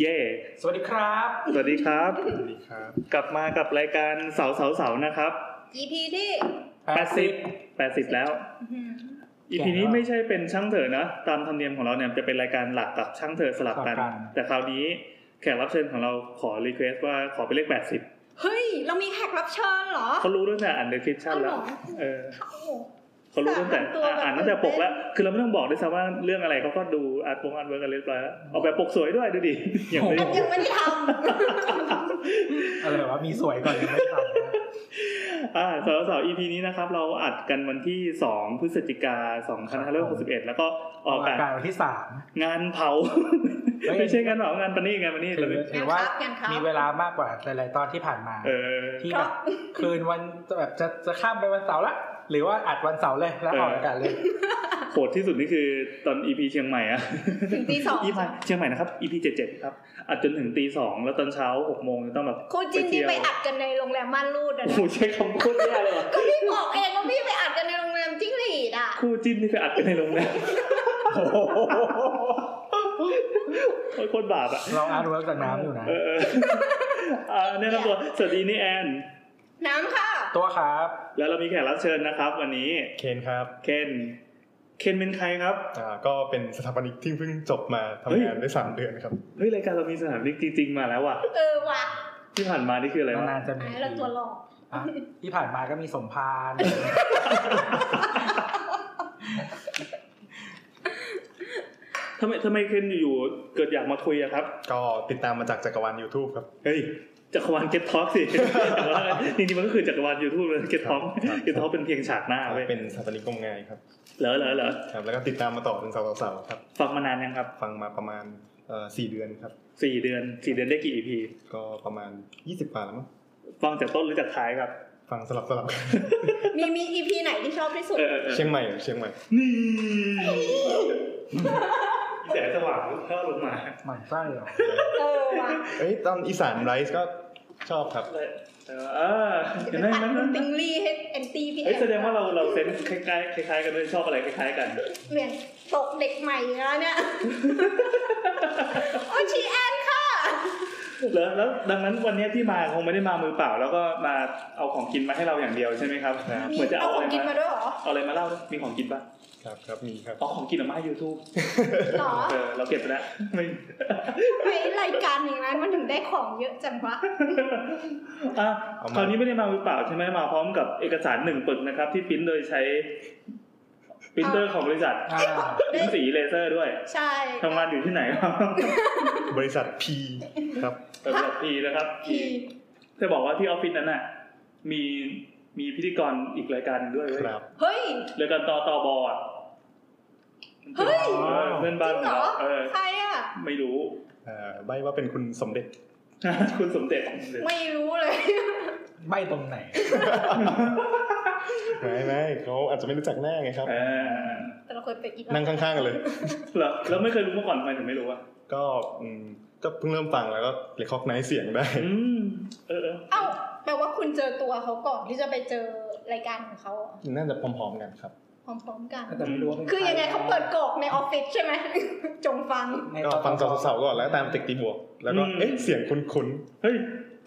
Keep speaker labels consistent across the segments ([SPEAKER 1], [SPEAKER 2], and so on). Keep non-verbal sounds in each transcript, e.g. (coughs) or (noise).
[SPEAKER 1] เย่
[SPEAKER 2] สวัสดีครับ
[SPEAKER 1] สวัสดีครับ
[SPEAKER 3] สวัสดีครับ
[SPEAKER 1] กลับมากับรายการเสาเสาเสานะครับ
[SPEAKER 4] EP ที่
[SPEAKER 1] 80 80 แล้ว
[SPEAKER 4] อื้อหือ
[SPEAKER 1] EP
[SPEAKER 2] แก่แล้ว
[SPEAKER 1] นี้ไม่ใช่เป็นช่างเถอะนะ ตามธรรมเนียมของเราเนี่ยจะเป็นรายการหลักกับช่างเถอะสลับกัน
[SPEAKER 2] สลับกัน
[SPEAKER 1] แต่คราวนี้แขกรับเชิญของเราขอรีเควสว่าขอเป็นเลข 80
[SPEAKER 4] เฮ้ย เรามีแขกรับเชิญเหรอ
[SPEAKER 1] เขารู้ตั้งแต่อ่านเดสคริปชั่นแล้ว
[SPEAKER 4] เอาเหรอ
[SPEAKER 1] เออ
[SPEAKER 4] โอ้โห
[SPEAKER 1] เขารู้ตั้งแต่
[SPEAKER 4] สามตัวแบบ
[SPEAKER 1] อ่านตั้งแต่ปกแล้ว คือเราไม่ต้องบอกด้วยซ้ำว่าเรื่องอะไรเขาก็ดูอาร์ตปงอาร์ตเวิร์กกันเรียบร้อยแล้วออกแบบปกสวยด้วย
[SPEAKER 4] (laughs)
[SPEAKER 1] ดูดิอย่างนี้
[SPEAKER 4] อันยังไม่ได้ท
[SPEAKER 2] อะไรวะมีสวยก่อนยังไม่ทำ
[SPEAKER 3] (laughs)
[SPEAKER 2] นะ
[SPEAKER 1] อ่าสาวสาว EP นี้นะครับ เราอัดกันวันที่ 2 พฤศจิกา2561 แล้วก็อ
[SPEAKER 2] อ
[SPEAKER 1] อ
[SPEAKER 2] อก กอาก
[SPEAKER 1] อาา
[SPEAKER 2] การ รวันที่สาม
[SPEAKER 1] งานเผา
[SPEAKER 2] เฮ้ย
[SPEAKER 1] ไม่ใช่งานเผางานปานี่งานปานี่
[SPEAKER 2] ถือถือว่ามีเวลามากกว่าหลายๆตอนที่ผ่านมา
[SPEAKER 1] เออ
[SPEAKER 2] ที่แบบคืนวันแบบจะจะข้ามไปวันเสาร์ละ หรือว่าอัดวันเสาร์เลยแล้วออกอากาศเลย
[SPEAKER 1] โหดที่สุดนี่คือตอน EP เชียงใหม่อะ
[SPEAKER 4] ำถึงตีสอง
[SPEAKER 1] EP เชียงใหม่นะครับ EP 77 ครับอัดจนถึงตี 2 แล้วตอนเช้า 6 โมงจะต้องแบบ
[SPEAKER 4] คุณจินที่ไป
[SPEAKER 1] ไปเที่ยว
[SPEAKER 4] อัดกันในโรงแรมม่านรูดอะนะ
[SPEAKER 1] โอ้โหใช้คำพูดแย่เลยว่ะ
[SPEAKER 4] ก็พี่บอกเองว่าพี่ไปอัดกันในโรงแรมจิ้งหรีดอ่ะ
[SPEAKER 1] คู่จิ้นที่ไปอัดกันในโรงแรมโอ้ยโคตรบาปอะ
[SPEAKER 2] เราอาร์ตเวิร์กจากน้ำอยู่นะ
[SPEAKER 1] เอ (laughs) อเออเออแนะนำตัวสวัสดีนี่แอน
[SPEAKER 4] น้ำค่ะ
[SPEAKER 2] ตัวครับ
[SPEAKER 1] แล้วเรามีแขกรับเชิญนะครับ วันนี้
[SPEAKER 3] เคนครับ
[SPEAKER 1] เคนเคนเป็นใครครับ
[SPEAKER 3] อ่าก็เป็นสถาปนิกที่เพิ่งจบมาทำ
[SPEAKER 1] เฮ้ย
[SPEAKER 3] งานได้สามเดือนครับ
[SPEAKER 1] เฮ้ยรายการเรามีสนามนิกจริงๆมาแล้วว่ะ
[SPEAKER 4] เออว่ะ
[SPEAKER 1] ที่ผ่านมานี่คืออะไรวะ
[SPEAKER 2] นานๆจะมี
[SPEAKER 4] ไอ้เราตัวหลอก
[SPEAKER 2] อ่ะที่ผ่านมาก็มีสมพาน
[SPEAKER 4] (laughs)
[SPEAKER 1] ทำไมทำไมเคนอยู่ๆเกิดอยากมาคุยอะครับ
[SPEAKER 3] ก็ติดตามมาจากจักรวาล YouTube ครับ
[SPEAKER 1] เฮ้ยจักรวาลเก็ตท็อกสิ (laughs) แต่ว่าจริงๆมันก็คือจักรวาลยูทูบเลยเก็ตท็อก
[SPEAKER 3] ครับ
[SPEAKER 1] เก็ตท็อกเป็นเพียงฉากหน้าเว้ย
[SPEAKER 3] เป็นสถาปนิกงมงายครับ
[SPEAKER 1] เหรอเหรอเหรอ
[SPEAKER 3] ครับ แล้วก็ติดตามมาต่อถึงสาวๆครับ
[SPEAKER 1] ฟังมานานยังครับ
[SPEAKER 3] ฟังมาประมาณเอ่อสี่เดือนครับ
[SPEAKER 1] สี่เดือนสี่เดือนได้กี่ EP
[SPEAKER 3] ก็ประมาณ 20กว่าแล้วมั้ง
[SPEAKER 1] ฟังจากต้นหรือจากท้ายครับ
[SPEAKER 3] ฟังสลับสลับกัน
[SPEAKER 4] มีมี EP ไหนที่ชอบที่สุด
[SPEAKER 1] เออเออเออ
[SPEAKER 3] (laughs) เชียงใหม่เชียงใหม่
[SPEAKER 1] นี่แสงสว่างเข้าลงมา
[SPEAKER 2] หมันไส้เหรอ
[SPEAKER 4] เออว่ะ
[SPEAKER 3] เอ้ยตอนอีสานไรซ์ก็ชอบครับ
[SPEAKER 1] เออ
[SPEAKER 4] จะ
[SPEAKER 1] เห็น
[SPEAKER 4] ไป
[SPEAKER 1] ไหม
[SPEAKER 4] อัด
[SPEAKER 1] นั้น
[SPEAKER 4] คุ
[SPEAKER 1] นั้
[SPEAKER 4] ณ
[SPEAKER 1] น
[SPEAKER 4] ติงลี่ให้แอนตี้พี่
[SPEAKER 1] เอ้ยแสดง
[SPEAKER 4] น
[SPEAKER 1] ว่าเราเราเซนส์คล้ายๆคล้ายๆกันด้วยชอบอะไรคล้ายๆกัน
[SPEAKER 4] เหมือนตกเด็กใหม่แล้ว
[SPEAKER 1] (laughs)
[SPEAKER 4] เนี่ย โอ้ยชีแอนค่ะ
[SPEAKER 1] แล้วแล้วดังนั้นวันเนี้ยที่มาคงไม่ได้มามือเปล่า แล้วก็มาเอาของกินมาให้เราอย่างเดียวใช่ไหมครับ
[SPEAKER 4] มี
[SPEAKER 1] เหมือนจะ
[SPEAKER 4] เอา
[SPEAKER 1] เอา
[SPEAKER 4] ข
[SPEAKER 1] อะ
[SPEAKER 4] อง
[SPEAKER 1] ไร
[SPEAKER 4] กินมา
[SPEAKER 1] มา
[SPEAKER 4] ด้วยเหรอ
[SPEAKER 1] เอาอะไรมาเล่าด้วยมีของกินปะ
[SPEAKER 3] ครับครับมีครับ
[SPEAKER 1] เอาของกินออกมาให้ยูทูบ
[SPEAKER 4] หรอ
[SPEAKER 1] เออเราเก็บไปแล้วไม่
[SPEAKER 4] ไว้รายการอย่างนั้นมันถึงได้ของเยอะจังวะ
[SPEAKER 1] อ่ะ
[SPEAKER 3] เอามา
[SPEAKER 1] คราวนี้ไม่ได้มามือเปล่าใช่ไหมมาพร้อมกับเอกสารหนึ่งปึกนะครับ ที่ปริ้นโดยใช้ปรินเตอร์ของบริษัท
[SPEAKER 2] อ่า
[SPEAKER 1] เป็นสีเลเซอร์ด้วย
[SPEAKER 4] ใช่
[SPEAKER 1] ทำงานอยู่ที่ไหนครับ
[SPEAKER 3] บริษัท P ครับ
[SPEAKER 1] ตำรวจพีนะครับ
[SPEAKER 4] พี่
[SPEAKER 1] จะบอกว่าที่ออฟฟิศนั้นน่ะ มีมีพิธีกรอีกรายการหนึ่งด้วยเว้ย
[SPEAKER 3] ครับ
[SPEAKER 4] เฮ้ย
[SPEAKER 1] รายการต่อต่อบอด
[SPEAKER 4] เฮ้ย
[SPEAKER 1] เออเพื่อน
[SPEAKER 4] จ
[SPEAKER 1] บ้า
[SPEAKER 4] ริง
[SPEAKER 1] นข
[SPEAKER 4] เหร
[SPEAKER 1] อง
[SPEAKER 4] อ
[SPEAKER 1] เราเออ
[SPEAKER 4] ใครอ่ะ
[SPEAKER 1] ไม่รู้ (laughs)
[SPEAKER 3] เอ่อใบว่าเป็นคุณสมเด็จ
[SPEAKER 1] คุณสมเด็จ
[SPEAKER 4] ไม่รู้
[SPEAKER 1] (laughs)
[SPEAKER 4] เลย
[SPEAKER 2] ใบตรงไหน
[SPEAKER 3] ไม่ไม่เขาอาจจะไม่รู้จักหน้าไงครับ
[SPEAKER 1] เออ
[SPEAKER 4] แต่เราเคยไปอีก
[SPEAKER 3] นั่งข้างๆกันเลย
[SPEAKER 1] แล้วแล้วไม่เคยรู้มาก่อนทำไมถึงไม่รู้อ่ะ
[SPEAKER 3] ก็อืมก็เพิ่งเริ่มฟังแล้วก็เลคอกไนเสียงได้
[SPEAKER 1] อืมเออเออ
[SPEAKER 4] เอ้าแปลว่าคุณเจอตัวเขาก่อนที่จะไปเจอรายการของเขาเหรอ
[SPEAKER 3] น่าจะพร้อมๆกันครับ
[SPEAKER 4] พร้อมๆกัน
[SPEAKER 2] แต่ไม่รู้ว่าเป็น
[SPEAKER 4] คือยังไงเขาเปิดกรอกในออฟฟิศใช่ไหม จงฟัง
[SPEAKER 2] ใน
[SPEAKER 3] ก็
[SPEAKER 2] ตอน
[SPEAKER 3] ฟังสาวๆก่อนแล้วตามติกตีบวก แล้วก็เอ๊ะเสียงคุ้น
[SPEAKER 1] เฮ้ย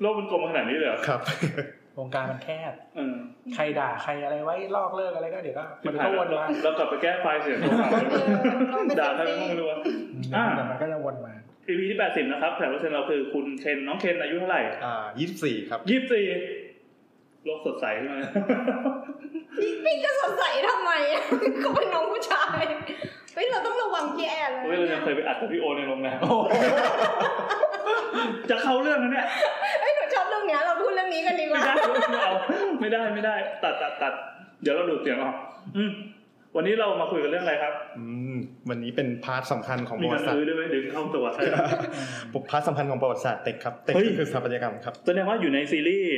[SPEAKER 1] โลกมันกลมขนาดนี้เลยเหรอ
[SPEAKER 3] ๆครับ
[SPEAKER 2] วงการมันแคบ
[SPEAKER 1] เออ
[SPEAKER 2] ใครด่าใครอะไรไว้ลอกเลิกอะไรก็เดี๋ยวก็มันก็วนมา
[SPEAKER 1] เรากลับไปแก้ไฟล์เสียงตัวเก่า
[SPEAKER 4] เออเราไม่เซ็กซี่
[SPEAKER 1] ด่าใครไม่รู้อะ อ่ะ
[SPEAKER 2] เดี๋ยวมันก็จะวนมา
[SPEAKER 1] EP ที่แปดสิบนะครับแขกรับเชิญเราคือคุณเคนน้องเคนอายุเท่าไหร่
[SPEAKER 3] อ่ายี่สิบสี่ครับ
[SPEAKER 1] ยี่สิบสี่โลกสดใสขึ้นมา
[SPEAKER 4] พี่พี่จะสงสัยทำไมอะเขาเป็นน้องผู้ชาย เฮ้ย เราต้องระวังพี่แอน
[SPEAKER 1] เฮ้ย
[SPEAKER 4] เล
[SPEAKER 1] เรา
[SPEAKER 4] ย
[SPEAKER 1] ยัง
[SPEAKER 4] นะ
[SPEAKER 1] เคยไปอัดกับพี่โอในโรงแรมจะเข้าเรื่องนะเนี่ย
[SPEAKER 4] เฮ้ยหนูชอบเรื่องเนี้ยเราพูดเรื่องนี้กันดีก
[SPEAKER 1] ไม่
[SPEAKER 4] ว่า
[SPEAKER 1] ได้ไม่เอาไม่ได้ไม่ได้ ตัดตัดตัดเดี๋ยวเราดูดเสียงออกอืมวันนี้เรามาคุยกันเรื่องอะไรครับ
[SPEAKER 3] อืมวันนี้เป็นพาร์ทสำคัญของป
[SPEAKER 1] มี
[SPEAKER 3] ระ
[SPEAKER 1] ห
[SPEAKER 3] วั
[SPEAKER 1] นัง
[SPEAKER 3] ติศาสต
[SPEAKER 1] สือ
[SPEAKER 3] ร์
[SPEAKER 1] ด้วยไหมดึงเข้าตัว
[SPEAKER 3] พาร์ทสำคัญของประวัติศาสตร์เต็กครับ เต็ก
[SPEAKER 1] เฮ้ย
[SPEAKER 3] ก็คือสถาปัตยกรรมครับ
[SPEAKER 1] แสดงว่าอยู่ในซีรีส์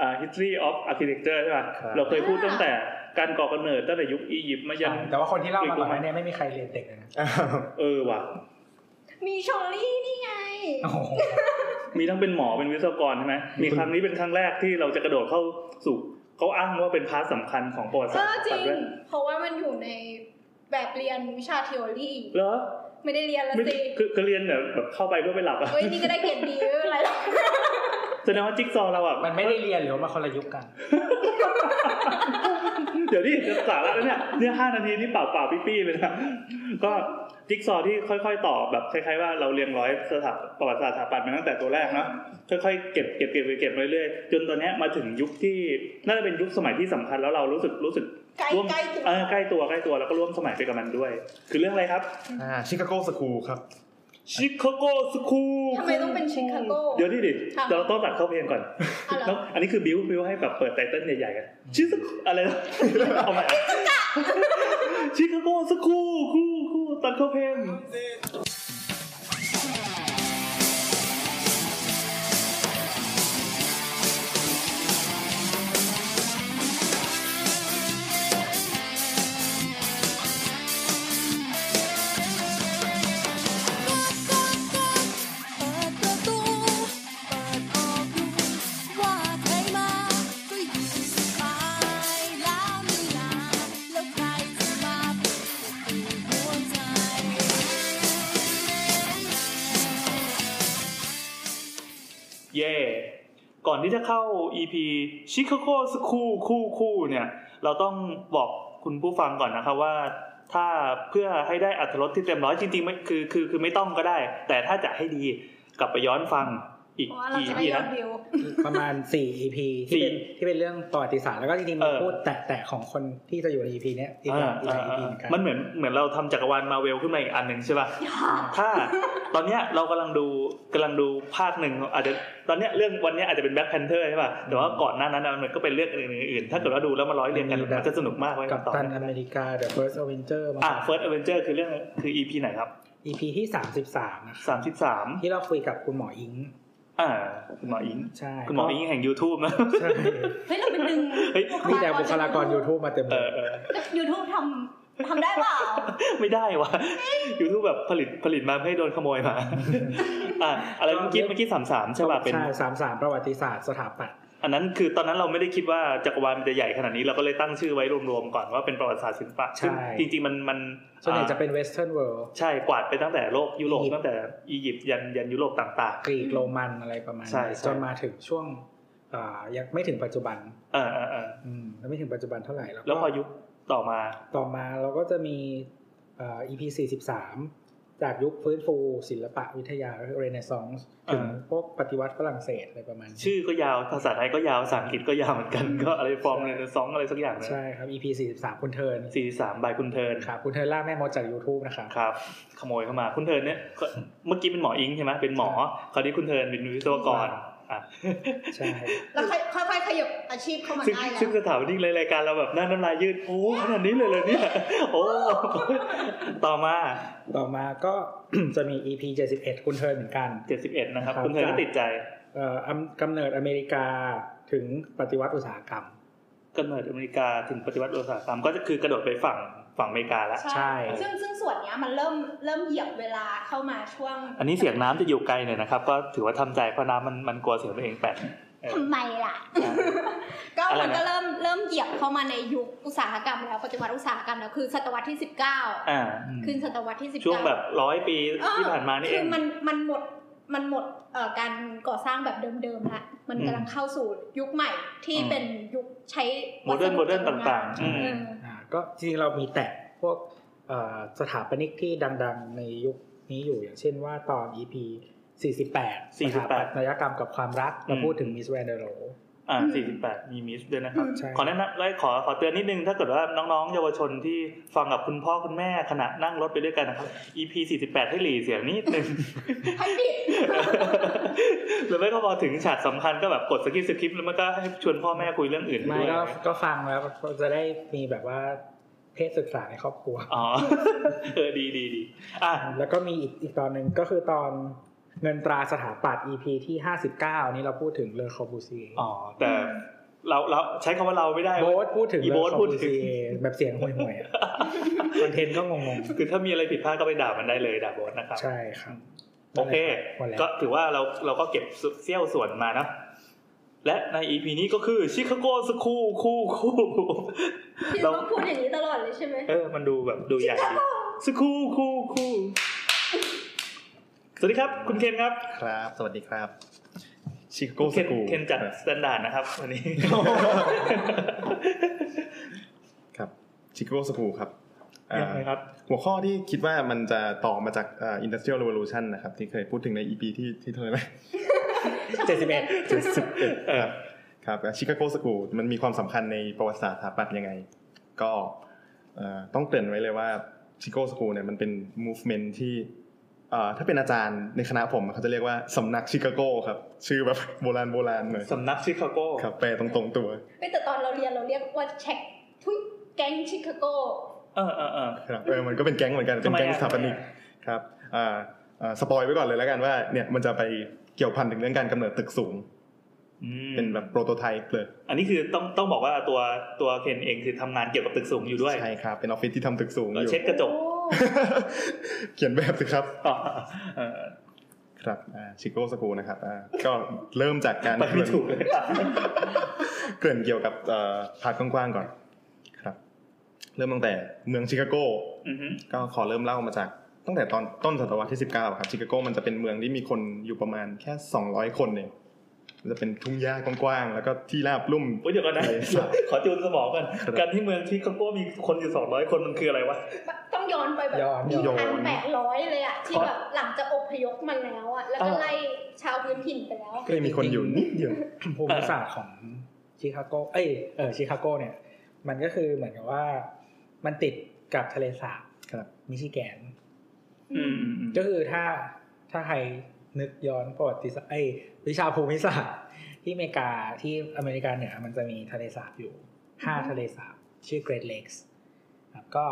[SPEAKER 1] อ่า history of architecture ใช่ป่ะ
[SPEAKER 3] ครับ
[SPEAKER 1] เราเคยพูดตั้งแต่การก่อกำเนิดตั้งแต่ยุคอียิปต์มายัน
[SPEAKER 2] แต่ว่าคนที่เล่ามาก่อนหน้าเนี้ไม่มีใครเรียนเด็กเลยนะ (laughs)
[SPEAKER 3] อ้าว
[SPEAKER 1] เออว่ะ
[SPEAKER 4] มีชอลลี่นี่ไง
[SPEAKER 2] โอ้โห
[SPEAKER 1] มีทั้งเป็นหมอเป็นวิศวกรใช่ไหมมีครั้งนี้เป็นครั้งแรกที่เราจะกระโดดเข้าสู่เขาอ้างว่าเป็นพาร์ทสำคัญของประวัติ
[SPEAKER 4] เอ
[SPEAKER 1] ศาสต
[SPEAKER 4] อ
[SPEAKER 1] ร์
[SPEAKER 4] จริง
[SPEAKER 1] ด้วย
[SPEAKER 4] เพราะว่ามันอยู่ในแบบเรียนวิชาทฤษฎี
[SPEAKER 1] เหรอ
[SPEAKER 5] ไม่ได้เรียนละ
[SPEAKER 1] ไม่
[SPEAKER 5] สิ
[SPEAKER 1] คือคือเรียนเนี่ยแบบเข้าไปเพื่อไปหลับอะ
[SPEAKER 5] เฮ้ยนี่ก็ได้เกรดดีไม่เป็นไรหรอก
[SPEAKER 1] แสดงว่าจิ๊กซอว์เราอะ
[SPEAKER 2] มันไม่ได้เรียนหรือว่ามาคนละยุคกัน
[SPEAKER 1] เดี๋ยวนี่สาระแล้วเนี่ยเนี่ยห้านาทีนี่เปล่าเปล่าปี้ปี้เลยนะก็จิ๊กซอว์ที่ค่อยๆต่อแบบคล้ายๆว่าเราเรียงร้อยสถาประวัติศาสตร์สถาปัตย์มาตั้งแต่ตัวแรกเนาะค่อยๆเก็บเก็บเก็บเก็บเก็บไปเรื่อยๆจนตอนเนี้ยมาถึงยุคที่น่าจะเป็นยุคสมัยที่สำคัญแล้วเรารู้สึกรู้สึก
[SPEAKER 5] ใกล้
[SPEAKER 1] ร่วม
[SPEAKER 5] ใกล้ถึง
[SPEAKER 1] เออใกล้ตัวใกล้ตัวแล้วก็ร่วมสมัยไปกับมันด้วย คือเรื่องอะไรครับ
[SPEAKER 3] อ่าชิคาโกสคูลครับ
[SPEAKER 1] ชิคาโกสคูล
[SPEAKER 5] ทำไมต้องเป็นชิคาโก
[SPEAKER 1] เดี๋ยวดิดิ
[SPEAKER 5] ค่ะ
[SPEAKER 1] เราต้องตัดเข้าเพลงก่อน
[SPEAKER 5] อะเหร
[SPEAKER 1] แล้
[SPEAKER 5] อ
[SPEAKER 1] วอันนี้คือบิวบิวให้แบบเปิดไตเติ้ลใหญ่ๆกันชิคาโกอะไร
[SPEAKER 5] (laughs)
[SPEAKER 1] นะเอาใหม่อะชิคาโกสคูลคู่คู่ตัดเข้าเพลง
[SPEAKER 6] เปิดประตู เปิดออกดูว่าใครมา ก็อยู่สบายแล้วไม่นานแล้วใครจะมาเปิดประตูหัวใจ
[SPEAKER 1] เย่ก่อนที่จะเข้า EP ชิคาโกสคูลคู่คู่เนี่ย เราต้องบอกคุณผู้ฟังก่อนนะครับว่า ถ้าเพื่อให้ได้อัตรถรสที่เต็มร้อยจริงๆไม่คือคือคือไม่ต้องก็ได้ แต่ถ้าจะให้ดีกลับไปย้อนฟังอีก
[SPEAKER 5] อ๋อเรา
[SPEAKER 1] กี่
[SPEAKER 5] จะ
[SPEAKER 1] EP
[SPEAKER 5] ได้ยอ
[SPEAKER 1] นะ
[SPEAKER 5] ดวิว
[SPEAKER 2] ประมาณ 4 EP ที่เป็นที่เป็นเรื่องประวัติศาสตร์แล้วก็จริงๆมี
[SPEAKER 1] เออ
[SPEAKER 2] พูดแตะๆของคนที่จะอยู่ใน EP เนี้ยอีกหลายอีกหลาย EP เหมือนกัน
[SPEAKER 1] มันเหมือนเหมือนเราทำจักรวาลมาเวลขึ้นมาอีกอันหนึ่งใช่ป่ะ ถ้า (laughs) ตอนเนี้ยเรากำลังดูกำลังดูภาคหนึ่งอาจจะตอนเนี้ยเรื่องวันเนี้ยอาจจะเป็นแบ็คแพนเทอร์ใช่ป่ะ แต่ว่าก่อนหน้านั้นน่ะมันก็เป็นเรื่องอื่นๆ ถ้าเกิดว่าดูแล้วมาร้อยเรียงกัน
[SPEAKER 2] มันมีแบบ
[SPEAKER 1] มันจะสนุกมากไว้
[SPEAKER 2] กับ
[SPEAKER 1] ต่อ
[SPEAKER 2] ตันอเมริกา The First Avenger มา
[SPEAKER 1] อ่ะ First Avenger คือเรื่องคือ EP ไหนครับ
[SPEAKER 2] อีพีที่ 33นะครับ
[SPEAKER 1] 33
[SPEAKER 2] ที่เราคุยกับคุณหมออิง
[SPEAKER 1] อ่าคุณหมออิง
[SPEAKER 2] ใช่
[SPEAKER 1] คุณหมออิงแห่ง YouTube นะ
[SPEAKER 2] ใช่
[SPEAKER 5] เฮ้ยเราไปดึง
[SPEAKER 1] เฮ้ย
[SPEAKER 2] มีแต่บุคลากร
[SPEAKER 5] (laughs)
[SPEAKER 2] YouTube มาเต็มเล
[SPEAKER 1] เอย อเอ (laughs) อ
[SPEAKER 5] ยูทูบทำทำได้เปล่า
[SPEAKER 1] ไม่ได้วะ YouTube แบบผลิตผลิตมาเพื่อให้โดนขโมย
[SPEAKER 2] (laughs)
[SPEAKER 1] มาอ่ะอะไรเมื่อกี้เมื่อกี้33ใช่ป่ะเป็น
[SPEAKER 2] ใช่สามสามประวัติศาสตร์สถาปัตย์
[SPEAKER 1] อันนั้นคือตอนนั้นเราไม่ได้คิดว่าจักรวาลมันจะใหญ่ขนาดนี้เราก็เลยตั้งชื่อไว้รวมๆก่อนว่าเป็นประวัติศาสตร์ศิลปะซึ่งจริงๆมันมัน
[SPEAKER 2] ส่วนใหญ่จะ
[SPEAKER 1] อ่า
[SPEAKER 2] เป็นเวสเทิร์นเวิลด์
[SPEAKER 1] ใช่กวาดไปตั้งแต่โลกยุโรป
[SPEAKER 2] อียิปต์
[SPEAKER 1] ตั้งแต่อียิปต์ยันยันยุโรปต่าง
[SPEAKER 2] กรีกโรมันอะไรประมาณ
[SPEAKER 1] ใช่
[SPEAKER 2] นั้น
[SPEAKER 1] ใช่
[SPEAKER 2] จนมาถึงช่วงอ่ายังไม่ถึงปัจจุบัน
[SPEAKER 1] ๆเออเออเออ
[SPEAKER 2] อืมแล้วไม่ถึงปัจจุบันเท่าไหร่แล้วก็
[SPEAKER 1] แล้วพอยุคต่อมา
[SPEAKER 2] ต่อมาเราก็จะมีอ่า EP 43 จากยุคฟื้นฟูศิลปะวิทยาเรเนซองส์ถึง
[SPEAKER 1] อ่า
[SPEAKER 2] พวกปฏิวัติฝรั่งเศสอะไรประมาณนี้
[SPEAKER 1] ชื่อก็ยาวภาษาไทยก็ยาวภาษาอังกฤษก็ยาวเหมือนกัน ก็อะไรฟอร์มเลยสองอะไรสักอย่างนะ
[SPEAKER 2] ใช่ครับ EP 43 คุณเทิร์น
[SPEAKER 1] สี่สามบายคุณเทิร์น
[SPEAKER 2] ครับคุณเทิร์นล่าแม่มดจาก YouTube นะครับ
[SPEAKER 1] ครับ ขโมยเข้ามาคุณเทิร์นเนี่ยก็เมื่อกี้เป็นหมออิงใช่ไหมเป็นหมอคราวนี้คุณเทิร์นเป็นวิศวกรอ่ะ
[SPEAKER 2] ใช่
[SPEAKER 5] แล้วค่อยค่อยๆขยับอาชีพเข้ามา
[SPEAKER 1] ซึ่ง
[SPEAKER 5] ได้แล้ว
[SPEAKER 1] ซึ่งสถาปนิกรายการเราแบบหน้าน้ำลายยืด โอ้ขนาดนี้เลยเลยเนี่ย โอ้ (laughs) ต่อมา
[SPEAKER 2] ต่อมาก็ (clears throat) จะมี EP 71 คุณเทิร์นเหมือนกัน
[SPEAKER 1] 71 นะครับ
[SPEAKER 2] ครับ
[SPEAKER 1] คุณเธอก็ติดใจ
[SPEAKER 2] เอ่ออำกำเนิดอเมริกาถึงปฏิวัติอุตสาหกรรม
[SPEAKER 1] กำเนิดอเมริกาถึงปฏิวัติอุตสาหกรรมก็คือกระโดดไปฝั่งฝั่งอเมริกาแล้ว
[SPEAKER 2] ใช่
[SPEAKER 5] ซึ่งซึ่งส่วนเนี้ยมันเริ่มเริ่มเหยียบเวลาเข้ามาช่วง
[SPEAKER 1] อันนี้เสียงน้ำจะอยู่ไกลหน่อยนะครับ ก็ถือว่าทำใจเพราะน้ำมันมันกลัวเสียงตัวเองแปด
[SPEAKER 5] ทำไมล่ะ ก็
[SPEAKER 1] อะไรนะ
[SPEAKER 5] มันก็เริ่มเริ่มเหยียบเข้ามาในยุคอุตสาหกรรมแล้วปฏิวัติอุตสาหกรรมแล้วคือศตวรรษที่ 19
[SPEAKER 1] อ่า
[SPEAKER 5] ขึ้นศตวรรษที่ 19
[SPEAKER 1] ช่วงแบบร้อยปีที่ผ่านมานี่เอ
[SPEAKER 5] คื
[SPEAKER 1] ง
[SPEAKER 5] อมันมันหมดมันหมดเอ่อการก่อสร้างแบบเดิมๆละมัน
[SPEAKER 1] อืม
[SPEAKER 5] กำลังเข้าสู่ยุคใหม่ที่
[SPEAKER 1] อืม
[SPEAKER 5] เป็นยุคใช้
[SPEAKER 1] โมเดิร์นโมเดิร์นต่างๆอืม
[SPEAKER 5] เออ
[SPEAKER 2] อ่าก็จริงๆเรามีแตะพวกเอ่อสถาปนิกที่ดังๆในยุคนี้อยู่อย่างเช่นว่าตอน EP 48
[SPEAKER 1] 48
[SPEAKER 2] สถาปัตยกรรมกับความรักเราพูดถึงมิสแวนเดโร
[SPEAKER 1] อ่า48 มีมิสด้วยนะครับ
[SPEAKER 2] ใช่
[SPEAKER 1] ขอแนะนำและขอขอเตือนนิดนึง ถ้าเกิดว่าน้องๆ เยาวชนที่ฟังกับคุณพ่อคุณแม่ขณะนั่งรถไปด้วยกันนะครับ EP 48 ให้หลีเสียงนิดนึง (laughs)
[SPEAKER 5] ให้ปิด
[SPEAKER 1] หรือไม่ก็พอถึงฉากสำคัญก็แบบกดสกิปสกิปแล้วมันก็ให้ชวนพ่อแม่คุยเรื่องอื่น
[SPEAKER 2] ไม่
[SPEAKER 1] ด้วย
[SPEAKER 2] ก็ก็ฟังแล้วก็จะได้มีแบบว่าเพศศึกษาในครอบครัว
[SPEAKER 1] อ๋ (laughs) อ เออดีดีดีอ่ะ
[SPEAKER 2] แล้วก็มีอีกอีกตอนหนึ่งก็คือตอนเงินตราสถาปัตย์ EP ที่ 59 นี่เราพูดถึงเลอคอบูซี
[SPEAKER 1] อ๋อแต่เราเราใช้คำว่าเราไม่ได้
[SPEAKER 2] โบ
[SPEAKER 1] เว้ย
[SPEAKER 2] ทพูดถึง
[SPEAKER 1] อี
[SPEAKER 2] เล
[SPEAKER 1] โบ๊
[SPEAKER 2] อ
[SPEAKER 1] ท
[SPEAKER 2] คอ
[SPEAKER 1] พูด
[SPEAKER 2] บู
[SPEAKER 1] ถึง (laughs)
[SPEAKER 2] ซีแบบเสียงห่วยๆอะคอนเทนต์ก็งง
[SPEAKER 1] คือถ้ามีอะไรผิดพลาดก็ไปด่ามันได้เลยด่าโบสนะครับ
[SPEAKER 2] ๆใช่ครับ
[SPEAKER 1] โอเค
[SPEAKER 2] หมดแล้ว
[SPEAKER 1] ก็ถือว่าเราเราก็เก็บเซี่ยวส่วนมานะ และใน EP นี้ก็คือชิคาโกสคูลคู่คู่ (laughs)
[SPEAKER 5] พี่
[SPEAKER 1] เรา
[SPEAKER 5] ต้องพูดอย่างนี้ตลอดเลยใช่ไหม
[SPEAKER 1] เออ มันดูแบบดูใหญ่ดีสคูลคู่คู่ วัสดีครับ คุณเคนครับ
[SPEAKER 3] ครับ สวัสดีครับชิคโก
[SPEAKER 1] คุณ
[SPEAKER 3] ส
[SPEAKER 1] เคน
[SPEAKER 3] กู
[SPEAKER 1] เคนจัดสแตนดาร์ดนะครับวัน
[SPEAKER 3] (laughs)
[SPEAKER 1] นี้
[SPEAKER 3] ครับชิคโกสกูครับอ่า
[SPEAKER 1] ยังไงครับ
[SPEAKER 3] หัวข้อที่คิดว่ามันจะต่อมาจากเอินดัสเทรียลเรวลูชันนะครับ ที่เคยพูดถึงใน EP ที่ที่ (laughs) เท่าไหร่ไหม
[SPEAKER 2] เจ็ดสิบเอ็ด
[SPEAKER 3] เจ็ดสิบเอ็ด
[SPEAKER 1] เออ
[SPEAKER 3] ครับชิคาโกสกูมันมีความสำคัญในประวัติศาสตร์สถาปัตย์ยังไง ก็เอ่อต้องเกริ่นไว้เลยว่าชิคาโกสกูเนี่ยมันเป็น movement ที่เอ่อถ้าเป็นอาจารย์ในคณะผมเขาจะเรียกว่าสำนักชิคาโกครับ ชื่อแบบ (laughs) โบราณโบราณหน่อย
[SPEAKER 1] สำนักชิคาโก
[SPEAKER 3] ครับแปลตรงๆตัว
[SPEAKER 5] ไม่แต่ตอนเราเรียนเราเรียกว่าแช็กทุยแก๊งชิคาโก
[SPEAKER 1] เออเออเออ
[SPEAKER 3] ครับเออมันก็เป็นแก๊งเหมือนกัน เป็นแก๊ง
[SPEAKER 1] ทำไมอะ
[SPEAKER 3] สถาปนิกครับอ่าอ่าสปอยไว้ก่อนเลยแล้วกันว่าเนี่ยมันจะไปเกี่ยวพันถึงเรื่องการกำเนิดตึกสูง
[SPEAKER 1] อืม
[SPEAKER 3] เป็นแบบโปรโตไทป์เลย
[SPEAKER 1] อันนี้คือต้องต้องบอกว่าตัวตัวเคนเองคือทำงานเกี่ยวกับตึกสูงอยู่ด้วย
[SPEAKER 3] ใช่ครับเป็นออฟฟิศที่ทำตึกสูงอ
[SPEAKER 1] เรา
[SPEAKER 3] ยู่
[SPEAKER 1] เช็ดกระจก
[SPEAKER 3] (laughs) เขียนแบบสิครับ
[SPEAKER 1] อ๋อ (laughs) เออ
[SPEAKER 3] ครับชิโก้สกูนะครับอ่าก็เริ่มจากการ
[SPEAKER 1] ไปไม่ถูกเลย
[SPEAKER 3] เกริ่นเกี่ยวกับเอ่อพาร์ทกว้างๆก่อนครับ เริ่มตั้งแต่เมืองชิคาโก
[SPEAKER 1] อือฮึ
[SPEAKER 3] ก็ขอเริ่มเล่ามาจาก ตั้งแต่ตอนต้นศตวรรษที่ 19 ครับชิคาโกมันจะเป็นเมืองที่มีคนอยู่ประมาณแค่ 200 คนเองมันจะเป็นทุ่งหญ้ากว้างๆแล้วก็ที่ราบลุ่ม
[SPEAKER 1] โอ้ยเดี๋ยวก่อนนะ
[SPEAKER 3] ใช่ครับ
[SPEAKER 1] ขอจูนสมองก่อน
[SPEAKER 3] ครับ
[SPEAKER 1] การที่เมืองชิคาโกมีคนอยู่สองร้อยคนมันคืออะไรวะ
[SPEAKER 5] ต้องย้อนไปแบบ
[SPEAKER 2] ย้อนย้อน
[SPEAKER 3] โย
[SPEAKER 5] พัน
[SPEAKER 3] น
[SPEAKER 5] แปดร้อยเลยอะที่
[SPEAKER 1] อ๋อ
[SPEAKER 5] แบบหลังจากอพยพมาแล้วอะแล้วก็ไล่ชาวพื้นถิ่นไปแล้วอะ
[SPEAKER 3] ก็ยังมีคนอยู่นิดเดียว
[SPEAKER 2] ภูมิศาสตร์ของชิคาโก เอ้ยเออชิคาโกเนี่ย มันก็คือเหมือนกับว่ามันติดกับทะเลสาบ
[SPEAKER 3] ครับ
[SPEAKER 2] มิชิแกน
[SPEAKER 1] อืมอืมอืม
[SPEAKER 2] ก็คือถ้าถ้าใครนึกย้อนประวัติศาสตร์ไอ้ยวิชาภูมิศาสตร์ที่อเมริกาที่อเมริกาเหนือมันจะมีทะเลสาบอยู่ห้าทะเลสาบชื่อ Great Lakes ครับก็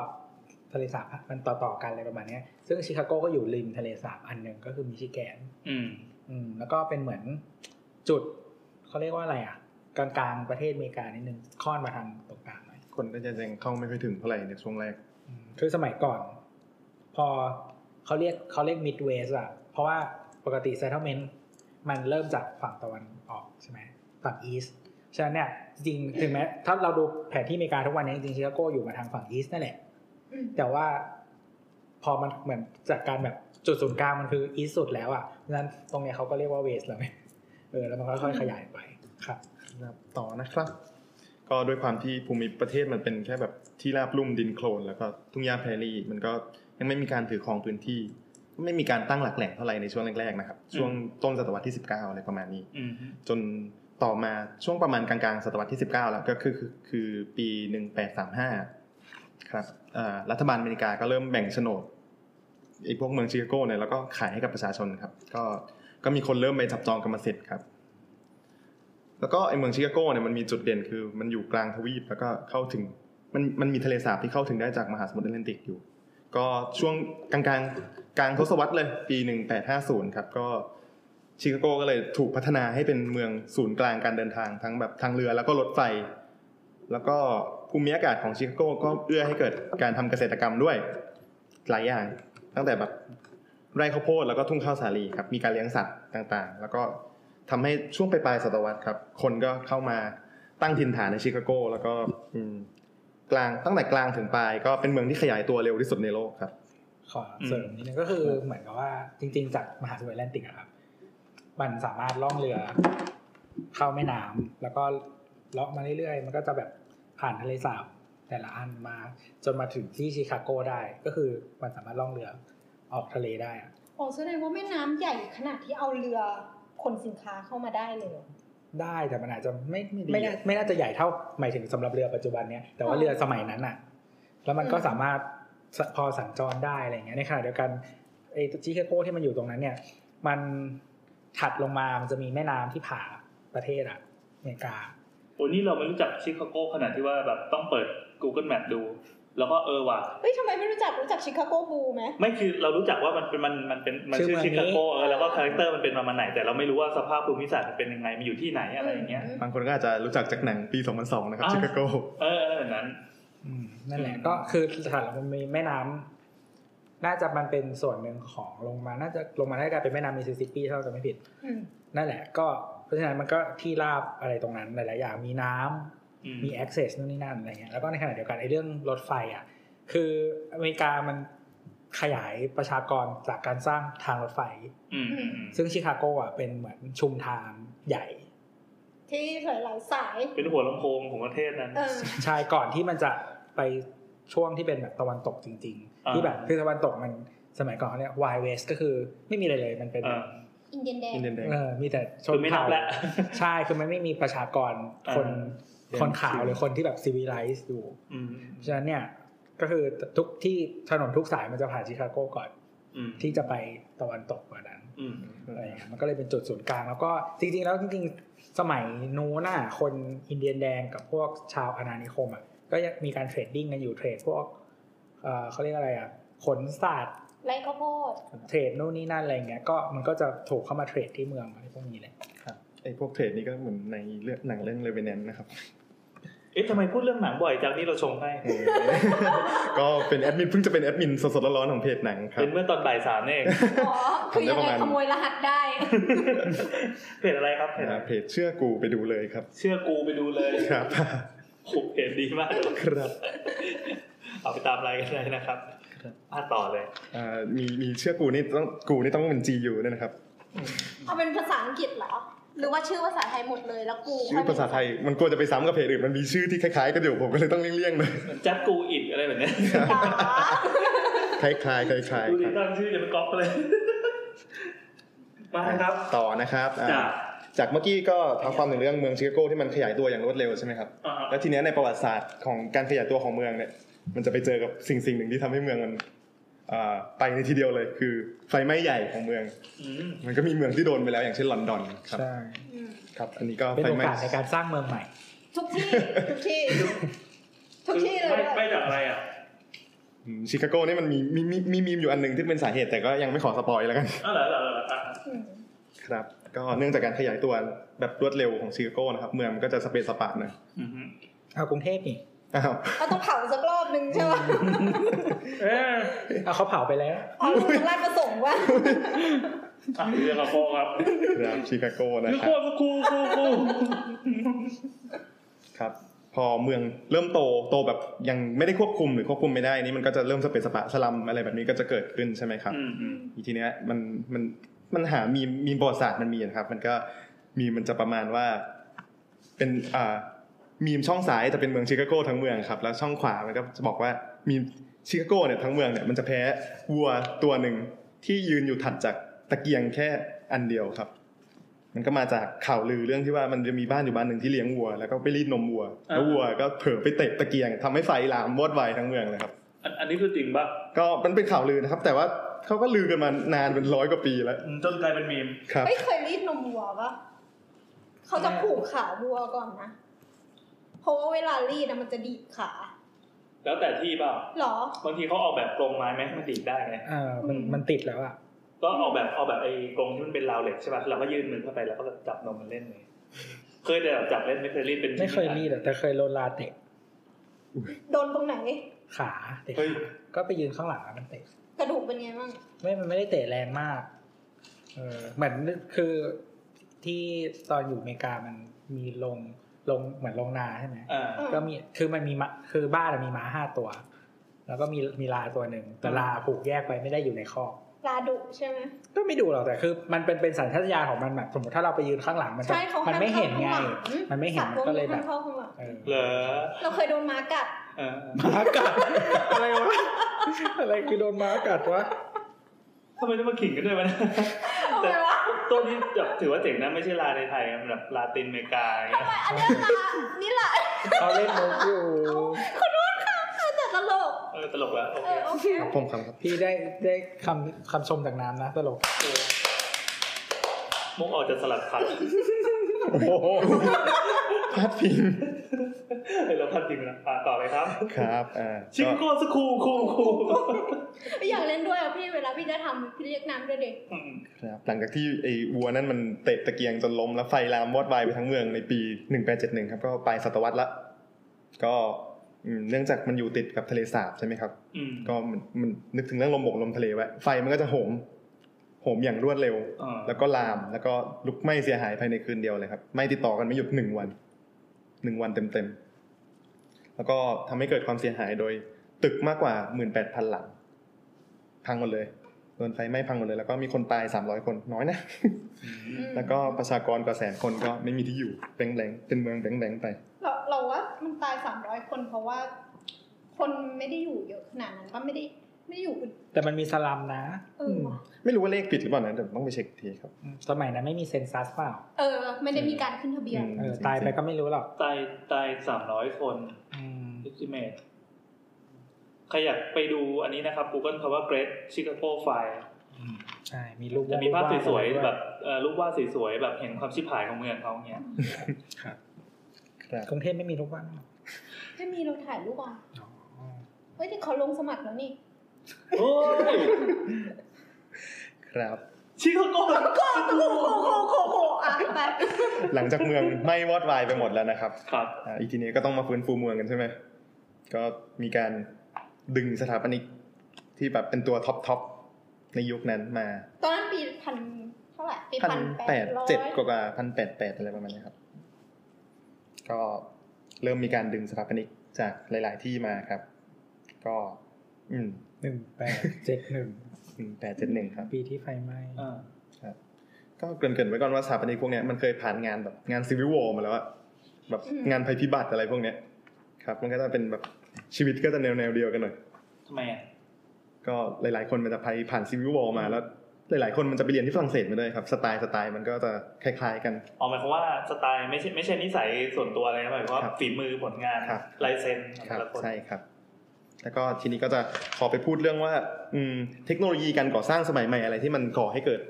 [SPEAKER 2] ทะเลสาบมันต่อต่อๆกันอะไรประมาณเนี้ยซึ่งชิคาโกก็อยู่ริมทะเลสาบอันหนึ่งก็คือมิชิแกน
[SPEAKER 1] อืม
[SPEAKER 2] อืมแล้วก็เป็นเหมือนจุดเขาเรียกว่าอะไรอ่ะ กลางๆประเทศอเมริกานิดนึงค่อนมาทางตรงกลางหน่อย
[SPEAKER 3] คนก็จะยังเข้าไม่ค่อยถึงเท่าไหร่ในช่วงแรก
[SPEAKER 2] อืมคือสมัยก่อน พอเขาเรียกเขาเรียกมิดเวสอ่ะ เพราะว่าปกติเซ t เ l เมนต์มันเริ่มจากฝั่งตะวันออกใช่ไหมฝั่งอีสฉะนั้นเนี่ยจริงๆถึงแม้ถ้าเราดูแผนที่อเมริกาทุกวันเนี้จริงๆชิคาโกอยู่มาทางฝั่งอีสนั่นแหละ
[SPEAKER 5] อืม
[SPEAKER 2] แต่ว่าพอมันเหมือนจากการแบบจุดศูนย์กลางมันคืออีสสุดแล้วอ่ะฉะนั้นตรงเนี้ยเขาก็เรียกว่าเวสแล้วไหมเออแล้วมันก็ค่อยๆขยายไปครับ
[SPEAKER 3] ครับต่อนะครับ ก็ด้วยความที่ภูมิประเทศมันเป็นแค่แบบที่ราบลุ่มดินโคลน แล้วก็ทุ่งหญ้าแพรรี่ มันก็ยังไม่มีการถือครองพื้นที่ ก็ไม่มีการตั้งหลักแหล่งเท่าไหร่ในช่วงแรกๆนะครับ ช่วงต้นศตวรรษที่ 19 อะไรประมาณนี้
[SPEAKER 1] อืม
[SPEAKER 3] จนต่อมาช่วงประมาณกลางๆศตวรรษที่ 19 แล้วก็คือคือคือปี 1835 ครับเอ่อรัฐบาลอเมริกาก็เริ่มแบ่งโฉนดไอ้พวกเมืองชิคาโกเนี่ยแล้วก็ขายให้กับประชาชนครับ ก็ก็มีคนเริ่มไปจับจองกรรมสิทธิ์ครับ แล้วก็ไอ้เมืองชิคาโกเนี่ยมันมีจุดเด่นคือมันอยู่กลางทวีปแล้วก็เข้าถึงมันมันมีทะเลสาบที่เข้าถึงได้จากมหาสมุทรแอตแลนติกอยู่ ก็ช่วงกลางกลางๆกลางทศวรรษเลยปี 1850 ครับ ก็ชิคาโกก็เลยถูกพัฒนาให้เป็นเมืองศูนย์กลางการเดินทางทั้งแบบทางเรือแล้วก็รถไฟ แล้วก็ภูมิอากาศของชิคาโกก็เอื้อให้เกิดการทำเกษตรกรรมด้วยหลายอย่าง ตั้งแต่แบบไร่ข้าวโพดแล้วก็ทุ่งข้าวสาลีครับมีการเลี้ยงสัตว์ต่างๆ แล้วก็ทำให้ช่วงปลายๆศตวรรษครับ คนก็เข้ามาตั้งถิ่นฐานในชิคาโก แล้วก็อืมกลางตั้งแต่กลางถึงปลายก็เป็นเมืองที่ขยายตัวเร็วที่สุดในโลกครับ
[SPEAKER 2] ขอเสริมนิดนึงก็คือเหมือนกับว่าจริง ๆ จากมหาสมุทรแอตแลนติกอะครับ มันสามารถล่องเรือเข้าแม่น้ำแล้วก็เลาะมาเรื่อยๆ มันก็จะแบบผ่านทะเลสาบแต่ละอันมาจนมาถึงที่ชิคาโกได้ ก็คือมันสามารถล่องเรือออกทะเลได้อะ
[SPEAKER 5] อ๋อแสดงว่าแม่น้ำใหญ่ขนาดที่เอาเรือขนสินค้าเข้ามาได้เลยเหรอ
[SPEAKER 2] ได้แต่มันอาจจะไม่ไม่
[SPEAKER 3] ดี
[SPEAKER 2] ไม่น่าไม่น่าจะใหญ่เท่าหมายถึงสำหรับเรือปัจจุบันเนี้ยแต่ว่าเรือสมัยนั้นอะแล้วมันก็
[SPEAKER 5] อืม
[SPEAKER 2] สามารถสพอสัญจรได้อะไรอย่างเงี้ยในขณะเดียวกันไอ้ชิคาโกที่มันอยู่ตรงนั้นเนี่ย มันถัดลงมามันจะมีแม่น้ำที่ผ่าประเทศอะอเมริกา
[SPEAKER 1] โอ้นี่เราไม่รู้จักชิคาโกขนาดที่ว่าแบบต้องเปิด Google Map ดู แล้วก็เออว่ะ
[SPEAKER 5] เฮ้ยทำไมไม่รู้จักรู้จักชิคาโกบูไหม
[SPEAKER 1] ไม่คือเรารู้จักว่ามันเป็นมันมันเป็นมันชื่อ
[SPEAKER 2] ชื่
[SPEAKER 1] ชิ
[SPEAKER 2] อเมืองนี้
[SPEAKER 1] คาโกเออแล้วก็คาแรคเตอร์มันเป็นประมาณไหนแต่เราไม่รู้ว่าสภาพภูมิศาสตร์มันเป็นยังไงมันอยู่ที่ไหนอะไรอย่างเงี้ย
[SPEAKER 3] บางคนก็อาจจะรู้จักจากหนังปี 2002 นะครับ
[SPEAKER 1] อ่า
[SPEAKER 3] ชิคาโก
[SPEAKER 1] เออเออแบบนั้น
[SPEAKER 2] อืมนั่นแหละ
[SPEAKER 1] อืม
[SPEAKER 2] ก็คือถัดลงมามีแม่น้ำน่าจะมันเป็นส่วนหนึ่งของลงมาน่าจะลงมาได้กลายเป็นแม่น้ำมิสซิสซิปปีถ้าเราจำไม่ผิด
[SPEAKER 5] อืม
[SPEAKER 2] นั่นแหละก็เพราะฉะนั้นมันก็ที่ราบอะไรตรงนั้นหลายๆอย่างมีน้ำ
[SPEAKER 1] อืม
[SPEAKER 2] มี access นู่นนี่นั่นอะไรเงี้ย แล้วก็ในขณะเดียวกันไอ้เรื่องรถไฟอ่ะ คืออเมริกามัน ขยายประชากรจากการสร้างทางรถไฟ
[SPEAKER 1] อืมอืมอืม
[SPEAKER 2] ซึ่งชิคาโกอ่ะเป็นเหมือนชุมทางใหญ่
[SPEAKER 5] ที่หลายๆสาย
[SPEAKER 1] เป็นหัวลำโพงของประเทศนั้น
[SPEAKER 5] เออ
[SPEAKER 2] ใช่ก่อนที่มันจะไปช่วงที่เป็นแบบตะวันตกจริง
[SPEAKER 1] อ่า
[SPEAKER 2] ๆ ที่แบบคือตะวันตกมันสมัยก่อนเขาเรียก Wild West ก็คือไม่มีอะไรเลยมันเป็น
[SPEAKER 1] เออ
[SPEAKER 5] อินเดียนแดง
[SPEAKER 3] อินเดียนแดง
[SPEAKER 2] เออมีแต่ช
[SPEAKER 1] คื
[SPEAKER 2] น
[SPEAKER 1] อไม่นั
[SPEAKER 2] เผ่า
[SPEAKER 1] บละ
[SPEAKER 2] ใช่คือมันไม่มีประชากรคน
[SPEAKER 1] อ่
[SPEAKER 3] า
[SPEAKER 2] คนขาวหรือคนที่แบบซีวิไลซ์อยู่
[SPEAKER 1] อืม
[SPEAKER 2] เพราะฉะนั้นเนี่ยก็คือทุกที่ถนนทุกสายมันจะผ่านชิคาโกก่อน
[SPEAKER 1] อืม
[SPEAKER 2] ที่จะไปตะวันตกกว่านั้น
[SPEAKER 1] อืม
[SPEAKER 2] อะไรอย่างเงี้ยมันก็เลยเป็นจุดศูนย์กลาง แล้วก็จริงๆ แล้วจริงๆ สมัยนู้นน่ะคนอินเดียนแดงกับพวกชาวอาณานิคมอ่ะก็ยังมีการเทรดดิ้งกันอยู่เทรดพวกเอ่อเขาเรียกอะไรอ่ะขนสัตว์
[SPEAKER 5] ไรข้าวโพด
[SPEAKER 2] เทรดนู่นนี่นั่นอะไรอย่างเงี้ยก็มันก็จะถูกเข้ามาเทรดที่เมืองอะไรพวกนี้เลย
[SPEAKER 3] ไอ้พวกเทรดนี่ก็เหมือนในเรื่องหนังเรื่องเลเวนแนนนะครับ
[SPEAKER 1] เอ๊ะทำไมพูดเรื่องหนังบ่อยจังนี่เราชงให้
[SPEAKER 3] เอ (laughs) อก็เป็นแอดมินเพิ่งจะเป็นแอดมินสดๆร้อนๆของเพจหนังครั
[SPEAKER 1] เป็
[SPEAKER 3] บ
[SPEAKER 1] นเมื่อตอนบ่ายสามนี่เอง
[SPEAKER 5] อ๋อ คือยัง
[SPEAKER 3] ผม
[SPEAKER 5] ไง
[SPEAKER 3] ได้ประมาณ
[SPEAKER 5] ขโมยรหัสได้
[SPEAKER 1] เพจอะไรครับเพจอะไร
[SPEAKER 3] เพจเชื่อกูไปดูเลยครับ
[SPEAKER 1] เชื่อกูไปดูเลย
[SPEAKER 3] ครับ (laughs)
[SPEAKER 1] โอ้เพจดีมากเลย
[SPEAKER 3] ครับ
[SPEAKER 1] เอาไปตามไลน์กันได้นะครับอ่ะต่อเลย
[SPEAKER 3] อ่ามีมีเชื่อกูนี่ต้องกูนี่ต้องเป็น GU ด้วยนะครับ
[SPEAKER 5] เอาเป็นภาษาอังกฤษเหรอ หรือว่าชื่อภาษาไทยหมดเลยแล้วกู
[SPEAKER 3] ชื่อภาษาไทยมันกลัวจะไปซ้ำกับเพจอื่นมันมีชื่อที่คล้ายๆกันอยู่ผมก็เลยต้องเลี่ยงๆเลย (laughs)
[SPEAKER 1] เหมือนจัดกูอิดอะไรแบบเนี้ย
[SPEAKER 5] จ๋า
[SPEAKER 3] คล้ายๆคล้าย
[SPEAKER 1] ดู
[SPEAKER 3] ๆ
[SPEAKER 1] ดิ
[SPEAKER 3] ครับ
[SPEAKER 1] ตั้งชื่อจะเป็นก๊อปเลย มาครับ
[SPEAKER 3] ต่อนะครับอ่า
[SPEAKER 1] จาก
[SPEAKER 3] จากเมื่อกี้ก็เท้าความถึงเรื่องเมืองชิคาโกที่มันขยายตัวอย่างรวดเร็วใช่ไหมครับ
[SPEAKER 1] อ่า
[SPEAKER 3] แล้วทีเนี้ยในประวัติศาสตร์ของการขยายตัวของเมืองเนี่ย มันจะไปเจอกับสิ่งสิ่งหนึ่งที่ทำให้เมืองมันอ่าไปในทีเดียวเลยคือไฟไหม้ใหญ่ของเมือง
[SPEAKER 1] อืม
[SPEAKER 3] มันก็มีเมืองที่โดนไปแล้วอย่างเช่นลอนดอนครับ
[SPEAKER 2] ใช่
[SPEAKER 5] อืม
[SPEAKER 3] ครับ อันนี้ก็
[SPEAKER 2] เป็น
[SPEAKER 3] ไฟ
[SPEAKER 2] โอ
[SPEAKER 3] ไหม้
[SPEAKER 2] กาสในการสร้างเมืองใหม่
[SPEAKER 5] ทุกที่ ทุกที่ ทุกที่เล
[SPEAKER 1] ไม่
[SPEAKER 5] ย
[SPEAKER 1] ไม่จากอะไรอ่ะ
[SPEAKER 3] อืมชิคาโกนี่มันมีมีมีมีมีมอยู่อันหนึ่งที่เป็นสาเหตุแต่ก็ยังไม่ขอสปอยแล้วกัน
[SPEAKER 1] อ้าวเหรอเหรอเหรอเหรออ่ะ
[SPEAKER 5] อืม
[SPEAKER 3] ครับก็เนื่องจากการขยายตัวแบบรวดเร็วของชิคาโกนะครับ เมืองมันก็จะสเปซสปะหน่อย
[SPEAKER 1] อือหือ
[SPEAKER 2] เอากรุงเทพนี่
[SPEAKER 3] อ้าว
[SPEAKER 5] ก็ต้องเผาสักรอบนึงใช่ไหม
[SPEAKER 1] เอ๊ะ
[SPEAKER 2] เอาเขาเผาไปแล้ว
[SPEAKER 5] เอาลงมาไล่ประสง (laughs) ค์ว่า
[SPEAKER 1] อ่ะเรื่องกับโฟครับ
[SPEAKER 3] ครับชิคาโกนะ
[SPEAKER 1] คือ
[SPEAKER 3] ค
[SPEAKER 1] โครับตรคูลคูลคูล
[SPEAKER 3] ครับ พอเมืองเริ่มโตโตแบบยังไม่ได้ควบคุมหรือควบคุมไม่ได้นี่มันก็จะเริ่มสเปซสปะสลัมอะไรแบบนี้ก็จะเกิดขึ้นใช่ไหมครับ
[SPEAKER 1] อืมอืม
[SPEAKER 3] อีทีเนี้ยมันมันมันหามีมีประวัติศาสตร์มันมีนะครับ มันก็มีมันจะประมาณว่า เป็นอ่ามีมช่องซ้ายจะเป็นเมืองชิคาโกทั้งเมืองครับ แล้วช่องขวามันก็จะบอกว่ามีมชิคาโกเนี่ยทั้งเมืองเนี่ยมันจะแพ้วัวตัวหนึ่งที่ยืนอยู่ถัดจากตะเกียงแค่อันเดียวครับ มันก็มาจากข่าวลือเรื่องที่ว่ามันจะมีบ้านอยู่บ้านหนึ่งที่เลี้ยงวัว แล้วก็ไปรีดนมวัว แล้ววัวก็เผลอไปเตะตะเกียงทำให้ไฟลามวอดวายทั้งเมืองเลยครับ
[SPEAKER 1] อันอันนี้คือจริงป่ะ
[SPEAKER 3] ก็มันเป็นข่าวลือนะครับ แต่ว่าเขาก็ลือกันมานานเป็นร้อยกว่าปีแล้ว
[SPEAKER 1] อืมจนกลายเป็นมีม
[SPEAKER 3] ครับ
[SPEAKER 5] ไม่เคยรีดนมวัวปะเขาจะผูกขาวัวก่อนนะ เพราะว่าเวลารีดนะมันจะดีดขา
[SPEAKER 1] แล้วแต่ที่เปล่า
[SPEAKER 5] เหรอ
[SPEAKER 1] บางทีเขาออกแบบกรงไม้ไหมมันดีดได้ไง
[SPEAKER 2] เออมันมันติดแล้วอ่ะ
[SPEAKER 1] ก็ออกแบบออกแบบไอ้กรงที่มันเป็นราวเหล็กใช่ป่ะเราก็ยื่นมือเข้าไปแล้วก็จับนมมันเล่นเลยเคยแต่แบบจับเล่นไม่เคยรีดเป็นจง
[SPEAKER 2] ไม่เคยมีแต่เคยโลนลาเตะ
[SPEAKER 5] โดนตรงไหน
[SPEAKER 2] ขาเตะ
[SPEAKER 1] เฮ้ย
[SPEAKER 2] ก็ไปยืนข้างหลังแล้วมันเตะ
[SPEAKER 5] กระดูกเป็นไงบ้าง
[SPEAKER 2] ไม่ มันไม่ได้เตะแรงมาก เออเหมือนคือที่ตอนอยู่อเมริกามันมีลงลงเหมือนลงนาใช่ไหม
[SPEAKER 1] อ่า
[SPEAKER 5] อืม
[SPEAKER 2] ก็มี คือมันมีมะคือบ้านอะมีม้าห้าตัว แล้วก็มีมีลาตัวหนึ่ง แต่ลาผูกแยกไปไม่ได้อยู่ในคอก
[SPEAKER 5] ลาดุใช่ไหม
[SPEAKER 2] ก็ไม่ดูหรอกแต่คือ มันเป็นเป็นสัญชาตญาณของมันแบบสมมติถ้าเราไปยืนข้างหลังมันจะ
[SPEAKER 5] ใช่เขา
[SPEAKER 2] มันไม่เห็นไง
[SPEAKER 5] ห้า
[SPEAKER 2] มันไม่เห็น
[SPEAKER 5] ข้า
[SPEAKER 2] ก็เลยแบบ
[SPEAKER 5] สัตว์พวกนี้ห้ามเข้าข้างหลัง
[SPEAKER 2] เออ (laughs)
[SPEAKER 1] เหรอ
[SPEAKER 5] เราเคยโดนหม้ากัด
[SPEAKER 1] เออ
[SPEAKER 2] ม้ากัด อะไรวะ อะไรคือโดนม้ากัดวะ
[SPEAKER 1] ทำไมต้องมาขิงกันด้วยวะเนี่ย
[SPEAKER 5] ทำไมวะ
[SPEAKER 1] ตัวนี้แบบถือว่าเจ๋งนะไม่ใช่ลาในไทยนะแบบลาตินอเมริกาอย่างเงี้ย
[SPEAKER 5] ทำไมอันเนี้ยลานี่แหละ (laughs)
[SPEAKER 2] เขาเล่นมุกอยู่
[SPEAKER 5] แต่ตลก
[SPEAKER 1] เออตลกแล้วโอ
[SPEAKER 5] เอ
[SPEAKER 1] เค
[SPEAKER 5] อโอเค
[SPEAKER 3] ครับผมครับ
[SPEAKER 2] พี่ได้ได้คำคำชมจากน้ำนะตลก
[SPEAKER 1] มุกออกจะสลัดพัด
[SPEAKER 3] โอ้โหพาดพิง
[SPEAKER 1] เฮ้ยเราพัดจริงนะอ่ะต่อเลยครับ
[SPEAKER 3] ครับอ่า
[SPEAKER 1] ชิง
[SPEAKER 3] ก็
[SPEAKER 1] โก้สคูคู
[SPEAKER 5] (laughs)
[SPEAKER 1] คู
[SPEAKER 5] อยากเล่นด้วยอ่ะพี่เวลาพี่จะทำพี่เรียกน้ำด้วยเด็ก
[SPEAKER 1] อืม
[SPEAKER 3] ครับหลังจากที่ไอ้วัวนั่นมันเตะตะเกียงจนล้มแล้วไฟลามวอดวายไปทั้งเมืองในปี 1871 ครับ ก็ปลายศตวรรษละ ก็อืมเนื่องจากมันอยู่ติดกับทะเลสาบใช่ไหมครับ
[SPEAKER 1] อืม
[SPEAKER 3] ก็มันมันนึกถึงเรื่องลมบกลมทะเลไว้ไฟมันก็จะโหมโหมอย่างรวดเร็ว
[SPEAKER 1] เออ
[SPEAKER 3] แล้วก็ลามแล้วก็ลุกไหม้เสียหายภายในคืนเดียวเลยครับไหม้ติดต่อกันไม่หยุดหนึ่งวันหนึ่งวันเต็มๆแล้วก็ทำให้เกิดความเสียหายโดยตึกมากกว่าหมื่นแปดพันหลัง พังหมดเลยโดนไฟไหม้พังหมดเลย แล้วก็มีคนตายสามร้อยคนน้อยนะ
[SPEAKER 4] อืม
[SPEAKER 3] แล้วก็ประชากรกว่าแสนคนก็ไม่มีที่อยู่แบงแบงเป็นเมืองแบงแบงไป
[SPEAKER 4] เราเราว่ามันตายสามร้อยคนเพราะว่า คนไม่ได้อยู่เยอะขนาดนั้นก็ไม่ได้ไม่ได้อยู่อึด
[SPEAKER 2] แต่มันมีสลัมนะ
[SPEAKER 4] เออว่ะ
[SPEAKER 3] ไม่รู้ว่าเลขผิดหรือเปล่านะเดี๋ยวต้องไปเช็คอีกทีครับ
[SPEAKER 2] อืมสมัยนั้นไม่มีเซนซัสเปล่า
[SPEAKER 4] เออ ไม่ได้มีการขึ้นทะเบียน
[SPEAKER 3] อืม
[SPEAKER 2] เออตายไปก็ไม่รู้หรอก
[SPEAKER 1] ตายตายสามร้อยคน
[SPEAKER 2] อืม
[SPEAKER 1] estimate ใครอยากไปดูอันนี้นะครับ Google คำว่า Great Chicago Fire
[SPEAKER 2] อืมใช่ มีรูป
[SPEAKER 1] จะมีภาพสวย
[SPEAKER 2] ด้
[SPEAKER 1] ๆแบบเอ่อรูปวาดสวยๆแบบเห็นความชิบหายของเมืองเขาเนี่ย
[SPEAKER 2] ครับ
[SPEAKER 3] ครับ
[SPEAKER 2] กรุงเทพไม่มีรูปวาดหรอก
[SPEAKER 4] ไม่มีเราถ่ายรูปอ่ะ
[SPEAKER 2] อ๋อ
[SPEAKER 4] เฮ้ยแต่เขาลงสมัครแล้วนี่
[SPEAKER 1] โอ้ย
[SPEAKER 3] ครับ
[SPEAKER 1] ชิคาโก
[SPEAKER 4] โคโคโคโคอ่ะไป
[SPEAKER 3] หลังจากเมือง (laughs) ไหม้วอดวายไปหมดแล้วนะครับ
[SPEAKER 1] ครับ
[SPEAKER 3] อ่าอีกทีนี้ก็ต้องมาฟื้นฟูเมืองกันใช่ไหมก็มีการดึงสถาปนิกที่แบบเป็นตัวท็อปทอปในยุคนั้นมา
[SPEAKER 4] ตอนนั้นปีพันเท่าไหร่ปี
[SPEAKER 3] พั
[SPEAKER 4] พั
[SPEAKER 3] น
[SPEAKER 4] น
[SPEAKER 3] แป
[SPEAKER 4] แป
[SPEAKER 3] ด
[SPEAKER 4] ดร้อย
[SPEAKER 3] เจ็ดกว่าพันแปดแปดอะไรประมาณนี้ครับ ก็เริ่มมีการดึงสถาปนิกจากหลาย ๆ ที่มาครับ ก็ อืม
[SPEAKER 2] หนึ่งแปดเจ็ดหนึ่ง
[SPEAKER 3] แปดเจ็ดหนึ่งครับ
[SPEAKER 2] ปีที่ไฟไหม้
[SPEAKER 1] อ่า
[SPEAKER 3] ก็เกริ่นๆไว้ก่อนว่าสถาปนิกพวกเนี้ยมันเคยผ่านงานแบบงานซีวิวมาแล้วอะแบบงานภัยพิบัติอะไรพวกเนี้ยครับ มันก็จะเป็นแบบชีวิตก็จะแนวแนวๆเดียวกันหน่อย
[SPEAKER 1] ทำไมอ่ะ
[SPEAKER 3] ก็หลายๆคนมันจะภัยผ่านซีวิวมาแล้ว หลายๆคนมันจะไปเรียนที่ฝรั่งเศสมาด้วยครับสไตล์สไตล์มันก็จะคล้ายๆกัน
[SPEAKER 1] อ๋อหมายความว่าสไตล์ไม่ใช่ไม่ใช่นิสัยส่วนตัวอะไรนะหมายความว่า
[SPEAKER 3] ครับ
[SPEAKER 1] ฝีมือผลงาน
[SPEAKER 3] ครับ
[SPEAKER 1] ลายเซ็นของ
[SPEAKER 3] ครั
[SPEAKER 1] แต่
[SPEAKER 3] บ
[SPEAKER 1] ละคน
[SPEAKER 3] ใช่ครับ แล้วก็ทีนี้ก็จะขอไปพูดเรื่องว่า อืมเทคโนโลยีการก่อสร้างสมัยใหม่อะไรที่มันก่อให้เกิด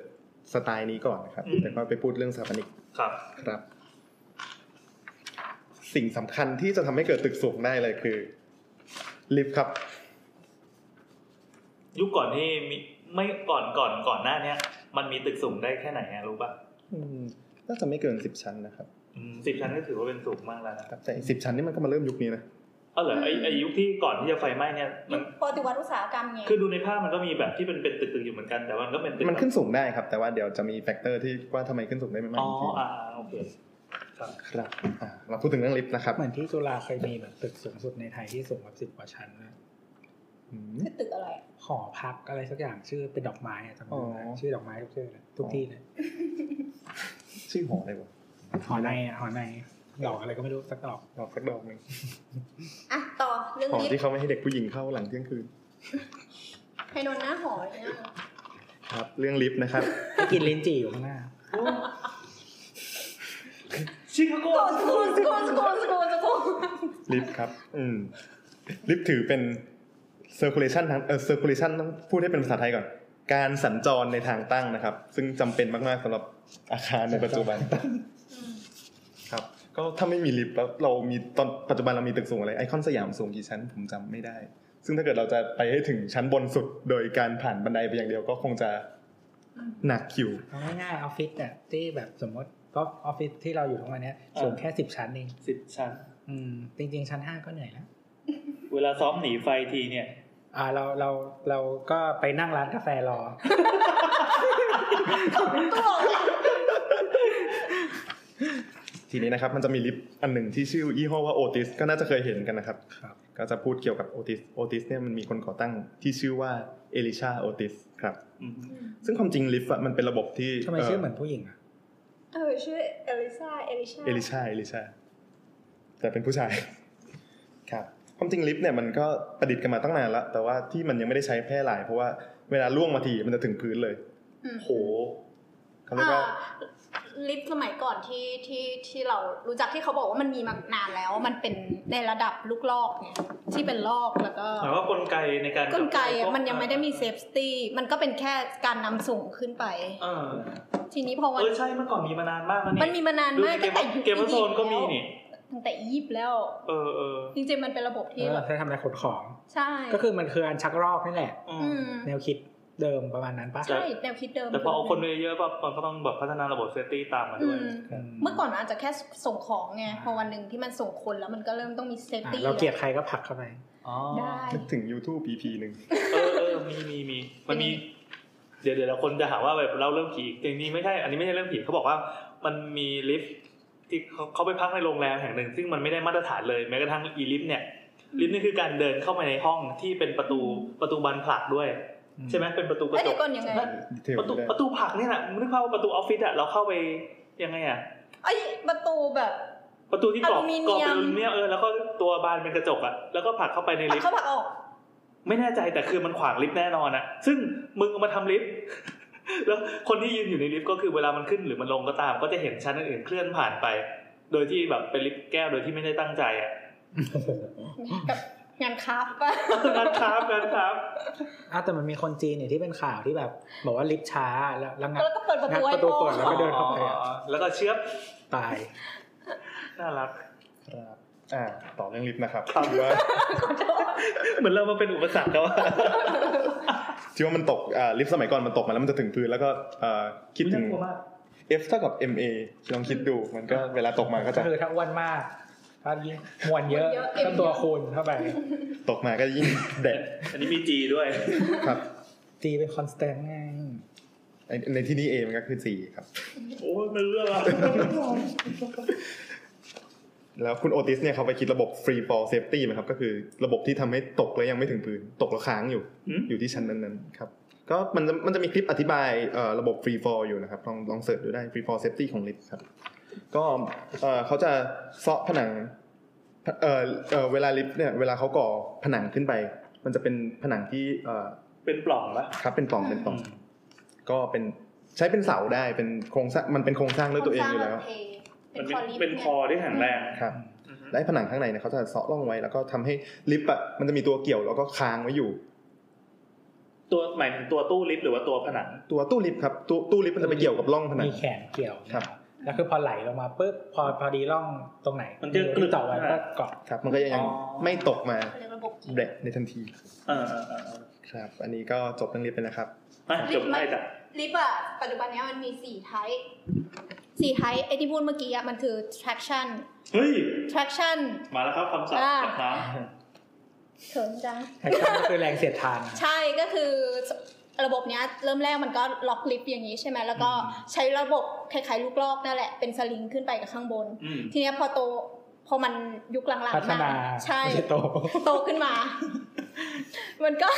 [SPEAKER 3] สไตล์นี้ก่อนนะครับแล้วก็ไปพูดเรื่องสถาปนิก
[SPEAKER 1] ครับ
[SPEAKER 3] ครับ สิ่งสำคัญที่จะทำให้เกิดตึกสูงได้เลยคือ ลิฟต์ครับ
[SPEAKER 1] ยุคก่อนที่มีไม่ก่อนก่อนก่อนหน้าเนี้ยมันมีตึกสูงได้แค่ไหนอะรู้ป่ะ
[SPEAKER 3] อืมน่าจะไม่เกินสิบชั้นนะครับ
[SPEAKER 1] สิบชั้นก็ถือว่าเป็นสูงมากแล้วนะครับ
[SPEAKER 3] แต่สิบชั้นนี่มันก็มาเริ่มยุคนี้นะ
[SPEAKER 1] เออเหรอไอไอยุคที่ก่อนที่จะไฟไหม้เนี่ย
[SPEAKER 4] ยุ
[SPEAKER 1] มัน
[SPEAKER 4] คปฏิวัติอุตสาหกรรมไง
[SPEAKER 1] คือดูในภาพมันก็มีแบบที่เป็นเป็นตึกๆอยู่เหมือนกันแต่มันก็เป็นตึก
[SPEAKER 3] มันขึ้นสูงได้ครับ แต่ว่าเดี๋ยวจะมีแฟกเตอร์ที่ว่าทำไมขึ้นสูงได้ไม่มาก
[SPEAKER 1] อ๋อ
[SPEAKER 3] อีกที
[SPEAKER 1] อ่าโอเค
[SPEAKER 3] ครับอ่าเราพูดถึงเรื่องลิฟต์นะครับ
[SPEAKER 2] เหมือนที่จุฬาเคยมีแบบตึกสูงสุดในไทยที่สูงแบบสิบกว่าชั้นนะ
[SPEAKER 3] อืม
[SPEAKER 4] คือตึกอะไรอะ
[SPEAKER 2] หอพักอะไรสักอย่างชื่อเป็นดอกไม้อะจำไม่ได้
[SPEAKER 3] อ๋อ
[SPEAKER 2] ชื่อดอกไม้ทุกชื่อเลยทุกที่เลย
[SPEAKER 3] ชื่อหออะไรวะ
[SPEAKER 2] หอในอะหอในดอกอะไรก็ไม่รู้สักดอก
[SPEAKER 3] ดอกสักดอกหนึ่ง
[SPEAKER 4] อ่ะต่อเรื่อง
[SPEAKER 3] หอ
[SPEAKER 4] ลิฟ
[SPEAKER 3] ที่
[SPEAKER 4] ต์
[SPEAKER 3] เขาไม่ให้เด็กผู้หญิงเข้าหลังเที่ยงคืน
[SPEAKER 4] ไฮโนนหน้าหอเลยนะครับ
[SPEAKER 3] เรื่องลิฟต์นะครับ
[SPEAKER 2] ให้กินลิ้นจี่อยู่ข้างหน้า
[SPEAKER 1] ชิคาโก
[SPEAKER 4] โกนสกูนสกูนสกูนสกูนสกูน
[SPEAKER 3] ลิฟต์ครับ อืม ลิฟต์ถือเป็น circulation ทางเออ circulation ต้องพูดให้เป็นภาษาไทยก่อน การสัญจรในทางตั้งนะครับ ซึ่งจำเป็นมาก ๆสำหรับอาคารในปัจจุบัน
[SPEAKER 4] อืม
[SPEAKER 3] ครับ ก็ถ้าไม่มีลิฟต์แล้วเรามีตอนปัจจุบันเรามีตึกสูงอะไรไอคอนสยามสูงกี่ชั้นผมจำไม่ได้ ซึ่งถ้าเกิดเราจะไปให้ถึงชั้นบนสุด โดยการผ่านบันไดไปอย่างเดียวก็คงจะหนักคิว
[SPEAKER 2] เอาง่ายๆออฟฟิศเนี่ยที่แบบสมมติก็ออฟฟิศที่เราอยู่ทุกวันเนี้ยสูงแค่สิบชั้นเอง
[SPEAKER 1] สิบชั้น
[SPEAKER 2] อืมจริง ๆ ชั้นห้าก็เหนื่อยแล้ว
[SPEAKER 1] เวลาซ้อมหนีไฟทีเนี่ย
[SPEAKER 2] อ่าเราเราเราก็ไปนั่งร้านกาแฟร (laughs) อ
[SPEAKER 4] ตัวออกเลย
[SPEAKER 3] ทีนี้นะครับมันจะมีลิฟต์อันหนึ่งที่ชื่อยี่ห้อว่าโอติสก็น่าจะเคยเห็นกันนะครับ
[SPEAKER 2] ครับ
[SPEAKER 3] ก็จะพูดเกี่ยวกับโอติสโอติสเนี่ยมันมีคนก่อตั้งที่ชื่อว่าเอลิชาโอติสครับ
[SPEAKER 1] อืม
[SPEAKER 4] อืม
[SPEAKER 3] ซึ่งความจริงลิฟต์อะมันเป็นระบบที่
[SPEAKER 2] ทำไมชื่อเหมือนผู้หญิงอ่ะ
[SPEAKER 4] เออชื่อเอลิซาเอลิชา
[SPEAKER 3] เอลิชาเอลิชาแต่เป็นผู้ชาย ครับความจริงลิฟต์เนี่ยมันก็ประดิษฐ์กันมาตั้งนานแล้ว แต่ว่าที่มันยังไม่ได้ใช้แพร่หลาย เพราะว่าเวลาล่วงมาทีมันจะถึงพื้นเลย
[SPEAKER 4] อืม
[SPEAKER 1] โห
[SPEAKER 3] เขาเรียกว่า
[SPEAKER 4] อ่าลิฟต์สมัยก่อนที่ที่ที่เรารู้จักที่เขาบอกว่ามันมีมานานแล้ว มันเป็นในระดับลูกลอกไงที่เป็นลอกแล้วก็
[SPEAKER 1] หมายว่ากลไกในการ
[SPEAKER 4] กลไกอะมันยังไม่ได้มีเซฟตี้มันก็เป็นแค่การนำส่งขึ้นไป
[SPEAKER 1] เออ
[SPEAKER 4] ทีนี้พอวัน
[SPEAKER 1] เออใช่เมื่อก่อนมีมานานมากแล้วนี่
[SPEAKER 4] มันมีมานาน
[SPEAKER 1] ดู
[SPEAKER 4] มาก
[SPEAKER 1] ใน
[SPEAKER 4] ตั้งแต่ยุค
[SPEAKER 1] เกมวอร์โซนก็มี
[SPEAKER 4] อียิปต์แล้ว
[SPEAKER 1] นี่
[SPEAKER 4] ตั้งแต่อียิปต์แล้ว
[SPEAKER 1] เออเออ
[SPEAKER 4] จริงๆมันเป็นระบบที่
[SPEAKER 2] เออ
[SPEAKER 4] แบบ
[SPEAKER 2] ใช้ทำอะไรขนของ
[SPEAKER 4] ใช่
[SPEAKER 2] ก็คือมันคืออันชักรอกนี่แหละ
[SPEAKER 1] อื
[SPEAKER 4] อื
[SPEAKER 1] ม
[SPEAKER 4] ม
[SPEAKER 2] แนวคิดเดิมประมาณนั้นปะ
[SPEAKER 1] ใช่
[SPEAKER 4] ใช่แนวคิดเดิม
[SPEAKER 1] แต่พอเอาคนเยอะๆก็มันก็ต้องแบบพัฒนาระบบเซฟตี้ตามมา
[SPEAKER 4] อื
[SPEAKER 1] ด้วย
[SPEAKER 4] ม
[SPEAKER 2] อื
[SPEAKER 4] เมื่อก่อนมันอาจจะแค่ส่งของไงพอวันหนึ่งที่มันส่งคนแล้วมันก็เริ่มต้องมีเซฟ
[SPEAKER 2] อ่ะ
[SPEAKER 4] ตี้
[SPEAKER 2] เราเกลียดใครก็ผลักเข้าไป
[SPEAKER 1] อ๋อ
[SPEAKER 4] ได้
[SPEAKER 3] นึกถึง YouTube EP หนึ่ง
[SPEAKER 1] เออเออมีมีมีมันมี เดี๋ยวเดี๋ยวเราคนจะหาว่าแบบเราเริ่มผีจริงๆไม่ใช่ อันนี้ไม่ใช่เรื่องผีเขาบอกว่า มันมีลิฟท์ที่เขาเขาไปพักในโรงแรมแห่งหนึ่ง ซึ่งมันไม่ได้มาตรฐานเลยแม้กระทั่งอีลิฟต์เนี่ย ลิฟต์นี่คือการเดินเข้าไปในห้องที่เป็นประตูประตูบานผลักด้วย ใช่ไหมเป็นประตูกระ
[SPEAKER 4] เอ้ย
[SPEAKER 1] จ
[SPEAKER 4] เดี๋ย
[SPEAKER 1] ก
[SPEAKER 4] วก่อนยังไง
[SPEAKER 3] ดีเทล
[SPEAKER 1] ประตู
[SPEAKER 3] ได้
[SPEAKER 1] ประตูผักเนี่ยแหละนึกภาพว่าประตูออฟฟิศอะเราเข้าไปยังไงอะ
[SPEAKER 4] ไอ้ยประตูแบบ
[SPEAKER 1] ประตูที่กรอ
[SPEAKER 4] อ
[SPEAKER 1] บ
[SPEAKER 4] ลูมิเนียม
[SPEAKER 1] กรอบเป็นอลูมิเนียมเออแล้วก็ตัวบานเป็นกระจกอะแล้วก็ผลักเข้าไปใน
[SPEAKER 4] ปั
[SPEAKER 1] ลิ
[SPEAKER 4] ก
[SPEAKER 1] ฟต์
[SPEAKER 4] เข้าปักออก
[SPEAKER 1] ไม่แน่ใจแต่คือมันขวางลิฟต์แน่นอนอะซึ่งมึงเอามาทำลิฟต์ แล้วคนที่ยืนอยู่ในลิฟต์ก็คือเวลามันขึ้นหรือมันลงก็ตาม ก็จะเห็นชั้นอื่นๆเคลื่อนผ่านไป โดยที่แบบเป็นลิฟต์แก้วโดยที่ไม่ได้ตั้งใจอะ
[SPEAKER 4] แบบงานคราฟต์ป่ะ
[SPEAKER 1] นั้นครับนั้นครับ
[SPEAKER 2] อ่ะแต่มันมีคนจีนเนี่ยที่เป็นข่าวที่แบบ บอกว่าลิฟต์ช้าแล้วแล้วงัด
[SPEAKER 4] แล้วก็เปิดประตู
[SPEAKER 2] งัด
[SPEAKER 4] ให้
[SPEAKER 2] ประตู
[SPEAKER 4] พ่อ
[SPEAKER 2] ก่อนแล้วก็ เดิเข้าไปอะ
[SPEAKER 1] อ๋อแล้วก็เชือบ
[SPEAKER 2] ตาย
[SPEAKER 1] น่ารัก
[SPEAKER 3] ครับอ่าต่อเรื่องลิฟต์นะครับ
[SPEAKER 1] ครับ
[SPEAKER 3] ถือว่า
[SPEAKER 1] เหมือนเรามาเป็นอุปสรรคแล้วอะ
[SPEAKER 3] ที่ว่ามันตกอ่าลิฟต์สมัยก่อนมันตกมาแล้วมันจะถึงพื้นแล้วก็อ่าคิดถึง
[SPEAKER 1] น่ากลัวมาก
[SPEAKER 3] F เท่ากับ MA ลองคิดดูมันก็เวลาตกมาก็
[SPEAKER 2] ก็
[SPEAKER 3] จะ
[SPEAKER 2] คือถ้าอ้วนมากถ้ายิ่งมวลเยอะก็ตัวคูณเข้าไป
[SPEAKER 3] ตกมาก็ยิ่งแดด
[SPEAKER 1] อันนี้มีจีด้วย
[SPEAKER 3] ครับ
[SPEAKER 2] จีเป็นคอนสแตนต์ไง
[SPEAKER 3] ในในที่นี้ A มันก็คือสี่ครับ
[SPEAKER 1] โอ้ยมันเรื่องอะ
[SPEAKER 3] แล้วคุณโอติสเนี่ยเขาไปคิดระบบ free fall safety ไหมครับ ก็คือระบบที่ทำให้ตกแล้วยังไม่ถึงพื้น ตกแล้วค้างอยู่
[SPEAKER 1] หืม
[SPEAKER 3] อยู่ที่ชั้นนั้นๆครับ ก็มันจะมันจะมีคลิปอธิบายเอ่อระบบ free fall อยู่นะครับ ลองลองเสิร์ชดูได้ free fall safety ของลิฟต์ครับ ก็เอ่อเขาจะเซาะผนังเอ่อเอ่อเวลาลิฟต์เนี่ยเวลาเขาก่อผนังขึ้นไป มันจะเป็นผนังที่เอ่อ
[SPEAKER 1] เป็นปล่องปะ
[SPEAKER 3] ครับเป็นปล่องเป็นปล่อง ก็เป็นใช้เป็นเสาได้เป็นโครงสร้างมันเป็นโครงสร้างด้วยตัวเองอยู่แล้ว
[SPEAKER 4] เป็นคอลิฟต์
[SPEAKER 1] เป็นคอที่แข็งแรง
[SPEAKER 3] ครับ และผนังข้างในเนี่ยเขาจะเซาะร่องไว้แล้วก็ทำให้ลิฟต์อ่ะมันจะมีตัวเกี่ยวแล้วก็ค้างไว้อยู่
[SPEAKER 1] ตัวหมายถึงตัวตู้ลิฟต์หรือว่าตัวผนัง
[SPEAKER 3] ตัวตู้ลิฟต์ครับตู้ตู้ลิฟต์มันจะไปเกี่ยวกับร่องผนัง
[SPEAKER 2] มีแขนเกี่ยว
[SPEAKER 3] ครับ
[SPEAKER 2] แล้วคือพอไหลลงมาปุ๊บพอพอดีร่องตรงไหน
[SPEAKER 1] มันจะกลึ
[SPEAKER 2] ลึ
[SPEAKER 1] ก
[SPEAKER 2] กต่อไว้ก็เกาะ
[SPEAKER 3] ครับ มันก็ยัง
[SPEAKER 1] อ๋อ
[SPEAKER 3] ไม่ตกมา
[SPEAKER 4] เขาเรียกระบบ
[SPEAKER 3] แบะในทันที
[SPEAKER 1] เออเออเออ
[SPEAKER 3] ครับ อันนี้ก็จบเรื่องลิฟต์ไปนะครับ
[SPEAKER 1] อ่ะจบได้จ้ะ
[SPEAKER 4] ลิฟต์อะปัจจุบันเนี้ยมันมีสี่ไทป์สี่ไทป์ไอ้ที่พูดเมื่อกี้อะมันคือ traction
[SPEAKER 1] เฮ้ย
[SPEAKER 4] traction
[SPEAKER 1] มาแล้วครับคำศัพท์
[SPEAKER 4] อ่า
[SPEAKER 1] จากน้
[SPEAKER 4] เถินจัง
[SPEAKER 2] แขนก็คือแรงเสียดทาน
[SPEAKER 4] ใช่ก็คือระบบเนี้ยเริ่มแรกมันก็ล็อกลิฟต์อย่างนี้ใช่ไหมแล้วก็ใช้ระบบคล้ายๆลูกลอกนั่นแหละเป็นสลิงขึ้นไปกับข้างบน
[SPEAKER 1] ำอืม
[SPEAKER 4] ทีเนี้ยพอโตพอมันยุคหลังๆ
[SPEAKER 2] พัฒนา
[SPEAKER 4] ะใช่
[SPEAKER 2] ไม่ใช่โต
[SPEAKER 4] โตขึ้นมา มันก็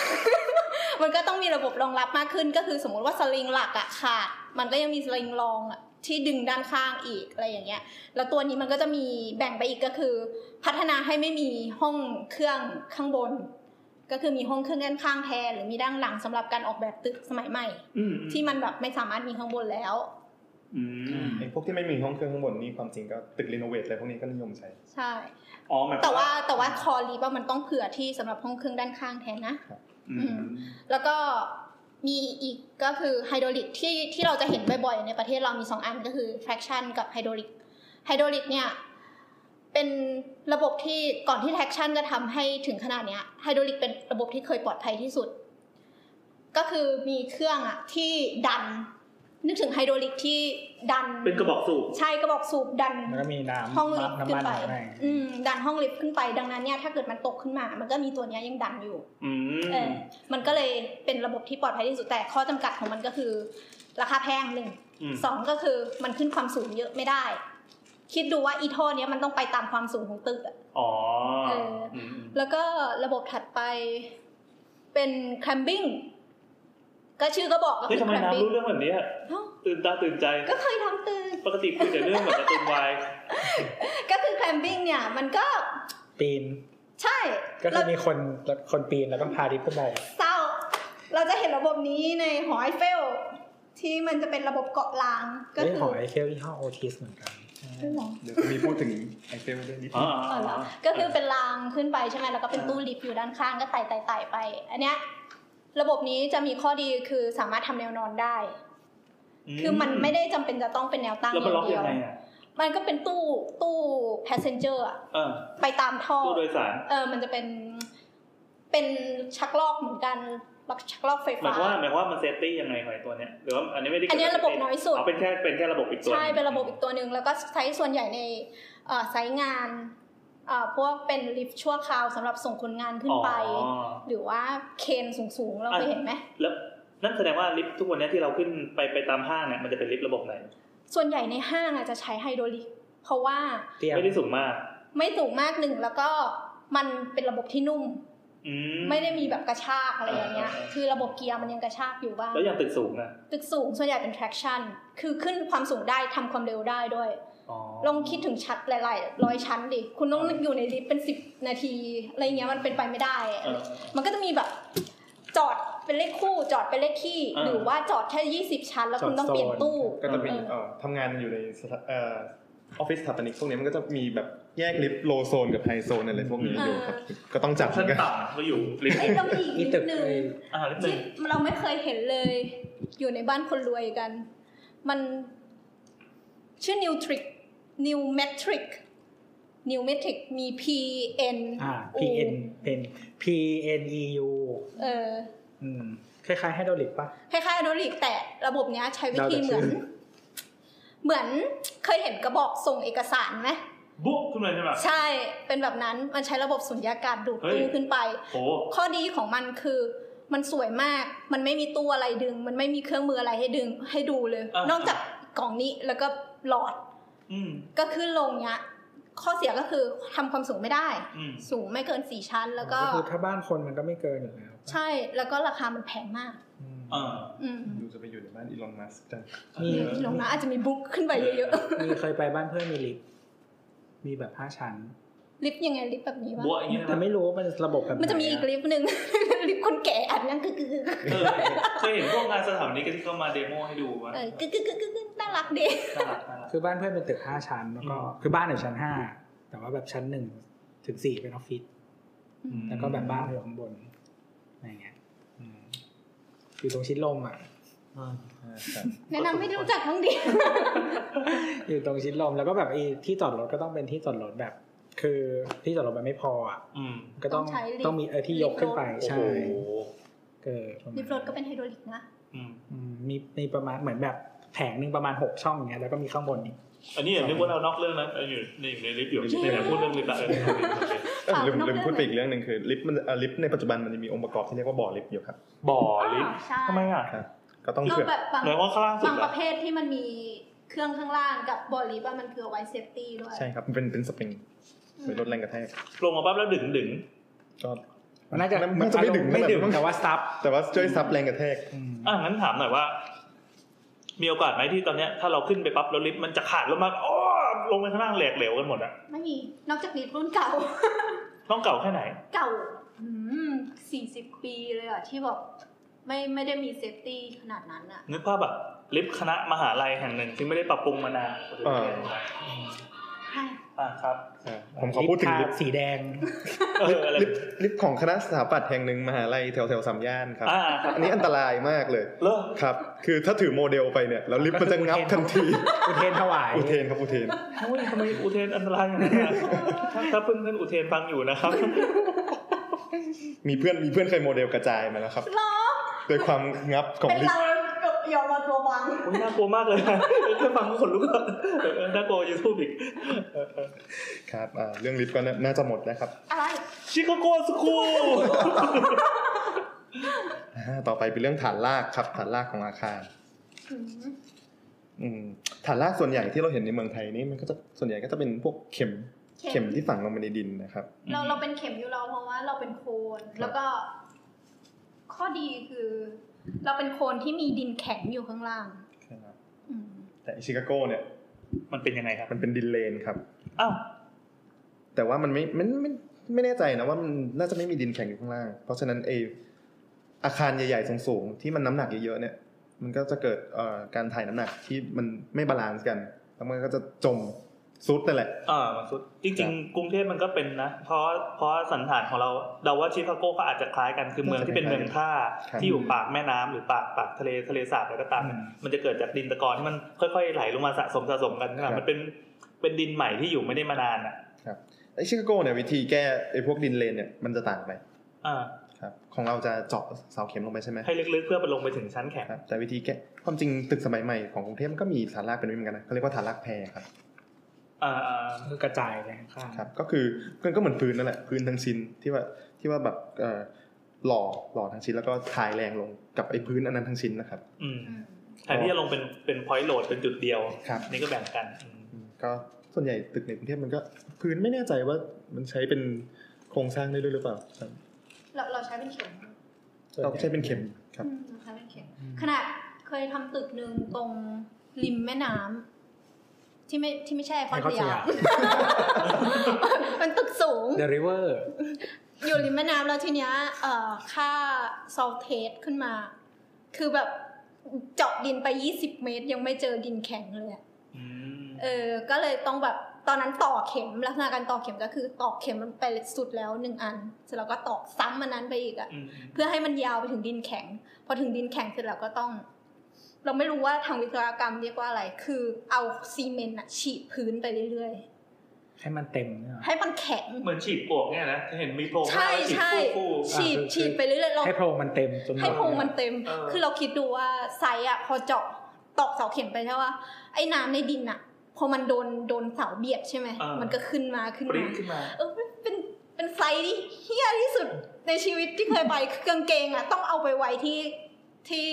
[SPEAKER 4] (laughs) มันก็ต้องมีระบบรองรับมากขึ้น ก็คือสมมุติว่าสลิงหลักอะขาด มันก็ยังมีสลิงรองอะที่ดึงด้านข้างอีกอะไรอย่างเงี้ย แล้วตัวนี้มันก็จะมีแบ่งไปอีกก็คือ พัฒนาให้ไม่มีห้องเครื่องข้างบน ก็คือมีห้องเครื่องด้านข้างแทนหรือมีด้านหลังสำหรับการออกแบบตึกสมัยใหม่
[SPEAKER 1] อืม
[SPEAKER 4] ที่มันแบบไม่สามารถมีข้างบนแล้ว
[SPEAKER 1] อืม
[SPEAKER 3] ไอ้พวกที่ไม่มีห้องเครื่องข้างบนนี่ความจริงก็ตึกรีโนเวทอะไรพวกนี้ก็นิยมใช้
[SPEAKER 4] ใช่
[SPEAKER 1] อ๋อหมาย
[SPEAKER 4] แต่ว่าแต่ว่าคอรีบมันต้องเผื่อที่สำหรับห้องเครื่องด้านข้างแทนนะ
[SPEAKER 1] อืม
[SPEAKER 4] แล้วก็มีอีกก็คือไฮดรอลิกที่ที่เราจะเห็นบ่อยๆ ในประเทศเรามี 2 อันก็คือ traction กับไฮดรอลิกไฮดรอลิกเนี่ย เป็นระบบที่ก่อนที่ traction จะทำให้ถึงขนาดเนี้ยไฮดรอลิกเป็นระบบที่เคยปลอดภัยที่สุด ก็คือมีเครื่องอะที่ดัน นึกถึงไฮดรอลิกที่ดัน
[SPEAKER 1] เป็นกระบอกสูบ
[SPEAKER 4] ใช่กระบอกสูบดัน
[SPEAKER 2] แล้วก็มีน้ำ
[SPEAKER 4] ห้องลิฟต์ขึ้น
[SPEAKER 2] น้ำมัน
[SPEAKER 4] ไป
[SPEAKER 2] อะไร
[SPEAKER 4] อืมดันห้องลิฟต์ขึ้นไปดังนั้นเนี่ยถ้าเกิดมันตกขึ้นมา มันก็มีตัวเนี้ยยังดันอยู่
[SPEAKER 1] อืม
[SPEAKER 4] เออมันก็เลยเป็นระบบที่ปลอดภัยที่สุดแต่ข้อจำกัดของมันก็คือ ราคาแพงหนึ่ง
[SPEAKER 1] ม
[SPEAKER 4] สองก็คือมันขึ้นความสูงเยอะไม่ได้ คิดดูว่าอีท่อเนี้ยมันต้องไปตามความสูงของตึกอะ
[SPEAKER 1] อ๋อ
[SPEAKER 4] เออ
[SPEAKER 1] มม
[SPEAKER 4] แล้วก็ระบบถัดไปเป็น clamping ก็ชื่อก็บอกก็
[SPEAKER 1] เฮ้ย
[SPEAKER 4] คือ
[SPEAKER 1] ทำไม
[SPEAKER 4] clamping
[SPEAKER 1] น้ำรู้เรื่องแบบเนี้ย
[SPEAKER 4] เอ้า
[SPEAKER 1] ตื่นตาตื่นใจ
[SPEAKER 4] ก็เคยทำตึก
[SPEAKER 1] ปกติคุยแต่เรื่องแบบการ์ตูนวาย
[SPEAKER 4] ก็คือ clamping เนี่ยมันก็
[SPEAKER 2] ปีน
[SPEAKER 4] ใช่
[SPEAKER 2] ก็คื
[SPEAKER 4] เรา
[SPEAKER 2] อมีคนคนปีนแล้วต้องพาลิฟต์ขึ้นไป
[SPEAKER 4] เศร้า เราจะเห็นระบบนี้ในหอไอเฟล ที่มันจะเป็นระบบเกาะรางก็
[SPEAKER 2] เฮ้ย
[SPEAKER 4] คื
[SPEAKER 2] หอ
[SPEAKER 4] อ
[SPEAKER 2] ไอเคลที่ห้องโอทิสเหมือนกัน
[SPEAKER 4] ใช่เหรอ
[SPEAKER 3] เดี๋ยวจะมีพูดถึงไอเฟลด้วยนิด
[SPEAKER 1] อ๋
[SPEAKER 3] นึ
[SPEAKER 1] อง
[SPEAKER 4] อ๋อเหรอก็คือเป็นรางขึ้นไปใช่ไหมแล้วก็เป็นตู้ลิฟต์อยู่ด้านข้างก็ไต่ไต่ไต่ไป อันเนี้ยระบบนี้จะมีข้อดีคือสามารถทำแนวนอนได้ คือมันไม่ได้จำเป็นจะต้องเป็นแนวตั้ง
[SPEAKER 1] แล้วมันล็อก
[SPEAKER 4] เดี
[SPEAKER 1] ยั
[SPEAKER 4] ว
[SPEAKER 1] งไงอ่ะ
[SPEAKER 4] มันก็เป็นตู้ตู้ passenger อะ
[SPEAKER 1] เออ
[SPEAKER 4] ไปตามท่อ
[SPEAKER 1] ตู้โดยสาร
[SPEAKER 4] เออมันจะเป็นเป็นชักลอกเหมือนกันชักลอกไฟ
[SPEAKER 1] หมา
[SPEAKER 4] ฟ้า
[SPEAKER 1] ยความว่าหมายความว่ามันเซฟตี้ยังไงของไอ้ตัวเนี้ยหรือว่าอันนี้ไม่ได้
[SPEAKER 4] อันเนี้ยระบบน้อยสุด
[SPEAKER 1] เอาเป็นแค่เป็นแค่ระบบอีกตัว
[SPEAKER 4] ใช่เป็นระบบอีกตัวหนึ่งแล้วก็ใช้ส่วนใหญ่ในเอ่อไซต์งานเอ่อพวกเป็นลิฟต์ชั่วคราวสำหรับส่งคนงานขึ้นไป
[SPEAKER 1] อ๋อ
[SPEAKER 4] หรือว่าเคนสูงๆ เรา
[SPEAKER 1] อ่ะ
[SPEAKER 4] เคยเห็นไหม
[SPEAKER 1] แล้วนั่นแสดงว่าลิฟต์ทุกวันเนี้ยที่เราขึ้นไปไปตามห้างเนี่ยมันจะเป็นลิฟต์ระบบไหน
[SPEAKER 4] ส่วนใหญ่ในห้างอาจจะใช้ไฮโดรลิก เพราะว่า
[SPEAKER 2] เตี้ย
[SPEAKER 1] ไม่ได้สูงมาก
[SPEAKER 4] ไม่สูงมากหนึ่งแล้วก็มันเป็นระบบที่นุ่ม
[SPEAKER 1] อืม
[SPEAKER 4] ไม่ได้มีแบบกระชากอะไรอย่างเงี้ย
[SPEAKER 1] อ่า
[SPEAKER 4] คือระบบเกียร์มันยังกระชากอยู่บ้าง
[SPEAKER 1] แล้วอย่างตึกสูงนะ
[SPEAKER 4] ตึกสูงส่วนใหญ่เป็น traction คือขึ้นความสูงได้ทำความเร็วได้ด้วย
[SPEAKER 1] อ๋อ
[SPEAKER 4] ลองคิดถึงชั้นหลายๆร้อยชั้นดิ คุณต้องอยู่ในลิฟต์เป็นสิบนาทีอะไรเงี้ยมันเป็นไปไม่ได้
[SPEAKER 1] เออ
[SPEAKER 4] มันก็จะมีแบบจอดเป็นเลขคู่จอดเป็นเลขขี้
[SPEAKER 1] อ่า
[SPEAKER 4] หรือว่าจอดแค่ยี่สิบชั้น แล้วคุณต้องเปลี่ยนตู้
[SPEAKER 3] ก็จะมี
[SPEAKER 4] เออ
[SPEAKER 3] เอ่อทำงานอยู่ในสถาเออออฟฟิศสถาปนิกพวกนี้มันก็จะมีแบบแยกลิฟต์โลโซนกับไฮโซนอะไรพวกนี้อยู่ครับ ก็ต้องจับเหมื
[SPEAKER 1] ชั้
[SPEAKER 3] อน นกัน
[SPEAKER 1] ต่ำก็อยู่ริม
[SPEAKER 4] ไอ้ยเรามีอีก
[SPEAKER 2] มี
[SPEAKER 4] นิด
[SPEAKER 2] ตึก
[SPEAKER 4] นึง
[SPEAKER 2] ไอ้
[SPEAKER 1] อ่าริมห
[SPEAKER 4] ที่
[SPEAKER 1] นึ่ง
[SPEAKER 4] เราไม่เคยเห็นเลย อยู่ในบ้านคนรวยกัน มันชื่อ new trick new metric new metric มี p n
[SPEAKER 2] อ่า
[SPEAKER 4] O
[SPEAKER 2] PN เป็น PNEU
[SPEAKER 4] เออ
[SPEAKER 2] อืมคล้ายๆไฮดรอลิกปะ
[SPEAKER 4] คล้ายๆอโดริกแต่ระบบเนี้ยใช้วิธีเหมือน
[SPEAKER 2] เดาแต่ชื่อ
[SPEAKER 4] เหมือนเคยเห็นกระบอกส่งเอกสารไหม
[SPEAKER 1] บุ๊กขึ้นมาใช่ไหม
[SPEAKER 4] ใช่เป็นแบบนั้นมันใช้ระบบสุญญากาศดูด
[SPEAKER 1] เฮ้ย
[SPEAKER 4] ตู้ขึ้นไป
[SPEAKER 1] โอ้
[SPEAKER 4] ข้อดีของมันคือ มันสวยมาก มันไม่มีตู้อะไรดึง มันไม่มีเครื่องมืออะไรให้ดึงให้ดูเลย นอกจากกล่องนี้แล้วก็หลอด
[SPEAKER 1] อืม
[SPEAKER 4] ก็ขึ้นลงเนี้ย ข้อเสียก็คือทำความสูงไม่ได้
[SPEAKER 1] อืม
[SPEAKER 4] สูงไม่เกินสี่ชั้น แล้วก็
[SPEAKER 2] คือถ้าบ้านคนมันก็ไม่เกินอยู่แล้วปะ
[SPEAKER 4] ใช่แล้วก็ราคามันแพงมาก
[SPEAKER 2] อืม
[SPEAKER 1] อ่า
[SPEAKER 4] อืม
[SPEAKER 3] ดูจะไปอยู่ในบ้านอีลอนมัสก์จัง
[SPEAKER 2] มี
[SPEAKER 4] อืมลงนะอาจจะมีบุ๊กขึ้นไปเยอะๆ
[SPEAKER 2] มีเคยไปบ้านเพื่อนมีลิฟต์มีแบบห้าชั้น
[SPEAKER 4] ลิฟต์ยังไงลิฟต์แบบนี้วะ
[SPEAKER 1] บัวอย่างเงี้ย
[SPEAKER 2] แต่ไม่รู้ว่ามันระบบแบบไห
[SPEAKER 4] มันจะมีอีกลิฟต์หนึ่ง (laughs) ลิฟต์คนแก่อันนั่งกึกกึกกึกกึก
[SPEAKER 1] เออเคยเห็นพวกงานสถาปนิกที่เขามาเดโมให้ดูว่า
[SPEAKER 4] เออกึกกึกกึกกึกกึกน่ารักดี
[SPEAKER 1] น่ารักน่ารัก
[SPEAKER 2] คือบ้านเพื่อนเป็นตึกห้าชั้นแล้วก็
[SPEAKER 1] อืม
[SPEAKER 2] คือบ้านอยู่ชั้นห้าแต่ว่าแบบชั้นหนึ่งถึงสี่เป็นออฟฟิศ
[SPEAKER 4] อืม
[SPEAKER 2] แล้วก็แบบบ้านอยู่ข้างบนอะไรเงี้ยอืมอยู่ตรงชิดลมอ่ะ (laughs)
[SPEAKER 1] อ่า
[SPEAKER 3] ครับ
[SPEAKER 4] แนะนำให้รู้จักบ้างดี
[SPEAKER 2] อยู่ตรงชิดลมแล้วก็แบบไอ้ที่จอดรถก็ต้องเป็นที่จอดรถแบบ คือที่จอดรถมันไม่พออ่ะ
[SPEAKER 1] อืม
[SPEAKER 2] ก็ต้อง
[SPEAKER 4] ต้องใช้ลิฟต์
[SPEAKER 2] ต้องมีเออที่ยกขึ้นไปใช่
[SPEAKER 1] โอ้โห
[SPEAKER 2] เกิดประมาณ
[SPEAKER 4] ลิฟต์รถก็เป็นไฮดรอลิกนะ
[SPEAKER 1] อืม
[SPEAKER 2] อืมมีมีประมาณเหมือนแบบแผงหนึ่งประมาณหกช่องอย่างเงี้ยแล้วก็มีข้างบนอีก
[SPEAKER 1] อันนี้อย่านึกว่าเรานอกเรื่องนะอยู่ในอยู่ในลิฟต์อยู่ในไหนพูดเรื่องลิฟต์ละเออ
[SPEAKER 3] เอ้ยลืม
[SPEAKER 4] ฝากนอก
[SPEAKER 3] ลืมพูดไป
[SPEAKER 4] เรื่อง
[SPEAKER 3] อีกเรื่องหนึ่งคือลิฟต์มันเอ่อลิฟต์ในปัจจุบันมันจะมีองค์ประกอบที่เรียกว่าบ่อลิฟต์อยู่ครับ
[SPEAKER 1] บ่อลิฟต์
[SPEAKER 4] ใช่
[SPEAKER 1] ทำไมอ่ะ
[SPEAKER 3] ครับ ก็ต้อง
[SPEAKER 4] เรา
[SPEAKER 3] เผื่อ
[SPEAKER 4] แบบบาง
[SPEAKER 1] หมายความว่าข้างล่างสุ
[SPEAKER 4] บา
[SPEAKER 1] ด
[SPEAKER 4] ง
[SPEAKER 1] เหร
[SPEAKER 4] ป
[SPEAKER 1] อ
[SPEAKER 4] ระเภทที่มันมีเครื่องข้างล่างกับบอลลิฟต์อะมันคือเอาไว้เซฟตี้ด้วย
[SPEAKER 3] ใช่ครับมันเป็นเป็นสปริง
[SPEAKER 4] อืม
[SPEAKER 3] เป็นลดแรงกระแทก
[SPEAKER 1] ลงมาปั๊บแล้วดึงดึง
[SPEAKER 3] ก็
[SPEAKER 2] มันน่าจะ
[SPEAKER 3] มันมันจะไม่ดึง
[SPEAKER 2] ไม่ดึง
[SPEAKER 3] มันจะ
[SPEAKER 2] แต่ว่าซับ
[SPEAKER 3] แต่ว่าช่วยซับแรงกระแทก
[SPEAKER 2] อืม
[SPEAKER 1] อ่ะงั้นถามหน่อยว่า มีโอกาสไหมที่ตอนเนี้ยถ้าเราขึ้นไปปั๊บแล้วลิฟต์มันจะขาดลงมาโอ้ลงไปข้างล่างแหลกเหลวกันหมดอะ
[SPEAKER 4] ไม่มี นอกจากลิฟต์รุ่นเก่า (laughs)
[SPEAKER 1] ต้องเก่าแค่ไหน
[SPEAKER 4] เก่าสี่สิบปีเลยอ่ะ ที่แบบไม่ไม่ได้มีเซฟตี้ขนาดนั้นอ่ะ
[SPEAKER 1] นึกภาพแบบลิฟต์คณะมหาลัยแห่งหนึ่งที่ไม่ได้ปรับปรุงมานาน
[SPEAKER 3] เออ
[SPEAKER 1] อ่ะครับ
[SPEAKER 3] อ่าผมขอพูดถึงลิฟต์
[SPEAKER 2] สีแดง
[SPEAKER 1] เอออะไร
[SPEAKER 3] ลิฟต์ลิฟต์ของคณะสถาปัตย์แห่งหนึ่งมหาลัยแถวแถวๆสามย่านครับ
[SPEAKER 1] อ่าครับ
[SPEAKER 3] อันนี้อันตรายมากเลย
[SPEAKER 1] เลิก
[SPEAKER 3] ครับ คือถ้าถือโมเดลไปเนี่ยแล้วลิฟต์มันจะงับทันที (laughs)
[SPEAKER 2] อุเทนถวาย
[SPEAKER 3] อุเทนครับอุเทน
[SPEAKER 1] เฮ้ยทำไมอุเทนอันตรายอย่าง
[SPEAKER 3] (laughs)
[SPEAKER 1] นั้นอะถ้าถ้าเพื่อนเพื่อนอุเทนฟังอยู่นะครับ
[SPEAKER 3] มีเพื่อนมีเพื่อนเคยโมเดลกระจายมาแล้วครับ
[SPEAKER 4] หรอ
[SPEAKER 3] โดวยความงับของ
[SPEAKER 4] เป็น
[SPEAKER 3] ลิฟ
[SPEAKER 4] เรา
[SPEAKER 3] ต์
[SPEAKER 4] เรายอมมาตัวบัง
[SPEAKER 1] โอ้ยน่ากลัวมากเลยนะแค่ฟังก็ขนลุกแล้วเออน่ากลัวยูทูบอีกเออเออ
[SPEAKER 3] ครับอ่าเรื่องลิฟต์ก็น่าน่าจะหมดนะครับ
[SPEAKER 4] อะไร
[SPEAKER 1] ชิคาโกสคูล (laughs)
[SPEAKER 3] อ่าต่อไปเป็นเรื่องฐานรากครับฐานรากของอาคาร
[SPEAKER 4] อืม
[SPEAKER 3] อืมฐานรากส่วนใหญ่ที่เราเห็นในเมืองไทยนี่มันก็จะส่วนใหญ่ก็จะเป็นพวกเข็มเข็มที่ฝังลงไปในดินนะครับ
[SPEAKER 4] เราเราเป็นเข็มอยู่เราเพราะว่าเราเป็นโคน แล้วก็ ข้อดีคือ เราเป็นโคนที่มีดินแข็งอยู่ข้างล่าง อืม
[SPEAKER 3] แต่ชิคาโก้เนี่ย
[SPEAKER 1] มันเป็นยังไงครับ
[SPEAKER 3] มันเป็นดินเลนครับ
[SPEAKER 1] อ้าว
[SPEAKER 3] แต่ว่ามันไม่มันไม่ไม่แน่ใจนะว่ามันน่าจะไม่มีดินแข็งอยู่ข้างล่าง เพราะฉะนั้นเออาคารใหญ่ๆสูงๆที่มันน้ำหนักเยอะๆเนี่ย มันก็จะเกิดเอ่อการถ่ายน้ำหนักที่มันไม่บาลานซ์กันแล้วมันก็จะจมซุดนั่นแหละ
[SPEAKER 1] อ่ามันสุดจริงๆกรุงเทพมันก็เป็นนะ เพราะเพราะสันฐานของเราเดาว่าชิคาโกก็อาจจะคล้ายกันคือเมืองที่เป็นเมืองท่า
[SPEAKER 3] ครับ
[SPEAKER 1] ที่อยู่ปากแม่น้ำหรือปากปากทะเลทะเลสาบอะไรก็ตาม มันจะเกิดจากดินตะกอนที่มันค่อยๆไหลลงมาสะสมสะสมกันใช่ไหมมันเป็นเป็นดินใหม่ที่อยู่ไม่ได้มานานอ่ะ
[SPEAKER 3] ไอชิคาโก้เนี่ยวิธีแก้ไอพวกดินเลนเนี่ยมันจะต่างไป
[SPEAKER 1] อ่า
[SPEAKER 3] ครับของเราจะเจาะเสาเข็มลงไปใช่ไหม
[SPEAKER 1] ให้ลึกๆเพื่อไปลงไปถึงชั้นแข็ง
[SPEAKER 3] ครับแต่วิธีแก้ความจริงตึกสมัยใหม่ของกรุงเทพมันก็มีฐานรากเป็นแบบนี้เหมือนกันนะเขาเรียกว่าฐานรากแพรครับ
[SPEAKER 1] อ่าอ่า
[SPEAKER 2] คือกระจายไปข้างๆ
[SPEAKER 3] ครับ ก็คือมันก็เหมือนพื้นนั่นแหละพื้นทั้งชิ้นที่ว่าที่ว่าแบบเอ่อหล่อหล่อทั้งชิ้นแล้วก็ทายแรงลงกับไอ้พื้นอันนั้นทั้งชิ้นนะครับ
[SPEAKER 1] อืม
[SPEAKER 4] อืม
[SPEAKER 1] แทนที่จะลงเป็นเป็นพอยต์โหลดเป็นจุดเดียว
[SPEAKER 3] ครับ
[SPEAKER 1] นี่ก็แบ่งกันอืม
[SPEAKER 3] อืมก็ส่วนใหญ่ตึกในกรุงเทพมันก็พื้นไม่แน่ใจว่ามันใช้เป็นโครงสร้างได้ด้วยหรือเปล่าครับ
[SPEAKER 4] เรา
[SPEAKER 7] ช้เป็นเข็ม
[SPEAKER 2] ส่วนหญ่
[SPEAKER 3] ต้องใช้เป็นเข็มครับ
[SPEAKER 4] อืม
[SPEAKER 7] เราใช้เป็นเข็ม
[SPEAKER 2] อืม
[SPEAKER 4] ขนาดเคยทำตึกหนึ่งตรงริมแม่น้ำที่ไม่ที่ไม่ใช่คอน
[SPEAKER 2] ไอคอน
[SPEAKER 4] สยาย
[SPEAKER 2] สาม
[SPEAKER 4] (laughs)
[SPEAKER 2] ม
[SPEAKER 4] เป็นตึกสูง
[SPEAKER 2] (laughs) The River
[SPEAKER 4] อยู่ริมแม่น้ำแล้วทีเนี้ยเอ่อค่า l t เทสขึ้นมา คือแบบเจาะดินไป 20 เมตร ยังไม่เจอดินแข็งเลยอะ
[SPEAKER 1] อืม
[SPEAKER 4] เออ ก็เลยต้องแบบตอนนั้นต่อเข็มลักษณะการต่อเข็มก็คือตอกเข็มมันไปสุดแล้วหนึ่งอัน เสร็จแล้วก็ตอกซ้ำมันนั้นไปอีกอะ
[SPEAKER 1] อืม
[SPEAKER 4] เพื่อให้มันยาวไปถึงดินแข็ง พอถึงดินแข็งเสร็จแล้วก็ต้อง เราไม่รู้ว่าทางวิศวกรรมเรียกว่าอะไร คือเอาซีเมนต์อะฉีดพื้นไปเรื่อย
[SPEAKER 2] ให้มันเต็มเนี่ย
[SPEAKER 4] ๆ ให้มันแข็ง
[SPEAKER 1] เหมือนฉีดปลวกเนี่ยนะเห็นมีโพรง
[SPEAKER 4] ใช่ใช่
[SPEAKER 1] คู่
[SPEAKER 4] ฉีด
[SPEAKER 2] อ่ะคือ
[SPEAKER 4] ฉีดไปเรื่อยๆเรา
[SPEAKER 2] ให้โพรงมันเต็มจนหมด
[SPEAKER 4] ให้โพรงมันเต็ม
[SPEAKER 1] เออ
[SPEAKER 4] คือเราคิดดูว่าไซส์อะพอเจาะตอกเสาเข็มไปใช่ป่ะไอ้น้ำในดินอะพอมันโดนโดนเสาเบียดใช่ไหม
[SPEAKER 1] เออ
[SPEAKER 4] มันก็ขึ้นมาขึ้น
[SPEAKER 1] ปริ้
[SPEAKER 4] มา
[SPEAKER 1] นขึ้นมา
[SPEAKER 4] เออเป็นเป็นไซส์ที่เฮี้ยที่สุดในชีวิตที่เคยไปคือกางเกงอ่ะต้องเอาไปไว้ที่ที่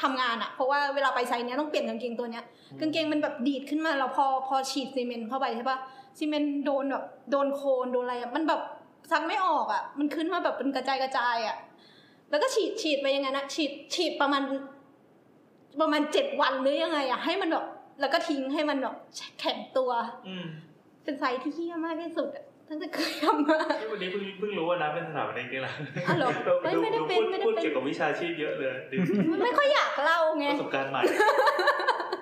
[SPEAKER 4] ทำงานอ่ะ เพราะว่าเวลาไปไซส์เนี้ยต้องเปลี่ยนกางเกงตัวเนี้ยกางเกงมันแบบดีดขึ้นมาแล้วพอพอฉีดซีเมนต์เข้าไปใช่ปะซีเมนต์โดนแบบโดนโคลนโดนอะไรอ่ะมันแบบซักไม่ออกอ่ะ มันขึ้นมาแบบเป็นกระจายกระจายอ่ะแล้วก็ฉีดฉีดไปอยังไงนะฉีดฉีดประมาณ ประมาณเจ็ดวันหรือยังไงอ่ะให้มันแบบแล้วก็ทิ้งให้มันแบบแข็งตัว
[SPEAKER 1] อืม
[SPEAKER 4] เป็นไซส์ที่เฮี้ยมากที่สุดอะตั้งแต่เคยทำมา
[SPEAKER 1] นี่วันนี้เพิ่งเพิ่งรู้ว่าน้ำเป็นสถาปนิกนี่แหละ
[SPEAKER 4] อ้าวเหรอไม่ไม่ได้เป็น
[SPEAKER 1] พู
[SPEAKER 4] ไม่ได้เป็น
[SPEAKER 1] พูดเกี่ยวกับวิชาชีพเยอะเลยดี
[SPEAKER 4] ไม่ค่อยอยากเล่า (laughs) ไง
[SPEAKER 1] ประสบการณ์ใหม่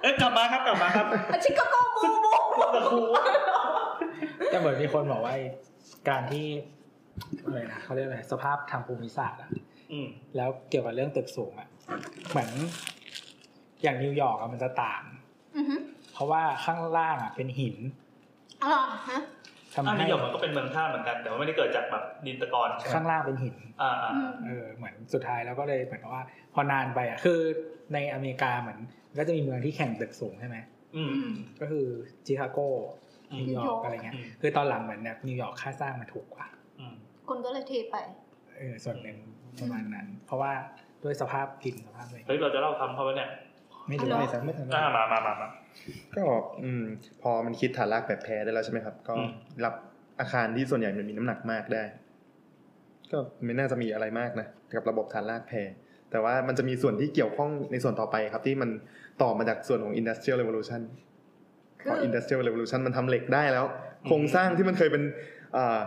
[SPEAKER 1] เอ๊ะกลับมาครับกลับมาครับ
[SPEAKER 4] อาชิคาโกบูบู
[SPEAKER 1] ตะครู
[SPEAKER 2] แต่เหมือนมีคนบอกว่าไอ้การที่อะไรนะเขาเรียกอะไรสภาพทางภูมิศาสตร์อะ
[SPEAKER 1] อืม
[SPEAKER 2] แล้วเกี่ยวกับเรื่องตึกสูงอะเหมือนอย่างนิวยอร์กอะมันจะต่าง
[SPEAKER 4] อือฮึ
[SPEAKER 2] เพราะว่าข้างล่างอะเป็นหิน
[SPEAKER 4] อร่อยฮะ
[SPEAKER 2] ทำ
[SPEAKER 1] อัน
[SPEAKER 2] ให้
[SPEAKER 1] นี้หยกมันก็เป็นเมืองท่าเหมือนกัน แต่ว่าไม่ได้เกิดจากแบบดินตะกอนใช่ไหม
[SPEAKER 2] ข้างล่างเป็นหิน
[SPEAKER 1] อ่าอ่า
[SPEAKER 4] อืม
[SPEAKER 2] เออเหมือนสุดท้ายแล้วก็เลยเหมือนกับว่า พอนานไปอะคือในอเมริกาเหมือนก็จะมีเมืองที่แข่งตึกสูงใช่ไหม
[SPEAKER 1] อืม
[SPEAKER 4] อืม
[SPEAKER 2] ก็คือชิคาโก
[SPEAKER 1] อืม
[SPEAKER 2] นิวยอร์กอะไรเงี้ย
[SPEAKER 1] อืม
[SPEAKER 2] คือตอนหลังเหมือนเนี่ยนิวยอร์กค่าสร้างมันถูกกว่า
[SPEAKER 1] อืม
[SPEAKER 4] คนก็เลยเทไป
[SPEAKER 2] เออส่วนหนึ่งประมาณนั้น เพราะว่าด้วยสภาพดินสภาพอะไร
[SPEAKER 1] เฮ้ยเราจะเล่าคำเขาไหมเนี่ย
[SPEAKER 2] ไม่รู้
[SPEAKER 4] อ๋อ
[SPEAKER 3] ไม่
[SPEAKER 4] เหรอ
[SPEAKER 3] ทันไม่ทัน
[SPEAKER 1] อ่ามามามามา
[SPEAKER 3] ก็อืมพอมันคิดฐานรากแบบแพ้ได้แล้วใช่ไหมครับ ก็
[SPEAKER 1] อืม
[SPEAKER 3] รับอาคารที่ส่วนใหญ่มันมีน้ำหนักมากได้ ก็ไม่น่าจะมีอะไรมากนะกับระบบฐานรากแพรแต่ว่ามันจะมีส่วนที่เกี่ยวข้องในส่วนต่อไปครับ ที่มันต่อมาจากส่วนของ Industrial Revolution
[SPEAKER 4] คื
[SPEAKER 3] พอ
[SPEAKER 4] อ
[SPEAKER 3] Industrial Revolution มันทำเหล็กได้แล้ว โครงสร้างที่มันเคยเป็นอ่า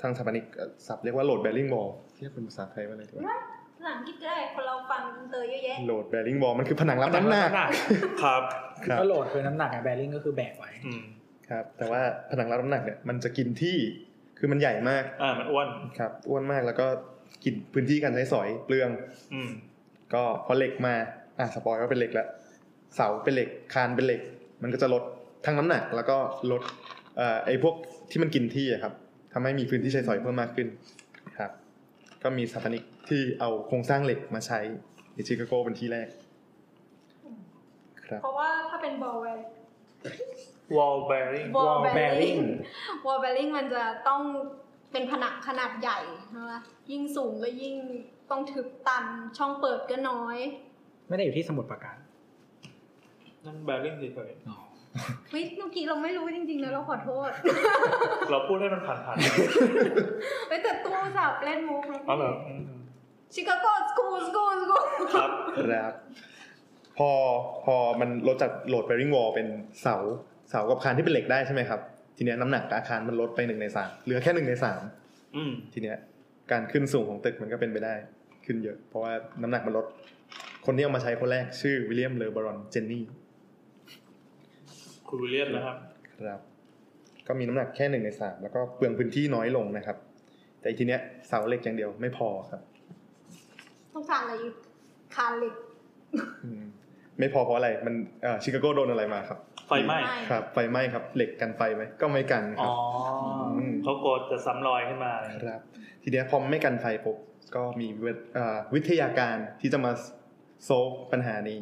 [SPEAKER 3] ทางสถาปนิกศัพท์เรียกว่า load bearing wall เรียกเป็นภาษาไทยว่าอะไรดีวะ
[SPEAKER 4] หลังคิดได้คนเราฟังอินเตอร์เยอะแยะ
[SPEAKER 3] โหลดแบริ่งบอลมันคือผนังรับน้ำหนัก
[SPEAKER 1] ครับ
[SPEAKER 3] ครับ
[SPEAKER 2] ก็โหลดเป็นน้ำหนักอะแบริ่งก็คือแบกไว้
[SPEAKER 1] อืม
[SPEAKER 3] ครับ แต่ว่าผนังรับน้ำหนักเนี่ยมันจะกินที่คือมันใหญ่มาก
[SPEAKER 1] อ่ามันอ้วน
[SPEAKER 3] ครับอ้วนมากแล้วก็กินพื้นที่การใช้สอยเปลือง
[SPEAKER 1] อืม
[SPEAKER 3] ก็พอเหล็กมาอ่ะสปอยว่าเป็นเหล็กละเสาเป็นเหล็กคานเป็นเหล็ก มันก็จะลดทั้งน้ำหนัก แล้วก็ลดเอ่อไอ้พวกที่มันกินที่อะครับทำให้มีพื้นที่ใช้สอยเพิ่มมากขึ้นครับ ก็มีสถาปนิกที่เอาโครงสร้างเหล็กมาใช้ในชิคาโกเป็นที่แรก ครับ
[SPEAKER 4] เพราะว่าถ้าเป็นบอลแวร์
[SPEAKER 1] wall bearing
[SPEAKER 4] บอล
[SPEAKER 2] wall
[SPEAKER 4] แบริ่ง
[SPEAKER 2] bearing
[SPEAKER 4] บอลแบริ่งมันจะต้องเป็นผนังขนาดใหญ่ใช่ไหมยิ่งสูงก็ยิ่งต้องทึบตันช่องเปิดก็น้อย
[SPEAKER 2] ไม่ได้อยู่ที่สมุดประการ
[SPEAKER 1] นั่น bearing เฉย
[SPEAKER 4] เฮ้ยเมื่อกี้เราไม่รู้จริงๆนะเราขอโทษ (laughs)
[SPEAKER 1] ๆเราพูดให้มันผ่านผ่าน
[SPEAKER 4] เฮ้ยแต่ตู้สับเล่นมุกนะ
[SPEAKER 1] อ๋อเหรอ
[SPEAKER 4] ชิคาโกสกูสกูสกู
[SPEAKER 1] ครับ
[SPEAKER 3] ครับพอพอมันลดจากโหลด bearing wall เป็นเสาเสากับอาคารที่เป็นเหล็กได้ใช่ไหมครับ ทีเนี้ยน้ำหนักอาคารมันลดไปหนึ่งในสามเหลือแค่หนึ่งในสาม
[SPEAKER 1] อืม
[SPEAKER 3] ทีเนี้ยการขึ้นสูงของตึกมันก็เป็นไปได้ขึ้นเยอะ เพราะว่าน้ำหนักมันลด คนที่เอามาใช้คนแรกชื่อวิลเลียมเลอบรอนเจนนี่
[SPEAKER 1] คุณวิลเลียมนะครับ
[SPEAKER 3] ครับ ก็มีน้ำหนักแค่หนึ่งในสามแล้วก็เปลืองพื้นที่น้อยลงนะครับ แต่ทีเนี้ยเสาเหล็กอย่างเดียวไม่พอครับ
[SPEAKER 4] ต้องการอะไรอีกคานเหล็ก
[SPEAKER 3] อืมไม่พอเพราะอะไรมันเอ่อชิคาโกโดนอะไรมาครับ
[SPEAKER 1] ไฟไหม้
[SPEAKER 4] ไฟไหม้
[SPEAKER 3] ครับไฟไหม้ครับเหล็กกันไฟไหมก็ไม่กันค
[SPEAKER 1] อ๋
[SPEAKER 3] รั
[SPEAKER 1] อบ อ
[SPEAKER 3] ม
[SPEAKER 1] เขาโกรธจะซ้ำรอยขึ้นมาอะไรอย่าง
[SPEAKER 3] ค
[SPEAKER 1] เงี้ย
[SPEAKER 3] รับทีเนี้ยพอไม่กันไฟปุ๊บก็มีเวทเอ่อวิทยาการที่จะมาโซฟปัญหานี้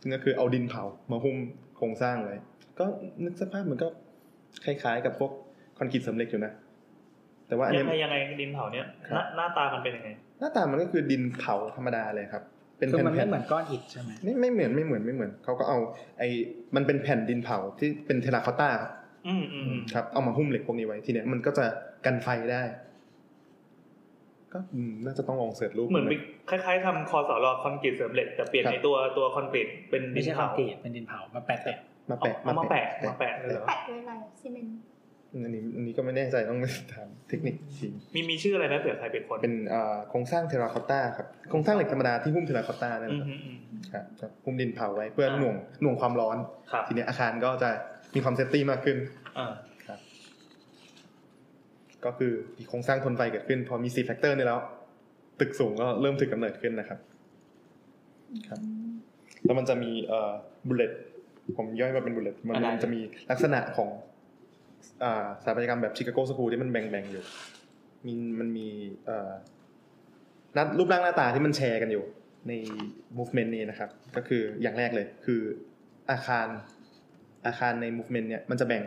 [SPEAKER 3] ซึ่งก็คือเอาดินเผามาหุ้มโครงสร้างไว้ก็นึกสภาพเหมือนก็คล้ายๆ กับพวกคอนกรีตสำเร็จอยู่นะ แต่ว่าอัน
[SPEAKER 1] ยังไง
[SPEAKER 3] เนี้ย
[SPEAKER 1] ยังไงดินเผาเนี่ย
[SPEAKER 3] ครับ
[SPEAKER 1] หน้าหน้าตามันเป็นยังไง
[SPEAKER 3] หน้าตามันก็คือดินเผาธรรมดาเลยครับ เป็น
[SPEAKER 2] คือมันไม่
[SPEAKER 3] แผ่นๆ
[SPEAKER 2] เหมือนก้อนอิฐใช่ไหม
[SPEAKER 3] ไม่ไม่เหมือนไม่เหมือนไม่เหมือนเขาก็เอาไอ้มันเป็นแผ่นดินเผาที่เป็นเทราคอตต้าครับ
[SPEAKER 1] อืมอืมอืม
[SPEAKER 3] ครับเอามาหุ้มเหล็กพวกนี้ไว้ทีเนี้ยมันก็จะกันไฟได้ ก็อืมน่าจะต้องลองเสิร์ชรูป
[SPEAKER 1] เหมือนไป
[SPEAKER 3] ดูะ
[SPEAKER 1] คล้ายๆทำคอสอรอคอนกรีตเสริมเหล็กแต่เปลี่ยน
[SPEAKER 3] ครับ
[SPEAKER 1] ในตัวตัวคอนกรีตเป็นดิ
[SPEAKER 2] ไม่
[SPEAKER 1] น
[SPEAKER 2] ใช่คอ
[SPEAKER 1] เผาน
[SPEAKER 2] กรีตเป็นดินเผามาแปะแปะ
[SPEAKER 3] มา
[SPEAKER 1] เอา
[SPEAKER 3] แปะ
[SPEAKER 1] เอามาแปะมาแปะเลยเหรอ
[SPEAKER 4] แปะด้วยอะไรซีเมนต์
[SPEAKER 3] อันนี้อันนี้ก็ไม่แน่ใจต้องไปถามเทคนิคอีกที
[SPEAKER 1] มีมีชื่ออะไรไหมเผื่อใครเป็นคน
[SPEAKER 3] เป็นเอ่อโครงสร้างเทราคอตตาครับโครงสร้างเหล็กธรรมดาที่หุ้มเทราคอตตานั่นแห
[SPEAKER 1] อื
[SPEAKER 3] ละ
[SPEAKER 1] ม
[SPEAKER 3] ครับ
[SPEAKER 1] อืมอืม
[SPEAKER 3] ครับก็หุ้มดินเผาไว้เพื่อ
[SPEAKER 1] ครับ
[SPEAKER 3] หน่วงหน่วงความร้อน
[SPEAKER 1] ครับ
[SPEAKER 3] ทีนี้อาคารก็จะมีความเซฟตี้มากขึ้น
[SPEAKER 1] อ่า
[SPEAKER 3] ก็คือมีโครงสร้างทนไฟเกิดขึ้น พอมี C factor นี่แล้ว ตึกสูงก็เริ่มถึกกำเนิดขึ้นนะครับ ครับ แล้วมันจะมีเอ่อบุลเลตผมย่อยมาเป็นบุลเลตมันมันจะมีลักษณะของอ่าสถาปัตยกรรมแบบชิคาโกสกูที่มันแบ่งๆอยู่ มีมันมีเอ่อหนารูปร่างหน้าตาที่มันแชร์กันอยู่ใน movement นี้นะครับ ก็คืออย่างแรกเลยคืออาคารอาคารใน movement เนี่ยมันจะแบ่ง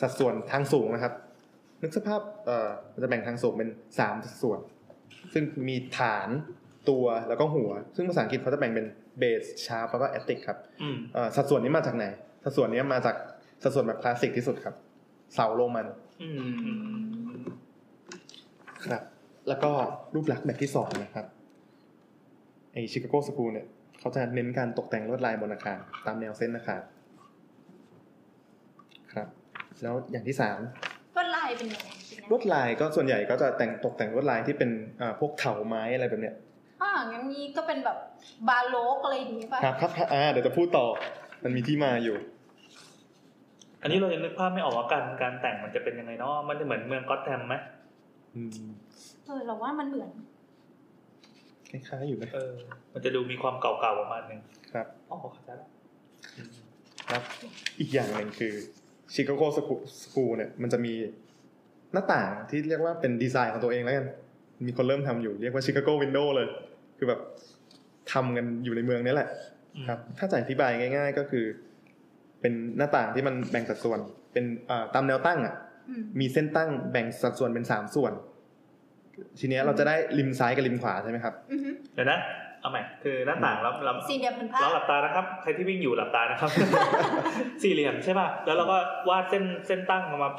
[SPEAKER 3] สัดส่วนทางสูงนะครับ นึกสภาพเอ่อมันจะแบ่งทางสูงเป็นสามส่วน ซึ่งมีฐานตัวแล้วก็หัว ซึ่งภาษาอังกฤษเขาจะแบ่งเป็นเบสชาร์ปแล้วก็แอตติกครับ
[SPEAKER 1] อืม
[SPEAKER 3] เอ่อสัดส่วนนี้มาจากไหน สัดส่วนนี้มาจากสัดส่วนแบบคลาสสิกที่สุดครับ เสาโรมัน
[SPEAKER 1] อืมอืมอืม
[SPEAKER 3] ครับ แล้วก็รูปลักษณ์แบบที่สองนะครับไอชิคาโกสกูเนี่ยเขาจะเน้นการตกแต่งลวดลายบนอาคารตามแนวเส้นอาคารครับ แล้วอย่างที่สาม
[SPEAKER 4] ลวดลายเป็นยังไงคิดนะ
[SPEAKER 3] ลวดลายก็ส่วนใหญ่ก็จะแต่งตกแต่งลวดลายที่เป็นอ่าพวกเถาไม้อะไรแบบเนี้ย
[SPEAKER 4] อ่างั้นนี้ก็เป็นแบบบาโลกอะไรอย่างนี้ป่ะ
[SPEAKER 3] ครับครับอ่าเดี๋ยวจะพูดต่อมันมีที่มาอยู่
[SPEAKER 1] อันนี้เรายังนึกภาพไม่ออกว่าการการแต่งมันจะเป็นยังไงเนาะมันจะเหมือนเมืองก็อตแทมไหม
[SPEAKER 3] อืม
[SPEAKER 4] เออเราว่ามันเหมือน
[SPEAKER 3] คล้ายๆอยู่นะ
[SPEAKER 1] เออ มันจะดูมีความเก่าๆประมาณหนึ่ง
[SPEAKER 3] ครับ
[SPEAKER 1] อ๋อเข้าใจละ
[SPEAKER 3] ครับอีกอย่างหนึ่งคือชิคาโกสกูเนี่ยมันจะมีหน้าต่างที่เรียกว่าเป็นดีไซน์ของตัวเองแล้วกัน มีคนเริ่มทำอยู่เรียกว่าชิคาโกวินโดเลย คือแบบทำกันอยู่ในเมืองนี้แหละ
[SPEAKER 1] อืม
[SPEAKER 3] ครับถ้าจะอธิบายง่าย ๆ ก็คือ เป็นหน้าต่างที่มันแบ่งสัดส่วน เป็นอ่าตามแนวตั้งอ่ะ
[SPEAKER 4] อืม
[SPEAKER 3] มีเส้นตั้งแบ่งสัดส่วนเป็นสามส่วน ทีเนี้ยเราจะได้ริมซ้ายกับริมขวาใช่ไหมครับ
[SPEAKER 4] อือฮึ
[SPEAKER 1] เดี๋ยวนะเอาใหม่คือหน้าต่างรับรับ
[SPEAKER 4] สี่เหลี่ยมผืนผ้า
[SPEAKER 1] เราหลับตานะครับ ใครที่วิ่งอยู่หลับตานะครับ สี่เหลี่ยมใช่ป่ะ แล้วเราก็วาดเส้นเส้นตั้งออกมา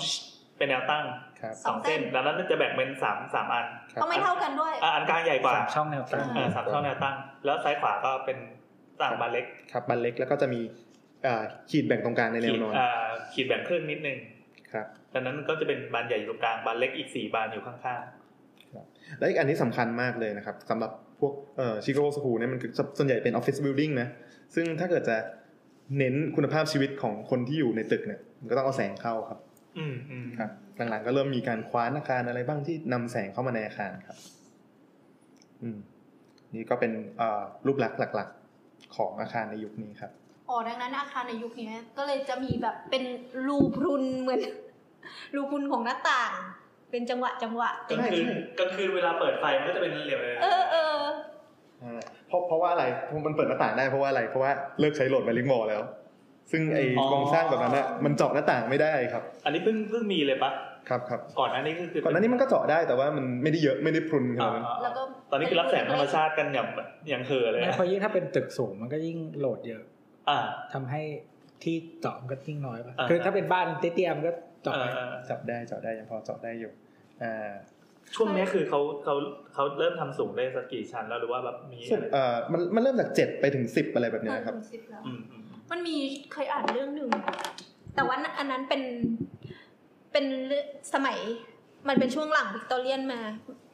[SPEAKER 1] เป็นแนวตั้ง
[SPEAKER 3] ครับ
[SPEAKER 1] สองเส้น แล้วนั้นจะแบ่งเป็นสามสามอัน
[SPEAKER 4] ต้องไม่เท่ากันด้วย
[SPEAKER 1] อ่ะอันกลางใหญ่กว่า
[SPEAKER 2] สามช่องแนวตั้ง
[SPEAKER 1] เออสามช่องแนวตั้ง แล้วซ้ายขวาก็เป็นต่างบานเล็ก
[SPEAKER 3] ครับบันเล็กแล้วก็จะมีอ่าขีดแบ่งตรงกลางในแน
[SPEAKER 1] ขี
[SPEAKER 3] ว
[SPEAKER 1] ด
[SPEAKER 3] นอน
[SPEAKER 1] เอ่อขีดแบ่งครึ่งนิดนึง
[SPEAKER 3] ครับ
[SPEAKER 1] ดังนั้นก็จะเป็นบานใหญ่อยู่ตรงกลางบานเล็กอีกสี่บานอยู่ข้าง
[SPEAKER 3] และอีกอันนี้สำคัญมากเลยนะครับสำหรับพวกเอ่อชิคาโกสคูเนี่ยมันคือส่วนใหญ่เป็นออฟฟิศบิลดิ่งนะ ซึ่งถ้าเกิดจะเน้นคุณภาพชีวิตของคนที่อยู่ในตึกเนี่ยมันก็ต้องเอาแสงเข้าครับ
[SPEAKER 1] ๆ อืมอืม
[SPEAKER 3] ครับ หลังๆก็เริ่มมีการคว้านอาคารอะไรบ้างที่นำแสงเข้ามาในอาคารครับ อืมนี่ก็เป็นเอ่อรูปลักษณ์หลัก ๆ ของอาคารในยุคนี้ครับ
[SPEAKER 4] อ๋อดังนั้นอาคารในยุคนี้ก็เลยจะมีแบบเป็นรูพรุนเหมือน (laughs) รูพรุนของหน้าต่าง เป็นจังหวะจังหวะ
[SPEAKER 1] กลางคืนกลางคืนเวลาเปิดไฟมันก็จะเป็นเหลี่ยมเลย
[SPEAKER 4] เออเออ
[SPEAKER 3] อ่าเพราะเพราะว่าอะไรเพราะมันเปิดหน้าต่างได้เพราะว่าอะไร เพราะว่าเลิกใช้โหลดมาลิงก์บอลแล้ว ซึ่งไอ้โครงสร้างแบบนั้นน่ะมันเจาะหน้าต่างไม่ได้ครับ
[SPEAKER 1] อันนี้เพิ่งเพิ่งมีเลยปะ
[SPEAKER 3] ครับครับ
[SPEAKER 1] ก่อนหน้านี้ก็คือ
[SPEAKER 3] ก่อนหน้านี้มันก็เจาะได้แต่ว่ามันไม่ได้เยอะไม่ได้พรุนข
[SPEAKER 1] อ่า
[SPEAKER 3] นาดนั้น
[SPEAKER 1] อ่า
[SPEAKER 4] แล้วก็
[SPEAKER 1] ตอนนี้คือรับแสงธรรมชาติกันอย่างแบบอย่างเห่อะเลย
[SPEAKER 2] ไม่
[SPEAKER 1] อะ
[SPEAKER 2] พอยิ่งถ้าเป็นตึกสูงมันก็ยิ่งโหลดเยอะ
[SPEAKER 1] อ่า
[SPEAKER 2] ทำให้ที่เจาะมันก็ยิ่งน้อยปะ
[SPEAKER 1] อ่า
[SPEAKER 2] คือถ้าเป็นบ้านเตี้ยๆมันก็เจาะไป
[SPEAKER 1] อ่า
[SPEAKER 3] จับได้เจาะได้ยังพอเจาะได้อยู่อ่า
[SPEAKER 1] ช่วงเนี้ยคือเขาเขาเขาเริ่มทำสูงได้สักกี่ชั้นแล้วหรือว่าแบบมี
[SPEAKER 3] ส่
[SPEAKER 1] อะ
[SPEAKER 3] วน
[SPEAKER 1] ไร
[SPEAKER 3] เอ่อมันมันเริ่มจากเจ็ดไปถึงสิบอะไรแบบเนี้ยครับ
[SPEAKER 4] เออสิบแล้ว
[SPEAKER 1] อืมอืมอืม
[SPEAKER 4] มันมีเคยอ่านเรื่องหนึ่ง แต่ว่าอันนั้นเป็นเป็นเรื่องสมัยมันเป็นช่วงหลังวิกตอเรียนมา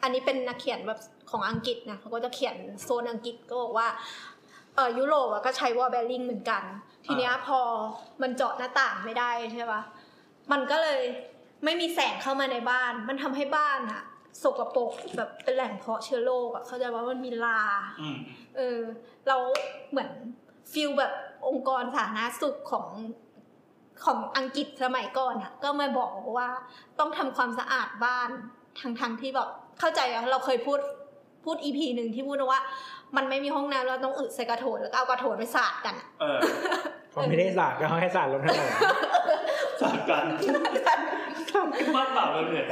[SPEAKER 4] อันนี้เป็นนักเขียนแบบของอังกฤษนะเขาก็จะเขียนโซนอังกฤษก็บอกว่าเออยุโรปอะก็ใช้วอลเบลลิงเหมือนกัน ทีเนี้ยพอมันเจาะหน้าต่างไม่ได้ใช่ปะมันก็เลยไม่มีแสงเข้ามาในบ้าน มันทำให้บ้านอะสกปรกแบบเป็นแหล่งเพาะเชื้อโรคอะเข้าใจว่ามันมีลา
[SPEAKER 1] อืม
[SPEAKER 4] เออเราเหมือนฟิลแบบองค์กรสาธารณสุขของของอังกฤษสมัยก่อนอะก็มาบอกว่าต้องทำความสะอาดบ้านทางทางๆที่แบบเข้าใจอะเราเคยพูดพูดอีพีหนึ่งที่พูดว่า มันไม่มีห้องน้ำเราต้องอึใส่กระโถนแล้วก็เอากระโถนไปสาดกันอะ
[SPEAKER 1] เออ
[SPEAKER 2] พอไม่ได้สาดก็ให้สาดลงถนน (laughs)
[SPEAKER 1] สามกันบ้านเปล่าเราเหนื่อย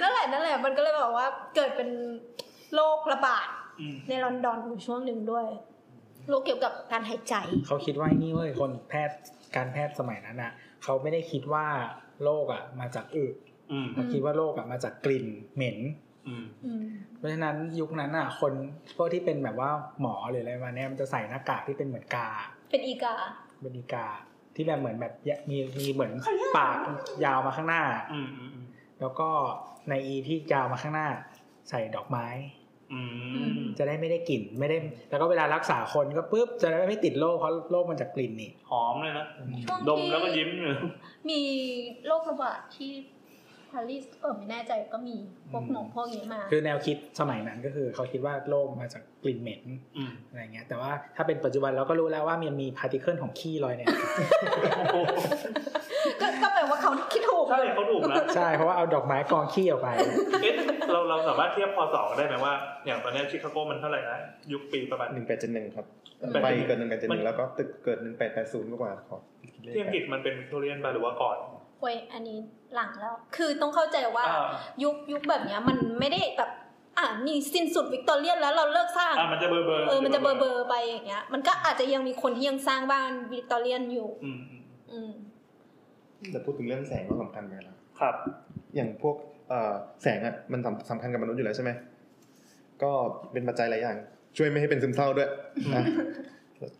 [SPEAKER 4] นั่นแหละนั่นแหละมันก็เลยบอกว่าเกิดเป็นโรคระบาด
[SPEAKER 1] อืม
[SPEAKER 4] ในลอนดอนอยู่ช่วงหนึ่งด้วยโรคเกี่ยวกับการหายใจ
[SPEAKER 2] เขาคิดว่าไอ้นี่เว้ยคนแพทย์การแพทย์สมัยนั้นอ่ะเขาไม่ได้คิดว่าโรคอ่ะมาจากอึ
[SPEAKER 1] อืม
[SPEAKER 2] เขาคิดว่าโรคอ่ะมาจากกลิ่นเหม็น
[SPEAKER 1] อืม
[SPEAKER 5] อืม
[SPEAKER 2] เพราะฉะนั้นยุคนั้นอ่ะ คนพวกที่เป็นแบบว่าหมอหรืออะไรประมาณเนี้ยมันจะใส่หน้ากากที่เป็นเหมือนกา
[SPEAKER 5] เป็นอีกา
[SPEAKER 2] บริกาที่แบบเหมือนแบบยะมีมีเหมือนปากยาวมาข้างหน้า
[SPEAKER 1] อืมอืมอืม
[SPEAKER 2] แล้วก็ในอีที่ยาวมาข้างหน้า ใส่ดอกไม้
[SPEAKER 1] อืม
[SPEAKER 2] จะได้ไม่ได้กลิ่นไม่ได้ แล้วก็เวลารักษาคนก็ปุ๊บจะได้ไม่ติดโรคเพราะโรคมันจากกลิ่นนี่
[SPEAKER 1] หอมเลยนะ
[SPEAKER 5] ช่วง
[SPEAKER 1] ดม
[SPEAKER 5] ที่
[SPEAKER 1] แล้วก็ยิ้มเลย
[SPEAKER 5] มีโรคระบาดที่ปารีสก็ไม่แน่ใจก็มีพวกหนองพวกนี้มา
[SPEAKER 2] คือแนวคิดสมัยนั้นก็คือ เขาคิดว่าโรคมาจากกลิ่นเหม็น
[SPEAKER 1] อืม
[SPEAKER 2] อะไรเงี้ย แต่ว่าถ้าเป็นปัจจุบันเราก็รู้แล้วว่ามันมีพาร์ติเคิลของขี้ลอย (coughs) เนี่ย
[SPEAKER 5] ก็ก็แปลว่าเขาคิดถูก
[SPEAKER 1] ใช่เขาถูกนะ
[SPEAKER 2] ใช่เพราะว่าเอาดอกไม้กองขี้ออกไป
[SPEAKER 1] เอ๊ะเราเราสามารถเทียบพอสอได้ไหมว่า อย่างตอนเนี้ยชิคาโกมันเท่าไหร่นะ ยุคปีประมาณ
[SPEAKER 3] หนึ่งแปดเจ็ดหนึ่งครับ
[SPEAKER 1] อืม
[SPEAKER 3] ไปเกิดหนึ่งแปดเจ็ดหนึ่งแล้วก็ตึกเกิดหนึ่งแปดแปดศูนย์กว่าขอ
[SPEAKER 1] ที่อังกฤษมันเป็นวิกตอเรียนไปหรือว่าก่อน
[SPEAKER 5] โอ้ยอันนี้หลังแล้ว คือต้องเข้าใจว่า
[SPEAKER 1] อ่า
[SPEAKER 5] ยุคยุคแบบเนี้ยมันไม่ได้แบบ อ่ะมีสิ้นสุดวิกตอเรียนแล้วเราเลิกสร้าง
[SPEAKER 1] อ่ามันจะเบอร์เบอร์
[SPEAKER 5] เออ มันจะเบอร์เบอร์ไปอย่างเงี้ย มันก็อาจจะยังมีคนที่ยังสร้างบ้านวิกตอเรียนอยู่
[SPEAKER 1] อืมอืม
[SPEAKER 5] อืม
[SPEAKER 3] แต่พูดถึงเรื่องแสงก็สำคัญเหมือนกันนะ
[SPEAKER 1] ครับ
[SPEAKER 3] อย่างพวกเอ่อแสงอ่ะมันสำสำคัญกับมนุษย์อยู่แล้วใช่ไหมก็เป็นปัจจัยหลายอย่าง ช่วยไม่ให้เป็นซึมเศร้าด้วยนะ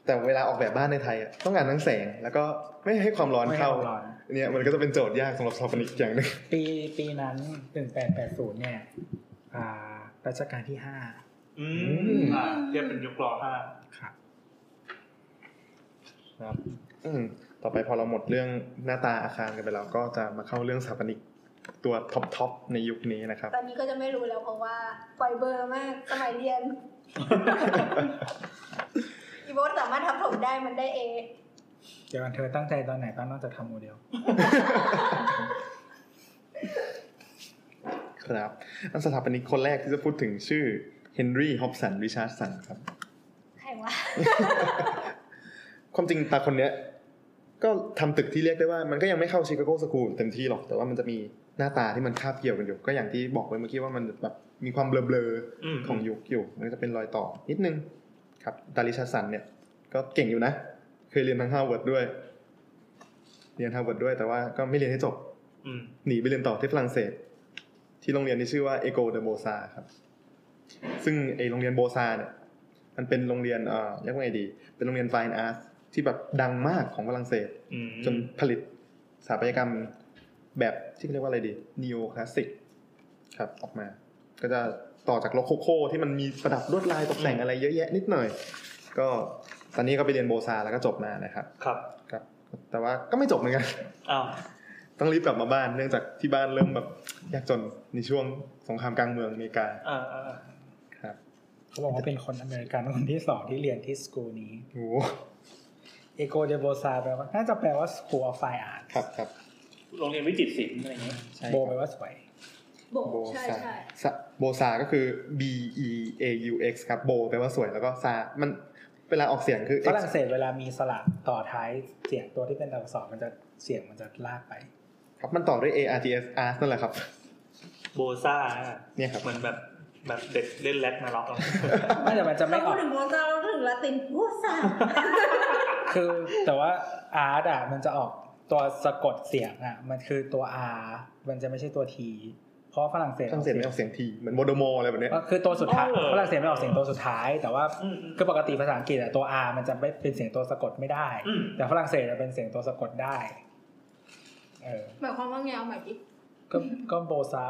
[SPEAKER 3] แต่เวลาออกแบบบ้านในไทยอ่ะต้องการทั้งแสงแล้วก็ไม่ให้ความร้อน
[SPEAKER 2] ไม่ให้
[SPEAKER 3] เข้า
[SPEAKER 2] ความร้อน
[SPEAKER 3] เนี่ยมันก็จะเป็นโจทย์ยากสำหรับสถาปนิกอย่างหนึง
[SPEAKER 2] ปีปีนั้นถึงแปดแปดศูนย์เนี่ย อ่ารัชกาลที่ห้า
[SPEAKER 1] อืมอ่าเทียบเป็นยุครอห้า
[SPEAKER 2] ครับ
[SPEAKER 3] นะครับอืมต่อไปพอเราหมดเรื่องหน้าตาอาคารกันไปแล้วก็จะมาเข้าเรื่องสถาปนิกตัวท็อปทในยุคนี้นะครับ
[SPEAKER 5] ตอนนี้ก็จะไม่รู้แล้วเพราะว่าปล่อยเบอร์มากสมัยเรียน อีโบทสามารถทับผมได้มันได้เอ
[SPEAKER 2] เดี๋ยวกันเธอตั้งใจตอนไหนบ้างนอกจากทำโมเดล
[SPEAKER 3] ครับอันสถาปนิกคนแรกที่จะพูดถึงชื่อเฮนรี่ฮอปสันริชาร์ดสันครับ
[SPEAKER 5] ใครวะ
[SPEAKER 3] ความจริงตาคนเนี้ยก็ทำตึกที่เรียกได้ว่ามันก็ยังไม่เข้าชิคาโกสคูลเต็มที่หรอก แต่ว่ามันจะมีหน้าตาที่มันคาบเกี่ยวกันอยู่ ก็อย่างที่บอกไปเมื่อกี้ว่ามันแบบมีความเบลอ
[SPEAKER 1] อืม
[SPEAKER 3] ๆของยุคอยู่ มันก็จะเป็นรอยต่อนิดนึง ครับดาริชาสันเนี่ย ก็เก่งอยู่นะ เคยเรียนทั้งฮาร์วาร์ดด้วย เรียนฮาร์วาร์ดด้วยแต่ว่าก็ไม่เรียนให้จบ
[SPEAKER 1] อืม
[SPEAKER 3] หนีไปเรียนต่อที่ฝรั่งเศส ที่โรงเรียนที่ชื่อว่าเอโกเดโบซาครับ ซึ่งไอโรงเรียนโบซาเนี่ยมันเป็นโรงเรียนเอ่อเรียกว่าไงดี เป็นโรงเรียนไฟน์อาร์ตที่แบบดังมากของฝรั่งเศส
[SPEAKER 1] อืม
[SPEAKER 3] จนผลิตสถาปัตยกรรมแบบที่เรียกว่าอะไรดีนีโอคลาสสิกครับออกมา ก็จะต่อจากโลโคโคที่มันมีประดับลวดลายตกแต่งอะไรเยอะแยะนิดหน่อย ก็ตอนนี้ก็ไปเรียนโบซาแล้วก็จบมานะครับ
[SPEAKER 1] ครับ
[SPEAKER 3] ครับ แต่ว่าก็ไม่จบเหมือนกัน
[SPEAKER 1] อ้าว
[SPEAKER 3] ต้องรีบกลับมาบ้านเนื่องจากที่บ้านเริ่มแบบยากจนในช่วงสงครามกลางเมืองอเมริกา
[SPEAKER 1] อ่าอ่าอ่า
[SPEAKER 3] ครับ
[SPEAKER 2] เขาบอกว่าเป็นคนอเมริกันคนที่สองที่เรียนที่สกูลนี้
[SPEAKER 3] โอ้
[SPEAKER 2] เอโกเดโบซาแปลว่าน่าจะแปลว่า School of Fine Art
[SPEAKER 3] ครับครับ
[SPEAKER 1] โรงเรียนวิจิตรศิลป์อะไรอย่างเงี้ย
[SPEAKER 3] ใช่
[SPEAKER 2] โบ
[SPEAKER 3] ค
[SPEAKER 2] แปล
[SPEAKER 3] รับ
[SPEAKER 2] ว่าสวย
[SPEAKER 5] โบ
[SPEAKER 3] โบ
[SPEAKER 5] ใช่
[SPEAKER 3] ซา
[SPEAKER 5] ใช่
[SPEAKER 3] ซะโบซาก็คือ B E A U X ครับโบแปลว่าสวยแล้วก็ซามันเวลาออกเสียงคือ
[SPEAKER 2] ฝ
[SPEAKER 3] X
[SPEAKER 2] รั่งเศสเวลามีสระต่อท้ายเสียงตัวที่เป็นตัวอักษรมันจะเสียงมันจะลากไป (laughs)
[SPEAKER 3] ครับมันต่อด้วย A R T S R นั่นแหละครับ
[SPEAKER 1] โบซ่าอ่ะ
[SPEAKER 3] เนี่ยครับ
[SPEAKER 1] เหมือนแบบแบบเด็กเล่นแร็กนาล็อกอะ
[SPEAKER 2] ไม่แต่มันจะไม่
[SPEAKER 5] เรา
[SPEAKER 2] อ
[SPEAKER 5] พู
[SPEAKER 2] อ
[SPEAKER 5] ด
[SPEAKER 2] ก
[SPEAKER 5] ถึงโมซาร์ทเราถึงลาตินโมซาร์ท
[SPEAKER 2] คือแต่ว่าอาร์ตอ่ะมันจะออกตัวสะกดเสียงอ่ะมันคือตัว R มันจะไม่ใช่ตัว T เพราะฝรั่งเศส
[SPEAKER 3] ฝรั่งเศสไม่ออกเสียงทีเหมือนโบโดโมอะไรแบบเนี้ย
[SPEAKER 2] ก็คือตัวสุดท้ายฝรั่งเศสไม่ออกเสียงตัวสุดท้าย แต่ว่า
[SPEAKER 1] อืมอืม
[SPEAKER 2] คือปกติภาษาอังกฤษอ่ะตัว R มันจะไม่เป็นเสียงตัวสะกดไม่ได้
[SPEAKER 1] อืม
[SPEAKER 2] แต่ฝรั่งเศสจะเป็นเสียงตัวสะกดได้ เออ
[SPEAKER 4] หมายความว่าไงเอาใหม่ดิ
[SPEAKER 2] ก็ก็โบซา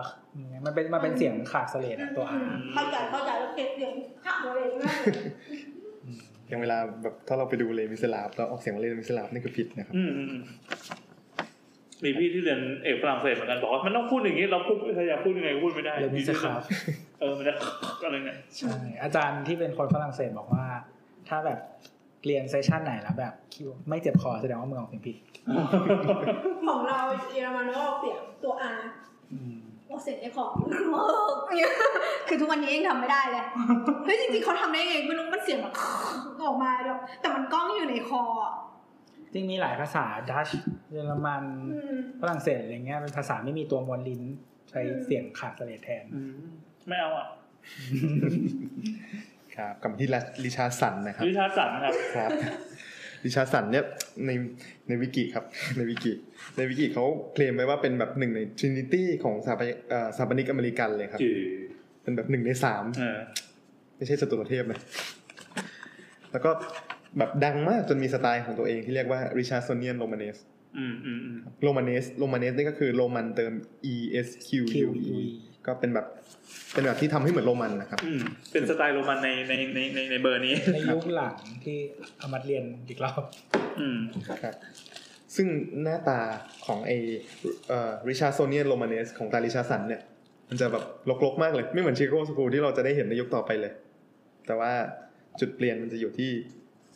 [SPEAKER 2] มันเป็นมันเป็นเสียงขาดเสลดอะตัวอา
[SPEAKER 5] เข้าใจเข้าใจแล้วเก็บเสียงขับตัวเองมาก
[SPEAKER 3] อย่างเวลาแบบถ้าเราไปดูเลมิสลาฟแล้วออกเสียงว่าเลมิสลาฟนี่คือผิดนะครับ
[SPEAKER 1] อืมอืมอืมมีพี่ที่เรียนเอกฝรั่งเศสเหมือนกันบอกว่ามันต้องพูดอย่างนี้เราพูดพยายามพูดยังไงก็พูดไม่ได้
[SPEAKER 2] เลมิสครับ
[SPEAKER 1] เออมันจะอะไรเนี่ย
[SPEAKER 2] ใช่อาจารย์ที่เป็นคนฝรั่งเศสบอกว่า ถ้าแบบเรียนเซสชันไหนแล้วแบบคิวไม่เจ็บคอแสดงว่ามึงออกเสียงผิด
[SPEAKER 4] (laughs) ของเราเยอรมันก็ออกเสียงตัว R
[SPEAKER 5] โอเสียงไอ้
[SPEAKER 4] (laughs)
[SPEAKER 5] ของเนี่ยคือทุกวันนี้ยังทำไม่ได้เลย
[SPEAKER 4] เฮ้ยจริงๆเขาทำได้ไงไม่รู้มันเสียงแบบ ออกมาแบบแต่มันก้องอยู่ในคออะ
[SPEAKER 2] จริงมีหลายภาษาดัชเยอรมัน
[SPEAKER 4] อืม
[SPEAKER 2] ฝรั่งเศสอะไรเงี้ยเป็นภาษาไม่มีตัวมวลลิ้นใช้เสียงขาดเสลดแทน
[SPEAKER 1] อืมไม่เอาอ่ะ
[SPEAKER 3] ครับกลับมาที่ลิชาสันนะครับ
[SPEAKER 1] วิชาสันครับ
[SPEAKER 3] ครับ (laughs) ดิชาร์ดสันเนี่ยในในวิกิครับ (laughs) ในวิกิในวิกิเขาเคลมไว้ว่าเป็นแบบหนึ่งในทรินิตี้ของสถาปนิกเอ่อสถาปนิกอเมริกันเลยครับ
[SPEAKER 1] จือ
[SPEAKER 3] เป็นแบบหนึ่งในสาม
[SPEAKER 1] เออ
[SPEAKER 3] ไม่ใช่สตุรเทพนะ (laughs) แล้วก็แบบดังมากจนมีสไตล์ของตัวเองที่เรียกว่าริชาร์ดโซเนียนโรมาเนส
[SPEAKER 1] อืมอืมอืม
[SPEAKER 3] โรมาเนสโรมาเนสนี่ก็คือโรมันเติม e s q u e ก็เป็นแบบเป็นแบบที่ทำให้เหมือนโรมันนะครับ
[SPEAKER 1] อืมเป็นสไตล์โรมันในในในในในเบอร์นี้
[SPEAKER 2] ในยุคหลังที่เอามาเรียนอีกรอบ
[SPEAKER 1] อืม
[SPEAKER 3] ครับ ซึ่งหน้าตาของไอเอ่อริชาร์ดโซเนียนโรมาเนสของตาริชาร์ดสันเนี่ย มันจะแบบลกๆมากเลย ไม่เหมือนชิโก้สกูที่เราจะได้เห็นในยุคต่อไปเลย แต่ว่าจุดเปลี่ยนมันจะอยู่ที่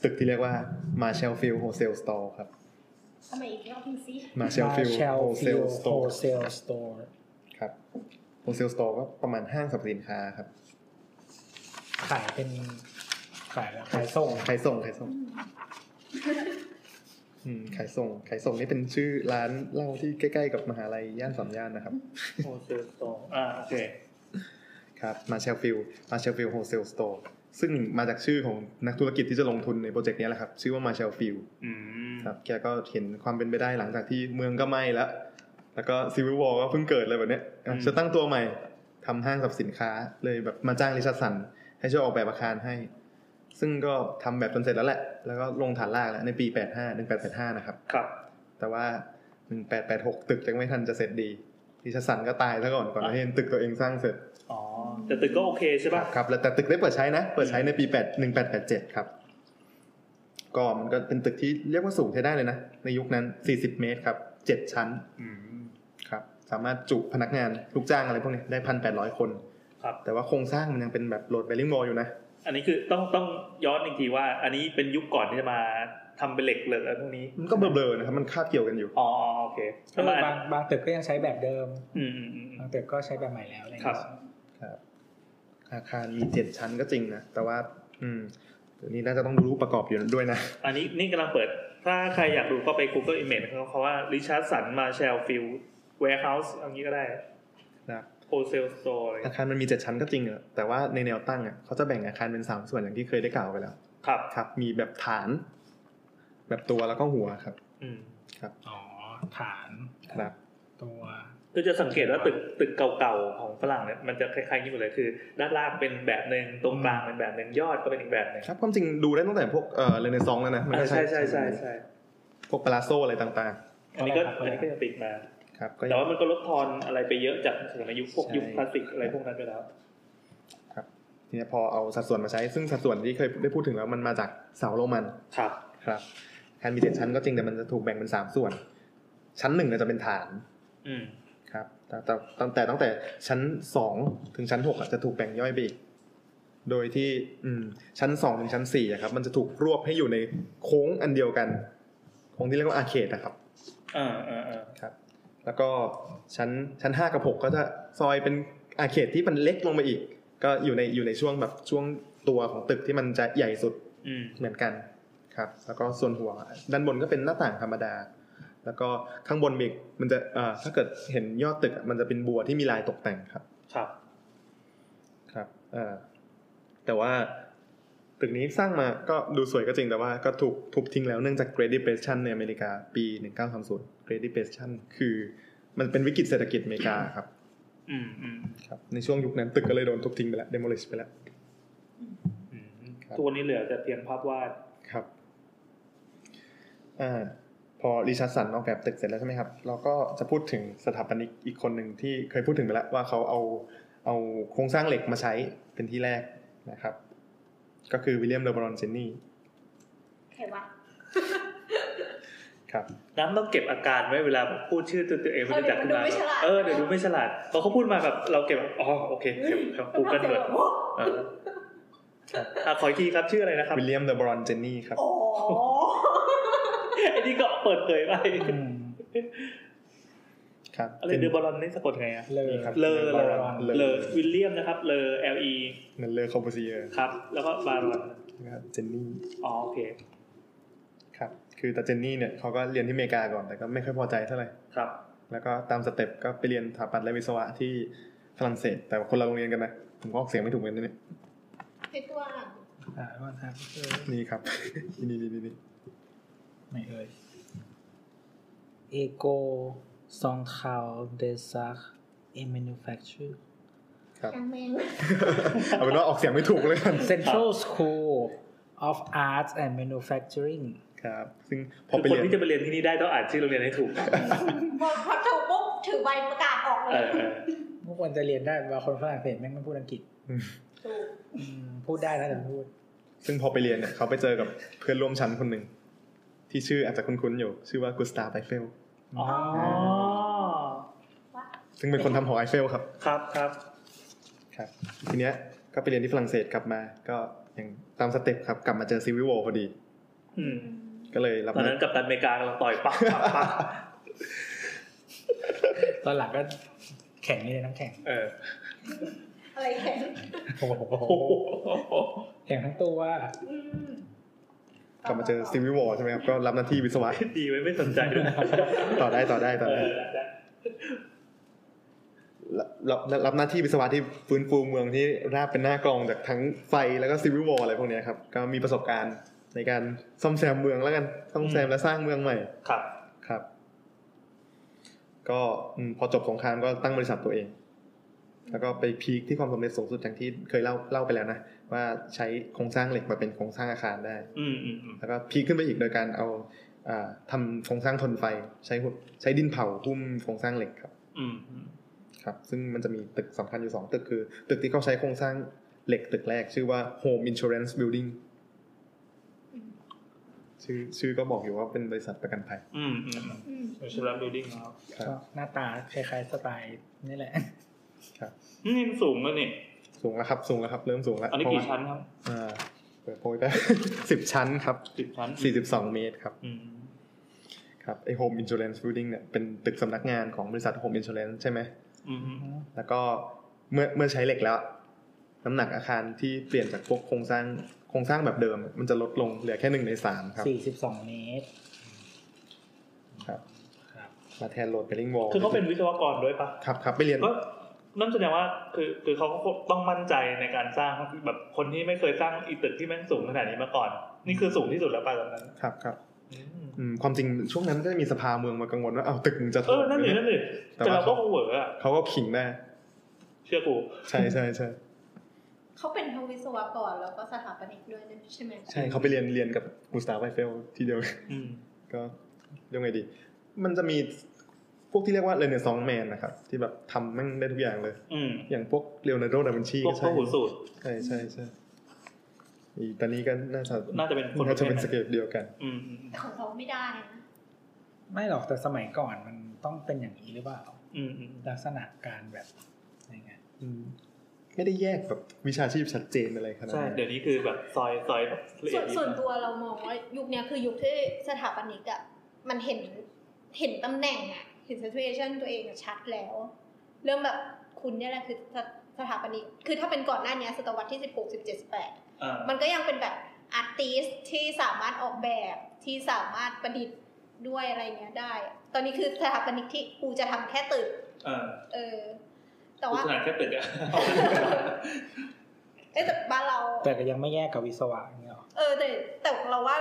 [SPEAKER 3] ตึกที่เรียกว่ามาเชลฟิลโฮเซลสตอร์ครับ
[SPEAKER 8] ทำไมอีกรอบหนึงสิ
[SPEAKER 3] มาเชลฟิล
[SPEAKER 2] เชล
[SPEAKER 3] โฮเซ
[SPEAKER 2] ฟิ
[SPEAKER 3] ล
[SPEAKER 2] ล
[SPEAKER 3] ส
[SPEAKER 2] โฮ
[SPEAKER 3] โตร์
[SPEAKER 2] เซลสโตร์
[SPEAKER 3] ครับโฮเซลสโตร์ก็ประมาณห้างสรรพสินค้าครับ
[SPEAKER 2] ขายเป็นขายขายส่ง
[SPEAKER 3] ขายส่งขายส่งอืมขายส่งขายส่งนี่เป็นชื่อร้านเหล้าที่ใกล้ๆกับมหาลัยย่านสามย่านนะครับ
[SPEAKER 1] โอเซลสโตร์อ่าโอเค
[SPEAKER 3] ครับมาเชลฟิลมาเชลฟิลโฮเซลสโตร์ซึ่งมาจากชื่อของนักธุรกิจที่จะลงทุนในโปรเจกต์นี้แหละครับ ชื่อว่ามาเชลฟิล
[SPEAKER 1] อืม
[SPEAKER 3] ครับแกก็เห็นความเป็นไปได้หลังจากที่เมืองก็ไหม้แล้ว แล้วก็ซีวิววอลก็เพิ่งเกิดอะไรแบบเนี้ยอ่ะ
[SPEAKER 1] อืม
[SPEAKER 3] จะตั้งตัวใหม่ทำห้างสรรพสินค้าเลยแบบมาจ้างริชาร์ดสัน ให้ช่วยออกแบบอาคารให้ ซึ่งก็ทำแบบจนเสร็จแล้วแหละ แล้วก็ลงฐานรากแล้วในปี 85 1885 นะครับ
[SPEAKER 1] ครับ
[SPEAKER 3] แต่ว่า 1886 ตึกยังไม่ทันจะเสร็จดีริชาร์ดสันก็ตายซะก่อนก่อนที่เห็นตึกตัวเองสร้างเสร็จ
[SPEAKER 1] อ๋อ แต่ตึกก็โอเคใช่ป่ะ
[SPEAKER 3] ครับแล้วแต่ตึกได้เปิดใช้นะ เปิดใช้ในปี8 1887 ครับ ก็มันก็เป็นตึกที่เรียกว่าสูงใช้ได้เลยนะ ในยุคนั้น 40 เมตรครับ 7 ชั้น
[SPEAKER 1] อืม
[SPEAKER 3] ครับ สามารถจุพนักงานลูกจ้างอะไรพวกนี้ได้ 1,800 คน
[SPEAKER 1] ครับ
[SPEAKER 3] แต่ว่าโครงสร้างมันยังเป็นแบบโหลดเบลลิงโมอยู่นะ
[SPEAKER 1] อันนี้คือต้องต้องย้อนอีกทีว่า อันนี้เป็นยุคก่อนที่จะมาทำเป็นเหล็กเหลืออะไรพวกนี้
[SPEAKER 3] มันก็เบลอๆนะครับ มันคาบเกี่ยวกันอยู่
[SPEAKER 1] อ๋ออ๋อโอเค
[SPEAKER 2] เออ
[SPEAKER 1] ประมาณ
[SPEAKER 2] บางบางตึกก็ยังใช้แบบเดิม
[SPEAKER 1] อืมอืมอืมอื
[SPEAKER 2] บาง
[SPEAKER 1] ม
[SPEAKER 2] ตึกก็ใช้แบบใหม่แล้วอะไรอย่าง
[SPEAKER 1] ครับ
[SPEAKER 2] เงี้ย
[SPEAKER 3] ครับ อาคารมี 7 ชั้นก็จริงนะ แต่ว่า อืมตัวนี้น่าจะต้องดูรูปประกอบอยู่ด้วยนะ
[SPEAKER 1] อันนี้นี่กำลังเปิด ถ้าใครอยากดูก็ไป Google Image เขาเขาว่า Richard Sun Marshall Field Warehouse เอย่างนี้ก็ได้
[SPEAKER 3] ครับ
[SPEAKER 1] Wholesale Store อะไร
[SPEAKER 3] อาคารมันมี 7 ชั้นก็จริงอะแต่ว่าในแนวตั้งอะเขาจะแบ่งอาคารเป็นสามส่วนอย่างที่เคยได้กล่าวไปแล้ว
[SPEAKER 1] ครับ
[SPEAKER 3] ครับมีแบบฐาน แบบตัวแล้วก็หัวครับ
[SPEAKER 1] อืม
[SPEAKER 2] อ๋อฐาน
[SPEAKER 3] ครับ
[SPEAKER 2] ตัว
[SPEAKER 1] คือจะสังเกตว่าตึกตึกเก่าๆของฝรั่งเนี่ยมันจะคล้ายๆนี้หมดเลยคือ ด้านล่างเป็นแบบหนึ่งตรงกลางเป็นแบบหนึ่งยอดก็เป็นอีกแบบหนึ่ง
[SPEAKER 3] ครับความจริงดูได้ตั้งแต่พวกเออเรเนซองแล้วนะมันก็
[SPEAKER 1] อ่าใช่ใช่ใช่ใช่
[SPEAKER 3] พวกปาลาโซอะไรต่าง
[SPEAKER 1] อันนี้ก็อันนี้ก็ยังติดมา
[SPEAKER 3] ๆ ครับก็ยั
[SPEAKER 1] แต่
[SPEAKER 3] ง
[SPEAKER 1] ว่ามันก็ลดทอนอะไรไปเยอะจากสมัยยุคพวก
[SPEAKER 3] ใช่
[SPEAKER 1] ยุคคลาสสิกอะไรพวกนั้นไปแล้ว
[SPEAKER 3] ทีนี้พอเอาสัดส่วนมาใช้ ซึ่งสัดส่วนที่เคยได้พูดถึงแล้วมันมาจากเสาโรมัน
[SPEAKER 1] ครับ
[SPEAKER 3] ครับอาคารมีเจ็ดชั้นก็จริงแต่มันจะถูกแบ่งเป็นสามส่วน ชั้นหนึ่งเนี่ยจะเป็นฐาน
[SPEAKER 1] อืม
[SPEAKER 3] ครับแต่แต่ตั้งแต่ตั้งแต่ชั้นสองถึงชั้นหกอะจะถูกแบ่งย่อยไปอีกโดยที่อืมชั้นสองถึงชั้นสี่อะครับมันจะถูกรวบให้อยู่ในโค้งอันเดียวกันโค้งที่เรียกว่าอาร์เคดนะครับ
[SPEAKER 1] อ่าอ่าอ่า
[SPEAKER 3] ครับแล้วก็ชั้นชั้นห้ากับหกก็จะซอยเป็นอาเขตที่มันเล็กลงมาอีก ก็อยู่ในอยู่ในช่วงแบบช่วงตัวของตึกที่มันจะใหญ่สุด
[SPEAKER 1] อืม
[SPEAKER 3] เหมือนกันครับ แล้วก็ส่วนหัวด้านบนก็เป็นหน้าต่างธรรมดา แล้วก็ข้างบนมีอีกมันจะเอ่อถ้าเกิดเห็นยอดตึกอะมันจะเป็นบัวที่มีลายตกแต่งครับ
[SPEAKER 1] ครับ
[SPEAKER 3] ครับเอ่อแต่ว่าตึกนี้สร้างมาก็ดูสวยก็จริงแต่ว่าก็ถูกทุบทิ้งแล้วเนื่องจาก Great Depression ในอเมริกาปี 1930 Great Depression คือมันเป็นวิกฤตเศรษฐกิจอเมริกาครับ
[SPEAKER 1] อืมอืม
[SPEAKER 3] ครับ ในช่วงยุคนั้นตึกก็เลยโดนทุบทิ้งไปแล้ว demolish ไปแล้ว
[SPEAKER 1] อืม
[SPEAKER 3] ครับ
[SPEAKER 1] ทุกวันนี้เหลือแต่เพียงภาพวาด
[SPEAKER 3] ครับอาพอริชาร์ดสันออกแบบตึกเสร็จแล้วใช่ไหมครับ เราก็จะพูดถึงสถาปนิกอีกคนหนึ่งที่เคยพูดถึงไปแล้วว่าเขาเอาเอาโครงสร้างเหล็กมาใช้เป็นที่แรกนะครับ ก็คือวิลเลียมเลบรอนเจนนี่
[SPEAKER 8] ใครวะ
[SPEAKER 3] ครับ
[SPEAKER 1] น้ำต้องเก็บอาการไว้เวลาแบบพูดชื่อตัวตัวเองไม่รู้จักขึ้นมา
[SPEAKER 4] เออเดี๋ยวมันดูไม่ฉลาด
[SPEAKER 1] เออเดี๋ยวดูไม่ฉลาดพอเขาพูดมาแบบเราเก็บอ๋อโอเคเก็บครับกูเกิลเวิร์ดเอออ่ะขออีกทีครับชื่ออะไรนะครับ
[SPEAKER 3] วิลเลียมเดอะบรอนเจนนี่ครับ
[SPEAKER 4] โอ้
[SPEAKER 1] (laughs) ไอ้นี่ก็เปิดเผยไป
[SPEAKER 2] อืม
[SPEAKER 3] ครับ
[SPEAKER 1] อะไร
[SPEAKER 3] ป็น
[SPEAKER 1] เดอะบอลลอนนี่สะกดไงอะ
[SPEAKER 2] เลอ
[SPEAKER 3] นี่ครับ
[SPEAKER 1] เลอเลอ
[SPEAKER 3] เลอ
[SPEAKER 1] เลอวิลเลียมนะครับ เลอ L E
[SPEAKER 3] เหมือนเลอคอมโบซิเออร์
[SPEAKER 1] ครับ แล้วก็บารอน
[SPEAKER 3] นะครับเจนนี่
[SPEAKER 1] อ๋อโอเค
[SPEAKER 3] ครับ คือแต่เจนนี่เนี่ยเขาก็เรียนที่อเมริกาก่อน แต่ก็ไม่ค่อยพอใจเท่าไหร่
[SPEAKER 1] ครับ
[SPEAKER 3] แล้วก็ตามสเต็ปก็ไปเรียนสถาปัตย์และวิศวะที่ฝรั่งเศส แต่ว่าคนละโรงเรียนกันนะ ผมก็ออกเสียงไม่ถูกเหมือนกันเนี่ย
[SPEAKER 5] คือตัว
[SPEAKER 2] อ่าแล้วก็ครับเออ
[SPEAKER 3] นี่ครับ (laughs) นี่นี่นี่นี่ (laughs)
[SPEAKER 2] ไหนเอ่ยเอโกซองคาวเดซักเอมนูแฟคชู
[SPEAKER 3] ครับ
[SPEAKER 8] นางแมว
[SPEAKER 3] เอาเป็นว่าออกเสียงไม่ถูกเลยกัน
[SPEAKER 2] Central School of Arts and Manufacturing
[SPEAKER 3] ครับ ซึ่งพอ
[SPEAKER 1] คือ
[SPEAKER 3] ไป
[SPEAKER 1] คน
[SPEAKER 3] เรียน
[SPEAKER 1] ที่จะไปเรียนที่นี่ได้ต้องอ่านชื่อโรงเรียน
[SPEAKER 3] (laughs)
[SPEAKER 1] ให้ถูก
[SPEAKER 4] พอพอถูกปุ๊บถือใบประกาศออกเล
[SPEAKER 1] เอย อเออ
[SPEAKER 2] พวกคนจะเรียนได้บางคนฝรั่งเศสแม่งไม่พูดอังกฤษ
[SPEAKER 4] ถูก
[SPEAKER 2] อืมพูดได้นะแต่ไม่พูด
[SPEAKER 3] ซึ่งพอไปเรียนเนี่ยเขาไปเจอกับเพื่อนร่วมชั้นคนหนึ่ง ที่ชื่ออาจจะคุ้นๆอยู่ ชื่อว่ากุสตาไบเฟล
[SPEAKER 2] อ๋อ
[SPEAKER 1] อ๋อ
[SPEAKER 3] ซึ่งเป็นคนทำหอไอเฟลครับ
[SPEAKER 1] ครับครับ
[SPEAKER 3] ครับ ทีเนี้ยก็ไปเรียนที่ฝรั่งเศสกลับมา ก็อย่างตามสเต็ปครับ กลับมาเจอซีวิวโวพอดี
[SPEAKER 1] อืม
[SPEAKER 3] ก็เลยรับ
[SPEAKER 1] ตอน
[SPEAKER 3] หา
[SPEAKER 1] นั้นกับตันอเมริกากำลังต่อยปักปักปัก
[SPEAKER 2] ตอนหลังก็แข่งนี่เลยน้ำแข็ง
[SPEAKER 1] เออ
[SPEAKER 4] อะไรแข็ง
[SPEAKER 2] โอ้โห
[SPEAKER 1] โอ้โห
[SPEAKER 2] แข่งทั้งตัว
[SPEAKER 4] อืม
[SPEAKER 3] กลับมาเจอซีวิวโวใช่ไหมครับ ก็รับหน้าที่วิศวะ (laughs)
[SPEAKER 1] ดีไว้ไม่สนใจด้วยนะ
[SPEAKER 3] ต่อได้ต่อได้ต่อ
[SPEAKER 1] เอ
[SPEAKER 3] ได้
[SPEAKER 1] อ
[SPEAKER 3] รับรับรับหน้าที่วิศวะที่ฟื้นฟูเมืองที่ราบเป็นหน้ากลองจากทั้งไฟแล้วก็ซีวิวโวอะไรพวกเนี้ยครับ ก็มีประสบการณ์ในการซ่อมแซมเมืองแล้วกัน ซ่อมแซมและสร้างเมืองใหม่
[SPEAKER 1] ครับ
[SPEAKER 3] ครับ ก็อืมพอจบสงครามก็ตั้งบริษัทตัวเอง แล้วก็ไปพีคที่ความสำเร็จสูงสุดอย่างที่เคยเล่าเล่าไปแล้วนะ ว่าใช้โครงสร้างเหล็กมาเป็นโครงสร้างอาคารได้
[SPEAKER 1] อืมอืมอืม
[SPEAKER 3] แล้วก็พีคขึ้นไปอีกโดยการเอาอาทำโครงสร้างทนไฟ ใช้หุ่นใช้ดินเผาหุ้มโครงสร้างเหล็กครับ
[SPEAKER 1] อืมอืม
[SPEAKER 3] ครับ ซึ่งมันจะมีตึกสำคัญอยู่สองตึกคือ ตึกที่เขาใช้โครงสร้างเหล็กตึกแรก ชื่อว่า Home Insurance Building ชื่อชื่อก็บอกอยู่ว่าเป็นบริษัทประกันภัย
[SPEAKER 1] อืมอืม
[SPEAKER 5] อืม
[SPEAKER 1] ชิลล์บิลดิ้งครับ
[SPEAKER 3] ครับ
[SPEAKER 2] ก็หน้าตาคล้ายๆสไตล์นี่แหละ
[SPEAKER 1] นี่มันสูงแล้วนี่
[SPEAKER 3] สูงแล้วครับ สูงแล้วครับ เริ่มสูงแล้ว
[SPEAKER 1] อันนี้
[SPEAKER 3] เพ
[SPEAKER 1] กี่
[SPEAKER 3] ราะว่า
[SPEAKER 1] ชั้นครับ
[SPEAKER 3] อ่าเปิดโพยไป (laughs) สิบชั้นครับ
[SPEAKER 1] สิบชั้น
[SPEAKER 3] สี่สิบสองเมตรครับ
[SPEAKER 1] อืม
[SPEAKER 3] ครับไอโฮมอินชูเรนซ์บิลดิ้งเนี่ยเป็นตึกสำนักงานของบริษัทโฮมอินชูเรนซ์ใช่ไหม
[SPEAKER 1] อืมอืม
[SPEAKER 3] แล้วก็เมื่อเมื่อใช้เหล็กแล้ว น้ำหนักอาคารที่เปลี่ยนจากพวกโครงสร้างโครงสร้างแบบเดิม มันจะลดลงเหลือแค่หนึ่งในสามครับ
[SPEAKER 2] สี่สิบสองเมตร
[SPEAKER 3] ครับ
[SPEAKER 2] ครับ
[SPEAKER 3] มาแทนโหลดเบลลิงวอล
[SPEAKER 1] คือเขาเป็นวิศวกรด้วยปะ
[SPEAKER 3] ครับครับ ไปเรียน
[SPEAKER 1] ก็นั่นแสดงว่าคือคือเขาก็ต้องมั่นใจในการสร้างแบบคนที่ไม่เคยสร้างอีตึกที่แม่งสูงขนาดนี้มาก่อน นี่คือสูงที่สุดแล้วป่ะตอนนั้น
[SPEAKER 3] ครับครับอืมความจริงช่วงนั้นก็จะมีสภาเมืองมากังวลว่า เอาวตึกมึงจะถ
[SPEAKER 1] เอ
[SPEAKER 3] ล่
[SPEAKER 1] อ
[SPEAKER 3] ม
[SPEAKER 1] นั่นห
[SPEAKER 3] ไหม
[SPEAKER 1] นึ่
[SPEAKER 3] เย
[SPEAKER 1] นั่นหนึ่
[SPEAKER 3] แต่
[SPEAKER 1] แต่
[SPEAKER 3] ว่า
[SPEAKER 1] เราก็คงเหวอร์อะ
[SPEAKER 3] เขาก็ขิงแม่
[SPEAKER 1] เชื่อกู
[SPEAKER 3] ใช่ใช่
[SPEAKER 1] (laughs)
[SPEAKER 3] ใช่
[SPEAKER 4] เขาเป็นทั้งวิศวกรแล้วก็สถาปนิกด้วยใช่ไหม
[SPEAKER 3] ใช่เขาไปเรียนเรียนกับกูสตาฟไวเฟลที่เดียว (laughs)
[SPEAKER 1] อืม
[SPEAKER 3] ก็ยังไงดี มันจะมีพวกที่เรียกว่าเรเนซองแมนนะครับ ที่แบบทำแม่งได้ทุกอย่างเลย
[SPEAKER 1] อืม
[SPEAKER 3] อย่างพวกเลโอนาร์โดดาวินชี
[SPEAKER 1] พวกพ
[SPEAKER 3] ใช่
[SPEAKER 1] วกหูสูตร
[SPEAKER 3] ใช่ใช่ใช่อีตอนนี้ก็น่าจะ
[SPEAKER 1] น่าจะเป็นคน
[SPEAKER 3] น่าจะเป็นส
[SPEAKER 1] ประ
[SPEAKER 3] เก
[SPEAKER 1] ภท
[SPEAKER 3] ลเดียวกัน
[SPEAKER 1] อืมอืม
[SPEAKER 4] แต่ของเราไม่ได้นะ
[SPEAKER 2] ไม่หรอกแต่สมัยก่อนมันต้องเป็นอย่างนี้หรือเปล่า
[SPEAKER 1] อืมอืมอืม
[SPEAKER 2] ลักษณะการแบบยังไง
[SPEAKER 3] อืมไม่ได้แยกแบบวิชาชีพชัดเจนอะไรขนาด
[SPEAKER 1] ใช่
[SPEAKER 3] นั้น
[SPEAKER 1] เดี๋ยวนี้คือแบบซอยซอยแบบละเอี
[SPEAKER 4] ส่
[SPEAKER 1] ย
[SPEAKER 4] ว
[SPEAKER 1] ด
[SPEAKER 4] น
[SPEAKER 1] ยิบ
[SPEAKER 4] ส่วนตัวเรามองว่ายุคเนี้ยคือยุคที่สถาปนิกอะมันเห็นเห็นตำแหน่งอะเห็น situation ตัวเองอะชัดแล้ว เริ่มแบบคุณเนี่ยแหละคือสสถาปนิก คือถ้าเป็นก่อนหน้าเนี้ยศตวรรษที่สิบหกสิบเจ็ดสิบแปด
[SPEAKER 1] อ่า
[SPEAKER 4] มันก็ยังเป็นแบบอาร์ติสที่สามารถออกแบบที่สามารถประดิษฐ์ด้วยอะไรเงี้ยได้ ตอนนี้คือสถาปนิกที่กูจะทำแค่ตึก
[SPEAKER 1] อ่า
[SPEAKER 4] เออ แต่
[SPEAKER 1] กู
[SPEAKER 4] ว่า
[SPEAKER 1] ขนาดแค่ตึกอะ
[SPEAKER 4] เอยแต่บ้านเรา
[SPEAKER 2] แต่ก็ยังไม่แยกกับวิศวะอย่างเงี้ยหรอ
[SPEAKER 4] เออแต่แต่เราว่า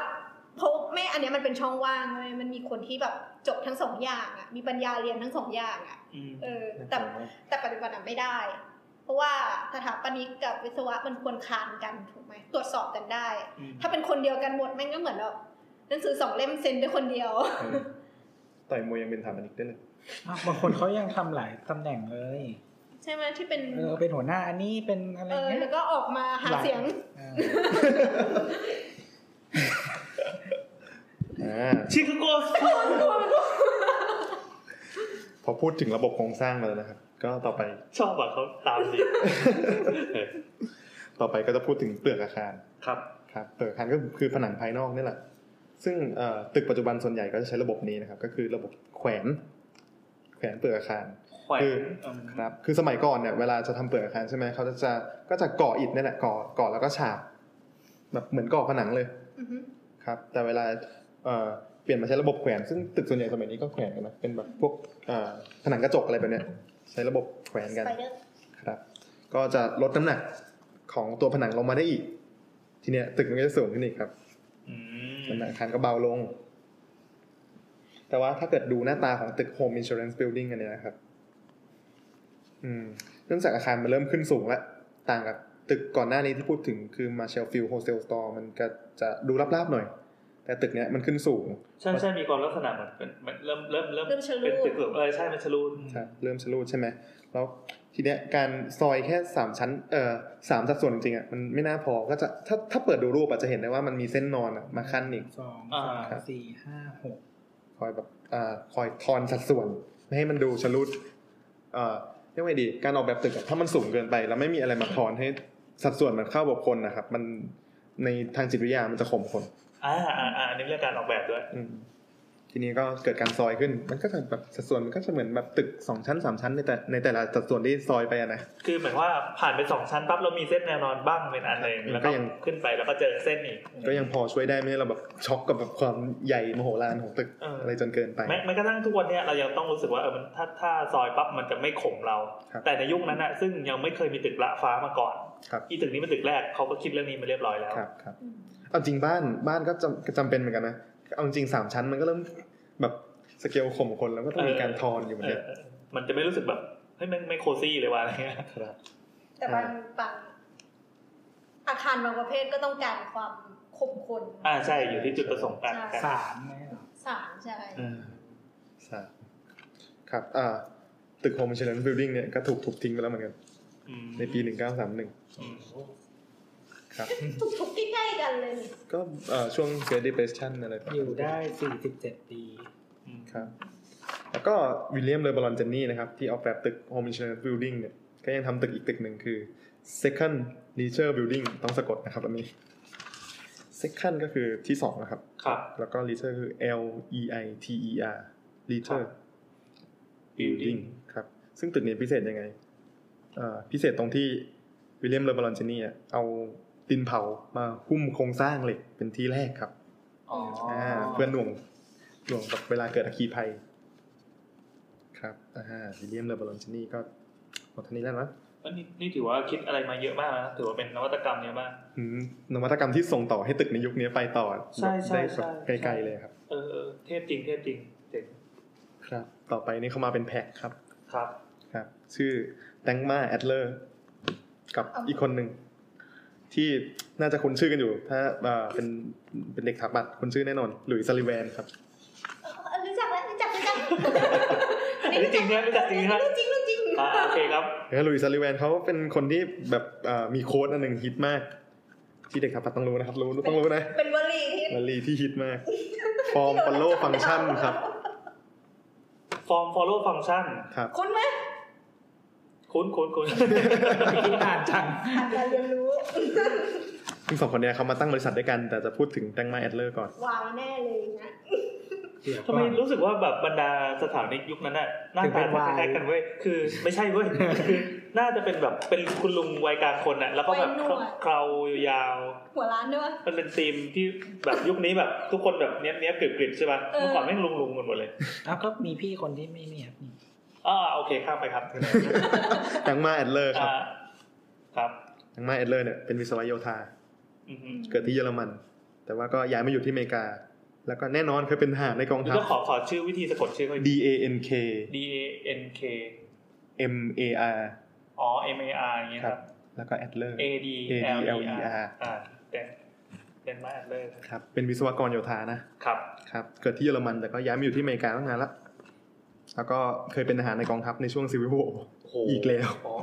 [SPEAKER 4] เพราะไม่อันเนี้ยมันเป็นช่องว่างเลยมันมีคนที่แบบจบทั้งสองอย่างอ่ะ มีปัญญาเรียนทั้งสองอย่างอ่ะ
[SPEAKER 1] อื
[SPEAKER 4] (laughs)
[SPEAKER 1] ม
[SPEAKER 4] เออ
[SPEAKER 3] น่า
[SPEAKER 4] แต่
[SPEAKER 3] จะว่า
[SPEAKER 4] แต่ปัจจุบันอ่ะไม่ได้ เพราะว่าสถาปนิกกับวิศวะมันควรคานกันถูกไหมตรวจสอบกันได้
[SPEAKER 1] อืม
[SPEAKER 4] ถ้าเป็นคนเดียวกันหมดแม่งก็เหมือนแบบหนังสือสองเล่มเซ็นไปคนเดียว
[SPEAKER 3] เออต่อยมวยยังเป็นสถาปนิกได้เลย
[SPEAKER 2] อ้าวบางคนเขายังทำหลายตำแหน่งเลย
[SPEAKER 4] ใช่ไหมที่เป็น
[SPEAKER 2] เออเป็นหัวหน้าอันนี้เป็นอะไร
[SPEAKER 4] เออ
[SPEAKER 2] เงี้ย
[SPEAKER 4] แล้วก็ออกมาหา
[SPEAKER 2] หลาย
[SPEAKER 4] เสียง
[SPEAKER 2] เออ
[SPEAKER 3] อ่า
[SPEAKER 1] ชิคาโกส
[SPEAKER 4] กลัวมันกลัวมันกลัว
[SPEAKER 3] พอพูดถึงระบบโครงสร้างมาแล้วนะครับ ก็ต่อไป
[SPEAKER 1] ชอบอะเขาตามดีเออ
[SPEAKER 3] ต่อไปก็จะพูดถึงเปลือกอาคาร
[SPEAKER 1] ครับ
[SPEAKER 3] ครับเปิดอาคารก็คือผนังภายนอกนี่แหละ ซึ่งเอ่อตึกปัจจุบันส่วนใหญ่ก็จะใช้ระบบนี้นะครับ ก็คือระบบแขวน แขวนเปลือกอาคาร
[SPEAKER 1] แขวน
[SPEAKER 3] คือ
[SPEAKER 1] อืม
[SPEAKER 3] ครับ คือสมัยก่อนเนี่ยเวลาจะทำเปลือกอาคารใช่ไหมเขาจะจะก็จะก่ออิฐนี่แหละก่อก่อแล้วก็ฉาบแบบเหมือนก่อผนังเลย
[SPEAKER 4] อือฮึ
[SPEAKER 3] ครับ แต่เวลาเอ่อเปลี่ยนมาใช้ระบบแขวน ซึ่งตึกส่วนใหญ่สมัยนี้ก็แขวนกันนะเป็นแบบพวกเอ่อผนังกระจกอะไรแบบเนี้ยใช้ระบบแขวนกัน
[SPEAKER 8] ไปเดอร์
[SPEAKER 3] ครับ ก็จะลดน้ำหนักของตัวผนังลงมาได้อีก ทีเนี้ยตึกมันก็จะสูงขึ้นอีกครับ
[SPEAKER 1] อืม
[SPEAKER 3] น้ำหนักอาคารก็เบาลง แต่ว่าถ้าเกิดดูหน้าตาของตึก Home Insurance Building อันเนี้ยนะครับ อืม เรื่องจากอาคารมันเริ่มขึ้นสูงแล้วต่างกับตึกก่อนหน้านี้ที่พูดถึงคือมาเชลฟิลโฮเซลสตอร์มันก็จะดูราบๆหน่อย แต่ตึกเนี้ยมันขึ้นสูง
[SPEAKER 1] ใช่ใช่มีความลักษณะเหมือนเป็นมันเริ่มเริ่มเริ่ม
[SPEAKER 4] เริ่มชะลูด
[SPEAKER 1] เป็นตึกเออใช่มันชะลูด
[SPEAKER 3] ครับเริ่มชะลูดใช่ไหมแล้วทีเนี้ยการซอยแค่สามชั้นเอ่อสามสัดส่วนจริงๆอ่ะมันไม่น่าพอก็จะถ้าถ้าเปิดดูรูปอ่ะจะเห็นได้ว่ามันมีเส้นนอนอ่ะมาขั้นอีก
[SPEAKER 2] สองสาม
[SPEAKER 3] ครับ
[SPEAKER 2] สี่ห้าหก
[SPEAKER 3] คอยแบบอ่าคอยทอนสัดส่วน ไม่ให้มันดูชะลูดเอ่อเรียกว่าไงดีการออกแบบตึกอ่ะถ้ามันสูงเกินไป แล้วไม่มีอะไรมาทอนให้สัดส่วนมันเข้ากับคนนะครับ มันในทางจิตวิทยามันจะข่มคน
[SPEAKER 1] อ่าอ่าอ่าอันนี้เรื่องการออกแบบด้วย
[SPEAKER 3] อืมทีนี้ก็เกิดการซอยขึ้น มันก็จะแบบสัดส่วนมันก็จะเหมือนแบบตึกสองชั้นสามชั้นในแต่ในแต่ละสัดส่วนที่ซอยไปอะนะ
[SPEAKER 1] คือเหมือนว่าผ่านไปสองชั้นปั๊บเรามีเส้นแนวนอนบ้างเป็นอันหนึ่ง
[SPEAKER 3] ครับ
[SPEAKER 1] แล้วก็
[SPEAKER 3] ก็ยัง
[SPEAKER 1] ขึ้นไปแล้วก็เจอเส้นอีก
[SPEAKER 3] ก็ยังพอช่วยได้ไม่ให้เราแบบช็อกกับแบบความใหญ่มโหฬารของตึก
[SPEAKER 1] เอออ
[SPEAKER 3] อะไรจนเกินไป
[SPEAKER 1] แม้แม้กระทั่งทุกวันเนี้ยเรายังต้องรู้สึกว่าเออมันถ้าถ้าซอยปั๊บมันจะไม่ข่มเรา
[SPEAKER 3] ครับ
[SPEAKER 1] แต่ในยุคนั้นน่ะซึ่งยังไม่เคยมีตึกละฟ้ามาก่อน
[SPEAKER 3] ครับ
[SPEAKER 1] อีตึกนี้เป็นตึกแรกเขาก็คิดเรื่องนี้มาเรียบร้อยแล้ว
[SPEAKER 3] ครับครับเอาจริงบ้านบ้านก็จำก็จำเป็นเหมือนกันนะเอาจริงสามชั้นมันก็เริ่มแบบสเกลข่มคนแล้วก็ต้องมีการทอนอยู่เหมือ
[SPEAKER 1] เอน
[SPEAKER 3] กั
[SPEAKER 1] อน เออมันจะไม่รู้สึกแบบเฮ้ยไม่ไม่โคซี่เลยว่ะอะไรเงี้ย
[SPEAKER 4] แต่บางบางอาคารบางประเภทก็ต้องการความขมคน
[SPEAKER 1] อ่าใช่อยู่ที่จุดประสงค์กัน
[SPEAKER 4] ใช่
[SPEAKER 2] สามไหมเหรอ
[SPEAKER 4] สารใช่
[SPEAKER 3] อ่าใช่ครับอ่าตึกโฮมเชลันบิลดิ้งเนี่ยก็ถูกถูกทิ้งไปแล้วเหมือนกัน
[SPEAKER 1] อืม
[SPEAKER 3] ในปี 1931
[SPEAKER 1] อืม
[SPEAKER 3] ครับ
[SPEAKER 4] ทุกๆใกล้ๆกันเลย
[SPEAKER 3] ก็เอ่อช่วง Great Depression อะไรประมา
[SPEAKER 2] อ
[SPEAKER 3] ณนั้น
[SPEAKER 2] ยู่ได้สี่สิบเจ็ดปี
[SPEAKER 1] อืม
[SPEAKER 3] ครับแล้วก็วิลเลียมเลอบรอนเจนนี่นะครับ ที่ออกแบบตึก Home Insurance Building เนี่ย ก็ยังทำตึกอีกตึกหนึ่งคือ Second Leisure Building ต้องสะกดนะครับอันนี้ Second ก็คือที่สองนะครับ
[SPEAKER 1] ครับ
[SPEAKER 3] แล้วก็ Leisure คือ L E I T E R
[SPEAKER 1] ค
[SPEAKER 3] Leisure
[SPEAKER 1] รับ
[SPEAKER 3] Building
[SPEAKER 1] Building
[SPEAKER 3] ครับ ซึ่งตึกนี้พิเศษยังไงเอ่อพิเศษตรงที่วิลเลียมเลอบรอนเจนนี่อะเอาดินเผามาหุ้มโครงสร้างเหล็กเป็นที่แรกครับ
[SPEAKER 1] อ๋ออ
[SPEAKER 3] อ่าเพื่อนหน่วงหน่วงแบบเวลาเกิดอัคคีภัย ครับอ่าวิลเลียมเลอบรอนชนี่ก็หมดเท่านี้แล้วนะ
[SPEAKER 1] วันนี่นี่ถือว่าคิดอะไรมาเยอะมากนะถือว่าเป็นนวัตกรรมเยอะมาก
[SPEAKER 3] อืมนวัตกรรมที่ส่งต่อให้ตึกในยุคนี้ไปต่อ
[SPEAKER 1] ใช่ใช่
[SPEAKER 3] ได้
[SPEAKER 1] ใช่
[SPEAKER 3] แบบไกลๆเลยครับ
[SPEAKER 1] เออเออเทพจริงเทพจริงเจ๋ง
[SPEAKER 3] ครับ ต่อไปนี่เขามาเป็นแพ็คครับ
[SPEAKER 1] ครับ
[SPEAKER 3] ครับ ชื่อแตงมาแอดเลอร์กับอีกคนหนึ่ง ที่น่าจะคุ้นชื่อกันอยู่ ถ้าเอ่อเป็นเป็นเด็กถาปัดคุ้นชื่อแน่นอนหลุยส์ซาลิแวนครับ
[SPEAKER 4] เออเออรู้จักแล้วรู้จัก
[SPEAKER 1] (laughs)
[SPEAKER 4] รู้จัก
[SPEAKER 1] อันนี้จริงใช่ไหมรู้จักจริงใช่ไหม
[SPEAKER 4] เรื่องจริงเรื่องจริง
[SPEAKER 1] อ่าโอเคครับ
[SPEAKER 3] เออลุยซาลิแวนเขาเป็นคนที่แบบเอ่อมีโค้ดอันหนึ่งฮิตมาก ที่เด็กขับปัดต้องรู้นะครับ รู้ต้องรู้นะ
[SPEAKER 4] เป็นวลีที่
[SPEAKER 3] วลีที่ฮิตมาก ฟอร์มฟอลโล่ฟัง c t ชันครับ
[SPEAKER 1] form follow function
[SPEAKER 3] ครับ
[SPEAKER 4] คุ้นไหม
[SPEAKER 1] คุ้นคุ้นคุ้น
[SPEAKER 2] คิดนานจัง
[SPEAKER 4] อ่านการเรียนรู้
[SPEAKER 3] ทั้งสองคนเนี้ยเขามาตั้งบริษัทด้วยกัน แต่จะพูดถึงแตงมาแอดเลอร์ก่อน (laughs)
[SPEAKER 4] วายแน่เลยนะ
[SPEAKER 2] เดี๋ยว
[SPEAKER 1] ทำ
[SPEAKER 2] ก่อ
[SPEAKER 1] ไม
[SPEAKER 2] น
[SPEAKER 1] รู้สึกว่าแบบบรรดาสถานิกยุคนั้นน่ะหน้า
[SPEAKER 2] ถึงเป็
[SPEAKER 1] ตาน จะคล้ายๆกันเว้ยคือไม่ใช่เว้ย คือน่าจะเป็นแบบเป็นคุณลุงวัยกลางคนน่ะแล้วก็แบบเคราๆยาว
[SPEAKER 4] หัวร้านด้วยวะ
[SPEAKER 1] ๆมันเป็นธีมที่แบบยุคนี้แบบ ทุกคนแบบเนี้ยเนี้ยกริบกริบๆใช่ป่ะ
[SPEAKER 4] เออ
[SPEAKER 1] เมื่อก่อนแม่งลุงลุงๆกันหมดเลย
[SPEAKER 2] แล้วก็มีพี่คนที่ไม่มีครับนี่
[SPEAKER 1] อ่าโอเคข้ามไปครับ
[SPEAKER 3] แตงมาแอดเลอ (laughs) ร์ครับ
[SPEAKER 1] อ่าครับ
[SPEAKER 3] แตงมาแอดเลอร์เนี่ยเป็นวิศวโยธา
[SPEAKER 1] อือฮึ
[SPEAKER 3] เกิดที่เยอรมัน แต่ว่าก็ย้ายมาอยู่ที่อเมริกา แล้วก็แน่นอนเคยเป็นทหารในกองทัพ
[SPEAKER 1] แล้วขอขอชื่อวิธีสะกดชื่อเขาอีก
[SPEAKER 3] D A N K
[SPEAKER 1] D A N K
[SPEAKER 3] M A R
[SPEAKER 1] อ๋อ M A R อย่างเงี้ย
[SPEAKER 3] ค
[SPEAKER 1] ค
[SPEAKER 3] รั
[SPEAKER 1] รับ บ
[SPEAKER 3] แล้วก็แอดเลอร์
[SPEAKER 1] A D L
[SPEAKER 3] ADLER
[SPEAKER 1] E R อ่าเดนเดนมาร์กเลย
[SPEAKER 3] ครับ เป็นวิศวกรโยธานะ
[SPEAKER 1] ครับ
[SPEAKER 3] ครับ เกิดที่เยอรมันแต่ก็ย้ายมาอยู่ที่อเมริกาตั้งนานละ แล้วก็เคยเป็นทหารในกองทัพในช่วงซีวิววอ
[SPEAKER 1] โโห
[SPEAKER 3] อีกแล้ว
[SPEAKER 1] อ๋อ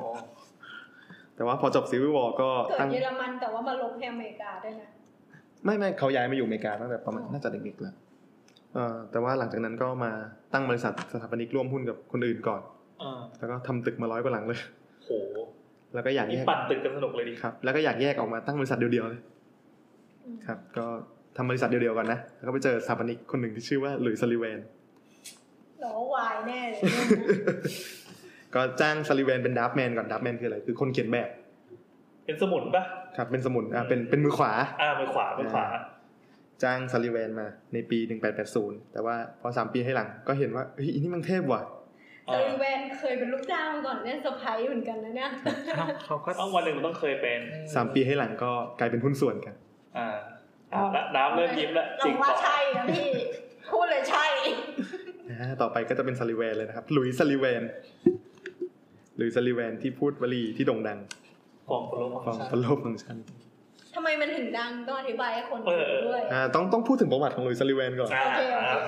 [SPEAKER 3] แต่ว่าพอจบซีวิววอก็
[SPEAKER 4] เกิด
[SPEAKER 3] ตั้ง
[SPEAKER 4] เยอรมันแต่ว่ามาลงที่อเมริกาด้วยนะ
[SPEAKER 3] ไม่ไม่เขาย้ายมาอยู่อเมริกาตั้งแต่ประมาณน่าจะเด็กๆแล้วเอ่อแต่ว่าหลังจากนั้นก็มาตั้งบริษัทสถาปนิกร่วมหุ้นกับคนอื่นก่อน
[SPEAKER 1] อ่า
[SPEAKER 3] แล้วก็ทำตึกมาร้อยกว่าหลังเลย
[SPEAKER 1] โห
[SPEAKER 3] แล้วก็อยากแย
[SPEAKER 1] นี่
[SPEAKER 3] ก
[SPEAKER 1] ปั่นตึกกันสนุกเลยดี
[SPEAKER 3] ครับ แล้วก็อยากแยกออกมาตั้งบริษัทเดียวๆเลย ครับ ก็ทำบริษัทเดียวๆก่อนนะ แล้วก็ไปเจอสถาปนิกคนหนึ่งที่ชื่อว่าหลุยส์ซาลิแวน
[SPEAKER 4] หรอว่าวายแน่เลย
[SPEAKER 3] (laughs) ก็จ้างซาลิแวนเป็นดับแมนก่อนดับแมนคืออะไร คือคนเขียนแบบ
[SPEAKER 1] เป็นสมุนปะ
[SPEAKER 3] ครับ เป็นสมุนอ่าเป็น เป็นมือขวา
[SPEAKER 1] อ่ามือขวามือขวา
[SPEAKER 3] จ้างซาลิแวนมาในปี 1880 แต่ว่าพอ 3 ปีให้หลังก็เห็นว่าเฮ้ยอันนี้มันเทพว่ะ
[SPEAKER 4] ซาลิแวนเคยเป็นลูกจ้างมาก่อนเนี่ยสะพ้ายเหมือนกันนะเนี่ย
[SPEAKER 2] เอ้าเขาก็
[SPEAKER 1] ต้องวันหนึ่งมันต้องเคยเป็น
[SPEAKER 3] 3 ปีให้หลังก็กลายเป็นหุ้นส่วนกัน
[SPEAKER 1] อ่าอ่ะละน้ำเริ่มยิ้มละ
[SPEAKER 4] เรา
[SPEAKER 1] จิก
[SPEAKER 4] ว่า
[SPEAKER 1] ต่อ
[SPEAKER 4] ใช่นะพี่ พูดเลยใช่
[SPEAKER 3] อ่า ต่อไปก็จะเป็นซาลิแวนเลยนะครับ หลุยส์ซาลิแวน หรือซาลิแวนที่พูดวลีที่โด่งดัง
[SPEAKER 1] ฟองโฟล
[SPEAKER 3] ของ
[SPEAKER 1] ว์
[SPEAKER 3] พโลฟังชัน
[SPEAKER 4] ทำไมมันถึงดังต้องอธิบายให้คน
[SPEAKER 1] เออ
[SPEAKER 4] ด้วย
[SPEAKER 3] อ่าต้องต้องพูดถึงประวัติของหลุยส์ซาลิแวนก่อน
[SPEAKER 1] อ่าครับ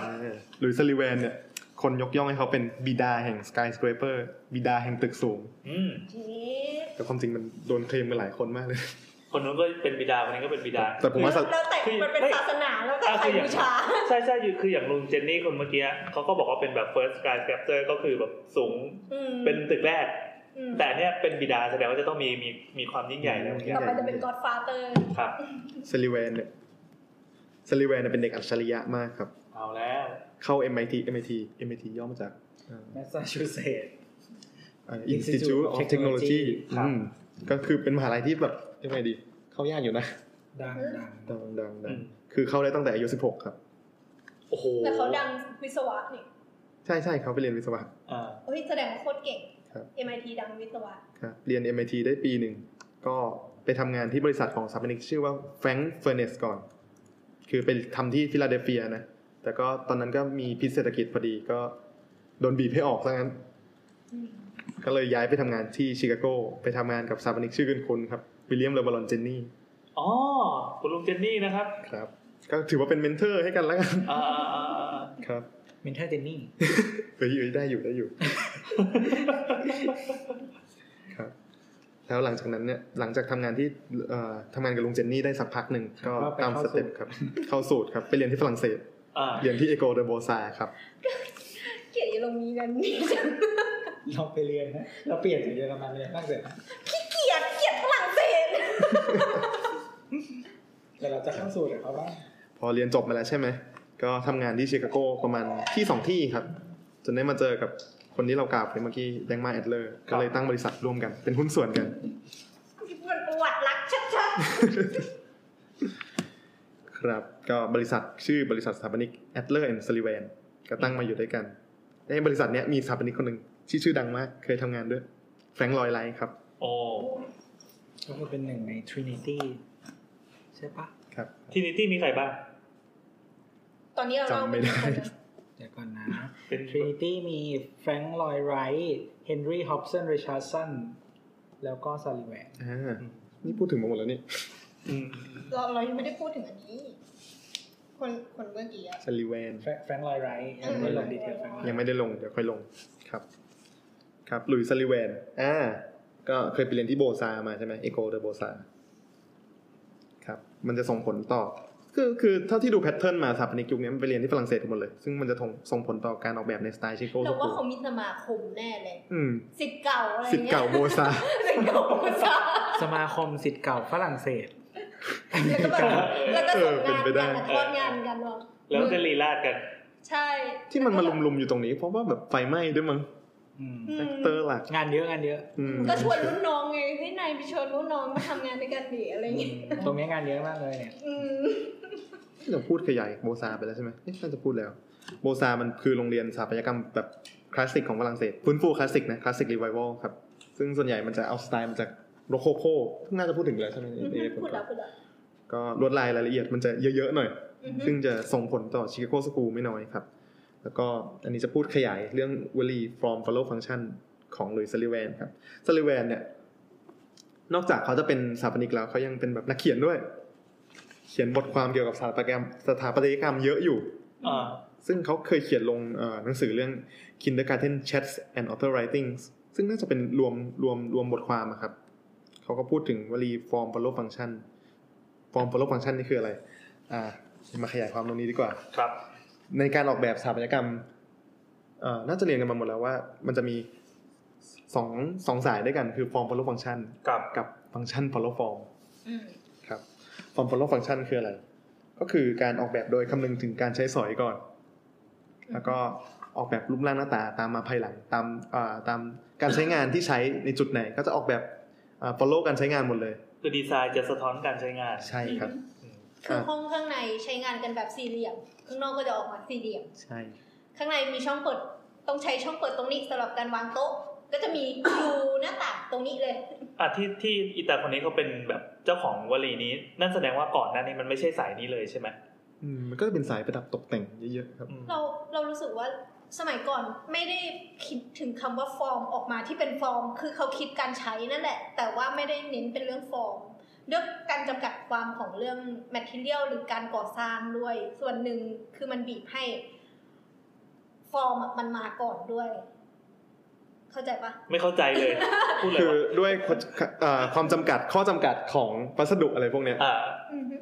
[SPEAKER 3] หลุยส์ซาลิแวนเนี่ย คนยกย่องให้เขาเป็นบิดาแห่งสกายสครเปอร์บิดาแห่งตึกสูง
[SPEAKER 1] อืม
[SPEAKER 3] แต่ความจริงมันโดนเคลมไปหลายคนมากเลย (laughs)
[SPEAKER 1] คนนู้นก็เป็นบิดาคนนี้ก็เป็นบิดา
[SPEAKER 3] แต่ผมว่าสัตว์
[SPEAKER 4] แล้วแต่มันเป็นศาสนาแล้วแต่ใครบูชา
[SPEAKER 1] ใช่ใช่คือคืออย่างลุงเจนนี่คนเมื่อกี้เขาก็บอกว่าเป็นแบบ first skyscraper ก็คือแบบสูง
[SPEAKER 4] อืม
[SPEAKER 1] เป็นตึกแรก
[SPEAKER 4] อืม
[SPEAKER 1] แต่อันเนี้ยเป็นบิดาแสดงว่าจะต้องมีมีมีความยิ่งใหญ่แล้ว
[SPEAKER 4] ต่อไปจะเป็น Godfather
[SPEAKER 1] ครับ
[SPEAKER 3] ซาลิแวนเนี่ยซาลิแวนเนี่ยเป็นเด็กอัจฉริยะมากครับ
[SPEAKER 1] เอาแล้ว
[SPEAKER 3] เข้า MIT MIT MIT ย่อมาจาก
[SPEAKER 2] แมสซาชูเซตส์
[SPEAKER 3] อินสติจูต
[SPEAKER 2] Institute
[SPEAKER 3] ออ
[SPEAKER 2] of
[SPEAKER 3] ฟเทคโนโลยี
[SPEAKER 2] Technology ครับ
[SPEAKER 3] ก็คือเป็นมหาลัยที่แบบยังไงดี เข้ายากอยู่นะ
[SPEAKER 2] ดังดัง
[SPEAKER 3] ดังดังดั
[SPEAKER 1] อื
[SPEAKER 3] ง
[SPEAKER 1] ม
[SPEAKER 3] คือเข้าได้ตั้งแต่อายุ 16 ครับ
[SPEAKER 1] โอ้โห
[SPEAKER 4] แต่เขาดังวิศวะนี่
[SPEAKER 3] ใช่ใช่เขาไปเรียนวิศวะ
[SPEAKER 1] อ่า
[SPEAKER 4] เฮ้ยแสดงว่าโคตรเก่ง
[SPEAKER 3] ครับ
[SPEAKER 4] MIT ดังวิศวะ
[SPEAKER 3] ครับ เรียน MIT ได้ปีหนึ่ง ก็ไปทำงานที่บริษัทของซัมเปนิกชื่อว่า Frank Furnace ก่อน คือไปทำที่ฟิลาเดลเฟียนะ แต่ก็ตอนนั้นก็มีพิษเศรษฐกิจพอดีก็โดนบีบให้ออกซะงั้น ก็เลยย้ายไปทำงานที่ชิคาโกไปทำงานกับซาปนิกชื่อคุ้นๆครับวิลเลียมเลบารอนเจนนี่
[SPEAKER 1] อ๋อคุณลุงเจนนี่นะครับ
[SPEAKER 3] ครับ ก็ถือว่าเป็นเมนเทอร์ให้กันแล้วกัน
[SPEAKER 1] อ่าอ่าอ่าอ่า
[SPEAKER 3] ครับ
[SPEAKER 2] เมนเทอร์เจนนี่
[SPEAKER 3] เฮ้ยเฮ้ยได้อยู่ได้อยู่ ครับ แล้วหลังจากนั้นเนี่ย หลังจากทำงานที่เอ่อทำงานกับลุงเจนนี่ได้สักพักหนึ่งก็ตามสเต็ปครับ เข้าสูตรครับ ไปเรียนที่ฝรั่งเศส
[SPEAKER 1] อ่า
[SPEAKER 3] เรียนที่เอโกเดอโบซาครับ
[SPEAKER 4] เกลียดอยู่ตรงนี้ (laughs) นั้นนี่จัง
[SPEAKER 2] เราไปเรียนนะเราเปลี่ยนจากเยอรมันไปเรียนฝรั่งเศสนะ
[SPEAKER 4] เกลียดเกลียดฝรั่งเศส
[SPEAKER 2] แต่เราจะเข้าสู่กับเขาบ้าง
[SPEAKER 3] พอเรียนจบมาแล้วใช่ไหม ก็ทำงานที่ชิคาโกประมาณที่สองที่ครับ จนได้มาเจอกับคนที่เรากล่าวไปเมื่อกี้แดงมาแอดเลอร์ ก็เลยตั้งบริษัทร่วมกัน เป็นหุ้นส่วนกัน
[SPEAKER 4] มันประวัติรักชัด
[SPEAKER 3] ครับ ก็บริษัทชื่อบริษัทสถาปนิกแอดเลอร์แอนด์ซลิแวนก็ตั้งมาอยู่ด้วยกัน ในบริษัทเนี้ยมีสถาปนิกคนหนึ่งที่ชื่อดังมาก เคยทำงานด้วยแฟรงค์ลอยไลท์ครับ
[SPEAKER 1] โอ้
[SPEAKER 2] ก็คือเป็นหนึ่งในทรินิตี้ใช่ปะ
[SPEAKER 3] ครับ
[SPEAKER 1] ทีนิตี้มีใครบ้าง
[SPEAKER 4] ๆ ตอนนี้เราเล่า
[SPEAKER 3] จำไม่ได้
[SPEAKER 4] ปคนละ
[SPEAKER 2] เดี๋ยวก่อนนะ
[SPEAKER 1] เป็น
[SPEAKER 2] ทรินิตี้มีแฟรงค์ลอยไรท์เฮนรี่ฮอปสันริชาร์ดสันแล้วก็ซาลิแวน
[SPEAKER 3] อ่า นี่พูดถึงมาหมดแล้วนี่
[SPEAKER 1] อืม
[SPEAKER 4] เราเรายังไม่ได้พูดถึงอันนี้ คนคนเมื่อกี้อะ
[SPEAKER 3] ซลิแวน
[SPEAKER 2] แฟรงค์แฟรงค์ลอยไรท์ยังไม่ลงดีเทลแฟรงค์ลอย
[SPEAKER 3] ยังไม่ได้ลง เดี๋ยวค่อยลง ครับ ครับหลุยซลิแวนอ่า ก็เคยไปเรียนที่โบซามาใช่ไหมเอโกเดอโบซา ครับ มันจะส่งผลต่อ คือ คือเท่าที่ดูแพทเทิร์นมาสถาปนิกยุคนี้มันไปเรียนที่ฝรั่งเศสกันหมดเลย ซึ่งมันจะส่งผลต่อการออกแบบในสไตล์ชิโก้
[SPEAKER 4] เรา
[SPEAKER 3] สุ
[SPEAKER 4] ว่า
[SPEAKER 3] ด
[SPEAKER 4] เขามีสมาคมแน่เลย
[SPEAKER 3] ๆอืม
[SPEAKER 4] สิทธิ์เก่าอะไร
[SPEAKER 3] สิทธิ์
[SPEAKER 4] เงี้ย
[SPEAKER 3] เก่าโบ
[SPEAKER 4] (laughs)
[SPEAKER 3] ซา
[SPEAKER 4] สิทธิ์เก่าโบซา
[SPEAKER 2] สมาคมสิทธิ์เก่าฝรั่งเศส
[SPEAKER 4] แล้วก็แบบแล้วก็ส่ง
[SPEAKER 3] เออ
[SPEAKER 4] งาน
[SPEAKER 3] เป็นไปได้
[SPEAKER 4] กันทอดงานกันเนาะ
[SPEAKER 1] แล้วจะรีลาดกัน
[SPEAKER 4] ใช่
[SPEAKER 3] ที่มันมาลุมๆอยู่ตรงนี้ เพราะว่าแบบไฟไหม้ด้วยมั้ง
[SPEAKER 2] อืม
[SPEAKER 4] อื
[SPEAKER 3] แฟ
[SPEAKER 4] ม
[SPEAKER 3] กเตอร์หลัก
[SPEAKER 2] งานเยอะงานเยอะ
[SPEAKER 3] อืม
[SPEAKER 4] ก็ชวนรุ่นน้องไงให้ยนายไปชวนรุ่นน้องมาทำงานด้วยกันดิอะไรเงี้ย
[SPEAKER 2] ตรงนี้งานเยอะมากเลยเนี่ย
[SPEAKER 4] อืม
[SPEAKER 3] เดี๋ยวพูดขยายโบซาไปแล้วใช่ไหมเอ๊ะน่าจะพูดแล้ว โบซามันคือโรงเรียนสถาปัตยกรรมแบบคลาสสิกของฝรั่งเศสฟื้นฟูคลาสสิกนะคลาสสิกรีไววัลครับ ซึ่งส่วนใหญ่มันจะเอาสไตล์มาจากโรโคโค่เพิ่งน่าจะพูดถึงไปแล้วใช่ไหมในใน
[SPEAKER 4] พูดแล้วพูดแล้ว
[SPEAKER 3] ก็ลวดลายรายละเอียดมันจะเยอะๆหน่อย
[SPEAKER 4] อือฮึ
[SPEAKER 3] ซึ่งจะส่งผลต่อชิคาโกสกูไม่น้อยครับ แล้วก็อันนี้จะพูดขยายเรื่องวลี from follow function ของหลุยส์ซาลิแวนครับซาลิแวนเนี่ย นอกจากเขาจะเป็นสถาปนิกแล้วเขายังเป็นแบบนักเขียนด้วย เขียนบทความเกี่ยวกับสถาปัตยกรรมสถาปัตยกรรมเยอะอยู่
[SPEAKER 1] อ่า
[SPEAKER 3] ซึ่งเขาเคยเขียนลงเอ่อหนังสือเรื่อง Kindergarten Chats and Author Writings ซึ่งน่าจะเป็นรวมรวมรวมบทความอะครับ เขาก็พูดถึงวลี form follow function form follow function นี่คืออะไร อ่า มาขยายความตรงนี้ดีกว่า
[SPEAKER 1] ครับ
[SPEAKER 3] ในการออกแบบสถาปัตยกรรมเอ่อน่าจะเรียนกันมาหมดแล้วว่า มันจะมีสองสองสายด้วยกันคือ form follow function
[SPEAKER 1] กับ
[SPEAKER 3] กับ function follow form
[SPEAKER 4] อืม
[SPEAKER 3] ครับ form follow function คืออะไร ก็คือการออกแบบโดยคำนึงถึงการใช้สอยก่อน แล้วก็ออกแบบรูปร่างหน้าตาตามมาภายหลังตามเอ่อตามการใช้งานที่ใช้ในจุดไหน ก็จะออกแบบเอ่อ follow การใช้งานหมดเลย
[SPEAKER 1] คือดีไซน์จะสะท้อนการใช้งาน
[SPEAKER 3] ใช่ครับ
[SPEAKER 4] คือห้องข้างในใช้งานกันแบบสี่เหลี่ยม ข้างนอกก็จะออกมาสี่เหลี่ยม
[SPEAKER 3] ใช่
[SPEAKER 4] ข้างในมีช่องเปิดต้องใช้ช่องเปิดตรงนี้สำหรับการวางโต๊ะ ก็จะมีรูหน้าต่างตรงนี้เลย
[SPEAKER 1] อ่ะที่ที่อีตาคนนี้เขาเป็นแบบเจ้าของวลีนี้ นั่นแสดงว่าก่อนหน้านี้มันไม่ใช่สายนี้เลยใช่ไหม
[SPEAKER 3] อืมมันก็จะเป็นสายประดับตกแต่งเยอะๆครับ
[SPEAKER 1] อืม
[SPEAKER 4] เราเรารู้สึกว่า สมัยก่อนไม่ได้คิดถึงคำว่าฟอร์มออกมาที่เป็นฟอร์ม คือเขาคิดการใช้นั่นแหละ แต่ว่าไม่ได้เน้นเป็นเรื่องฟอร์มด้วยการจำกัดความของเรื่องแมทเทียลหรือการก่อสร้างด้วย ส่วนหนึ่งคือมันบีบให้ ฟอร์มอะมันมาก่อนด้วย เข้าใจปะ
[SPEAKER 1] ไม่เข้าใจเลย พูดเลย
[SPEAKER 3] คือ
[SPEAKER 1] ว่า
[SPEAKER 3] ด้วยเอ่อความจำกัดข้อจำกัดของวัสดุอะไรพวกเนี้ย
[SPEAKER 1] อ่า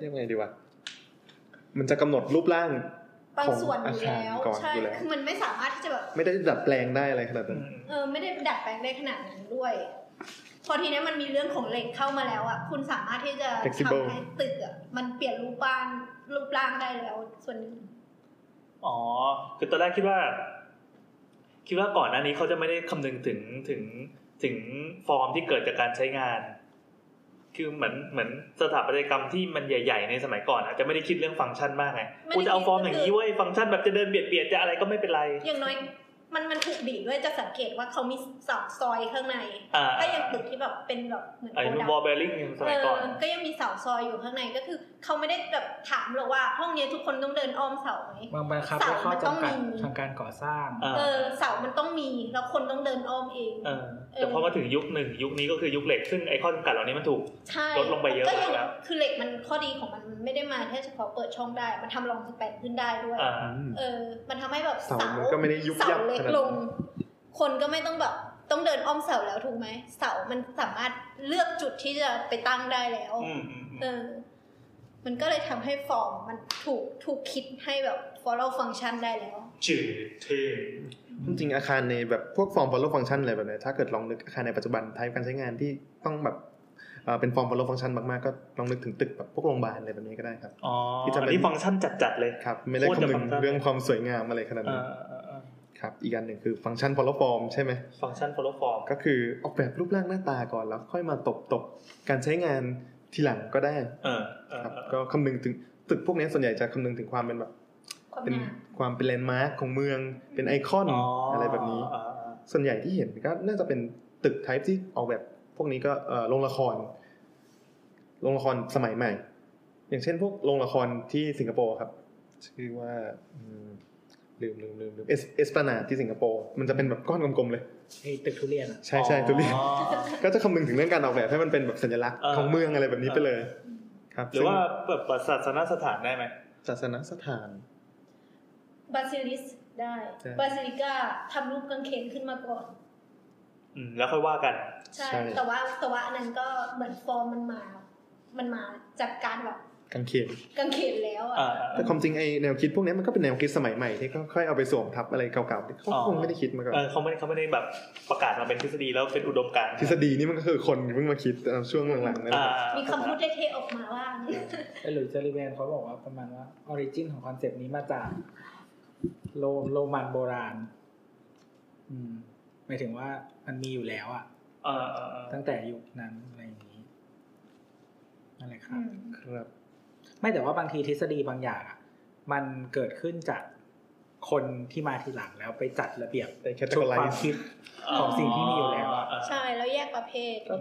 [SPEAKER 3] เรียกไงดีวะมันจะกำหนดรูปร่าง
[SPEAKER 4] บางส่วนอยู่แล้
[SPEAKER 3] ข
[SPEAKER 4] ว
[SPEAKER 3] องอาคารก่อน
[SPEAKER 4] ใช่
[SPEAKER 3] อยู่แล้ว
[SPEAKER 4] คือมันไม่สามารถที่จะแบบ
[SPEAKER 3] ไม่ได้ดัดแปลงได้อะไรขนาดนั้น
[SPEAKER 4] เออไม่ได้ดัดแปลงได้ขนาดนั้นด้วย พอทีเนี้ยมันมีเรื่องของเหล็กเข้ามาแล้วอ่ะ คุณสามารถที่จะ
[SPEAKER 3] Flexible
[SPEAKER 4] ทำให้ตึกอ่ะมันเปลี่ยนรูปร่างรูปร่างได้แล้ว ส่วนหนึ่ง
[SPEAKER 1] อ๋อ คือตอนแรกคิดว่า คิดว่าก่อนหน้านี้เขาจะไม่ได้คำนึงถึงถึงถึงฟอร์มที่เกิดจากการใช้งาน คือเหมือนเหมือนสถาปัตยกรรมที่มันใหญ่ ๆ ในสมัยก่อนอาจจะไม่ได้คิดเรื่องฟังก์ชันมากไงกูจะเอาฟอร์มอย่างนี้เว้ยฟังก์ชันแบบจะเดินเบียดเบียดจะอะไรก็ไม่เป็นไร
[SPEAKER 4] อย่างน้อย มันมันถูกบีบด้วยจะสังเกตว่าเขามีเสาซอยข้างใน
[SPEAKER 1] อ่า
[SPEAKER 4] ถ้าอย่างตึกที่แบบเป็นแบบเหมือน
[SPEAKER 1] ไอ้
[SPEAKER 4] โก
[SPEAKER 1] นู่น
[SPEAKER 4] ดัง
[SPEAKER 1] วอลเบลลิ่งสมัยก่อน
[SPEAKER 4] เออก็ยังมีเสาซอยอยู่ข้างในก็คือ เขาไม่ได้แบบถามหรอกว่า ห้องเนี้ยทุกคนต้องเดินอ้อมเสาไหม
[SPEAKER 2] บางบังคับ
[SPEAKER 4] เสา
[SPEAKER 2] และข้อ
[SPEAKER 4] มันต้อง
[SPEAKER 2] จำกัด
[SPEAKER 4] มี
[SPEAKER 2] ทางการก่อสร้าง
[SPEAKER 1] อ่า
[SPEAKER 4] เออเสามันต้องมีแล้วคนต้องเดินอ้อมเอง
[SPEAKER 1] เออแต่พอมาถึงยุคหนึ่งยุคนี้ก็คือยุคเหล็กซึ่งไอ้ข้อจำกัดเหล่านี้มันถูก
[SPEAKER 4] ใช่
[SPEAKER 1] ลดลงไปเยอะ
[SPEAKER 4] ก็ยัง
[SPEAKER 1] แล้ว
[SPEAKER 4] คือเหล็กมันข้อดีของมันมันไม่ได้มาแค่เฉพาะเปิดช่องได้ มันทำรองสแปนขึ้นได้ด้วย
[SPEAKER 1] อ่า
[SPEAKER 4] เออ มันทำให้แบบ
[SPEAKER 3] เสามันก็ไม่ได้ยุบ
[SPEAKER 4] เสา
[SPEAKER 3] ยับ
[SPEAKER 4] เล็ก
[SPEAKER 3] ขนาดนั้น
[SPEAKER 4] ลง คนก็ไม่ต้องแบบต้องเดินอ้อมเสาแล้วถูกไหม เสามันสามารถเลือกจุดที่จะไปตั้งได้แล้ว
[SPEAKER 1] อืมอืมอืม
[SPEAKER 4] เออ มันก็เลยทำให้ฟอร์มมันถูกถูกคิดให้แบบ follow function ได้แล้ว
[SPEAKER 1] จืดเท่
[SPEAKER 3] จริงๆอาคารในแบบพวกฟอร์ม follow function อะไรแบบเนี้ยถ้าเกิดลองนึกอาคารในปัจจุบันไทป์การใช้งานที่ต้องแบบเอ่อเป็นฟอร์ม follow function มากๆก็ลองนึกถึงตึกแบบพวกโรงพยาบาลอะไรแบบนี้ก็ได้ครับ
[SPEAKER 1] อ๋อ
[SPEAKER 3] ที่จะเป็น
[SPEAKER 1] อันนี้ฟังก์ชันจัดๆเลย
[SPEAKER 3] ครับไม่ได้
[SPEAKER 1] โคตร
[SPEAKER 3] คำ
[SPEAKER 1] จะ
[SPEAKER 3] นึ
[SPEAKER 1] ฟั
[SPEAKER 3] ง
[SPEAKER 1] งก์ชัน
[SPEAKER 3] เรื่องความสวยงามอะไรขนาด
[SPEAKER 1] อ่
[SPEAKER 3] นั้นา ครับอีกอันหนึ่งคือฟังก์ชัน follow form ใช่ไหม
[SPEAKER 1] ฟังก์ชัน follow form
[SPEAKER 3] ก็คือออกแบบรูปร่างหน้าตาก่อนแล้วค่อยมาตบตบการใช้งานทีหลังก็ได้
[SPEAKER 1] เออเออ
[SPEAKER 3] ครับ
[SPEAKER 1] เออ
[SPEAKER 3] ก็คำนึงถึงตึกพวกนี้ส่วนใหญ่จะคำนึงถึงความเป็นแบบ
[SPEAKER 4] ความ
[SPEAKER 3] เป็น
[SPEAKER 4] งาม
[SPEAKER 3] ความเป็นแลนด์มาร์คของเมืองเป็นไอคอนอะไรแบบนี้
[SPEAKER 1] อ่าอ่า
[SPEAKER 3] ส่วนใหญ่ที่เห็นก็น่าจะเป็นตึกไทป์ที่ออกแบบพวกนี้ก็เอ่อโรงละครโรงละครสมัยใหม่ อย่างเช่นพวกโรงละครที่สิงคโปร์ครับ ชื่อว่าอืมลืมลืมลืมลืมเอสเอสปนาที่สิงคโปร์มันจะเป็นแบบก้อนกลมๆเลย
[SPEAKER 2] ไอ้ตึกทุเรียนอะ
[SPEAKER 3] ใช่ใช่ตัวนี้
[SPEAKER 1] อ๋อ
[SPEAKER 3] ก็จะคำนึงถึงเรื่องการออกแบบให้มันเป็นแบบสัญลักษณ์
[SPEAKER 1] เออ
[SPEAKER 3] ของเมืองอะไรแบบนี้ไปเลย ครับ
[SPEAKER 1] หรือว่าแบบศาสนสถานได้ไหม
[SPEAKER 3] ศาสนสถาน
[SPEAKER 4] บาซิลิสได้
[SPEAKER 3] ใช่
[SPEAKER 4] บาซิลิก้าทำรูปกางเขนขึ้นมาก่อน
[SPEAKER 1] อืมแล้วค่อยว่ากัน
[SPEAKER 4] ใช่
[SPEAKER 3] ใช่
[SPEAKER 4] แต่ว่าแต่ว่าอันนั้นก็เหมือนฟอร์มมันมา มันมาจากการแบบ
[SPEAKER 3] กางเขน
[SPEAKER 4] กางเขนแล้วอ่ะ
[SPEAKER 1] อ่า
[SPEAKER 3] แต่ความจริงไอแนวคิดพวกนี้มันก็เป็นแนวคิดสมัยใหม่ที่ค่อยๆเอาไปสวมทับอะไรเก่าๆที่เขา
[SPEAKER 1] อ๋อ
[SPEAKER 3] คงไม่ได้คิดมาก่อน
[SPEAKER 1] เออเขาไม่ได้เขาไม่ได้แบบประกาศมาเป็นทฤษฎีแล้วเป็นอุดมการณ์
[SPEAKER 3] ทฤษฎีนี่มันก็คือคนเพิ่งมาคิดตอนช่วงหลังๆนั่นแห
[SPEAKER 1] อ่า
[SPEAKER 3] ละ
[SPEAKER 4] มีคำพูดเท่ๆออกมาว่า
[SPEAKER 2] ไอ้หลุยส์เจอริเวนเขาบอกว่าประมาณว่าออริจินของคอนเซปต์นี้มาจากโรโรมันโบราณ อืมหมายถึงว่ามันมีอยู่แล้วอะ
[SPEAKER 1] อ่าอ่าอ่า
[SPEAKER 2] ตั้งแต่ยุคนั้นอะไรอย่างนี้นั่นแหละครับ
[SPEAKER 3] ครับ
[SPEAKER 2] ไม่แต่ว่าบางทีทฤษฎีบางอย่างอะมันเกิดขึ้นจากคนที่มาทีหลังแล้วไปจัดระเบียบ
[SPEAKER 3] แต่แคตตา
[SPEAKER 2] ชุด
[SPEAKER 3] ไล
[SPEAKER 2] ความ
[SPEAKER 3] ซ์
[SPEAKER 2] คิด ของสิ่งที่มีอยู่แล้วอะ
[SPEAKER 1] า
[SPEAKER 4] ใช่แล้วแยกประเภท
[SPEAKER 3] ก็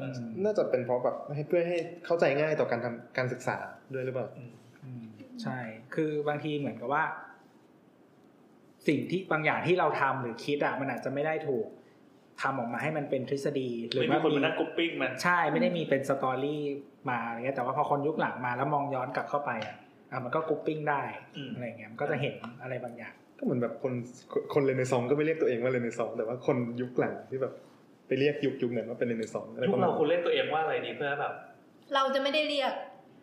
[SPEAKER 3] น่าจะเป็นเพราะแบบให้เพื่อให้เข้าใจง่ายต่อการทำการศึกษาด้วยหรือเปล่า
[SPEAKER 1] อืม
[SPEAKER 2] อืมใช่ คือบางทีเหมือนกับว่า สิ่งที่บางอย่างที่เราทำหรือคิดอะมันอาจจะไม่ได้ถูกทำออกมาให้มันเป็นทฤษฎีหรือ
[SPEAKER 1] ไม่มี
[SPEAKER 2] ว่า
[SPEAKER 1] คนมานั่งกรุ๊ปปิ้งมัน
[SPEAKER 2] ใช่ไม่ได้มีเป็นสตอรี่มาอะไรเงี้ยแต่ว่าพอคนยุคหลังมาแล้วมองย้อนกลับเข้าไปอะอ่ะมันก็กรุ๊ปปิ้งได้
[SPEAKER 1] อืม
[SPEAKER 2] อะไรเงี้ยมันก็จะเห็นอะไรบางอย่าง
[SPEAKER 3] ก็เหมือนแบบคนคนเรเนซองส์ก็ไม่เรียกตัวเองว่าเรเนซองส์แต่ว่าคนยุคหลังที่แบบไปเรียกยุคยุคนั้นว่าเป็นเรเนซองส์อะไร
[SPEAKER 1] ยุ
[SPEAKER 3] ป
[SPEAKER 1] ค
[SPEAKER 3] ระมา
[SPEAKER 1] เรา
[SPEAKER 3] ณ
[SPEAKER 1] คุณเล่นตัวเองว่าอะไรดีเพื่อแบบ
[SPEAKER 4] เราจะไม่ได้เรียก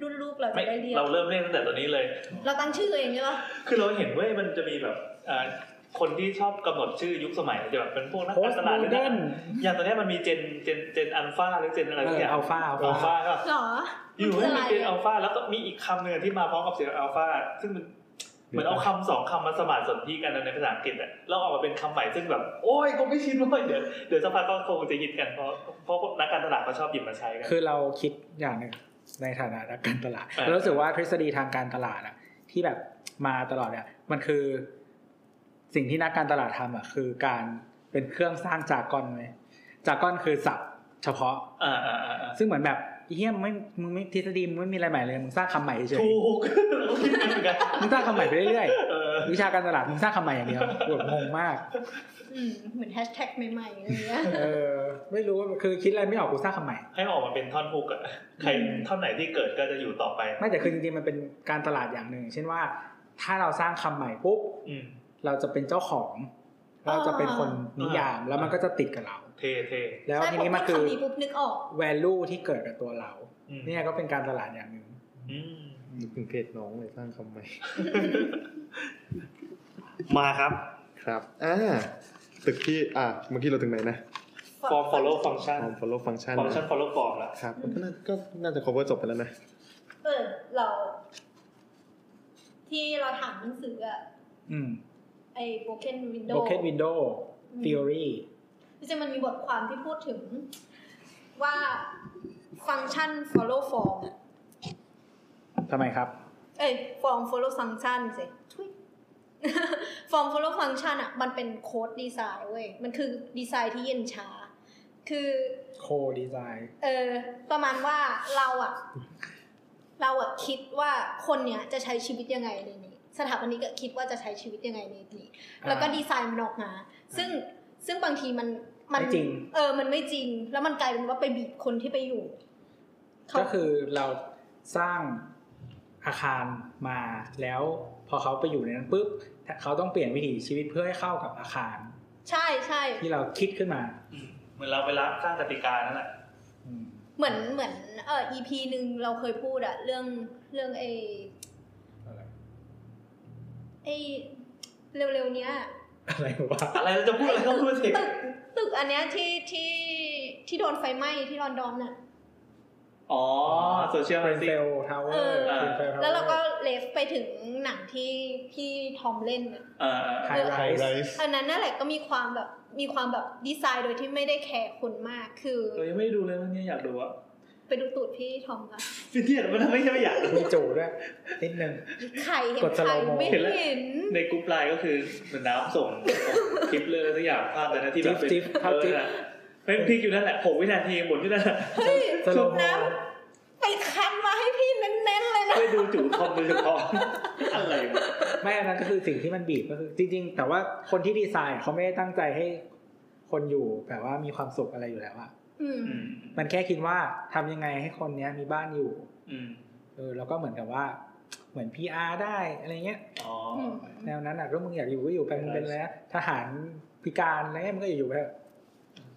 [SPEAKER 4] รุ่นลูกเรา
[SPEAKER 1] ไม่
[SPEAKER 4] จะได้เรียก
[SPEAKER 1] เราเริ่มเล่นตั้งแต่ตัวนี้เลย
[SPEAKER 4] เราตั้งชื่อเองใช่ปะ
[SPEAKER 1] คือเราเห็นเว้ยมันจะมีแบบอ่าคนที่ชอบกำหนดชื่อยุคสมัยจะแบบเป็นพวกนักการตลาดหรือนัก
[SPEAKER 2] Postmodern
[SPEAKER 1] อย่างตอนเนี้ยมันมีเจนเจนเจนอัลฟาหรือเจนอะไร
[SPEAKER 2] เอ
[SPEAKER 1] สัก
[SPEAKER 2] อ
[SPEAKER 1] อย่าง
[SPEAKER 2] อัลฟาอัล
[SPEAKER 1] อัลฟา
[SPEAKER 2] ฟา
[SPEAKER 1] ก็
[SPEAKER 4] หรอ
[SPEAKER 1] อยู่
[SPEAKER 4] มันคื
[SPEAKER 1] ไม่มี
[SPEAKER 4] ไร
[SPEAKER 1] เจนอัลฟาแล้วก็มีอีกคำหนึ่งที่มาพร้อมกับเสียงอัลฟาซึ่งมันเหมือนเอาคำสองคำมาสมานสนธิกันในภาษาอังกฤษอะแล้วออกมาเป็นคำใหม่ซึ่งแบบ โอ้ยกูไม่ชินเว้ยเดี๋ยวเดี๋ยวสักพักก็คงจะยินกันเพราะเพราะนักการตลาดเขาชอบหยิบมาใช้กัน
[SPEAKER 2] คือเราคิดอย่างหนึ่งในฐานะนักการตลาด
[SPEAKER 1] อ่า
[SPEAKER 2] เรารู้สึกว่าทฤษฎีทางการตลาดอะที่แบบมาตลอดเนี่ยมันคือ สิ่งที่นักการตลาดทำอะคือการเป็นเครื่องสร้างจากอนเลยจากอนคือศัพท์เฉพาะ
[SPEAKER 1] อ่าอ่าอ่าอ่า
[SPEAKER 2] ซึ่งเหมือนแบบเฮียมงไม่มึงไม่ทฤษฎีมึงไม่มีอะไรใหม่เลยมึงสร้างคำใหม่เฉย
[SPEAKER 1] ถูกเราคิดเหมือนกัน
[SPEAKER 2] ๆมึงสร้างคำใหม่ไปเรื่อย
[SPEAKER 1] (laughs) เออ
[SPEAKER 2] วิชาการตลาดมึงสร้างคำใหม่อย่างเดียวปวดงงมาก
[SPEAKER 4] อืมเหมือนแฮชแท็กใหม่ๆอะไรเงี้ย
[SPEAKER 2] เออไม่รู้ว่าคือคิดอะไรไม่ออกกูสร้างคำใหม่
[SPEAKER 1] ให้ออกมาเป็นท่อนฮุกอะใครท่อนไหนที่เกิดก็จะอยู่ต่อไป
[SPEAKER 2] ไม่แต่คือจริงๆมันเป็นการตลาดอย่างหนึ่ง เช่นว่า ถ้าเราสร้างคำใหม่ปุ๊บ
[SPEAKER 1] อืม
[SPEAKER 2] เราจะเป็นเจ้าของ เราจะเป็นคนนิยาม
[SPEAKER 1] อ่า
[SPEAKER 2] แล้วมันก็จะติดกับเรา
[SPEAKER 1] เทเท
[SPEAKER 2] แล้ว
[SPEAKER 4] ใช่
[SPEAKER 2] ที
[SPEAKER 4] ผม
[SPEAKER 2] นี้มัน
[SPEAKER 4] พูด
[SPEAKER 2] คือ
[SPEAKER 4] คำนี้ปุ๊บนึกออก
[SPEAKER 2] value ที่เกิดกับตัวเรา
[SPEAKER 1] อืม
[SPEAKER 2] เนี่ยก็เป็นการตลาดอย่างหนึ่ง
[SPEAKER 1] อืม
[SPEAKER 3] นึกถึงเพจน้องเลยสร้างคำใหม่
[SPEAKER 1] มาครับ
[SPEAKER 3] ครับ อ่า ตึกที่ อ่า เมื่อกี้เราถึงไหนนะ
[SPEAKER 1] form follow function
[SPEAKER 3] form follow function
[SPEAKER 1] function follow form ละ
[SPEAKER 3] ครับมันก็น่าก็น่าจะ cover จบไปแล้วนะ
[SPEAKER 4] เออเรา ที่เราถามหนังสืออะ
[SPEAKER 2] อืม
[SPEAKER 4] ไอ้ broken window
[SPEAKER 2] bucket window
[SPEAKER 4] อืม
[SPEAKER 2] theory
[SPEAKER 4] ที่จริงมันมีบทความที่พูดถึง ว่าฟังก์ชัน follow form อะ
[SPEAKER 2] ทำไมครับ
[SPEAKER 4] เอ้ย form follow function สิทุย (laughs) form follow function อะมันเป็นโค้ดดีไซน์เว้ย มันคือดีไซน์ที่เย็นช้า คือ
[SPEAKER 2] co design
[SPEAKER 4] เออประมาณว่าเราอะเราอะคิดว่าคนเนี้ยจะใช้ชีวิตยังไงในนี้ สถาปนิกก็คิดว่าจะใช้ชีวิตยังไงในนี้ แล้วก็ดีไซน์มันออกมา ซึ่งซึ่งบางทีมันมัน
[SPEAKER 2] ไม่จริง
[SPEAKER 4] เออ มันไม่จริง แล้วมันกลายเป็นว่าไปบีบคนที่ไปอยู่เขา
[SPEAKER 2] ก็คือเราสร้างอาคารมาแล้วพอเขาไปอยู่ในนั้นปุ๊บเขาต้องเปลี่ยนวิถีชีวิตเพื่อให้เข้ากับอาคาร
[SPEAKER 4] ใช่ใช่
[SPEAKER 2] ที่เราคิดขึ้นมา
[SPEAKER 1] มเหมือนเราไปรับสร้างกติกานั่นแหละ
[SPEAKER 2] อืม
[SPEAKER 4] เหมือนเหมือนเออ EP หนึ่งเราเคยพูดอะเรื่องเรื่องไอ
[SPEAKER 2] อะไร
[SPEAKER 4] ไอเร็วๆเนี้ย
[SPEAKER 2] อะไรวะ
[SPEAKER 1] อะไรเราจะพูดอะไรก็พูด (laughs) สิ
[SPEAKER 4] ตึกตึกอันเนี้ยที่ที่ที่โดนไฟไหม้ที่ลอนดอนน่ะ
[SPEAKER 1] อ๋อ social
[SPEAKER 2] เป็น
[SPEAKER 1] housing
[SPEAKER 2] เซลทาวเวอร์
[SPEAKER 4] เออ
[SPEAKER 2] เป็นเซทาวเวอร์
[SPEAKER 4] แล้วเราก็เลฟไปถึงหนังที่พี่ทอมเล่นน่ะ
[SPEAKER 1] อ่าอ่า
[SPEAKER 2] ไฮไลท์
[SPEAKER 3] Highrise
[SPEAKER 4] อันนั้นนั่นแหละก็มีความแบบมีความแบบดีไซน์โดยที่ไม่ได้แคร์คนมาก คือ
[SPEAKER 1] เรายังไม่ได้ดูเลยวันนี้อยากดูอะ
[SPEAKER 4] ไปดูตูดพี่ทอมก่อน
[SPEAKER 1] เนี่ยมันทำให้ฉันไม่อยากดู
[SPEAKER 2] มีจูด้วยนิดนึง
[SPEAKER 4] ใครเห็น
[SPEAKER 2] กดส
[SPEAKER 4] ใคร
[SPEAKER 2] โลโม
[SPEAKER 4] ไม่
[SPEAKER 1] เห็นแล้ว
[SPEAKER 4] เห็น
[SPEAKER 1] ในกรุ๊ปไลน์ก็คือเหมือนน้ำส่งส่งคลิปเลยสักอย่างภาพแต่นะที่แบบเป็น
[SPEAKER 2] จิ๊บจิ๊บภาพจิ๊บ
[SPEAKER 1] เออน่ะเป็นพลิกอยู่นั่นแหละหกวินาทีหมดวินาที
[SPEAKER 4] เฮ้ย
[SPEAKER 2] สโล
[SPEAKER 4] จุด
[SPEAKER 2] โม
[SPEAKER 4] น้ำไปคันมาให้พี่เน้นๆเลยนะ
[SPEAKER 1] เพื่อดูจุ่มคอมโดยเฉพาะ (laughs) อะไรวะ
[SPEAKER 2] ไม่อันนั้นก็คือสิ่งที่มันบีบก็คือ จริง ๆ แต่ว่าคนที่ดีไซน์เขาไม่ได้ตั้งใจให้คนอยู่แบบว่ามีความสุขอะไรอยู่แล้วอะ
[SPEAKER 4] อืม
[SPEAKER 1] อืม
[SPEAKER 2] มันแค่คิดว่าทำยังไงให้คนเนี้ยมีบ้านอยู่
[SPEAKER 1] อืม
[SPEAKER 2] เออแล้วก็เหมือนกับว่า เหมือน PR ได้อะไรเงี้ย
[SPEAKER 1] อ๋อ
[SPEAKER 4] อืม
[SPEAKER 2] แนวนั้นอ่ะก็มึงอยากอยู่ก็อยู่ไปมึงเป็นอะไรนะทหารพิการอะไรเงี้ยมึงก็อยู่ไปเถอะ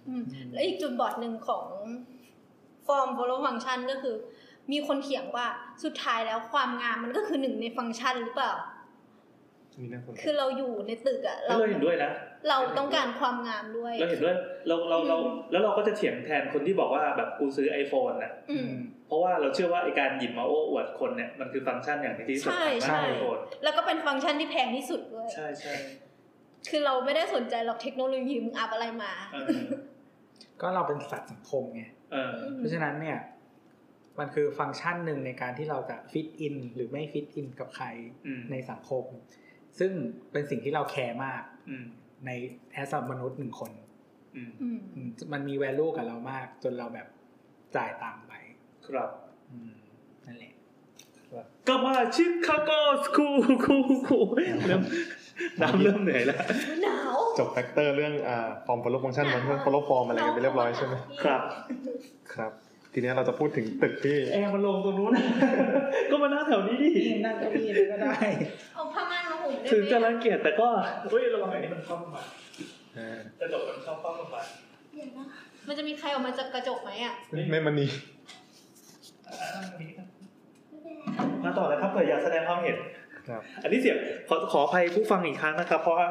[SPEAKER 4] อืมแล้วอีกจุดบอดหนึ่งของฟอร์ม follow function ก็คือ มีคนเถียงว่าสุดท้ายแล้วความงามมันก็คือหนึ่งในฟังก์ชันหรือเปล่า
[SPEAKER 3] นี่น่าสนใจ
[SPEAKER 4] คือเราอยู่ในตึกอะ
[SPEAKER 1] เรา
[SPEAKER 4] เรา
[SPEAKER 1] เห็นด้วยนะ
[SPEAKER 4] เราต้องการความงามด้วย
[SPEAKER 1] เราเห็นด้วยเราเราเราแล้วเราก็จะเถียงแทนคนที่บอกว่าแบบกูซื้อ iPhone น่ะ
[SPEAKER 4] อืม
[SPEAKER 1] เพราะว่าเราเชื่อว่าไอการหยิบมาโอ้อวดคนเนี่ยมันคือฟังก์ชันอย่างหนึ่งที่สำคัญมาก
[SPEAKER 4] ใช่
[SPEAKER 1] ไอโฟน
[SPEAKER 4] แล้วก็เป็นฟังก์ชันที่แพงที่สุดด้วย
[SPEAKER 1] ใช่ใช่
[SPEAKER 4] คือเราไม่ได้สนใจหรอกเทคโนโลยีมึงอัพอะไรมา
[SPEAKER 1] เออ
[SPEAKER 2] ก็เราเป็นสัตว์สังคมไง
[SPEAKER 1] เออ
[SPEAKER 2] เพราะฉะนั้นเนี่ย มันคือฟังก์ชันหนึ่งในการที่เราจะฟิตอินหรือไม่ฟิตอินกับใคร
[SPEAKER 1] อืม
[SPEAKER 2] ในสังคม ซึ่งเป็นสิ่งที่เราแคร์มาก
[SPEAKER 1] อืม
[SPEAKER 2] ในแอสมนุษย์หนึ่งคน
[SPEAKER 1] อืม
[SPEAKER 4] อืม
[SPEAKER 2] อืมมันมีแวลูกับเรามาก จนเราแบบจ่ายตังค์ไป
[SPEAKER 1] ครับ
[SPEAKER 2] อืมนั่นแหละ
[SPEAKER 1] กลับมาชิคาโกสคูคูคูเริ่ม (laughs) น้ำเริ่มเหนื่อยแล้ว
[SPEAKER 4] หนาว
[SPEAKER 3] จบแฟกเตอร์เรื่องอ่า form follow function มันเรื่อง follow form อะไรกันไปเรียบร้อยใช่ไหม
[SPEAKER 1] ครับ
[SPEAKER 3] ครับ ทีเนี้ยเราจะพูดถึงตึกที่
[SPEAKER 1] แอร์มันลงตรงนู้น (laughs) ก็มาหน้าแถวนี้ดิ
[SPEAKER 2] นี่นั่งเก้าอี้เลยก็ได้
[SPEAKER 4] เอาผ้าม่านมาห่มได้
[SPEAKER 1] ถึงจะ
[SPEAKER 4] ไหม
[SPEAKER 1] รังเกียจแต่ก็เฮ้ยระวังไอ้นี่มันเข้ามา
[SPEAKER 3] อ่า
[SPEAKER 1] กระจกมันชอบเข้ามา
[SPEAKER 4] เดี๋ยวนะมันจะมีใครออกมาจากกระจกไหมอะ
[SPEAKER 3] แม่มณี
[SPEAKER 1] มาต่อเลยครับเผื่ออยากแสดงความเห็น
[SPEAKER 3] ครับ
[SPEAKER 1] อันนี้เสียงขอขออภัยผู้ฟังอีกครั้งนะครับ เพราะว่า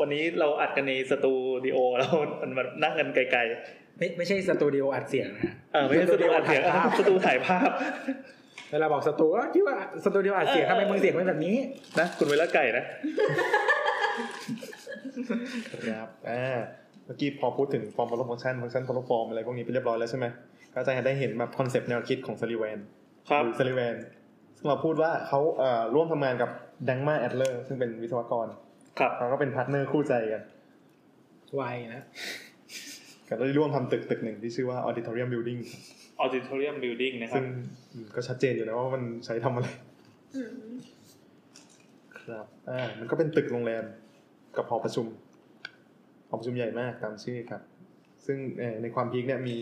[SPEAKER 1] วันนี้เราอัดกันในสตูดิโอแล้วมันมันนั่งกันไกล
[SPEAKER 2] ไม่ไม่ใช่สตูดิโออัดเสียงนะฮะ
[SPEAKER 1] ๆเออไม่ใช่สตูดิโออัดเสียง (laughs)
[SPEAKER 2] ถ่ายภาพ
[SPEAKER 1] สตูถ่ายภาพ (laughs)
[SPEAKER 2] เวลาบอกสตูก็คิดว่าสตูดิโออัดเสียงทำไมมึงเสียงเป็นแบบนี้
[SPEAKER 1] นะคุณเวลาไก่นะ
[SPEAKER 3] ครับ อ่า เมื่อกี้พอพูดถึง form follow function function follow form อะไรพวกนี้ไปเรียบร้อยแล้วใช่ไหม ก็จะได้เห็นแบบคอนเซปต์แนวคิดของ Sullivan
[SPEAKER 1] ครับ
[SPEAKER 3] หรือ Sullivan ซึ่งเราพูดว่าเขาเอ่อร่วมทำงานกับดังมาแอดเลอร์ซึ่งเป็นวิศวกร
[SPEAKER 1] ครับ
[SPEAKER 3] เขาก็เป็นพาร์ทเนอร์คู่ใจกัน
[SPEAKER 2] ไวนะ
[SPEAKER 3] ก็ได้ร่วมทำตึกตึกหนึ่งที่ชื่อว่า auditorium building
[SPEAKER 1] ออดิทอเรียมบิลดิ้งนะครั
[SPEAKER 3] ซึ่
[SPEAKER 1] บ
[SPEAKER 3] งก็ชัดเจนอยู่นะว่ามันใช้ทำอะไร
[SPEAKER 4] อืม
[SPEAKER 3] ค ครับอ่ามันก็เป็นตึกโรงแรมกับหอประชุมหอประชุมใหญ่มากตามชื่อครับ ซึ่งเอ่อในความพีคเนี่ยมี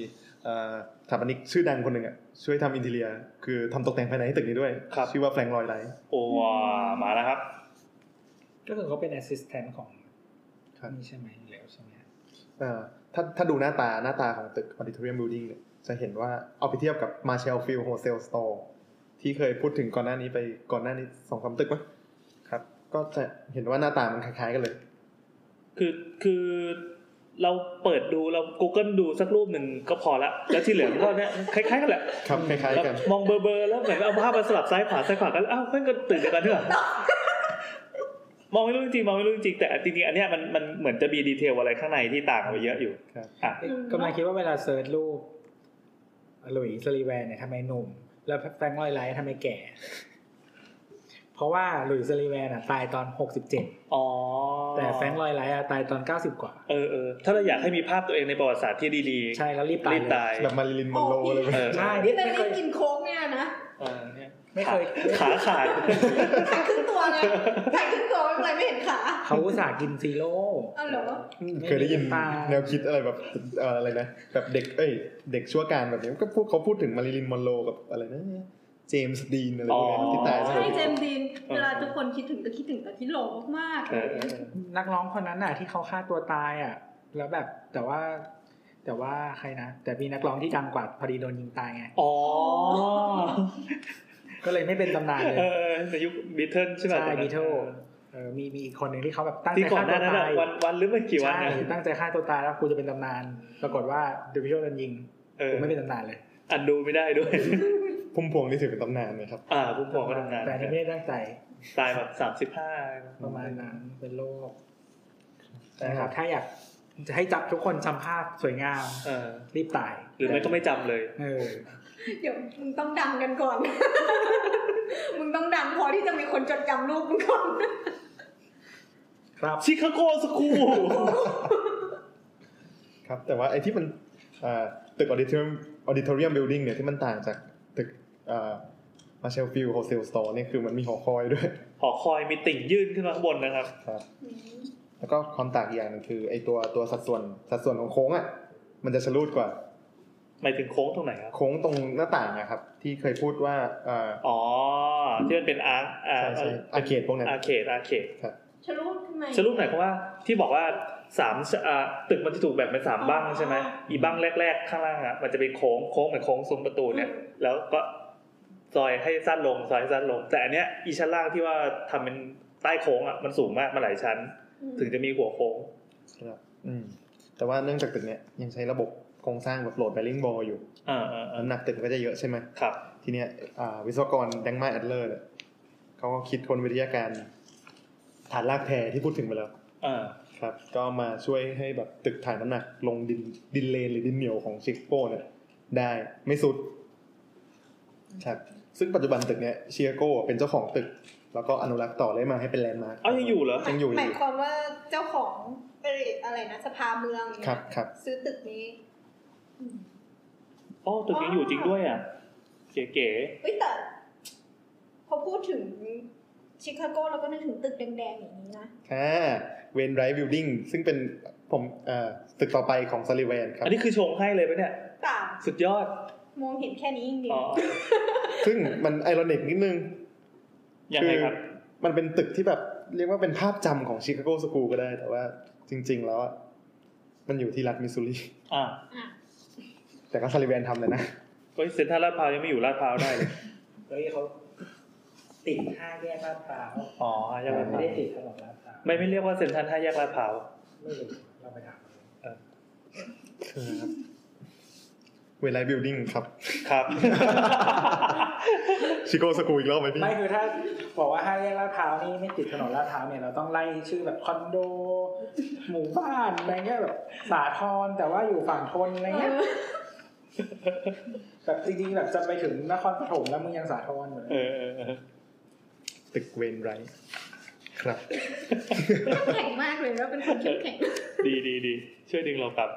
[SPEAKER 3] เอ่อสถาปนิกชื่อดังคนหนึ่งอ่ะช่วยทำอินทีเรีย คือทำตกแต่งภายในให้ตึกนี้ด้วย
[SPEAKER 1] ครับ
[SPEAKER 3] ชื่อว่าแฟรงลอยไล
[SPEAKER 1] โอ้มาแล้วครับ
[SPEAKER 2] ก็คือเขาเป็นแอสซิสแตนต์ของ
[SPEAKER 3] ครับ
[SPEAKER 2] นี่ใช่ไหมแล้วใช่ไหม
[SPEAKER 3] เอ่อถ้าถ้าดูหน้าตาหน้าตาของตึก Auditorium Building เนี่ยจะเห็นว่าเอาไปเทียบกับ Marshall Field Wholesale Store ที่เคยพูดถึงก่อนหน้านี้ไปก่อนหน้านี้สองสามตึกมั้ยครับ ก็จะเห็นว่าหน้าตามันคล้ายๆกันเลย
[SPEAKER 1] คือคือเราเปิดดูเรา Google ดูสักรูปหนึ่งก็พอละแล้วที่เหลือมันก็เนี่ยคล้ายๆกันแหละ
[SPEAKER 3] ครับคล้ายๆกัน
[SPEAKER 1] มองเบลอๆแล้วเหมือนเอาภาพมาสลับซ้ายขวาซ้ายขวากันแล้วอ้าวมันก็ตื่นเดียวกันเถอะมองไม่รู้จริงๆมองไม่รู้จริงๆแต่จริงๆอันเนี้ยมันมันเหมือนจะมีดีเทลอะไรข้างในที่ต่างออกไปเยอะอยู่
[SPEAKER 3] ครับ
[SPEAKER 1] อ่ะ
[SPEAKER 2] เอ๊ะกำลังคิดว่าเวลาเซิร์ชรูปหลุยส์สลีแวนเนี่ยทำไมหนุ่ม แล้วแฟรงค์ลอยไลท์ทำไมแก่ เพราะว่าหลุยส์สลีแวนอ่ะตายตอนหกสิบเจ็ด
[SPEAKER 1] อ๋อ
[SPEAKER 2] แต่แฟรงค์ลอยไลท์อ่ะตายตอนเก้าสิบกว่า
[SPEAKER 1] เออเออถ้าเราอยากให้มีภาพตัวเองในประวัติศาสตร์ที่ดีๆ
[SPEAKER 2] ใช่แล้วรีบตาย
[SPEAKER 1] รีบ
[SPEAKER 2] เลย
[SPEAKER 1] ตาย
[SPEAKER 3] แบบมาริลินมอนโรเลย
[SPEAKER 1] เออ
[SPEAKER 2] ใช่
[SPEAKER 4] ที่
[SPEAKER 2] นี่
[SPEAKER 4] เป็น
[SPEAKER 2] ไม่
[SPEAKER 4] รีบ
[SPEAKER 2] เคย
[SPEAKER 4] กินโค้กเนี่ยนะ
[SPEAKER 1] เออเนี่ย
[SPEAKER 2] ไม่เคย
[SPEAKER 1] ขาขาด
[SPEAKER 4] ถ่ายครึ่งตัวนะถ่ายครึ่งตัวไม่เป็นไรไม่เห็นขา
[SPEAKER 2] เขาอุตส่าห์กินซีโร่
[SPEAKER 4] เอาเหรอ
[SPEAKER 3] เคยได้ยิน
[SPEAKER 2] ไม่มีตา
[SPEAKER 3] แนวคิดอะไรแบบเอ่ออะไรนะแบบเด็กเอ้ยเด็กชั่วการแบบนี้ก็พูดเขาพูดถึงมาริลินมอนโรกับอะไรนะเจมส์ดีนอะไรพวกนี้
[SPEAKER 1] อ๋อ
[SPEAKER 3] ที่ตาย
[SPEAKER 4] ใช่เจมส์ดีน
[SPEAKER 1] เออ
[SPEAKER 4] เวลาทุกคนคิดถึงก็คิดถึงแต่ที่โหลมาก
[SPEAKER 1] เออเออ
[SPEAKER 2] นักร้องคนนั้นน่ะ ที่เขาฆ่าตัวตายอ่ะ แล้วแบบแต่ว่า แต่ว่าใครนะ แต่มีนักร้องที่ดังกว่าพอดีโดนยิงตายไง
[SPEAKER 1] อ๋อ
[SPEAKER 2] ก็เลยไม่เป็นตำนานเลย
[SPEAKER 1] เออในยุคบิทเทิลใช่ไหม
[SPEAKER 2] ใช่บีเทลเออมีมีอีกคนหนึ่งที่เขาแบบตั้ง
[SPEAKER 1] ที่
[SPEAKER 2] ใจ
[SPEAKER 1] ก่อนห
[SPEAKER 2] ฆ่าตั
[SPEAKER 1] น้าว นั้น
[SPEAKER 2] ตา
[SPEAKER 1] อะ
[SPEAKER 2] ย
[SPEAKER 1] วันวันหรือไม่กี่วัน
[SPEAKER 2] ใช่
[SPEAKER 1] นะ
[SPEAKER 2] ตั้งใจฆ่าตัวตายแล้วกูจะเป็นตำนาน ปรากฏว่าเดอะบิเทลโดนยิง
[SPEAKER 1] เออ
[SPEAKER 2] กูไม่เป็นตำนานเลย
[SPEAKER 1] อันดูไม่ได้ด้วย
[SPEAKER 3] พุ่มพวงนี่ถือเป็นตำนานนะครับ
[SPEAKER 1] อ่าผมบอกว่าทำงาน
[SPEAKER 2] แต่อันนี้ไม่ได้ตั้งใจ
[SPEAKER 1] ตายแบบสามสิบห้า
[SPEAKER 2] ประมาณนั้นเป็นโรคนะครับถ้าอยากจะให้จับทุกคนจำภาพสวยงาม
[SPEAKER 1] เออ
[SPEAKER 2] รีบตาย
[SPEAKER 1] หรือไม่ก็ไม่จำเลย
[SPEAKER 2] เออ
[SPEAKER 4] ๆเดี๋ยวมึงต้องดังกัน (laughs) ก่อน มึงต้องดังพอที่จะมีคนจดจำรูปมึงก่อน
[SPEAKER 2] ครับ
[SPEAKER 1] ชิคาโกสคูล
[SPEAKER 3] ครับแต่ว่าไอ้ที่มันเอ่อตึก auditorium auditorium building เนี่ยที่มันต่างจากตึกมาเชลฟิลโฮเซลสโตร์เนี่ยคือมันมีหอคอยด้วย (laughs)
[SPEAKER 1] หอคอยมีติ่งยื่นขึ้นมาข้างบนนะครับ
[SPEAKER 3] ครับแล้วก็ความต่างอีกอย่างหนึงคือไอ้ตัวตัวสัดส่วนสัดส่วนของโค้งอ่ะมันจะชะลูดกว่า
[SPEAKER 1] หมายถึงโค้งตรงไหนครับ
[SPEAKER 3] โค้งตรงหน้าต่างนะครับ ที่เคยพูดว่าเอ่อ
[SPEAKER 1] อ๋อ ที่มันเป็นอาร์คอ่า
[SPEAKER 3] ใช่ใช่อาเขตพวกนั้น
[SPEAKER 1] อาร์เคดอาร์เคด
[SPEAKER 4] ชะลูดขึ้นมา
[SPEAKER 1] สรุปหน่อยเพราะว่าที่บอกว่าสามอ่าตึกมันจะถูกแบ่งเป็นสามบั้งใช่ไหมอีบั้งแรก ๆ ข้างล่างอ่ะมันจะเป็นโค้งโค้งเหมือนโค้งซุ้มประตูเนี่ย แล้วก็ซอยให้สั้นลงซอยให้สั้นลง แต่อันเนี้ยอีชั้นล่างที่ว่าทำเป็นใต้โค้งอ่ะมันสูงมากมาหลายชั้น ถึงจะมีหัวโค้ง
[SPEAKER 3] ครับอืมแต่ว่าเนื่องจากตึกเนี้ยยังใช้ระบบโครงสร้างแบบโหลดแบลิงบอลอยู่
[SPEAKER 1] อ่าอ่าอ่า
[SPEAKER 3] น้ำหนักตึกก็จะเยอะใช่ไหม
[SPEAKER 1] ครับ
[SPEAKER 3] ทีเนี้ยอ่าวิศวกรแดงมาแอดเลอร์เขาก็คิดคนวิทยาการฐานรากแพรที่พูดถึงไปแล้ว
[SPEAKER 1] อ่า
[SPEAKER 3] ครับ ก็มาช่วยให้แบบตึกถ่ายน้ำหนักลงดินดินเลนหรือดินเหนียวของชิคาโกเนี่ยได้ไม่สุดครับซึ่งปัจจุบันตึกเนี้ยชิคาโกเป็นเจ้าของตึก แล้วก็อนุรักษ์ต่อเลยมาให้เป็นแลนด์มาร์ค
[SPEAKER 1] เอายังอยู่เหรอ
[SPEAKER 3] ยังอยู่อยู่
[SPEAKER 4] หมายความว่าเจ้าของเอ่ออะไรนะสภาเมืองเนี่ย
[SPEAKER 3] ครับครับ
[SPEAKER 4] ซื้อตึกนี้
[SPEAKER 1] อ๋อตึกยังอยู่จริงด้วยอ่ะ เก๋
[SPEAKER 4] เฮ้ยแต่พอพูดถึงชิคาโกเราก็นึกถึงตึกแดงๆอย่างนี้นะ
[SPEAKER 3] อ่าเวนไรท์บิลดิ้งซึ่งเป็นผมเอ่อตึกต่อไปของซาริแวน
[SPEAKER 1] ๆ
[SPEAKER 3] ครับ
[SPEAKER 1] อันนี้คือชงให้เลยปะเนี่ย
[SPEAKER 4] ต่าง
[SPEAKER 1] สุดยอด
[SPEAKER 4] มองเห็นแค่นี้จริง
[SPEAKER 1] อ๋อ
[SPEAKER 3] ซึ่งมันไอรอนิกนิดนึง
[SPEAKER 1] ยังไงครับ
[SPEAKER 3] มันเป็นตึกที่แบบเรียกว่าเป็นภาพจำของชิคาโกสกูก็ได้ แต่ว่าจริง ๆ แล้วอะมันอยู่ที่รัฐมิสซูรี
[SPEAKER 1] อ่า
[SPEAKER 3] แต่ก็ซาริแวนทำเลยนะ
[SPEAKER 1] เฮ้ยเซ็นทรัลลาดพร้าวยังไม่อยู่ลาดพร้าวได้เลย
[SPEAKER 2] แล้วเขาติดห้าแยกลาดพร้าว
[SPEAKER 1] อ๋อยัง
[SPEAKER 2] แต่
[SPEAKER 1] ไม่
[SPEAKER 2] ไม่ได้ติดถนนลาดพร้าว
[SPEAKER 1] ไม่ไม่เรียกว่าเซ็นทรัลท่าแยกลาดพร้าว
[SPEAKER 2] ไม่รู้เราไปถาม
[SPEAKER 3] เวนไรท์บิลดิ้งครับ (laughs)
[SPEAKER 1] ครับ
[SPEAKER 3] ชิคาโกสกูอีกรอบไหมพี่
[SPEAKER 2] ไม่คือถ้าบอกว่าห้าแยกลาดพร้าวนี่ไม่ติดถนนลาดพร้าวเนี่ยเราต้องไล่ชื่อแบบคอนโด หมู่บ้านอะไรเงี้ยแบบสาทรแต่ว่าอยู่ฝั่งทนอะไรเงี้ยแบบจริงๆแบบจะไปถึงนครปฐมแล้วมึงยังสาทรอยู่เลย
[SPEAKER 1] เออเออเออ
[SPEAKER 3] ตึกเวนไรท์ครับ
[SPEAKER 4] ๆแข็งมากเลยแล้วเป็นคนเข้มแข็ง
[SPEAKER 1] ดีดีดีช่วยดึงเรากลับ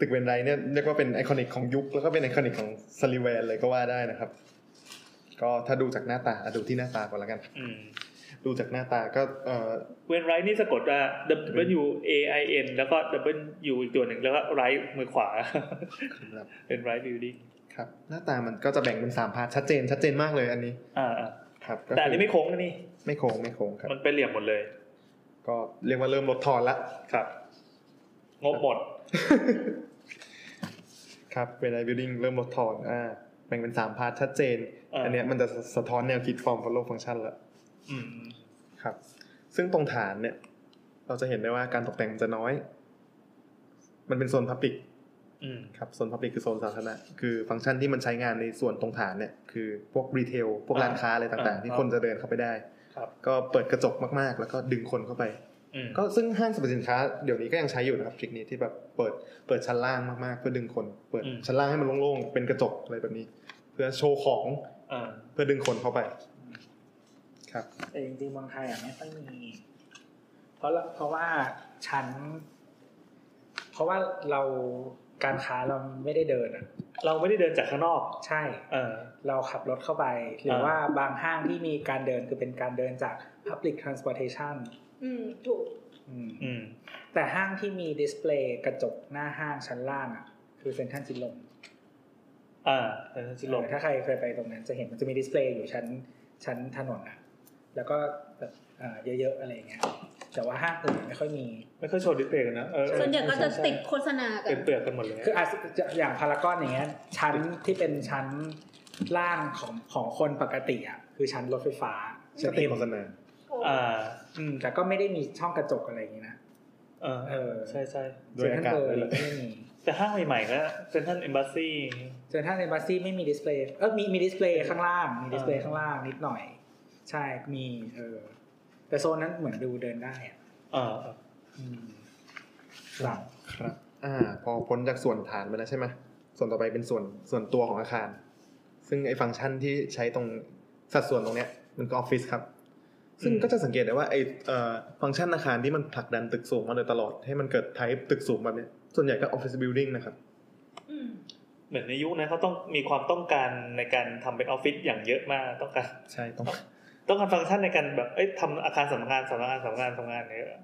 [SPEAKER 3] ตึกเวนไรท์เนี่ยเรียกว่าเป็นไอคอนิกของยุค แล้วก็เป็นไอคอนิกของซาริแวนเลยก็ว่าได้นะครับ ก็ถ้าดูจากหน้าตาอ่ะดูที่หน้าตาก่อนละกัน
[SPEAKER 1] อืม
[SPEAKER 3] ดูจากหน้าตาก็เอ่อ
[SPEAKER 1] เวนไรนี่สะกดว่า W A I N แล้วก็ W U อีกตัวหนึ่งแล้วก็ไรมือขวา
[SPEAKER 3] ครับ
[SPEAKER 1] เป็นไรบิวดิ้ง
[SPEAKER 3] ครับ หน้าตามันก็จะแบ่งเป็นสามพาร์ทชัดเจนชัดเจนมากเลยอันนี้
[SPEAKER 1] อ่า
[SPEAKER 3] ครับ
[SPEAKER 1] ๆแต่อันนี้ไม่โค้งนะนี่
[SPEAKER 3] ไม่โค้งไม่โค้งครับ
[SPEAKER 1] มันเป็นเหลี่ยมหมดเลย
[SPEAKER 3] ก็เรียกว่าเริ่มลดทอนละ
[SPEAKER 1] ครับ งบหมด
[SPEAKER 3] ครับเวลา building เริ่มลดทอนอ่าแบ่งเป็นสามพาร์ทชัดเจน
[SPEAKER 1] อ่า
[SPEAKER 3] อันเนี้ยมันจะสะท้อนแนวคิด form follow function ละ
[SPEAKER 1] อืม
[SPEAKER 3] ครับ ซึ่งตรงฐานเนี่ย เราจะเห็นได้ว่าการตกแต่งจะน้อย มันเป็นโซน public
[SPEAKER 1] อืม
[SPEAKER 3] ครับโซน public คือโซนสาธารณะคือฟังก์ชันที่มันใช้งานในส่วนตรงฐานเนี่ย คือพวก retail พวก
[SPEAKER 1] อ่า
[SPEAKER 3] ร้านค้าอะไรต่างๆ ที่
[SPEAKER 1] อ่า
[SPEAKER 3] คนจะเดินเข้าไปได้
[SPEAKER 1] ครับ
[SPEAKER 3] ก็เปิดกระจกมากๆ แล้วก็ดึงคนเข้าไป
[SPEAKER 1] อืม
[SPEAKER 3] ก็ซึ่งห้างสรรพสินค้าเดี๋ยวนี้ก็ยังใช้อยู่นะครับทริคนี้ที่แบบเปิดเปิดชั้นล่างมากๆ เพื่อดึงคน เปิดชั้นล่างให้มันโล่งๆ เป็นกระจกอะไรแบบนี้ เพื่อโชว์ของ
[SPEAKER 1] อ่า
[SPEAKER 3] เพื่อดึงคนเข้าไป ครับ
[SPEAKER 2] แต่จริงๆเมืองไทยอ่ะไม่ค่อยมี เพราะละเพราะว่าชั้น เพราะว่าเราการค้าเราไม่ได้เดินอ่ะ
[SPEAKER 1] เราไม่ได้เดินจากข้างนอก
[SPEAKER 2] ใช่
[SPEAKER 1] เออ
[SPEAKER 2] เราขับรถเข้าไป หรืออา ว่าบางห้างที่มีการเดินคือเป็นการเดินจาก Public Transportation
[SPEAKER 4] อืมถูก
[SPEAKER 2] อืม
[SPEAKER 1] อืม
[SPEAKER 2] แต่ห้างที่มีดิสเพลย์กระจกหน้าห้างชั้นล่างอ่ะ คือเซ็นทรัลชิดลม
[SPEAKER 1] อ่าแต่ชิลง
[SPEAKER 2] เออถ้าใครเคยไปตรงนั้นจะเห็นมันจะมีดิสเพลย์อยู่ชั้นชั้นถนนอ่ะ แล้วก็แบบเอ่อเยอะๆอะไรอย่างเงี้ย แต่ว่าห้างอื่นไม่ค่อยมี
[SPEAKER 1] ไม่ค่อยโชว์ดิสเพลย์กันนะเออ
[SPEAKER 4] ส่วนใหญ่ก็จะติดโฆษณากั
[SPEAKER 1] เป็น นเปลือกกันหมดเลย
[SPEAKER 2] คืออาจจะอย่างพารากอนอย่างเงี้ยชั้นที่เป็นชั้นล่างของของคนปกติอ่ะคือชั้นรถไฟฟ้า
[SPEAKER 3] ก็
[SPEAKER 2] ชั้น
[SPEAKER 3] ติด
[SPEAKER 2] เอ็ม
[SPEAKER 3] โฆษณา
[SPEAKER 1] อ่า
[SPEAKER 2] อืมแต่ก็ไม่ได้มีช่องกระจกอะไรอย่างงี้นะ
[SPEAKER 1] เออ
[SPEAKER 2] เออ
[SPEAKER 1] ใช่ใช่
[SPEAKER 3] ด้วยอากาศ
[SPEAKER 2] เบอ
[SPEAKER 3] ด้วยแหละ
[SPEAKER 2] ไม่มี
[SPEAKER 1] ๆแต่ห้างใหม่ๆก็เซ็นทรัลเอมบ s สซี่
[SPEAKER 2] เจอถ้าในบัสซี่ไม่มีดิสเพลย์เออมีมีดิสเพลย์ข้างล่างมีดิสเพลย์
[SPEAKER 1] อ่า
[SPEAKER 2] ข้างล่างนิดหน่อย ใช่มีเออแต่โซนนั้นเหมือนดูเดินได้อ่ะ
[SPEAKER 1] เออ
[SPEAKER 2] อืมครับ
[SPEAKER 3] ครับ อ่า พอพ้นจากส่วนฐานไปแล้วใช่ไหมส่วนต่อไปเป็นส่วนส่วนตัวของอาคาร ซึ่งไอ้ฟังก์ชันที่ใช้ตรงสัดส่วนตรงเนี้ยมันก็ออฟฟิศครับ ซึ่งก็จะสังเกตได้ว่าไอ้เอ่อฟังก์ชันอาคารที่มันผลักดันตึกสูงมาโดยตลอดให้มันเกิดไทป์ตึกสูงแบบเนี้ยส่วนใหญ่ก็ออฟฟิศบิลดิ่งนะครับ
[SPEAKER 4] อืม
[SPEAKER 1] เหมือนในยุคนั้นเขาต้องมีความต้องการในการทำเป็นออฟฟิศอย่างเยอะมากต้องการ
[SPEAKER 3] ใช่ต้อง
[SPEAKER 1] ต้องการฟังก์ชันในการแบบ เอ้ยทำอาคารสำนักงานสำนักงานสำนักงานสำนักงานเนี่ย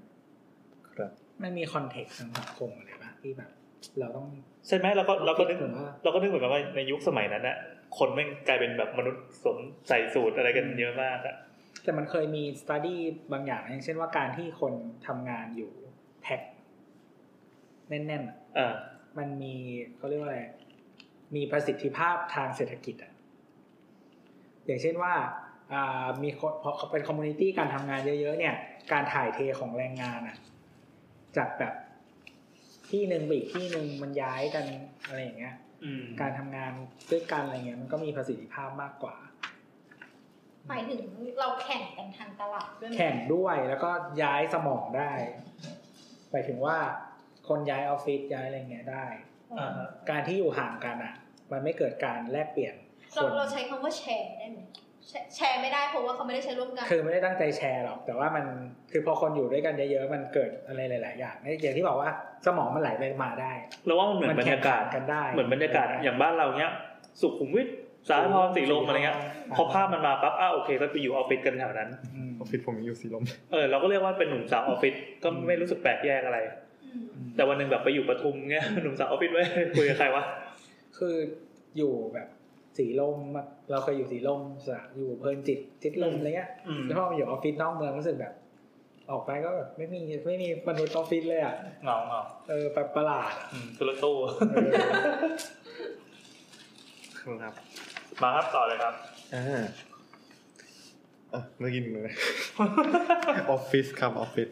[SPEAKER 3] ครับ
[SPEAKER 2] มันมีคอนเทกต์ทางสังคมอะไรบ้างที่แบบ เราต้อง
[SPEAKER 1] ใช่ไหมเราก็เราก็นึก
[SPEAKER 2] ผมว่า
[SPEAKER 1] เราก็นึกเหมือนกันว่าในยุคสมัยนั้นน่ะคนไม่งกลายเป็นแบบมนุษย์สวมใส่สูตรอะไรกันเยอะมากอะ
[SPEAKER 2] แต่มันเคยมีสต u d ดี้บางอย่างนะอย่างเช่นว่าการที่คนทำงานอยู่แพ็คแน่นๆอะ
[SPEAKER 1] อ่า
[SPEAKER 2] มันมีเขาเรียกว่าอะไร มีประสิทธิภาพทางเศรษฐกิจอ่ะ อย่างเช่นว่าอ่ามีคนพอเขาเป็นคอมมูนิตี้การทำงานเยอะๆเนี่ย การถ่ายเทของแรงงานอ่ะ จากแบบที่หนึ่งไปอีกที่หนึ่งมันย้ายกันอะไรอย่างเงี้ย
[SPEAKER 1] อืม
[SPEAKER 2] การทำงานด้วยกันอะไรเงี้ย มันก็มีประสิทธิภาพมากกว่า
[SPEAKER 4] หมายถึงเราแข่งกันทางตลาดด้วยไหม
[SPEAKER 2] แข่งด้วยแล้วก็ย้ายสมองได้หมายถึงว่าคนย้ายออฟฟิศย้ายอะไรเงี้ยได้
[SPEAKER 1] อ่าฮะ
[SPEAKER 2] การที่อยู่ห่างกันอ่ะ มันไม่เกิดการแลกเปลี่ยนค
[SPEAKER 4] เรา
[SPEAKER 2] น
[SPEAKER 4] เราใช้คำว่าแชร์ได้ไหมแชร์แชร์ไม่ได้เพราะว่าเขาไม่ได้ใช้ร่วมกัน
[SPEAKER 2] คือไม่ได้ตั้งใจแชร์หรอก แต่ว่ามันคือพอคนอยู่ด้วยกันเยอะๆมันเกิดอะไรหลาย ๆ อย่างอย่างที่บอกว่าสมองมันไหลไปมาได้
[SPEAKER 1] เราว่ามันเหมือนบรรยากาศ
[SPEAKER 2] แข่งขันกันได้
[SPEAKER 1] เหมือนบรรยากาศอย่างบ้านเราเนี้ย สุขุมวิทสาทรสีลมอะไรเงี้ยพอภาพมันมาปั๊บอ้าวโอเคก็ไปอยู่ออฟฟิศกันแถวนั้น
[SPEAKER 2] อืม
[SPEAKER 3] ออฟฟิศผมอยู่สีลม
[SPEAKER 1] เออเราก็เรียกว่าเป็นหนุ่มสาวออฟฟิศก็ไม่รู้สึกแปลกแยกอะไร
[SPEAKER 4] อืม
[SPEAKER 1] แต่วันหนึ่งแบบไปอยู่ปทุมเงี้ย (laughs) หนุ่มสาวออฟฟิศไว้ยคุยกับใครวะ
[SPEAKER 2] คืออยู่แบบสีลมอะเราเคยอยู่สีลมสระอยู่เพลินจิตจิตลมอะไรเงี้ย
[SPEAKER 1] อืม
[SPEAKER 2] แล้วพอมาอยู่ออฟฟิศนอกเมืองรู้สึกแบบ ออกไปก็แบบไม่มีไม่มีมนุษย์ออฟฟิศเลยอ่ะ
[SPEAKER 1] เหงาเหงา
[SPEAKER 2] เออแบบประหลาดอะ
[SPEAKER 1] ๆอืมตุลโต้ (laughs)
[SPEAKER 2] เออ
[SPEAKER 3] ครับ
[SPEAKER 1] มาครับต่อเลยครับ
[SPEAKER 3] อ่าอ่ะเมื่อกี้หนึ่งเลย ออฟฟิศครับออฟฟิศ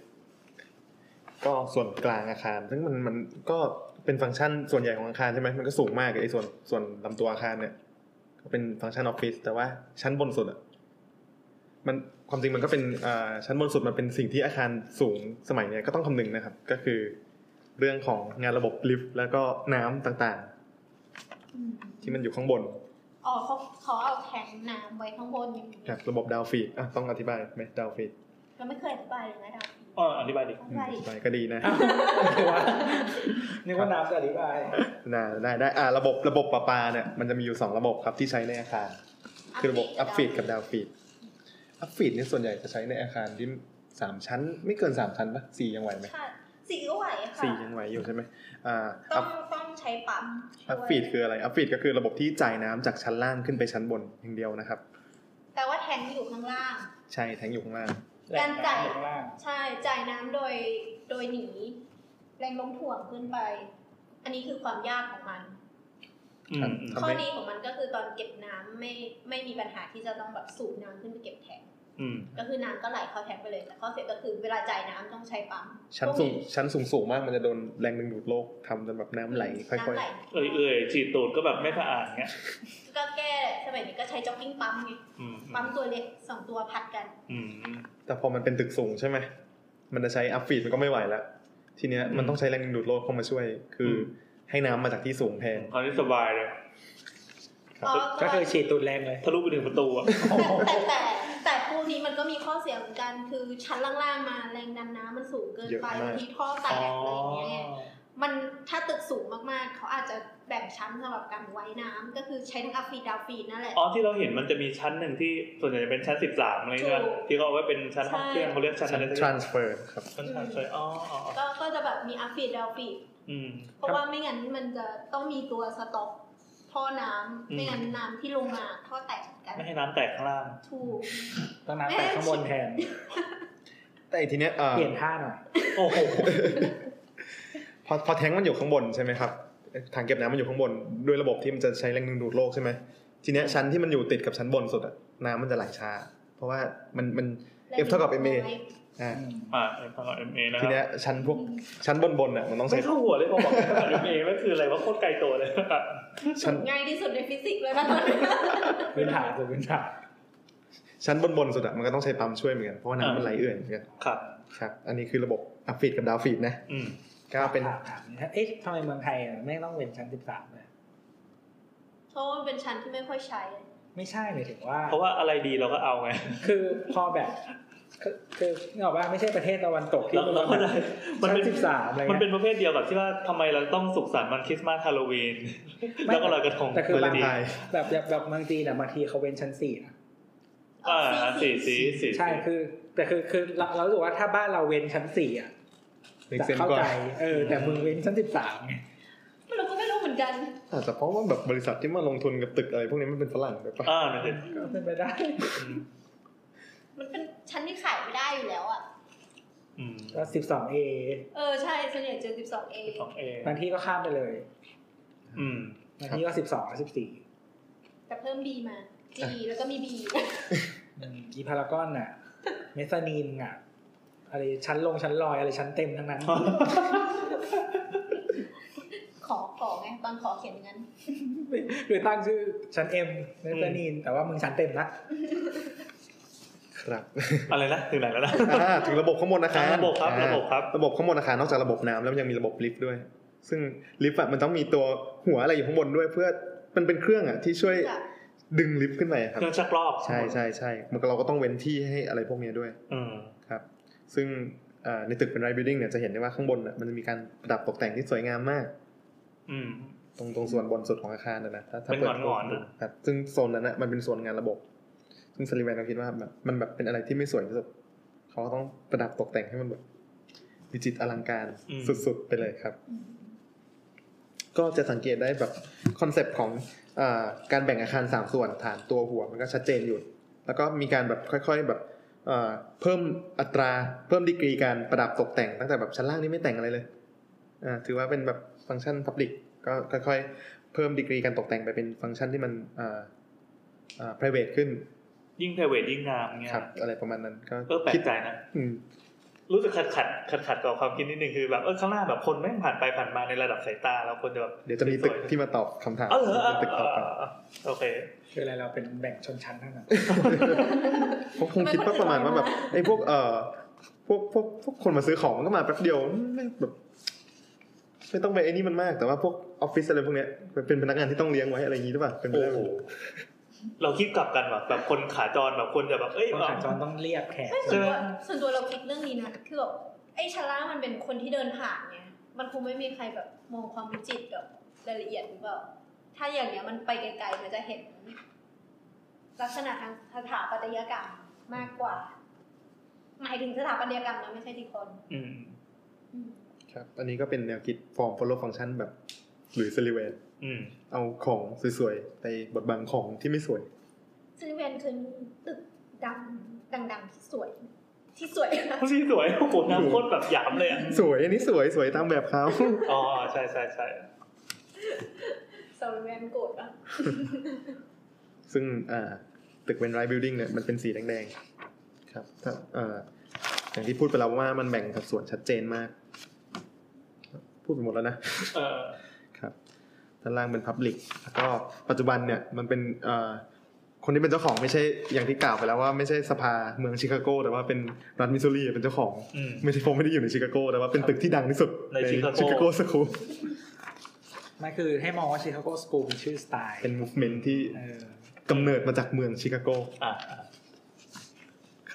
[SPEAKER 3] ก็ส่วนกลางอาคาร ซึ่งมันมันก็เป็นฟังก์ชันส่วนใหญ่ของอาคารใช่ไหมมันก็สูงมากไอ้ส่วนส่วนลำตัวอาคารเนี่ยก็เป็นฟังก์ชันออฟฟิศแต่ว่าชั้นบนสุดอะมันความจริงมันก็เป็นอ่าชั้นบนสุดมันเป็นสิ่งที่อาคารสูงสมัยเนี้ยก็ต้องคำนึงนะครับ ก็คือ เรื่องของงานระบบลิฟต์แล้วก็น้ำต่าง
[SPEAKER 4] อืม
[SPEAKER 3] ๆ ที่มันอยู่ข้างบน
[SPEAKER 4] อ๋อเขาเขาเอาแทงน้ำไว้ข้างบนอย่างนี้
[SPEAKER 3] ครับระบบดาวฟีดอ่ะต้องอธิบายไหมดาวฟีด
[SPEAKER 4] เราไม่เคยอธิบายเลยนะดาว
[SPEAKER 1] อ๋ออธิบายดิ
[SPEAKER 4] ต้อง
[SPEAKER 3] อืม
[SPEAKER 4] ไป
[SPEAKER 3] อธิบายก็ดีนะ
[SPEAKER 2] นึกว่าน้ำจะอธิบาย
[SPEAKER 3] ได้ได้ได้อ่ะระบบระบบประปาเนี่ยมันจะมีอยู่ 2 ระบบครับที่ใช้ในอาคาร คือระบบอัพฟีดกับดาวฟีด อัพฟีดเนี่ยส่วนใหญ่จะใช้ในอาคารที่สามชั้น ไม่เกินสามชั้นปะสี่ยังไหวไหม
[SPEAKER 4] ค่ะสีก็ไหวค่ะ
[SPEAKER 3] สี่ยังไหวอยู่ใช่ไหมอ่า
[SPEAKER 4] ต้อ
[SPEAKER 3] อั
[SPEAKER 4] ง
[SPEAKER 3] พ
[SPEAKER 4] ต้องใช้ปั๊มช่วย
[SPEAKER 3] อัพฟีดคืออะไรอัพฟีดก็คือระบบที่จ่ายน้ำจากชั้นล่างขึ้นไปชั้นบนอย่างเดียวนะครับ
[SPEAKER 4] แปลว่าแทงก์อยู่ข้างล่าง
[SPEAKER 3] ใช่แทงอยู่ข้างล่าง
[SPEAKER 4] การจ่าย
[SPEAKER 2] แหล่งน้ำอยู่ข้งล่าง
[SPEAKER 4] ใช่ จ่ายน้ำโดยโดยหนีแรงโน้มถ่วงขึ้นไป อันนี้คือความยากของมัน
[SPEAKER 1] อืม
[SPEAKER 3] ทำไม
[SPEAKER 4] ข้อดีของมันก็คือตอนเก็บน้ำไม่ไม่มีปัญหาที่จะต้องแบบสูบน้ำขึ้นไปเก็บแทงก์
[SPEAKER 1] อืม
[SPEAKER 4] ก็คือน้ำก็ไหลเข้าแทงก์ไปเลย แต่ข้อเสียก็คือเวลาจ่ายน้ำต้องใช้ปั๊ม
[SPEAKER 3] ชั้นสูงชั้นสูงสูงๆมากมันจะโดนแรงดึงดูดโลกทำจนแบบน้ำไหลค่
[SPEAKER 4] น้ำ
[SPEAKER 3] อย
[SPEAKER 4] ไหล
[SPEAKER 1] เอ่ยเอ่ยฉีดตูดก็แบบไม่สะอาดเงี้ย
[SPEAKER 4] ก็แก้สมัยนี้ก็ใช้จ็อกกิ้งปั๊มไง
[SPEAKER 1] อืม
[SPEAKER 4] ปั๊มตัวเล็กสองตัวพัดกัน
[SPEAKER 1] อืม
[SPEAKER 3] ๆ แต่พอมันเป็นตึกสูงใช่ไหม มันจะใช้อัพฟีดมันก็ไม่ไหวแล้ว ทีเนี้ยมันต้องใช้แรงดึงดูดโลกเข้ามาช่วย คืออ
[SPEAKER 1] ม
[SPEAKER 3] ให้น้ำมาจากที่สูงแทน
[SPEAKER 1] คราวนี้สบายเลย
[SPEAKER 3] ครับ
[SPEAKER 2] ก็คือฉีดตูดแรงเลย
[SPEAKER 1] ทะลุไปถึงประตูอ่ะ
[SPEAKER 4] แต่ (laughs) แต่แต่พวกนี้มันก็มีข้อเสียเหมือนกัน คือชั้นล่างๆมาแรงดันน้ำมันสูงเกิน
[SPEAKER 3] เยอะ
[SPEAKER 4] ไป
[SPEAKER 3] มาก
[SPEAKER 4] บางทีท่อแตกอะไรอย่างเงี้ยไงมันถ้าตึกสูงมากๆ เขาอาจจะแบ่งชั้นสำหรับการไว้น้ำก็คือใช้ทั้งอัฟฟีดดาวฟีดนั่นแหละ
[SPEAKER 1] อ๋อที่เราเห็นมันจะมีชั้นหนึ่งที่ส่วนใหญ่จะเป็นชั้นสิบสามอะไรเงี้ย
[SPEAKER 4] ถูก
[SPEAKER 1] ที่เขาเอาไว้เป็นชั้นห้องเครื่อง
[SPEAKER 4] ใช่
[SPEAKER 1] เขาเรียกชั้นอะ
[SPEAKER 3] ชั้น
[SPEAKER 1] ไรสักอย่าง
[SPEAKER 3] transfer ครับ
[SPEAKER 1] ชั้นชั้นอ๋ออ๋ออ๋อ
[SPEAKER 4] ก็ก็จะแบบมีอัฟฟีดดาวฟีด
[SPEAKER 1] อืม
[SPEAKER 4] เพราะว่าไม่งั้นมันจะต้องมีตัวสต็อกท่อน้ำ
[SPEAKER 1] อืม
[SPEAKER 4] ไม่งั้นน้ำที่ลงมาท่อแตกเหมือนกัน
[SPEAKER 1] ไม่ให้น้ำแตกข้างล่าง
[SPEAKER 4] ถูก
[SPEAKER 2] ต้องน้ำแต่ข้างบนแทน
[SPEAKER 3] แต่อีกทีเนี้ยเอ่อ
[SPEAKER 2] เปลี่ยนท่าหน่อย
[SPEAKER 1] โอ้โห
[SPEAKER 3] พอพอแทงมันอยู่ข้างบนใช่ไหมครับถังเก็บน้ำมันอยู่ข้างบนด้วยระบบที่มันจะใช้แรงดึงดูดโลกใช่ไหมทีเนี้ยชั้นที่มันอยู่ติดกับชั้นบนสุดอะน้ำมันจะไหลช้า เพราะว่ามันมัน F เท่ากับ ma อ่า
[SPEAKER 1] อ่าเป็นพลังเอ็มเอนะค
[SPEAKER 3] ที
[SPEAKER 1] รับ
[SPEAKER 3] เนี้ยชั้นพวกชั้นบนบนๆอะมันต้อง
[SPEAKER 1] ไม่
[SPEAKER 3] ใช้
[SPEAKER 1] เข้าหัวเลยพอบอกพลังเอ็มเอไม่คืออะไรว่าโคตรไกลตัวเลย
[SPEAKER 3] ชั้น
[SPEAKER 4] ง่ายที่สุดในฟิสิกส์เลยนะตอนนี้ (laughs)
[SPEAKER 2] พื้นฐานสู่พื้นฐาน
[SPEAKER 3] ชั้นบนบนๆสุดอะมันก็ต้องใช้ปั๊มช่วยเหมือนกันเพราะว่าน้ำมันไหลเอื่อยเหมือนกัน
[SPEAKER 1] ครับ
[SPEAKER 3] ครับ อันนี้คือระบบอัพฟีดกับดาวฟีดนะ
[SPEAKER 1] อืม
[SPEAKER 3] ก็เป็น
[SPEAKER 2] ถามถามนี่ครับเอ๊ะทำไมเมืองไทยอ่ะไม่ต้องเป็นชั้นสิบสามเลย
[SPEAKER 4] เพราะว่ามันเป็นชั้นที่ไม่ค่อยใช้
[SPEAKER 2] ไม่ใช่หมายถึงว่า
[SPEAKER 1] เพราะว่าอะไรดีเราก็เอาไง
[SPEAKER 2] คือพอแบบ คือคือนึกออกว่าไม่ใช่ประเทศตะวันตกที่
[SPEAKER 1] เราเราก็ได้มัน
[SPEAKER 2] ชั้น
[SPEAKER 1] เป็น
[SPEAKER 2] สิบสามอะไร
[SPEAKER 1] มันเป็
[SPEAKER 2] เงี้ย
[SPEAKER 1] นประเภทเดียวกับที่ว่าทำไมเราต้องสุขสันต์วันคริสต์มาสฮาโลวีน
[SPEAKER 2] ไม่
[SPEAKER 1] แล้วก็ลอยกระทง
[SPEAKER 2] แต่คือ
[SPEAKER 3] วาเลน
[SPEAKER 1] ดี
[SPEAKER 3] ไทน์
[SPEAKER 2] แบบแบบแบบบางทีเนี่ยบางทีเขาเป็นชั้นสี่นะ
[SPEAKER 1] อ่าสีสีสี
[SPEAKER 2] ใช่คือแต่คือคือเราเรารู้สึกว่าถ้าบ้านเราเว้นชั้นสี่อ่ะ
[SPEAKER 3] นึก
[SPEAKER 2] จะ
[SPEAKER 3] เซน
[SPEAKER 2] เข้า
[SPEAKER 3] ก่อน
[SPEAKER 2] ใจเออแต่มึงเว้นชั้นสิบสามไง
[SPEAKER 4] เราก็ไม่รู้เหมือนกัน
[SPEAKER 3] อาจจะเพราะว่าแบบบริษัทที่มาลงทุนกับตึกอะไรพวกนี้มันเป็นฝรั่งด้วยปะ
[SPEAKER 1] อ่านั่นสิ
[SPEAKER 2] ก็เป็นไปได้
[SPEAKER 4] มันเป็นชั้นที่ขายไม่ได้อยู่แล้วอ่ะ
[SPEAKER 1] อืม
[SPEAKER 2] ก็สิบสองเอ
[SPEAKER 4] เออ ใช่ส่วนใหญ่เจอ 12A
[SPEAKER 1] สองเอบ
[SPEAKER 2] างที่ก็ข้ามไปเลย
[SPEAKER 1] อืม
[SPEAKER 2] บางที่ก็สิบสองสิบสี่
[SPEAKER 4] แต่เพิ่ม B มา G แล้วก็มี B
[SPEAKER 2] อีพารากอนอ่ะ เมสซานีนอ่ะอะไรชั้นลงชั้นลอยอะไรชั้นเต็มทั้งนั้น
[SPEAKER 4] ขอขอไง ตอนขอเขียนอย่างนั้น
[SPEAKER 2] (laughs) คือตั้งชื่อชั้นเอ็มเมสซานีนแต่ว่ามึงชั้นเต็มนะครับ
[SPEAKER 1] อะไรนะถึงไหนแล้วนะ
[SPEAKER 3] อ่า (laughs) ถึงระบบข้างบนอาคาร
[SPEAKER 1] ระบบครับ
[SPEAKER 3] อ่า
[SPEAKER 1] ระบบครับ
[SPEAKER 3] ระบบข้างบนอาคารนอกจากระบบน้ำแล้วมันยังมีระบบลิฟต์ด้วย ซึ่งลิฟต์อะมันต้องมีตัวหัวอะไรอยู่ข้างบนด้วย เพื่อมันเป็นเครื่องอะที่ช่วย
[SPEAKER 4] ค่ะ
[SPEAKER 3] ดึงลิฟต์ขึ้นไปอะค
[SPEAKER 1] เค
[SPEAKER 3] รับ
[SPEAKER 1] รื่องชักรอบ
[SPEAKER 3] ใช่ใช่ใช่มันก็เราก็ต้องเว้นที่ให้อะไรพวกนี้ด้วย
[SPEAKER 1] อืม
[SPEAKER 3] ครับซึ่งเอ่อในตึกเป็นไรบิ l ดิ้งเนี่ยจะเห็นได้ว่าข้างบนน่ะมันจะมีการประดับตกแต่งที่สวยงามมาก
[SPEAKER 1] อืม
[SPEAKER 3] ตรงตรงส่วนบนสุดของอาคารนะนะถ้าถ้า
[SPEAKER 1] เป็น
[SPEAKER 3] ปิด
[SPEAKER 1] หงอนๆนะ
[SPEAKER 3] ครับซึ่งโซนนั้นนะมันเป็นโซนงานระบบ ซึ่งสลิแวนเขาคิดว่าแบบมันแบบเป็นอะไรที่ไม่สวยที่สุดเขาก็ต้องประดับตกแต่งให้มันแบบวิจิตรอลังการ
[SPEAKER 1] อืม
[SPEAKER 3] สุดๆ ไปเลยครับ ก็จะสังเกตได้แบบคอนเซปต์ของอาการแบ่งอาคารสามส่วนฐานตัวหัวมันก็ชัดเจนอยู่ แล้วก็มีการแบบค่อย ๆแบบเอ่อเพิ่มอัตราเพิ่มดีกรีการประดับตกแต่งตั้งแต่แบบชั้นล่างนี่ไม่แต่งอะไรเลยอ่าถือว่าเป็นแบบฟังก์ชันพับลิกก็ค่อยๆเพิ่มดีกรีการตกแต่งไปเป็นฟังก์ชันที่มันอ่าอ่า private ขึ้น
[SPEAKER 1] ยิ่งไพรเวทยิ่งงามเงี้ย
[SPEAKER 3] ครับอะไรประมาณนั้นก็
[SPEAKER 1] เออแปล
[SPEAKER 3] คิ
[SPEAKER 1] ก
[SPEAKER 3] ด
[SPEAKER 1] ใจนะ
[SPEAKER 3] อืม
[SPEAKER 1] รู้สึกขัดขัดขัดขัดกับความคิดนิดนึงคือแบบเออข้างหน้าแบบคนแม่งผ่านไปผ่านมาในระดับสายตาเราควรจะแบบ
[SPEAKER 3] เดี๋ยวจะมีตึกที่มาตอบคำถาม
[SPEAKER 1] เออเหรอเออ
[SPEAKER 3] ตึก
[SPEAKER 1] เอ
[SPEAKER 3] ต่อ
[SPEAKER 1] อ
[SPEAKER 3] ไป
[SPEAKER 1] เออโอเค
[SPEAKER 2] คืออะไรเราเป็นแบ่งชนชั้นทั้งนั้น
[SPEAKER 3] ผมคงคิดว่าประมาณว่าแบบไอ้พวกเอ่อพวกพวกพวกคนมาซื้อของมันก็มาแป๊บเดียวไม่แบบไม่ต้องไปไอ้นี่มันมาก แต่ว่าพวกออฟฟิศอะไรพวกเนี้ยเป็นพนักงานที่ต้องเลี้ยงไว้อะไรอย่างนี้หรือเปล่าเป็นไป
[SPEAKER 1] โอ้
[SPEAKER 3] ได้ไห
[SPEAKER 1] โห
[SPEAKER 3] ม
[SPEAKER 1] เราคิดกลับกันแบบแบบคนขาจรแบบคนจะแบบเอ้ย
[SPEAKER 2] คน
[SPEAKER 1] แบบ
[SPEAKER 2] ขาจรต้องเรียกแขก
[SPEAKER 4] ไม่ส่วนตัว
[SPEAKER 1] ใช่ไหม
[SPEAKER 4] ส่วนตัวเราคิดเรื่องนี้นะ คือแบบไอ้ชาล่ามันเป็นคนที่เดินผ่านไง มันคงไม่มีใครแบบมองความวิจิตรกับรายละเอียดหรือเปล่า ถ้าอย่างเนี้ยมันไปไกลๆมันจะเห็น ลักษณะทางสถาปัตยกรรม มากกว่า หมายถึงสถาปัตยกรรมนะไม่ใช่ที่คน
[SPEAKER 1] อืม
[SPEAKER 4] อืม
[SPEAKER 3] ครับ อันนี้ก็เป็นแนวคิด form follow function แบบหรือ s u l l i v a n
[SPEAKER 1] อืม
[SPEAKER 3] เอาของสวยๆ ไปบดบังของที่ไม่สวย
[SPEAKER 4] ซึ่งเวียนคือตึกดำดังๆที่สวย ที่สวย (laughs)
[SPEAKER 1] สีสวยโอ้โหน้ำข้นแบบหยามเลยอ่ะ
[SPEAKER 3] สวยอันนี้สวยสวยตามแบบเขา
[SPEAKER 1] อ๋อใช่ใช่ใช่
[SPEAKER 4] สมเวียนโกรธอะ
[SPEAKER 3] ซึ่งอ่าตึกเวนไรบิลดิ้งเนี่ยมันเป็นสีแดงๆ ครับถ้าเอ่ออย่างที่พูดไปแล้วว่ามันแบ่งสัดส่วนชัดเจนมาก พูดไปหมดแล้วนะ
[SPEAKER 1] เออ
[SPEAKER 3] ครับด้านล่างเป็น Public แล้วก็ปัจจุบันเนี่ยมันเป็นเอ่อคนที่เป็นเจ้าของไม่ใช่อย่างที่กล่าวไปแล้วว่าไม่ใช่สภาเมืองชิคาโก แต่ว่าเป็นรัฐมิสซูรีเป็นเจ้าของ
[SPEAKER 1] อืม
[SPEAKER 3] ไม่ใช่ผมไม่ได้อยู่ในชิคาโก แต่ว่าเป็นตึกที่ดังที่สุด
[SPEAKER 1] ในชิคาโก
[SPEAKER 3] โกสคูล
[SPEAKER 2] ไม่คือให้มองว่าชิคาโกสกูเป็นชื่อสไตล์
[SPEAKER 3] เป็นมูฟเมนที่
[SPEAKER 2] เออก
[SPEAKER 3] ำเนิดมาจากเมืองชิคาโก
[SPEAKER 1] อ่ะ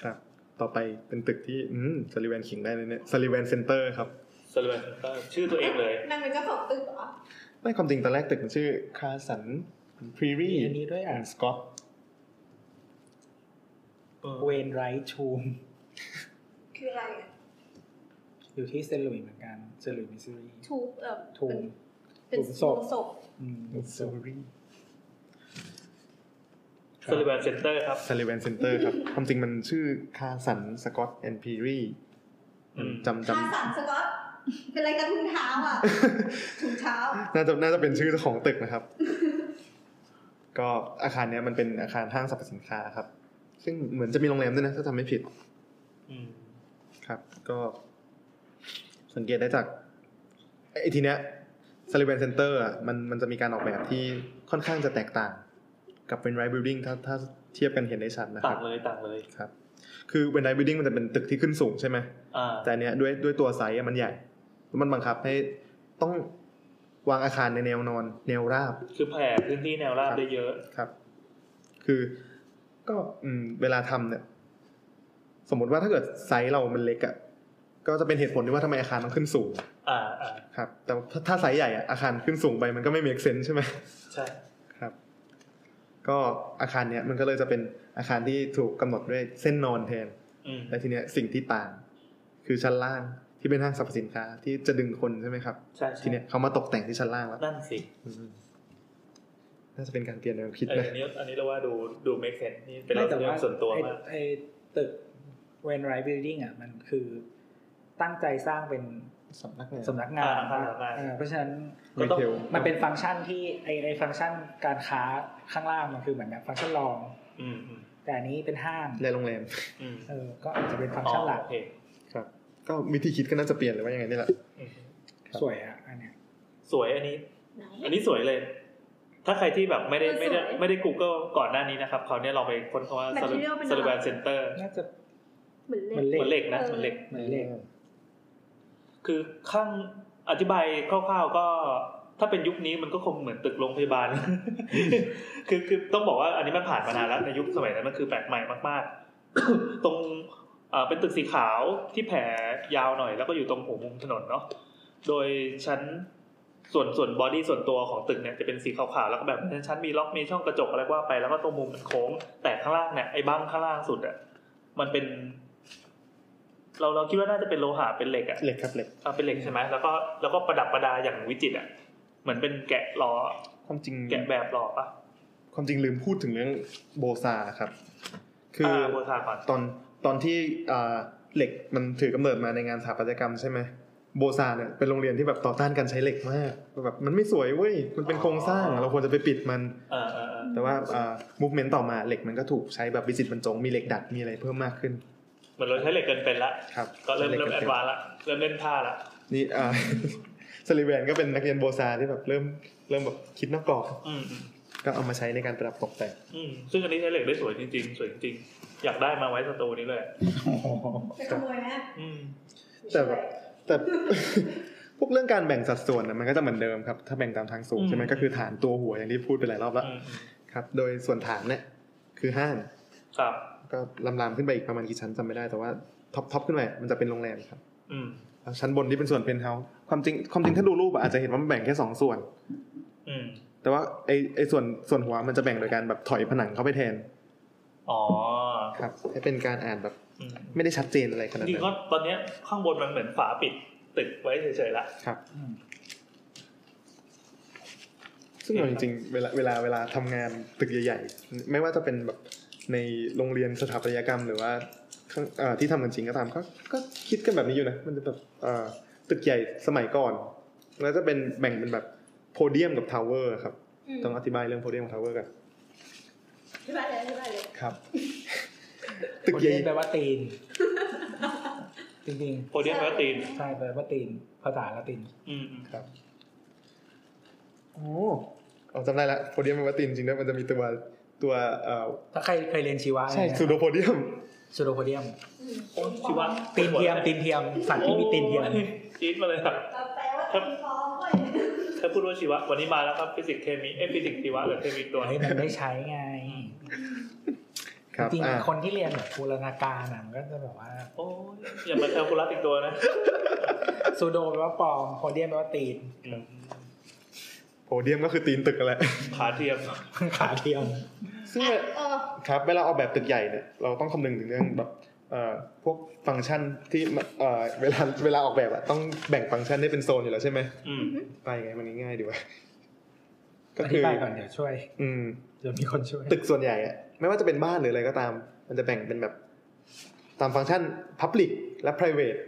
[SPEAKER 3] ครับ ต่อไปเป็นตึกที่อืมซาริแวนขิงได้เลยเนี่ยซาริแวนเซ็นเตอร์ครับ
[SPEAKER 1] สรุปก็ชื่อตัวเองเลย
[SPEAKER 4] นางเป็นเจ้าของตึกเหรอ
[SPEAKER 3] ไม่ความจริงตอนแรกตึกมันชื่อคาสันพรีรี
[SPEAKER 2] มีอันนี้ด้วยอ่ะ
[SPEAKER 3] สกอต
[SPEAKER 2] เวนไรท์ชูม
[SPEAKER 4] คืออะไรอะ
[SPEAKER 2] อยู่ที่เซนต์หลุยส์เหมือนกันเซนต์หลุยส์มิสซูรี
[SPEAKER 4] ทูบเออ
[SPEAKER 2] ทู
[SPEAKER 4] เป็น
[SPEAKER 2] ม
[SPEAKER 4] เป็น
[SPEAKER 2] หลุมศพ
[SPEAKER 4] โรงศพ
[SPEAKER 2] อืม
[SPEAKER 3] ซารี
[SPEAKER 1] s u l l i v a n Center ครับ
[SPEAKER 3] ซาริแวนเซ็นเตอร์
[SPEAKER 1] (laughs)
[SPEAKER 3] ครับ ความจริงมันชื่อคาสันสกอตแอนด์พีรี
[SPEAKER 1] อืม
[SPEAKER 3] จำจ
[SPEAKER 4] คาสันสกอตเป็นอะไรกับถุงเท้าอ่ะถุงเท้า
[SPEAKER 3] (laughs) ำน่าจะน่าจะเป็นชื่อเจ้าของตึกนะครับ ก็อาคารเนี้ยมันเป็นอาคารห้างสรรพสินค้าครับ ซึ่งเหมือนจะมีโรงแรมด้วยนะ ถ้าจำไม่ผิด
[SPEAKER 1] อืม
[SPEAKER 3] ครับ ก็ สังเกตได้จากไอ้ทีเนี้ยซาริแวนเซ็นเตอร์อ่ะมันมันจะมีการออกแบบที่ค่อนข้างจะแตกต่าง กับเป็นไรบิลดิ้งถ้าถ้าเทียบกันเห็นได้ชัดนะค
[SPEAKER 1] ต่าง
[SPEAKER 3] รับ
[SPEAKER 1] เลยต่างเลย
[SPEAKER 3] ครับ คือเวนไดบิลดิ้งมันจะเป็นตึกที่ขึ้นสูงใช่ไหม
[SPEAKER 1] อ่า
[SPEAKER 3] แต่อันเนี้ยด้วยด้วยตัวไซส์อะมันใหญ่แล้วมันบังคับให้ต้องวางอาคารในแนวนอน แนวราบ
[SPEAKER 1] คือแผ่พื้นที่แนวราบได้เยอะ
[SPEAKER 3] ครับ คือก็อืมเวลาทำเนี่ย สมมติว่าถ้าเกิดไซส์เรามันเล็กอะ่ะก็จะเป็นเหตุผลที่ว่าทำไมอาคารต้องขึ้นสูง
[SPEAKER 1] อ่าอ่า
[SPEAKER 3] ครับ แต่ถ้าถ้าไซส์ใหญ่อะอาคารขึ้นสูงไปมันก็ไม่เมกเซนใช่ไหม
[SPEAKER 1] ใช่
[SPEAKER 3] ครับ ก็อาคารเนี้ยมันก็เลยจะเป็นอาคารที่ถูกกำหนดด้วยเส้นนอนแทน
[SPEAKER 1] อืม
[SPEAKER 3] และทีเนี้ยสิ่งที่ต่าง คือชั้นล่างที่เป็นห้างสรรพสินค้าที่จะดึงคนใช่ไหมครับ
[SPEAKER 1] ใช่ใช่
[SPEAKER 3] ทีเนี้ยเขามาตกแต่งที่ชั้นล่างแล้ว
[SPEAKER 1] นั่นสิ
[SPEAKER 3] อืมน่าจะเป็นการเปลี่ยนแนวคิด
[SPEAKER 1] เออ
[SPEAKER 3] นะ
[SPEAKER 1] อันนี้อันนี้เราว่าดูดูเมคเซนนี่เป็น
[SPEAKER 2] ไม่แต่
[SPEAKER 1] เรื่อ
[SPEAKER 2] ว่าง
[SPEAKER 1] ส่วนตัว
[SPEAKER 2] ไอ้
[SPEAKER 1] มาก
[SPEAKER 2] ไอ้ตึกเวนไรท์บิลดิ้งอ่ะมันคือตั้งใจสร้างเป็น
[SPEAKER 3] สำนักงาน
[SPEAKER 2] สำนักงาน
[SPEAKER 1] อ่าทำงาน
[SPEAKER 2] เออเพราะฉะนั้น
[SPEAKER 1] ก็ต้อง
[SPEAKER 3] retail
[SPEAKER 2] มันเป็นฟังก์ชันที่ไอไอฟังก์ชันการค้าข้างล่างมันคือเหมือนแบบฟังก์ชันรอง
[SPEAKER 1] อืมอืม
[SPEAKER 2] แต่อันนี้เป็นห้าง
[SPEAKER 3] และโรงแรม
[SPEAKER 1] อืม
[SPEAKER 2] เออก็อาจจะเป็นฟัง
[SPEAKER 1] อ๋อ
[SPEAKER 2] ก์ชันหลัก
[SPEAKER 1] โอเค
[SPEAKER 3] ครับ ก็วิธีคิดก็น่าจะเปลี่ยนหรือว่ายังไงนี่แหละ
[SPEAKER 1] อืม
[SPEAKER 3] ครับ
[SPEAKER 2] สวยอ่ะอันเนี้ย
[SPEAKER 1] สวยอันนี้
[SPEAKER 8] ไหน
[SPEAKER 1] อันนี้สวยเลย ถ้าใครที่แบบไม่ได้
[SPEAKER 4] เออสวย
[SPEAKER 1] ไม่ได้ไม่ได้ Google ก่อนหน้านี้นะครับเขาวเนี่ยลองไปค้นคำว่า
[SPEAKER 4] Material เป็นอะไร
[SPEAKER 1] s ลูบานเซ็นเตอร์
[SPEAKER 2] น่าจะ
[SPEAKER 4] เหมือน
[SPEAKER 2] เห
[SPEAKER 4] เล่
[SPEAKER 2] มือน น
[SPEAKER 1] เหมือน
[SPEAKER 2] เห
[SPEAKER 1] เห
[SPEAKER 2] ล็ก
[SPEAKER 1] ล็กนะ
[SPEAKER 4] เออ
[SPEAKER 1] เหมือนเหล็ก
[SPEAKER 2] เหมือนเหล็ก
[SPEAKER 1] คือข้างอธิบายคร่าวๆก็ถ้าเป็นยุคนี้มันก็คงเหมือนตึกโรงพยาบาล (laughs) คือคือต้องบอกว่าอันนี้มันผ่านมานานแล้วในยุคสมัยนั้นมันคือแปลกใหม่มากๆ (coughs) ตรงอ่าเป็นตึกสีขาวที่แผ่ยาวหน่อย แล้วก็อยู่ตรงหัวมุมถนนเนาะโดยชั้นส่วนส่วนบอดี้ส่วนตัวของตึกเนี่ยจะเป็นสีขาวๆแล้วก็แบบชั้นมีล็อกมีช่องกระจกอะไรก็ว่าไปแล้วก็ตรงมุมมันโค้ง แต่ข้างล่างเนี่ยไอ้บ้างข้างล่างสุดอ่ะมันเป็น เราเราคิดว่าน่าจะเป็นโลหะเป็นเหล็กอ่ะ
[SPEAKER 3] เหล็กครับเหล็ก
[SPEAKER 1] อ่าเป็นเหล็กใช่ไหมแล้วก็แล้วก็ประดับประดาอย่างวิจิตรอ่ะ เหมือนเป็นแกะหล่อ
[SPEAKER 3] ความจริง
[SPEAKER 1] แกะแบบหล่อปะ
[SPEAKER 3] ความจริงลืมพูดถึงเรื่องโบซาครับ คือ
[SPEAKER 1] อา
[SPEAKER 3] อ
[SPEAKER 1] โบราณก่อน
[SPEAKER 3] ตอนตอนที่อ่าเหล็กมันถือกำเนิดมาในงานสถาปัตยกรรมใช่ไหมโบซาเนี่ยเป็นโรงเรียนที่แบบต่อต้านการใช้เหล็กมากแบบมันไม่สวยเว้ยมันเป็นโครงสร้างเราควรจะไปปิดมัน
[SPEAKER 1] เออเออเออ
[SPEAKER 3] แต่ว่ามูฟเมนต์ต่อมาเหล็กมันก็ถูกใช้แบบวิจิตรบรรจง มีเหล็กดัด มีอะไรเพิ่มมากขึ้น
[SPEAKER 1] เหมือนเราใช้เหล็กเกินเป็นละ
[SPEAKER 3] ครับ
[SPEAKER 1] ก็เริ่ม
[SPEAKER 3] หล็
[SPEAKER 1] เริ่มแอดวานซ์ละเริ่มเล่นท่าละ
[SPEAKER 3] นี่อ่า (laughs) สลิแวนก็เป็นนักเรียนโบซาที่แบบเริ่มเริ่มแบบคิดนอกกรอบ
[SPEAKER 1] อืมอืม
[SPEAKER 3] ก็เอามาใช้ในการประดับตกแต่ง
[SPEAKER 1] อืมซึ่งอันนี้ใช้เหล็กได้สวยจริงๆ สวยจริงๆอยากได้มาไว้สตูนี้เลย
[SPEAKER 4] จะขโมยไหม
[SPEAKER 1] อืม
[SPEAKER 3] แต่แบบแต่ (laughs) พวกเรื่องการแบ่งสัดส่วนน่ะมันก็จะเหมือนเดิมครับ ถ้าแบ่งตามทางสูงใช่ไหมก็คือฐานตัวหัวอย่างที่พูดไปหลายรอบแล้ว
[SPEAKER 1] อืมอืม
[SPEAKER 3] ครับ โดยส่วนฐานเนี่ยคือห้าง
[SPEAKER 1] ครับ
[SPEAKER 3] ก็ลำลามขึ้นไปอีกประมาณกี่ชั้นจำไม่ได้แต่ว่าท็อปท็อปขึ้นไปมันจะเป็นโรงแรมครับ
[SPEAKER 1] อืม
[SPEAKER 3] แล้วชั้นบนที่เป็นส่วนเพนท์เฮาส์ความจริงความจริงถ้าดูรูปอะอาจจะเห็นว่ามันแบ่งแค่สองส่วน
[SPEAKER 1] อืม
[SPEAKER 3] แต่ว่าไอไอส่วนส่วนหัวมันจะแบ่งโดยการแบบถอยผนังเข้าไปแทน
[SPEAKER 1] อ๋อ
[SPEAKER 3] ครับ ให้เป็นการอ่านแบบ
[SPEAKER 1] อืม
[SPEAKER 3] ไม่ได้ชัดเจนอะไร
[SPEAKER 1] จ
[SPEAKER 3] ขนาด
[SPEAKER 1] ริงๆก็
[SPEAKER 3] นั้น
[SPEAKER 1] ตอนเนี้ยข้างบนมันเหมือนฝาปิดตึกไว้เฉยๆละ
[SPEAKER 2] อืม
[SPEAKER 3] ซึ่งเอาจริงๆเวลาเวลาเวลาทำงานตึกใหญ่ๆ ไม่ว่าจะเป็นแบบในโรงเรียนสถาปัตยกรรมหรือว่าข้างเอ่อที่ทำกันจริงก็ตามก็ก็คิดกันแบบนี้อยู่นะ มันจะแบบเอ่อตึกใหญ่สมัยก่อน แล้วจะเป็นแบ่งเป็นแบบโพเดียมกับทาวเวอร์ครับ
[SPEAKER 4] อืม
[SPEAKER 3] ต้องอธิบายเรื่องโพเดียมกับทาวเวอร์กัน
[SPEAKER 4] ที่บ้านเลยที่บ้านเลย
[SPEAKER 3] ครับ (laughs)
[SPEAKER 2] ตึ
[SPEAKER 3] ตึ
[SPEAKER 2] ก
[SPEAKER 3] ก
[SPEAKER 2] เย็
[SPEAKER 3] ให
[SPEAKER 2] น
[SPEAKER 3] ญ่
[SPEAKER 2] แปลว่าตีน จริง
[SPEAKER 1] โพเดียมแลาติน
[SPEAKER 2] ๆใช่แปลว่าตีน ภาษาละติน
[SPEAKER 1] อืม
[SPEAKER 3] โอ้อ๋อจำได้ละโพเดียมเป็นวัตตินจริงด้วยมันจะมีตัวตัวเอ่อ
[SPEAKER 2] ถ้าใครเคยเรียนชีวะ
[SPEAKER 3] ใช่
[SPEAKER 2] เนี่ย
[SPEAKER 3] ซูโดโพเดียม
[SPEAKER 2] ซูโดโพเดียม
[SPEAKER 1] ๆโอ้ชีวะ
[SPEAKER 2] ตีนเทียม ตีนเทียม สัตว์ที่มีตีนเทียม
[SPEAKER 1] โอ้จี๊ดมาเลยครับ
[SPEAKER 4] แปลว่าตีฟองด้วย
[SPEAKER 1] ถ้าพูดว่าชีวะ วันนี้มาแล้วครับฟิสิกส์เคมีเอยฟิสิกส์ชีวะหรือเคมีตัว
[SPEAKER 2] เฮ้ยมันได้ใช้ไง
[SPEAKER 3] ครับ
[SPEAKER 2] จริงๆ
[SPEAKER 3] อ่า
[SPEAKER 2] คนที่เรียนแบบบูรณาการอ่ะมันก็จะแบบว่า
[SPEAKER 1] โอ้ยอย่ามาแคลคูลัสอีกตัวนะ
[SPEAKER 2] ซูโดแปลว่าปลอมโพเดียมแปลว่าตีน
[SPEAKER 3] โพเดียมก็คือตีนตึกนั่นแหละ (laughs)
[SPEAKER 1] ขาเทียม
[SPEAKER 2] ขาเทียม
[SPEAKER 3] ซึ่งเวลาครับเวลาออกแบบตึกใหญ่เนี่ยเราต้องคำนึงถึงเรื่องแบบเอ่อพวกฟังก์ชันที่มันเอ่อเวลาเวลาออกแบบอะต้องแบ่งฟังก์ชันได้เป็นโซนอยู่แล้วใช่ไหม
[SPEAKER 1] อืม
[SPEAKER 3] ไปไงมันง่ายๆดีวะก็
[SPEAKER 2] (laughs) อ
[SPEAKER 3] คือบ
[SPEAKER 2] ธิายก่อนเดี๋ยวช่วย
[SPEAKER 3] อืม
[SPEAKER 2] เดี๋ยวมีคนช่วย
[SPEAKER 3] ตึกส่วนใหญ่อะไม่ว่าจะเป็นบ้านหรืออะไรก็ตาม มันจะแบ่งเป็นแบบตามฟังก์ชัน Public และ Private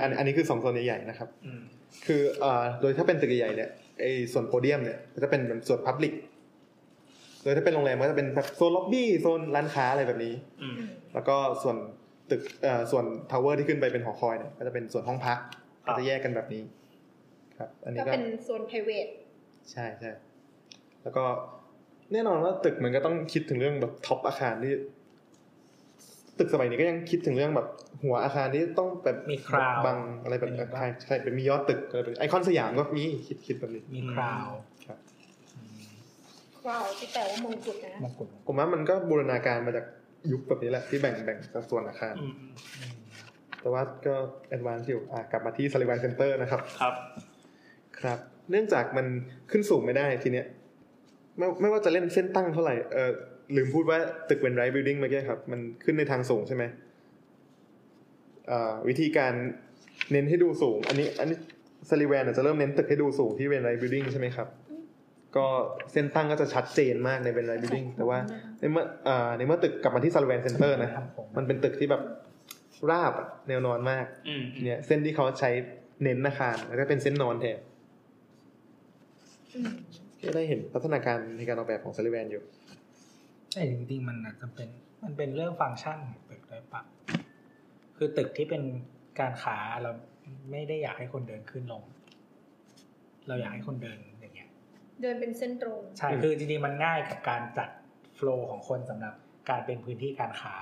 [SPEAKER 3] อันอันนี้คือสองโซนใหญ่ๆนะครับ
[SPEAKER 1] อืม
[SPEAKER 3] คือเอ่อโดยถ้าเป็นตึกใหญ่ๆเนี่ยไอ้ส่วนโพเดียมเนี่ยมันจะเป็นเหมือนส่วนพับลิกโดยถ้าเป็นโรงแรมก็จะเป็นแบบโซนล็อบบี้โซนร้านค้าอะไรแบบนี้
[SPEAKER 1] อืม
[SPEAKER 3] แล้วก็ส่วนตึกเอ่อส่วนทาวเวอร์ที่ขึ้นไปเป็นหอคอยเนี่ยก็จะเป็นส่วนห้องพัก
[SPEAKER 1] ครั
[SPEAKER 3] ก็
[SPEAKER 1] บ
[SPEAKER 3] จะแยกกันแบบนี้ ครับ อันนี้
[SPEAKER 4] ก็
[SPEAKER 3] ก็
[SPEAKER 4] เป็นโซน private
[SPEAKER 3] ใช่ใช่แล้วก็แน่นอนว่าตึกมันก็ต้องคิดถึงเรื่องแบบท็อปอาคารที่ ตึกสมัยนี้ก็ยังคิดถึงเรื่องแบบหัวอาคารที่ต้องแบบ
[SPEAKER 2] มี crown
[SPEAKER 3] บังอะไรแบบ
[SPEAKER 2] มี
[SPEAKER 3] นั้น
[SPEAKER 2] บ้าง
[SPEAKER 3] ใช่ใช่เป็นมียอดตึกอะไรแบบนี้ไอคอนสยามก็มีคิดคิดแบบนี้
[SPEAKER 2] มีคราว
[SPEAKER 3] ครับ
[SPEAKER 4] คราวที่แปลว่ามงกุฎนะ
[SPEAKER 2] มงกุฎ
[SPEAKER 3] ผมว่ามันก็บูรณาการมาจากยุคแบบนี้แหละที่แบ่งแบ่งสัดส่วนอาคาร
[SPEAKER 1] อืม
[SPEAKER 3] แต่ว่าก็แอดวานซ์อยู่อ่ะกลับมาที่สลิวันเซ็นเตอร์นะครับ
[SPEAKER 1] ครับ
[SPEAKER 3] ครับ เนื่องจากมันขึ้นสูงไม่ได้ทีเนี้ยไม่ไม่ว่าจะเล่นเส้นตั้งเท่าไหร่เออลืมพูดว่าตึกเวนไรท์บิลดิ้งเมื่อกี้ครับ มันขึ้นในทางสูงใช่ไหมอ่าวิธีการเน้นให้ดูสูง อันนี้ อันนี้สลิแวนจะเริ่มเน้นตึกให้ดูสูงที่เวนไรท์บิลดิ้งใช่ไหมครับ ก็เส้นตั้งก็จะชัดเจนมากในเวนไรท์บิลดิ้งแต่ว่าในเมื่ออ่าในเมื่อตึกกลับมาที่สลิแวนเซ็นเตอร์นะครับ
[SPEAKER 2] ทำผม
[SPEAKER 3] มันเป็นตึกที่แบบราบอะแนวนอนมาก
[SPEAKER 1] อืม
[SPEAKER 3] เนี่ยเส้นที่เขาใช้เน้นอาคารแล้วก็เป็นเส้นนอนแทนก็ได้เห็นพัฒนาการในการออกแบบของซาลิแวนอยู่
[SPEAKER 2] แต่จริงๆมันอาจจะเป็น มันเป็นเรื่องฟังก์ชันของตึกด้วยปะคือตึกที่เป็นการค้าเราไม่ได้อยากให้คนเดินขึ้นลง เราอยากให้คนเดินอย่างเงี้ย
[SPEAKER 4] เดินเป็นเส้นตรง
[SPEAKER 2] ใช่
[SPEAKER 3] อืม
[SPEAKER 2] คือจริงๆมันง่ายกับการจัดโฟล์ของคนสำหรับการเป็นพื้นที่การค้า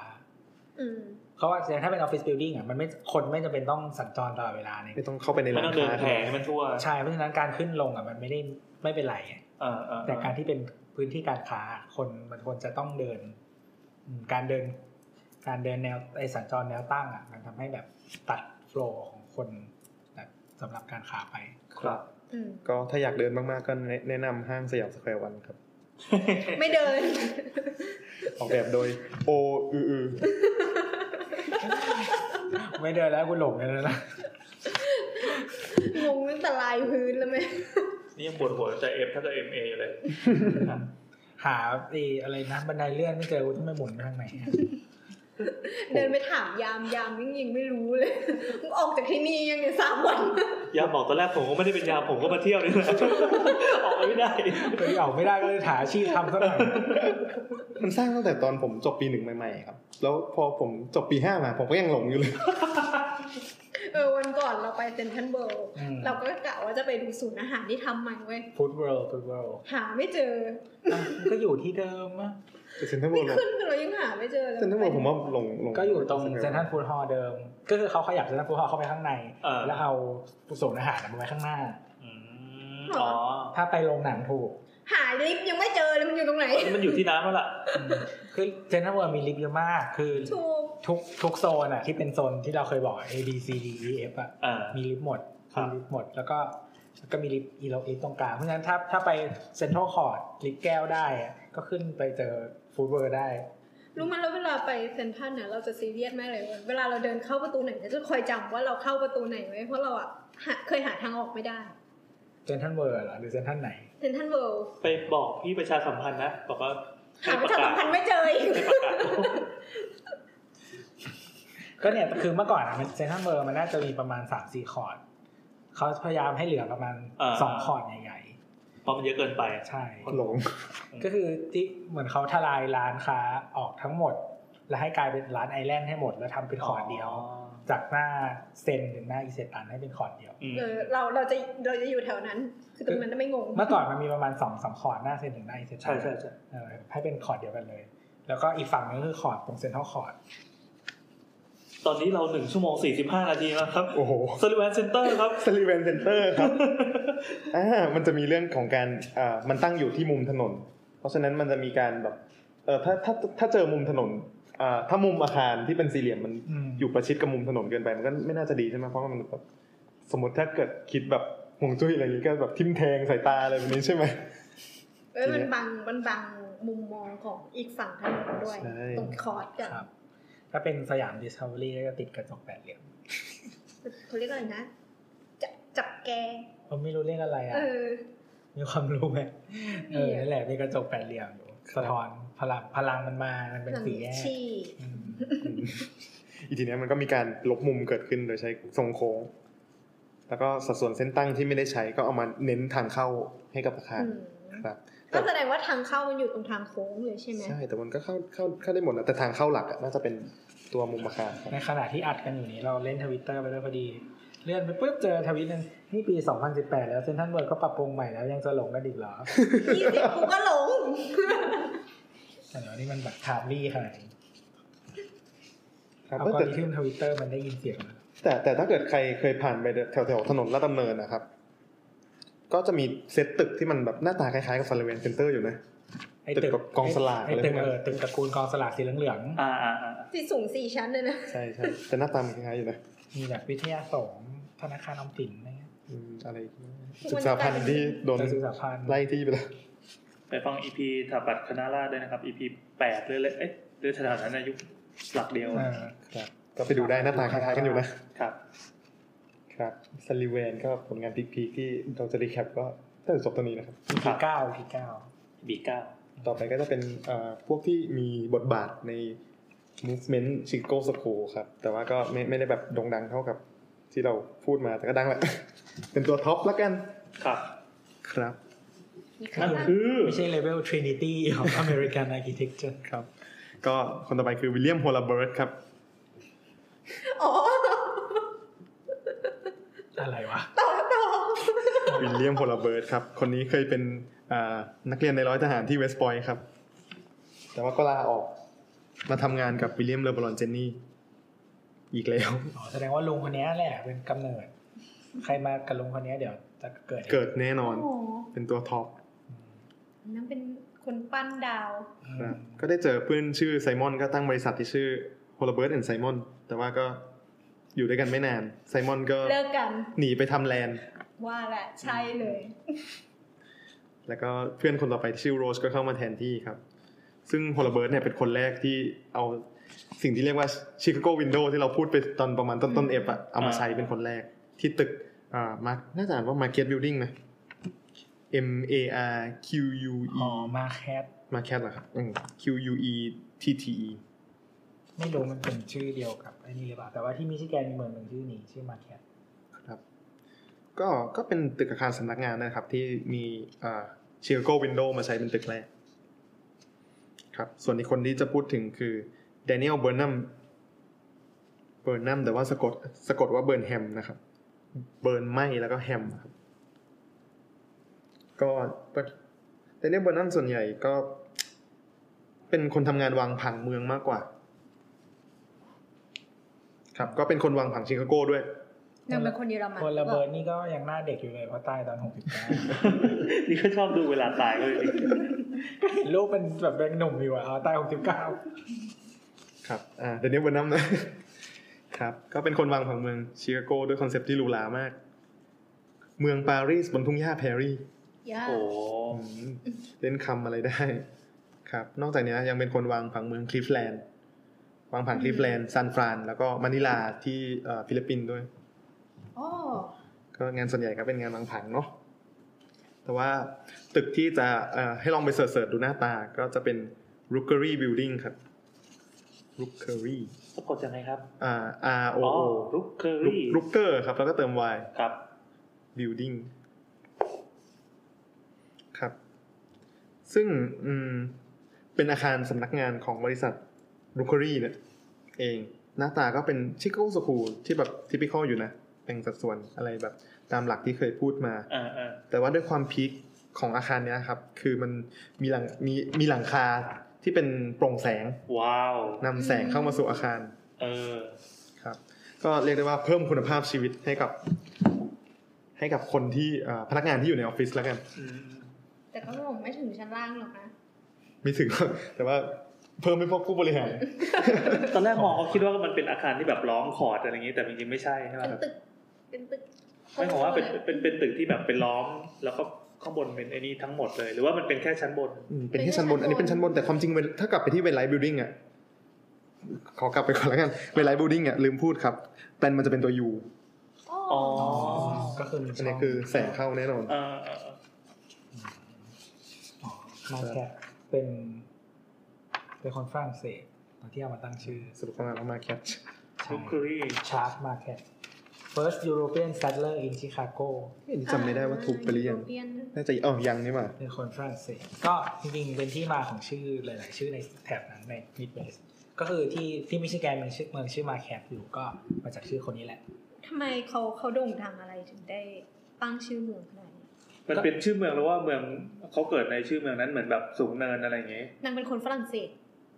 [SPEAKER 4] อืม
[SPEAKER 2] เพราะว่าอย่างถ้าเป็นออฟฟิศบิลดิ้งอ่ะมันไม่คนไม่จำเป็นต้องสัญจรตลอดเวลาเนี่ย
[SPEAKER 3] ไม่ต้องเข้าไปใน
[SPEAKER 1] ไม่
[SPEAKER 3] ร้า
[SPEAKER 1] ต้อน งเดิน
[SPEAKER 3] ค้า
[SPEAKER 1] แผลให้มันทั่ว
[SPEAKER 2] ใช่เพราะฉะนั้นการขึ้นลงอ่ะมันไม่ได้ไม่เป็นไรอะ
[SPEAKER 1] เออเออเออ
[SPEAKER 2] แต่การที่เป็นพื้นที่การค้าคนมันควรจะต้องเดินอืมการเดิน การเดินแนวไอสัญจรแนวตั้งอ่ะมันทำให้แบบตัดโฟล์ของคนแบบสำหรับการค้าไป
[SPEAKER 1] ครับ
[SPEAKER 4] อืม
[SPEAKER 3] ก็ถ้าอยากเดินมากๆก็แนะแนะนำห้างสยามสแควร์วันครับ
[SPEAKER 4] ไม่เดิน (laughs)
[SPEAKER 3] ออกแบบโดยโออืออือ
[SPEAKER 2] ไม่เดินแล้วคุณหลงเลยนะ
[SPEAKER 4] งงตั้งแต่ลายพื้นแล้วไหม
[SPEAKER 1] นี่ยังปวดหัวใจเอฟถ้าจะเอ็มเอ
[SPEAKER 2] (laughs)
[SPEAKER 1] เลย
[SPEAKER 2] หาไออะไรนะบันไดเลื่อนไม่เจอกูต้องไปหมุนไปทางไหนอะ
[SPEAKER 4] เดินไปถามยามยามยังยังไม่รู้เลย (laughs) มึงออกจากที่นี่ยังเนี่ยสามวัน (laughs)
[SPEAKER 1] ยามบอกตอนแรกผมก็ไม่ได้เป็นยามผมก็มาเที่ยวนี่แหละ (laughs) ออกไปไม่ได้
[SPEAKER 2] ไปออกไม่ได้ก็เลยหาอาชีพทำซะหน่อย
[SPEAKER 3] มันสร้างตั้งแต่ตอนผมจบปีหนึ่งใหม่ๆครับ แล้วพอผมจบปีห้ามา ผมก็ยังหลงอยู่เลย
[SPEAKER 4] เออวันก่อนเราไปเซนทรันเบิร์ เราก็กะว่าจะไปดูศูนย์อาหารที่ทำใหม่เว้ย
[SPEAKER 2] ฟู้ดเวิลด์ฟู้ดเวิลด์
[SPEAKER 4] หาไม่เจอ
[SPEAKER 2] ก็อยู่ที่เดิมอะ
[SPEAKER 3] เซ็นทรัลเวิลด์
[SPEAKER 4] ขึ้นเรายังหาไม่เจอเลย
[SPEAKER 3] เซ็นทรัลเวิลด์ผมว่าหลงหลง
[SPEAKER 2] ก็อยู่ตรงเซนทรัลฟู้ดฮอลเดิม ก็คือเขาขยับเซนทรัลฟู้ดฮอลเข้าไปข้างใน
[SPEAKER 1] เออ
[SPEAKER 2] แล้วเอาส่วนอาหารมาไว้ข้างหน้า
[SPEAKER 1] อืมอ๋อ
[SPEAKER 2] ถ้าไปโรงหนังถูก
[SPEAKER 4] หาลิฟต์ยังไม่เจอเลยมันอยู่ตรงไหน
[SPEAKER 1] นี่มันอยู่ที่น้ำแล้วล่ะ
[SPEAKER 2] คือเซนทรัลเวิลด์มีลิฟต์เยอะมาก คือ
[SPEAKER 4] ถูก
[SPEAKER 2] ทุกทุกโซนอะที่เป็นโซนที่เราเคยบอก A B C D E F อะ
[SPEAKER 1] อ่า
[SPEAKER 2] มีลิฟต์หมด
[SPEAKER 1] ครับ
[SPEAKER 2] มีลิฟต์หมด แล้วก็แล้วก็มีลิฟต์อีโลเอฟตรงกลางเพราะฉะนั้นถ้าถ้าไปเซ็นทรัลคอร์ดลิฟต์แก้วได้อะก็ขึ้นไปเจอฟู้ดเวิลด์ได้
[SPEAKER 4] รู้ไหมแล้วเวลาไปเซนทรันเนี่ยเราจะซีเรียสมากเลยเวลาเราเดินเข้าประตูไหนเราจะคอยจำว่าเราเข้าประตูไหนไว้เพราะเราอะหาเคยหาทางออกไม่ได้
[SPEAKER 2] เซนทันเวิร์หรอหรือเซนทันไหน
[SPEAKER 4] เซนทรันเวิลด์
[SPEAKER 1] ไปบอกพี่ประชาสัมพันธ์นะบอกว่า
[SPEAKER 4] หาประชาสัมพันธ์ไม่เจออีก
[SPEAKER 1] ให้ประกาศ
[SPEAKER 2] ก็เนี่ยคือเมื่อก่อนอะมันเซนทันเวิร์มันน่าจะมีประมาณสามสี่คอร์ดเขาพยายามให้เหลือประมาณสองคอร์ดใหญ่
[SPEAKER 1] เพราะมันเยอะเกินไป
[SPEAKER 2] ๆ ใช่
[SPEAKER 3] หลง
[SPEAKER 2] ก็คือที่เหมือนเขาทลายร้านค้าออกทั้งหมด แล้วให้กลายเป็นร้านไอแลนด์ให้หมดแล้วทำเป็นคอร์ดเดียว จากหน้าเซนถึงหน้าอีเซตันให้เป็นคอร์ดเดียว
[SPEAKER 1] อืม
[SPEAKER 4] เออเราเราจะเราจะอยู่แถวนั้น คือตรงนั้นไม่งง
[SPEAKER 2] เมื่อก่อนมันมีประมาณสองสามคอร์ดหน้าเซนถึงหน้าอีเซตัน
[SPEAKER 1] ใช่ใช่ใช่
[SPEAKER 2] เออให้เป็นคอร์ดเดียวกันเลย แล้วก็อีกฝั่งนึงก็คือคอร์ดตรงเซนทรัลคอร์ด
[SPEAKER 1] ตอนนี้เราหนึ่งชั่วโมงสี่สิบห้านาทีแล้วครับ
[SPEAKER 3] โอ้โห
[SPEAKER 1] สลิแวนเซ็นเตอร์ครับ
[SPEAKER 3] สลีเวนเซนเตอร์ครับ อ่ามันจะมีเรื่องของการอ่ามันตั้งอยู่ที่มุมถนน เพราะฉะนั้นมันจะมีการแบบเออถ้าถ้าถ้าเจอมุมถนนอ่าถ้ามุมอาคารที่เป็นสี่เหลี่ยมมัน
[SPEAKER 2] อืม
[SPEAKER 3] อยู่ประชิดกับมุมถนนเกินไปมันก็ไม่น่าจะดีใช่ไหมเพราะว่ามันแบบสมมติถ้าเกิดคิดแบบห่วงจุ้ยอะไรอย่างนี้ก็แบบทิ่มแทงสายตาอะไรแบบนี้
[SPEAKER 2] (laughs)
[SPEAKER 3] ใช่ไหม
[SPEAKER 4] เอ้ยมันบังมันบังมุมมองของอีกฝั่งถนนด้วย
[SPEAKER 3] ใช่
[SPEAKER 4] ตรงคอร์ดกับ
[SPEAKER 2] ครับ ถ้าเป็นสยามดิสคัฟเวอรี่ก็จะติดกระจกแปดเหลี่ยม
[SPEAKER 4] เขาเรียกอะไรนะ จับจับแก
[SPEAKER 2] ผมไม่รู้เรื่องอะไรอ่ะ
[SPEAKER 4] เออ
[SPEAKER 2] มีความรู้ไหม
[SPEAKER 4] มี
[SPEAKER 2] เออ
[SPEAKER 4] อะ
[SPEAKER 2] นั่นแหละมีกระจกแปดเหลี่ยมอยู่สะท้อนพลังพลังมันมามันเป็นสีแยก
[SPEAKER 4] ชี้
[SPEAKER 2] อืม
[SPEAKER 3] อีกทีเนี้ยมันก็มีการลบมุมเกิดขึ้นโดยใช้ทรงโค้ง แล้วก็สัดส่วนเส้นตั้งที่ไม่ได้ใช้ก็เอามาเน้นทางเข้าให้กับอาคาร
[SPEAKER 4] อืม
[SPEAKER 3] ครับ
[SPEAKER 4] ก็แสดงว่าทางเข้ามันอยู่ตรงทางโค้งเลยใช่ไหม
[SPEAKER 3] ใช่ แต่มันก็เข้าเข้าเข้าได้หมดนะแต่ทางเข้าหลักอะน่าจะเป็นตัวมุมอาคารครับ
[SPEAKER 2] ในขณะที่อัดกันอยู่นี้เราเล่นทวิตเตอร์ไปด้วยพอดี เลื่อนไปปุ๊บเจอทวิตหนึงนี่ปี 2018 แล้วเซนทันเวิร์ก็ปรับปรุงใหม่แล้วยังจะหลงกันอีกเหรอ
[SPEAKER 4] ยี่สิบกูก็หลง
[SPEAKER 2] แต่เดี๋ยวนี้มันแบบไทามลี่ขนาดนี้
[SPEAKER 3] ครับ
[SPEAKER 2] เอา
[SPEAKER 3] แต่
[SPEAKER 2] ก็
[SPEAKER 3] แต่
[SPEAKER 2] มีขึ้นทวิตเตอร์มันได้ยินเสียงนะ
[SPEAKER 3] แต่แต่ถ้าเกิดใครเคยผ่านไปแถวแถวถนนลาดดำเนินนะครับ ก็จะมีเซตตึกที่มันแบบหน้าตาคล้ายๆกับซาลเวนเซนเตอร์อยู่นะ ตึกแบบกองสลาก
[SPEAKER 2] ไอ้ตึก
[SPEAKER 3] อะไรพวกนั้น
[SPEAKER 2] เออตึกตระกูลกองสลากสีเหลือง
[SPEAKER 1] อ่าอ่าอ่า
[SPEAKER 4] ที่สูงสี่ชั้นเลยนะ
[SPEAKER 3] ใช่ใช่แต่หน้าตามันคล้ายๆอยู่นะ
[SPEAKER 2] ๆมีแบบวิทยาสงฆ์ธนาคารออมสินอะไรเงี้ย
[SPEAKER 3] อืมอะไรอีกนะศึกษาพันธุ์ที่โดน
[SPEAKER 2] กระทรวงสาธารณสุข
[SPEAKER 3] ไล่ที่ไปแล้ว
[SPEAKER 1] ไปฟังอีพีถาปัดคณะราษฎรด้วยนะครับอีพีแปดเลยเลยเอ๊ะหรือแถวๆนั้นอายุหลักเดียว
[SPEAKER 2] เออ
[SPEAKER 3] ครับก็ไปดูได้หน้าตาคล้ายๆกันอยู่นะ
[SPEAKER 1] ครับ
[SPEAKER 3] ครับซาลิเวนก็ผลงานพีคๆที่เราจะรีแคปก็ถ้าจะจบตรงนี้นะครับ
[SPEAKER 2] อี
[SPEAKER 1] ครั
[SPEAKER 2] พี
[SPEAKER 1] บ
[SPEAKER 2] เก้าอีพีเก้า
[SPEAKER 1] บีเก้า
[SPEAKER 3] ต่อไปก็จะเป็นเอ่อพวกที่มีบทบาทใน movement Chicago School ครับ แต่ว่าก็ไม่ไม่ได้แบบโด่งดังเท่ากับที่เราพูดมาแต่ก็ดังแหละ (laughs) เป็นตัวท็อปแล้วกัน
[SPEAKER 1] ครับ (laughs)
[SPEAKER 3] ครับ
[SPEAKER 1] นั่นคือ
[SPEAKER 2] ไม่ใช่เลเวลทรินิตี้ของ American Architecture
[SPEAKER 3] ครับ ก็คนต่อไปคือวิลเลียมโฮลาเบิร์ตครับ
[SPEAKER 4] อ๋อ
[SPEAKER 2] อะไรวะ
[SPEAKER 4] ต่อต่อ
[SPEAKER 3] วิลเลียมโฮลาเบิร์ตครับ คนนี้เคยเป็นอ่านักเรียนในร้อยทหารที่เวสต์พอยต์ครับ แต่ว่าก็ลาออกมาทำงานกับวิลเลียมเลอบรอนเจนนี่อีกแล้ว
[SPEAKER 2] อ๋อแสดงว่าลุงคนเนี้ยแหละเป็นกำเนิด ใครมากับลุงคนเนี้ยเดี๋ยวจะเกิด
[SPEAKER 3] เกิดแน่นอน
[SPEAKER 4] โอ้
[SPEAKER 3] เป็นตัวท็อป
[SPEAKER 4] นั่นเป็นคนปั้นดาว
[SPEAKER 3] ค
[SPEAKER 2] อื
[SPEAKER 3] รับ
[SPEAKER 2] ม
[SPEAKER 3] ก็ได้เจอเพื่อนชื่อไซมอนก็ตั้งบริษัทที่ชื่อ h o l a b i r d and Simon แต่ว่าก็อยู่ด้วยกันไม่นาน ไซมอนก็
[SPEAKER 4] เลิกกัน
[SPEAKER 3] หนีไปทำแลนด์
[SPEAKER 4] ว่าแหละใช่เลย
[SPEAKER 3] แล้วก็เพื่อนคนต่อไปที่ชื่อโรสก็เข้ามาแทนที่ครับ ซึ่ง h o l a b i r d เนี่ยเป็นคนแรกที่เอาสิ่งที่เรียกว่า Chicago Window ที่เราพูดไปตอนประมาณต้นต้นเอฟอะเอามาใช้เป็นคนแรกที่ตึกอ่ามาร์น่าจะอ่านว่า Market Building นะ M A R Q U
[SPEAKER 2] อ๋อ
[SPEAKER 3] E
[SPEAKER 2] มาแคท
[SPEAKER 3] Market เหรอครับอืม Q U E T T E
[SPEAKER 2] ไม่รู้มันเป็นชื่อเดียวกับไอ้นี่หรือเปล่า แต่ว่าที่มิชิแกนมีเมืองหนึ่งชื่อนี้ชื่อมาแคท
[SPEAKER 3] ครับก็ก็เป็นตึกอาคารสำนักงานนะครับ ที่มีเชียร์โกวินโดมาใช้เป็นตึกแรกครับ ส่วนอีกคนที่จะพูดถึงคือแดเนียลเบอร์นัมเบอร์นัมแต่ว่าสะกดสะกดว่าเบิร์นแฮมนะครับ เบิร์นไหมแล้วก็แฮมครับ ก็แดเนียลเบอร์นัมส่วนใหญ่ก็ เป็นคนทำงานวางผังเมืองมากกว่า ครับ ก็เป็นคนวางผังชิคาโกด้วย
[SPEAKER 4] นางเป็นคนเยอรมัน
[SPEAKER 2] คนระเบิดนี่ก็ยังหน้าเด็กอยู่เลยเพราะตายตอนหกสิบเก้า
[SPEAKER 1] นี่ก็ชอบดูเวลาตาย (laughs) เลยจริง
[SPEAKER 2] ลูกมันแบบยังหนุ่มอยู่อะเอาตายหกสิบเก้า
[SPEAKER 3] ครับ อ่าเดนนิสเวอร์นัมนะ (laughs) ครับ ก็เป็นคนวางผังเมืองชิคาโกด้วยคอนเซปต์ที่หรูหรามาก เมืองปารีสบนทุ่งหญ้าแพรรี่
[SPEAKER 4] ย่า
[SPEAKER 1] โอ้
[SPEAKER 3] เล่นคำอะไรได้ (laughs) ครับ นอกจากนี้ยังเป็นคนวางผังเมืองคลิฟแลนด์ วางผังคลิฟแลนด์ซานฟราน แล้วก็มะนิลาที่เอ่อฟิลิปปินส์ด้วย
[SPEAKER 4] อ๋อ
[SPEAKER 3] ก็งานส่วนใหญ่ก็เป็นงานวางผังเนาะ แต่ว่าตึกที่จะเอ่อให้ลองไปเสิร์ชๆดูหน้าตาก็จะเป็น Rookery Building ครับ Rookery
[SPEAKER 1] สะกดยังไงครับ
[SPEAKER 3] อ่า R O
[SPEAKER 1] อ๋อ
[SPEAKER 3] O
[SPEAKER 1] รุกเคอรี่
[SPEAKER 3] Rooker ครับ แล้วก็เติม Y
[SPEAKER 1] ครับ
[SPEAKER 3] building ครับ ซึ่งอืมเป็นอาคารสำนักงานของบริษัท r o o k e r y เนี่ยเองหน้าตาก็เป็นชิคโก้สคูลที่แบบทิปิคออยู่นะแบ่งสัดส่วนอะไรแบบตามหลักที่เคยพูดมา
[SPEAKER 1] อ่าอ่า
[SPEAKER 3] แต่ว่าด้วยความพีคของอาคารเนี้ยครับ คือมันมีหลังมีมีหลังคาที่เป็นโปร่งแสง
[SPEAKER 1] ว้าว
[SPEAKER 3] นำแสงเข้ามาสู่อาคาร
[SPEAKER 1] เอ (laughs) อ
[SPEAKER 3] ครับก็เรียกได้ว่าเพิ่มคุณภาพชีวิตให้กับ ให้กับคนที่เอ่อพนักงานที่อยู่ในออฟฟิศแล้วกัน
[SPEAKER 1] อืม
[SPEAKER 4] แต่ก็คงไม่ถึงชั้นล่างหรอกนะ
[SPEAKER 3] ไม่ถึง (laughs) แต่ว่าเพิ่มให้พวกผู้บริหาร
[SPEAKER 1] ตอนแรกมองเขาคิดว่ามันเป็นอาคารที่แบบร้องคอร์ดอะไรอย่างนี้ แต่จริงๆไม่ใช่ใช่ไหม
[SPEAKER 4] เป็น
[SPEAKER 1] ครับ
[SPEAKER 4] ตึก เป็นตึก
[SPEAKER 1] ไม่ผมว่าเป็นเป็นเป็นตึกที่แบบเป็นล้อม แล้วก็ข้างบนเป็นไอ้นี่ทั้งหมดเลย หรือว่ามันเป็นแค่ชั้นบน
[SPEAKER 3] อืมเป็นที่ชั้นบน อันนี้เป็นชั้นบนแต่ความจริงเวลถ้ากลับไปที่เวลไลบิลดิ้งอ่ะขอกลับไปก่อนแล้วกันเวลไลบิลดิ้งอ่ะลืมพูดครับแต่มันจะเป็นตัว U
[SPEAKER 1] อ๋อ
[SPEAKER 2] อ๋อก็คือมีช่
[SPEAKER 3] อัน
[SPEAKER 2] ง
[SPEAKER 3] นี้คือแสงเข้าแน่นอน
[SPEAKER 1] เออเออเออ
[SPEAKER 2] อ๋อมาแคทเป็นเป็นคนฝรั่งเศสตอนที่เอามาตั้งชื่อ
[SPEAKER 3] สรุปประมาณว่ามาแคท
[SPEAKER 1] รุกเคอรี่
[SPEAKER 2] ชาร์ปมาแคท first European settler in Chicago
[SPEAKER 3] อันนี้จำไม่ได้ว่าถูกไปหรือยัง
[SPEAKER 4] เปลี่ยน
[SPEAKER 3] น่าจะอ๋อยังนี่หว่า
[SPEAKER 2] เป็นคนฝรั่งเศส ก็จริงๆ เป็นที่มาของชื่อหลาย ๆ ชื่อในแถบนั้นใน Midwest ก็คือที่ที่มิชิแกนมันชื่อเมืองชื่อมาแคทอยู่ก็มาจากชื่อคนนี้แหละ
[SPEAKER 4] ทำไมเขาเขาโด่งดังอะไรถึงได้ตั้งชื่อเมืองขนาดนี้
[SPEAKER 1] มันเป็นชื่อเมืองหรือว่าเมืองเขาเกิดในชื่อเมืองนั้นเหมือนแบบสูงเนินอะไรอย่างงี้
[SPEAKER 4] นางเป็นคนฝรั่งเศส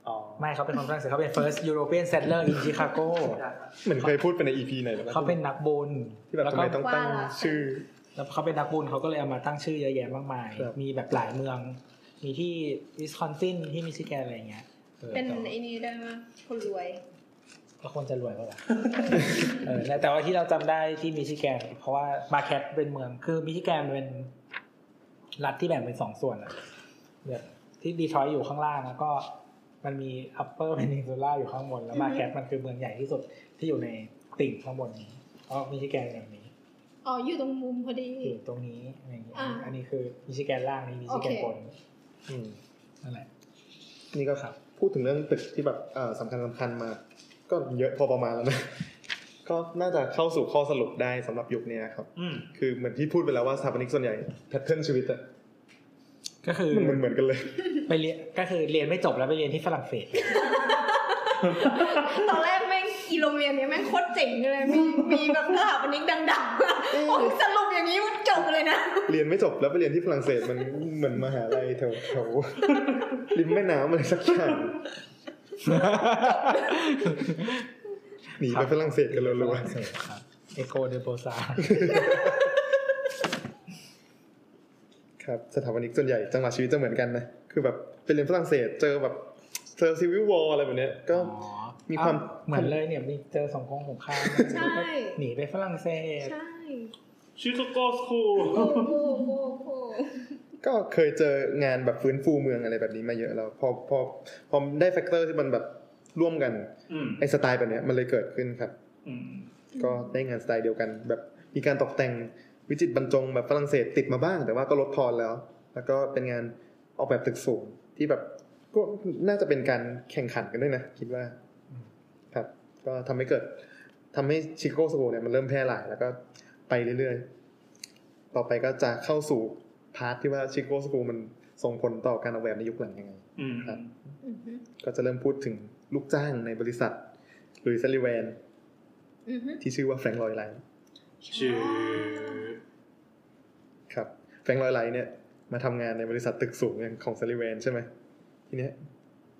[SPEAKER 1] อ๋อ
[SPEAKER 2] ไม่เขาเป็นคนฝรั่งเศสเขาเป็น first European settler in Chicago
[SPEAKER 3] เหมือนเคยพูดไปใน EP ไหนแล้ว
[SPEAKER 2] เขาเป็นนักบุญ
[SPEAKER 3] ที่แบบ
[SPEAKER 2] แล้ว
[SPEAKER 3] ทำ
[SPEAKER 2] ก็
[SPEAKER 3] ไมต้องตั้งชื่อ
[SPEAKER 2] แล้วเขาเป็นนักบุญเขาก็เลยเอามาตั้งชื่อเยอะแยะมากมาย
[SPEAKER 3] ครับ
[SPEAKER 2] มีแบบหลายเมือง มีที่วิสคอนซิน ที่มิชิแกนอะไรอย่างเงี้ยออ
[SPEAKER 4] เป็น
[SPEAKER 2] แต่ว่า
[SPEAKER 4] ไอ้นี่ได้ไหมคนรวย
[SPEAKER 2] ก็ควรจะรวยก็แหละ (laughs) เออแต่แต่ว่าที่เราจำได้ที่มิชิแกน เพราะว่ามาแคทเป็นเมือง คือมิชิแกนเป็นรัฐที่แบ่งเป็นสองส่วนอะแบบที่ดีทรอยต์อยู่ข้างล่างแล้วก็มันมีอัปเปอร์เพนินซูล่าอยู่ข้างบน แล้วมาแคทมันคือเมืองใหญ่ที่สุดที่อยู่ในติ่งข้างบนนี้เพราะมิชิแกนอย่างนี้
[SPEAKER 4] อ๋อ อยู่ตรงมุมพอดี
[SPEAKER 2] อยู่ตรงนี้อะไรอย่างเงี้ย
[SPEAKER 4] อ่า
[SPEAKER 2] อันนี้คือมิชิแกนล่างนี่มิชิแกน
[SPEAKER 4] โอเค
[SPEAKER 2] บน
[SPEAKER 3] อืม
[SPEAKER 2] นั่นแหละ
[SPEAKER 3] นี่ก็ครับพูดถึงเรื่องตึกที่แบบเอ่อสำคัญสำคัญมา ก็เยอะพอประมาณแล้วนะ (laughs) ก็น่าจะเข้าสู่ข้อสรุปได้สำหรับยุคนี้นะครับ
[SPEAKER 1] อืม
[SPEAKER 3] คือเหมือนที่พูดไปแล้วว่าสถาปนิกส่วนใหญ่แพทเทิร์นชีวิตอะ
[SPEAKER 2] ก็คือ
[SPEAKER 3] มันเหมือนเหมือนกันเลย
[SPEAKER 2] ไปเรียนก็คือเรียนไม่จบแล้วไปเรียนที่ฝรั่งเศส
[SPEAKER 4] (laughs) ตอนแรกแม่งอีโรงเรียนเนี้ยแม่งโคตรเจ๋งเลย มี (laughs) มีแบบสถาปนิกดังๆโอ้ยสรุปอย่างนี้มันจบเลยนะ
[SPEAKER 3] เรียนไม่จบแล้วไปเรียนที่ฝรั่งเศสมันเหมือนมหาลัยแถวแถว (laughs) ริมแม่น้ำอะไรสักอย่างหนี
[SPEAKER 2] ครับ
[SPEAKER 3] ไปฝรั่งเศสกัน
[SPEAKER 2] ฝ
[SPEAKER 3] รัว
[SPEAKER 2] รั่งเศสครับเอโกเดโบซา
[SPEAKER 3] ๆครับสถาปนิกส่วนใหญ่จังหวะชีวิตจะเหมือนกันนะคือแบบไปเรียนฝรั่งเศสเจอแบบเจอซีวิววอลอะไรแบบเนี้ยก็ มีความ
[SPEAKER 2] เหมือนเลยเนี่ยมีเจอสองกองของข้าม
[SPEAKER 4] ใช่
[SPEAKER 2] หนีไปฝรั่งเศส
[SPEAKER 4] ใช่
[SPEAKER 1] ชิคาโกสคูล
[SPEAKER 4] โอ้โหโอ้โห
[SPEAKER 3] ก็เคยเจองานแบบฟื้นฟูเมืองอะไรแบบนี้มาเยอะแล้ว พอพอพอได้แฟกเตอร์ที่มันแบบร่วมกัน
[SPEAKER 1] อืม
[SPEAKER 3] ไอ้สไตล์แบบเนี้ยมันเลยเกิดขึ้นครับ
[SPEAKER 1] อืม
[SPEAKER 3] ก็ได้งานสไตล์เดียวกัน แบบมีการตกแต่งวิจิตรบรรจงแบบฝรั่งเศสติดมาบ้าง แต่ว่าก็ลดทอนแล้ว แล้วก็เป็นงานออกแบบตึกสูงที่แบบก็น่าจะเป็นการแข่งขันกันด้วยนะ คิดว่าครับ ก็ทำให้เกิดทำให้ชิโก้สโกเนี่ยมันเริ่มแพร่หลายแล้วก็ไปเรื่อยๆ ต่อไปก็จะเข้าสู่พาร์ทที่ว่าชิโก้สโกมันส่งผลต่อการออกแบบในยุคหลังยังไง
[SPEAKER 1] อืม
[SPEAKER 3] ครับ
[SPEAKER 4] อือฮึ
[SPEAKER 3] ก็จะเริ่มพูดถึงลูกจ้างในบริษัทหรือซัลลิแวน
[SPEAKER 4] อือฮึ
[SPEAKER 3] ที่ชื่อว่าแฟรงค์ลอยไลน์
[SPEAKER 1] ชื่อ
[SPEAKER 3] ครับแฟรงค์ลอยไลท์เนี่ยมาทำงานในบริษัทตึกสูงอย่างของซ l ลิเวนใช่ไหมทีเนี้ย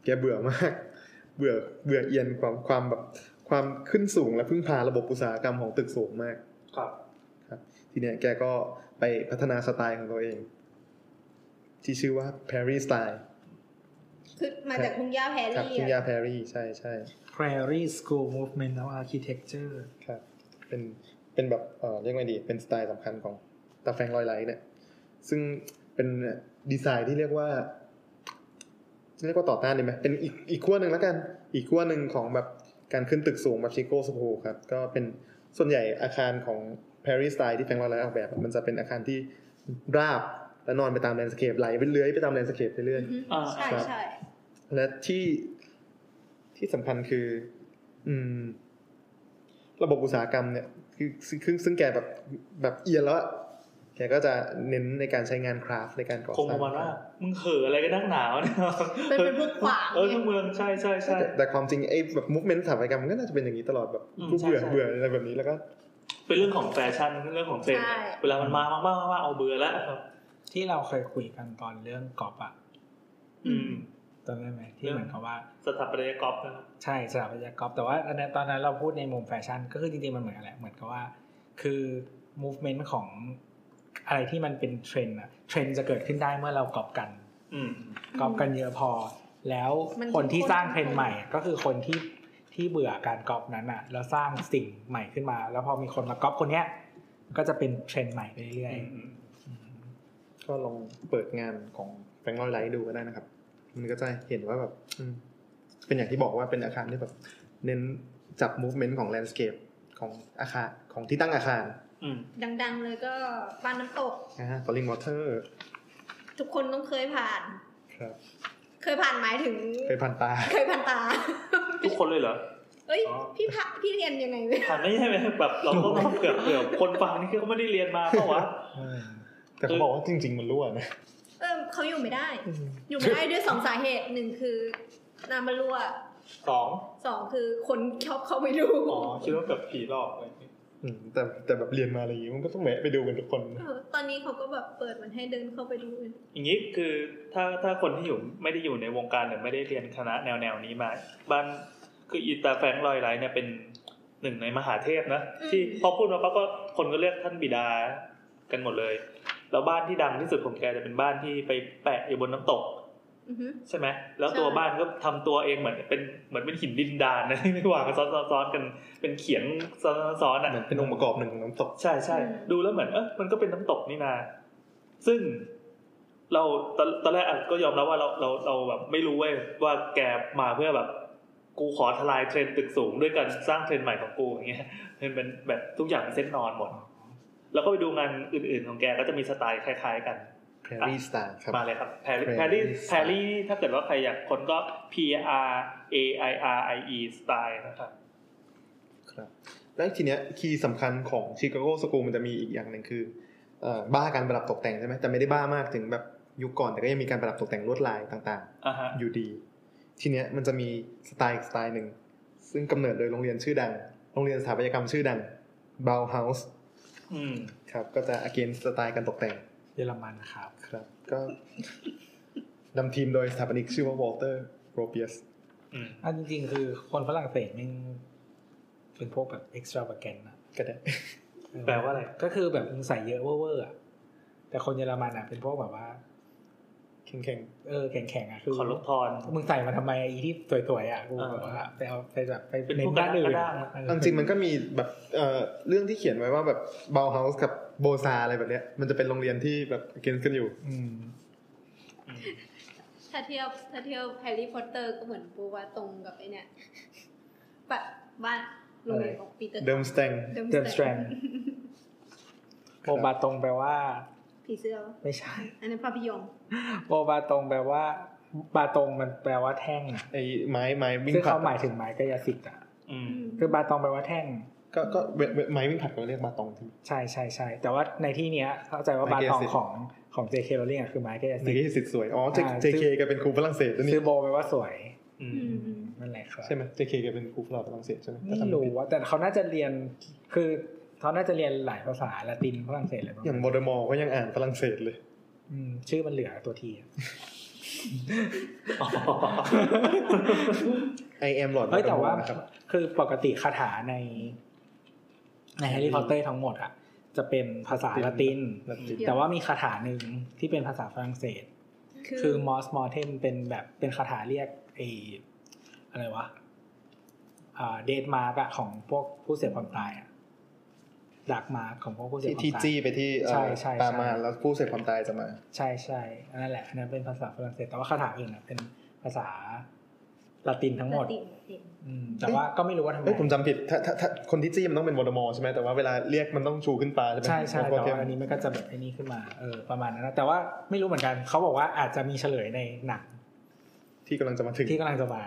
[SPEAKER 3] แกเบื่อมาก (laughs) เบื่อเบื่อเอียนความความแบบความขึ้นสูงและพึ่งพาระบบอุตสาหกรรมของตึกสูงมาก
[SPEAKER 1] ครับ
[SPEAKER 3] ทีเนี้ยแกก็ไปพัฒนาสไตล์ของตัวเอง ที่ชื่อว่า Perry Style
[SPEAKER 4] คือมาจากทุ่งหญ้าแพร
[SPEAKER 3] ครับ
[SPEAKER 4] รี่
[SPEAKER 3] คุ
[SPEAKER 4] อะ
[SPEAKER 3] ณยา Perry ใช่ใช่
[SPEAKER 2] Prairie School Movement of Architecture
[SPEAKER 3] ครับ เป็น เป็นแบบเอ่อเรียกไงดี เป็นสไตล์สำคัญของตาแฟรงลอยไลท์เนี่ย ซึ่งเป็นดีไซน์ที่เรียกว่า เรียกว่าต่อต้านดีไหมเป็นอีกอีกขั้วหนึ่งแล้วกัน อีกขั้วหนึ่งของแบบการขึ้นตึกสูงแบบชิโก้สโ o ครับ ก็เป็นส่วนใหญ่อาคารของปารีสสไตล์ที่แฟรงค์ลอไรออกแบบอะมันจะเป็นอาคารที่ราบและนอนไปตามแลนด์สเคปไหลไปเลื้อยไปตามแลนด์สเคปเรื่อยๆ
[SPEAKER 1] อ่า
[SPEAKER 4] ใช่ใช่
[SPEAKER 3] และที่ที่สำคัญคือ อืม ระบบอุตสาหกรรมเนี่ยคือซึ่งซึ่งซึ่งแกแบบแบบเอียนแล้วอะแกก็จะเน้นในการใช้งานคราฟต์ในการก่อส
[SPEAKER 1] คง
[SPEAKER 3] ร้าง
[SPEAKER 1] ประมาณว่ามึงเห่ออะไรกันนักหนาวะเนี่ย
[SPEAKER 9] เป็นเป็นพวกขวาง
[SPEAKER 1] เออทั้งเมืองใช่ใช่ใช่
[SPEAKER 3] แต่แต่ความจริงไอ้แบบมุกเมนต์สถาปัตยกรรมมันก็น่าจะเป็นอย่างนี้ตลอดแบบ
[SPEAKER 1] อืม
[SPEAKER 3] กูเบื่อ
[SPEAKER 1] ใช่ใช่
[SPEAKER 3] เบื่ออะไรแบบนี้แล้วก็
[SPEAKER 1] เป็นเรื่องของแฟชั่นเป็นเรื่องของเทรนด์เวลามันมามากๆมากๆเอาเบื่อแล้วครับ
[SPEAKER 2] ที่เราเคยคุยกันตอนเรื่องกอบอะ
[SPEAKER 1] อืม
[SPEAKER 2] จำได้ไหมที่
[SPEAKER 1] เรื่อง
[SPEAKER 2] เหมือนกับว่า
[SPEAKER 1] สถาปัตยกรรมนะครับ
[SPEAKER 2] ใช่สถาปัตยกรรมแต่ว่าอันนั้นตอนนั้นเราพูดในมุมแฟชั่น ก็คือจริงๆ มันเหมือนกันแหละเหมือนกับว่า คือ movement ของอะไรที่มันเป็นเทรนด์อะเทรนด์จะเกิดขึ้นได้เมื่อเรากอบกัน
[SPEAKER 1] อืม
[SPEAKER 2] กอบกันเยอะพอ แล้วคนที่สร้างเทรนด์ใหม่อะก็คือคนที่ที่เบื่อการกอบนั้นอะแล้วสร้างสิ่งใหม่ขึ้นมา แล้วพอมีคนมากอบคนเนี้ยก็จะเป็นเทรนด์ใหม่ไปเรื่อยๆ
[SPEAKER 3] ก็ลองเปิดงานของแฟรงค์ลอยไลท์ดูก็ได้นะครับ มันก็จะเห็นว่าแบบ อืม เป็นอย่างที่บอกว่าเป็นอาคารที่แบบ เน้นจับมูฟเมนต์ของแลนด์สเคปของอาคารของที่ตั้งอาคาร
[SPEAKER 1] อืม
[SPEAKER 4] ดังๆเลยก็บ้านน้ำตก
[SPEAKER 3] นะฮะ falling water
[SPEAKER 4] ทุกคนต้องเคยผ่าน
[SPEAKER 3] ครับ
[SPEAKER 4] เคยผ่านหมายถึง
[SPEAKER 3] เคยผ่านตา
[SPEAKER 4] เคยผ่านตา
[SPEAKER 1] ทุกคนเลยเหรอ
[SPEAKER 4] เอ้ย
[SPEAKER 1] อ๋อ
[SPEAKER 4] พี่พะพี่เรียนยังไงเว้ย
[SPEAKER 1] ผ่านไม่ใช่ไหมแบบเราต้องเผื่อเผื่อคนฟังนี่คือเขาไม่ได้เรียนมาเปล่าวะ
[SPEAKER 3] แต่เขาบอกว่าจริง ๆ มันรั่วนะ
[SPEAKER 4] เออเขาอยู่ไม่ได้ อยู่ไม่ได้ด้วยสองสาเหตุหนึ่งคือน้ำมันรั่ว
[SPEAKER 1] สอง
[SPEAKER 4] สองคือคนชอบเข้าไปดู
[SPEAKER 1] อ๋อคิดว่าแบบผีหลอกอะไรอย่างงี้
[SPEAKER 3] อืมแต่แต่แบบเรียนมาอะไรอย่างงี้มันก็ต้องแวะไปดูกันทุกคน
[SPEAKER 4] เออตอนนี้เขาก็แบบเปิดมันให้เดินเข้าไปดู
[SPEAKER 1] อย่างนี้คือถ้าถ้าคนที่อยู่ไม่ได้อยู่ในวงการหรือไม่ได้เรียนคณะแนวแนวนี้มา บ้านคืออีตาแฟรงค์ลอยไลท์เนี่ยเป็นหนึ่งในมหาเทพนะ
[SPEAKER 4] อืม
[SPEAKER 1] ที่พอพูดมาปั๊บก็คนก็เรียกท่านบิดากันหมดเลย แล้วบ้านที่ดังที่สุดของแกจะเป็นบ้านที่ไปแปะอยู่บนน้ำตก
[SPEAKER 4] อือฮึ
[SPEAKER 1] ใช่ไหม แล้วตัว
[SPEAKER 4] ใช่
[SPEAKER 1] บ้านก็ทำตัวเองเหมือนเป็นเหมือนเป็นหินดินดานนะ (laughs) ไม่วางซ้อนซ้อนซ้อนกันเป็นเขียงซ้อนซ้อนซ้อนอ่ะ
[SPEAKER 3] เหมือนเป็นองค์ประกอบหนึ่งของน้ำตก
[SPEAKER 1] ใช่ใช่
[SPEAKER 4] อืม
[SPEAKER 1] ดูแล้วเหมือนเออมันก็เป็นน้ำตกนี่นา ซึ่งเราตอนตอนแรกอะก็ยอมรับว่าเราเราเราแบบไม่รู้เว้ยว่าแกมาเพื่อแบบ กูขอทลายเทรนด์ตึกสูงด้วยการสร้างเทรนด์ใหม่ของกูอย่างเงี้ยมันเป็นแบบทุกอย่างเป็นเส้นนอนหมด แล้วก็ไปดูงานอื่น ๆ ของแกก็จะมีสไตล์คล้าย ๆ กัน
[SPEAKER 3] Prairie Star ครับ
[SPEAKER 1] มาเลยครับแพร
[SPEAKER 3] Paris
[SPEAKER 1] รี่แพรรี่ถ้าเกิดว่าใครอยากคนก็ P R A I R I E สไตล์นะครับ
[SPEAKER 3] ครับ แล้วทีเนี้ยคีย์สำคัญของชิคาโกสกูมันจะมีอีกอย่างหนึ่งคือเอ่อบ้าการประดับตกแต่งใช่ไหมแต่ไม่ได้บ้ามากถึงแบบยุคก่อนแต่ก็ยังมีการประดับตกแต่งลวดลายต่าง
[SPEAKER 1] อ่าฮะ
[SPEAKER 3] ๆ อยู่ดี ทีเนี้ยมันจะมีสไตล์อีกสไตล์หนึ่งซึ่งกำเนิดโดยโรงเรียนชื่อดัง โรงเรียนสถาปัตยกรรมชื่อดัง Bauhaus
[SPEAKER 1] อืม
[SPEAKER 3] ครับก็จะ against สไตล์การตกแต่ง
[SPEAKER 2] เยอรมันนะครับ
[SPEAKER 3] ครับก็นำทีมโดยสถาปนิกชื่อว่าวอลเตอร์โรเปียส
[SPEAKER 1] อืม
[SPEAKER 2] อันจริงๆ คือคนฝรั่งเศสแม่งเป็นพวกแบบ extravagant นะ
[SPEAKER 3] ก็ได้
[SPEAKER 1] แปลว่าอะไร
[SPEAKER 2] ก็คือแบบมึงใส่เยอะเวอร์ๆอะแต่คนเยอรมันอะเป็นพวกแบบว่า
[SPEAKER 3] แข็ง
[SPEAKER 2] เออแข็งๆอะคือ
[SPEAKER 1] ขอลบทอน
[SPEAKER 2] มึงใส่มาทำไมอะอีที่สวยๆอะกูแบบว่าไปเอาไปแบบไป
[SPEAKER 1] เป็น
[SPEAKER 2] เน้
[SPEAKER 1] พวก
[SPEAKER 2] น
[SPEAKER 1] กระ
[SPEAKER 2] ด้านอื่น
[SPEAKER 1] ด้าง
[SPEAKER 2] เอ
[SPEAKER 3] ๆ
[SPEAKER 2] อ
[SPEAKER 3] เอาจริงๆมันก็มีแบบเอ่อเรื่องที่เขียนไว้ว่าแบบเบลเฮาส์กับโบซาอะไรแบบเนี้ยมันจะเป็นโรงเรียนที่แบบเกนกันอยู่
[SPEAKER 2] อืม
[SPEAKER 4] ถ้าเที่ยวถ้าเที่ยวแฮร์รี่พอตเตอร์ก็เหมือนปูว่าตรงกับไอเนี่ยปะบ้านโรงเรียนของปีเตอร์
[SPEAKER 3] เดิมสแตง
[SPEAKER 2] เดิมสแตรนโบบาตรงแปลว่า
[SPEAKER 4] ผีเสื้อวะ
[SPEAKER 2] ไม่ใช่
[SPEAKER 4] อันนั้นภาพยนตร์
[SPEAKER 2] โบบาตรงแปลว่า บาตรงมันแปลว่าแท่งอะ
[SPEAKER 3] ไอ้ไม้ไม้วิ่ง
[SPEAKER 2] ซึ่ง
[SPEAKER 3] ผลั
[SPEAKER 2] เขา
[SPEAKER 3] ด
[SPEAKER 2] หมายถึงไม้กายสิทธิ์อะ
[SPEAKER 1] อืม
[SPEAKER 4] อืม
[SPEAKER 2] คือบาตรงแปลว่าแท่ง
[SPEAKER 3] ก็ก็เวเวไม้วิ่งผลัดก็เรียกมาตองใช่ไหม
[SPEAKER 2] ใช่ใช่ใช่แต่ว่าในที่เนี้ยเข้าใจว่า
[SPEAKER 3] ไม้
[SPEAKER 2] บา
[SPEAKER 3] เก
[SPEAKER 2] ตอง
[SPEAKER 3] สิ
[SPEAKER 2] ของของ JK Rowling อะคือไม้แก้
[SPEAKER 3] นี่
[SPEAKER 2] สิ
[SPEAKER 3] ก็สิทธิ์สวย อ๋อ J-
[SPEAKER 2] อ่า
[SPEAKER 3] JK
[SPEAKER 2] ซึ่ง
[SPEAKER 3] แกเป็นครูฝรั่งเศสด้วยนี่
[SPEAKER 2] ซื้อโบไปลว่าสวย
[SPEAKER 1] อืม
[SPEAKER 4] อืม
[SPEAKER 2] นั่นแหละครับ
[SPEAKER 3] ใช่ไหม JK แกเป็นครูฝรั่งเศสใช่ไหม
[SPEAKER 2] ไม่รู้ว่าแต่เขาน่าจะเรียนคือเขาน่าจะเรียนหลายภาษาละตินฝรั่งเศสอะไรประ
[SPEAKER 3] อย่าง
[SPEAKER 2] มา
[SPEAKER 3] บอ
[SPEAKER 2] ณ
[SPEAKER 3] ดมอก็ยังอ่านฝรั่งเศส
[SPEAKER 2] (laughs)
[SPEAKER 3] เลย
[SPEAKER 2] อืมชื่อมันเหลือตัวทีอะ
[SPEAKER 1] อ๋อ
[SPEAKER 3] I am Lord
[SPEAKER 2] (laughs) เฮ้ยแต่ว่า
[SPEAKER 3] Voldemort นะครับ
[SPEAKER 2] คือปกติคาถาใน ในแฮร์รี่พอตเตอร์ทั้งหมดอะจะเป็นภาษาละติน
[SPEAKER 3] ละติน
[SPEAKER 2] แต่ว่ามีคาถาหนึ่งที่เป็นภาษาฝรั่งเศส
[SPEAKER 4] คื
[SPEAKER 2] คือ อมอสมอ r เทนเป็นแบบเป็นคาถาเรียกไออะไรวะอ่าเดทมาร์กอะของพวกผู้เสียความตายอะดักมาร์กของพวกผู้เสีย
[SPEAKER 3] ที่
[SPEAKER 2] ความ
[SPEAKER 3] ที่
[SPEAKER 2] ตาย
[SPEAKER 3] จี้ไปที่เอ่อ
[SPEAKER 2] ใช่ใช่ใช่
[SPEAKER 3] ตามมาแล้วผู้เสพความตายจะมา
[SPEAKER 2] ใช่ใช่อันนั่นแหละอันนั้นเป็นภาษาฝรั่งเศสแต่ว่าคาถาอื่นอะเป็นภ ภาษาละตินทั้งหมด
[SPEAKER 10] ติดติด
[SPEAKER 2] อืมแต่ว่าก็ไม่รู้ว่าทำไม
[SPEAKER 3] เอ้ยผมจำผิดถ้าถ้าถ้าคนที่จี้มันต้องเป็นวอดมอร์ใช่ไหมแต่ว่าเวลาเรียกมันต้องชูขึ้นฟ้าใช่ไหม
[SPEAKER 2] ใช่ใช่
[SPEAKER 3] วอ
[SPEAKER 2] แต่
[SPEAKER 3] เทียม
[SPEAKER 2] ว่าอันนี้มันก็จะแบบไอ้นี่ขึ้นมาเออประมาณนั้นนะแต่ว่าไม่รู้เหมือนกันเขาบอกว่าอาจจะมีเฉลยในหนัง
[SPEAKER 3] ที่กำลังจะมาถึง
[SPEAKER 2] ที่กำลังจะมา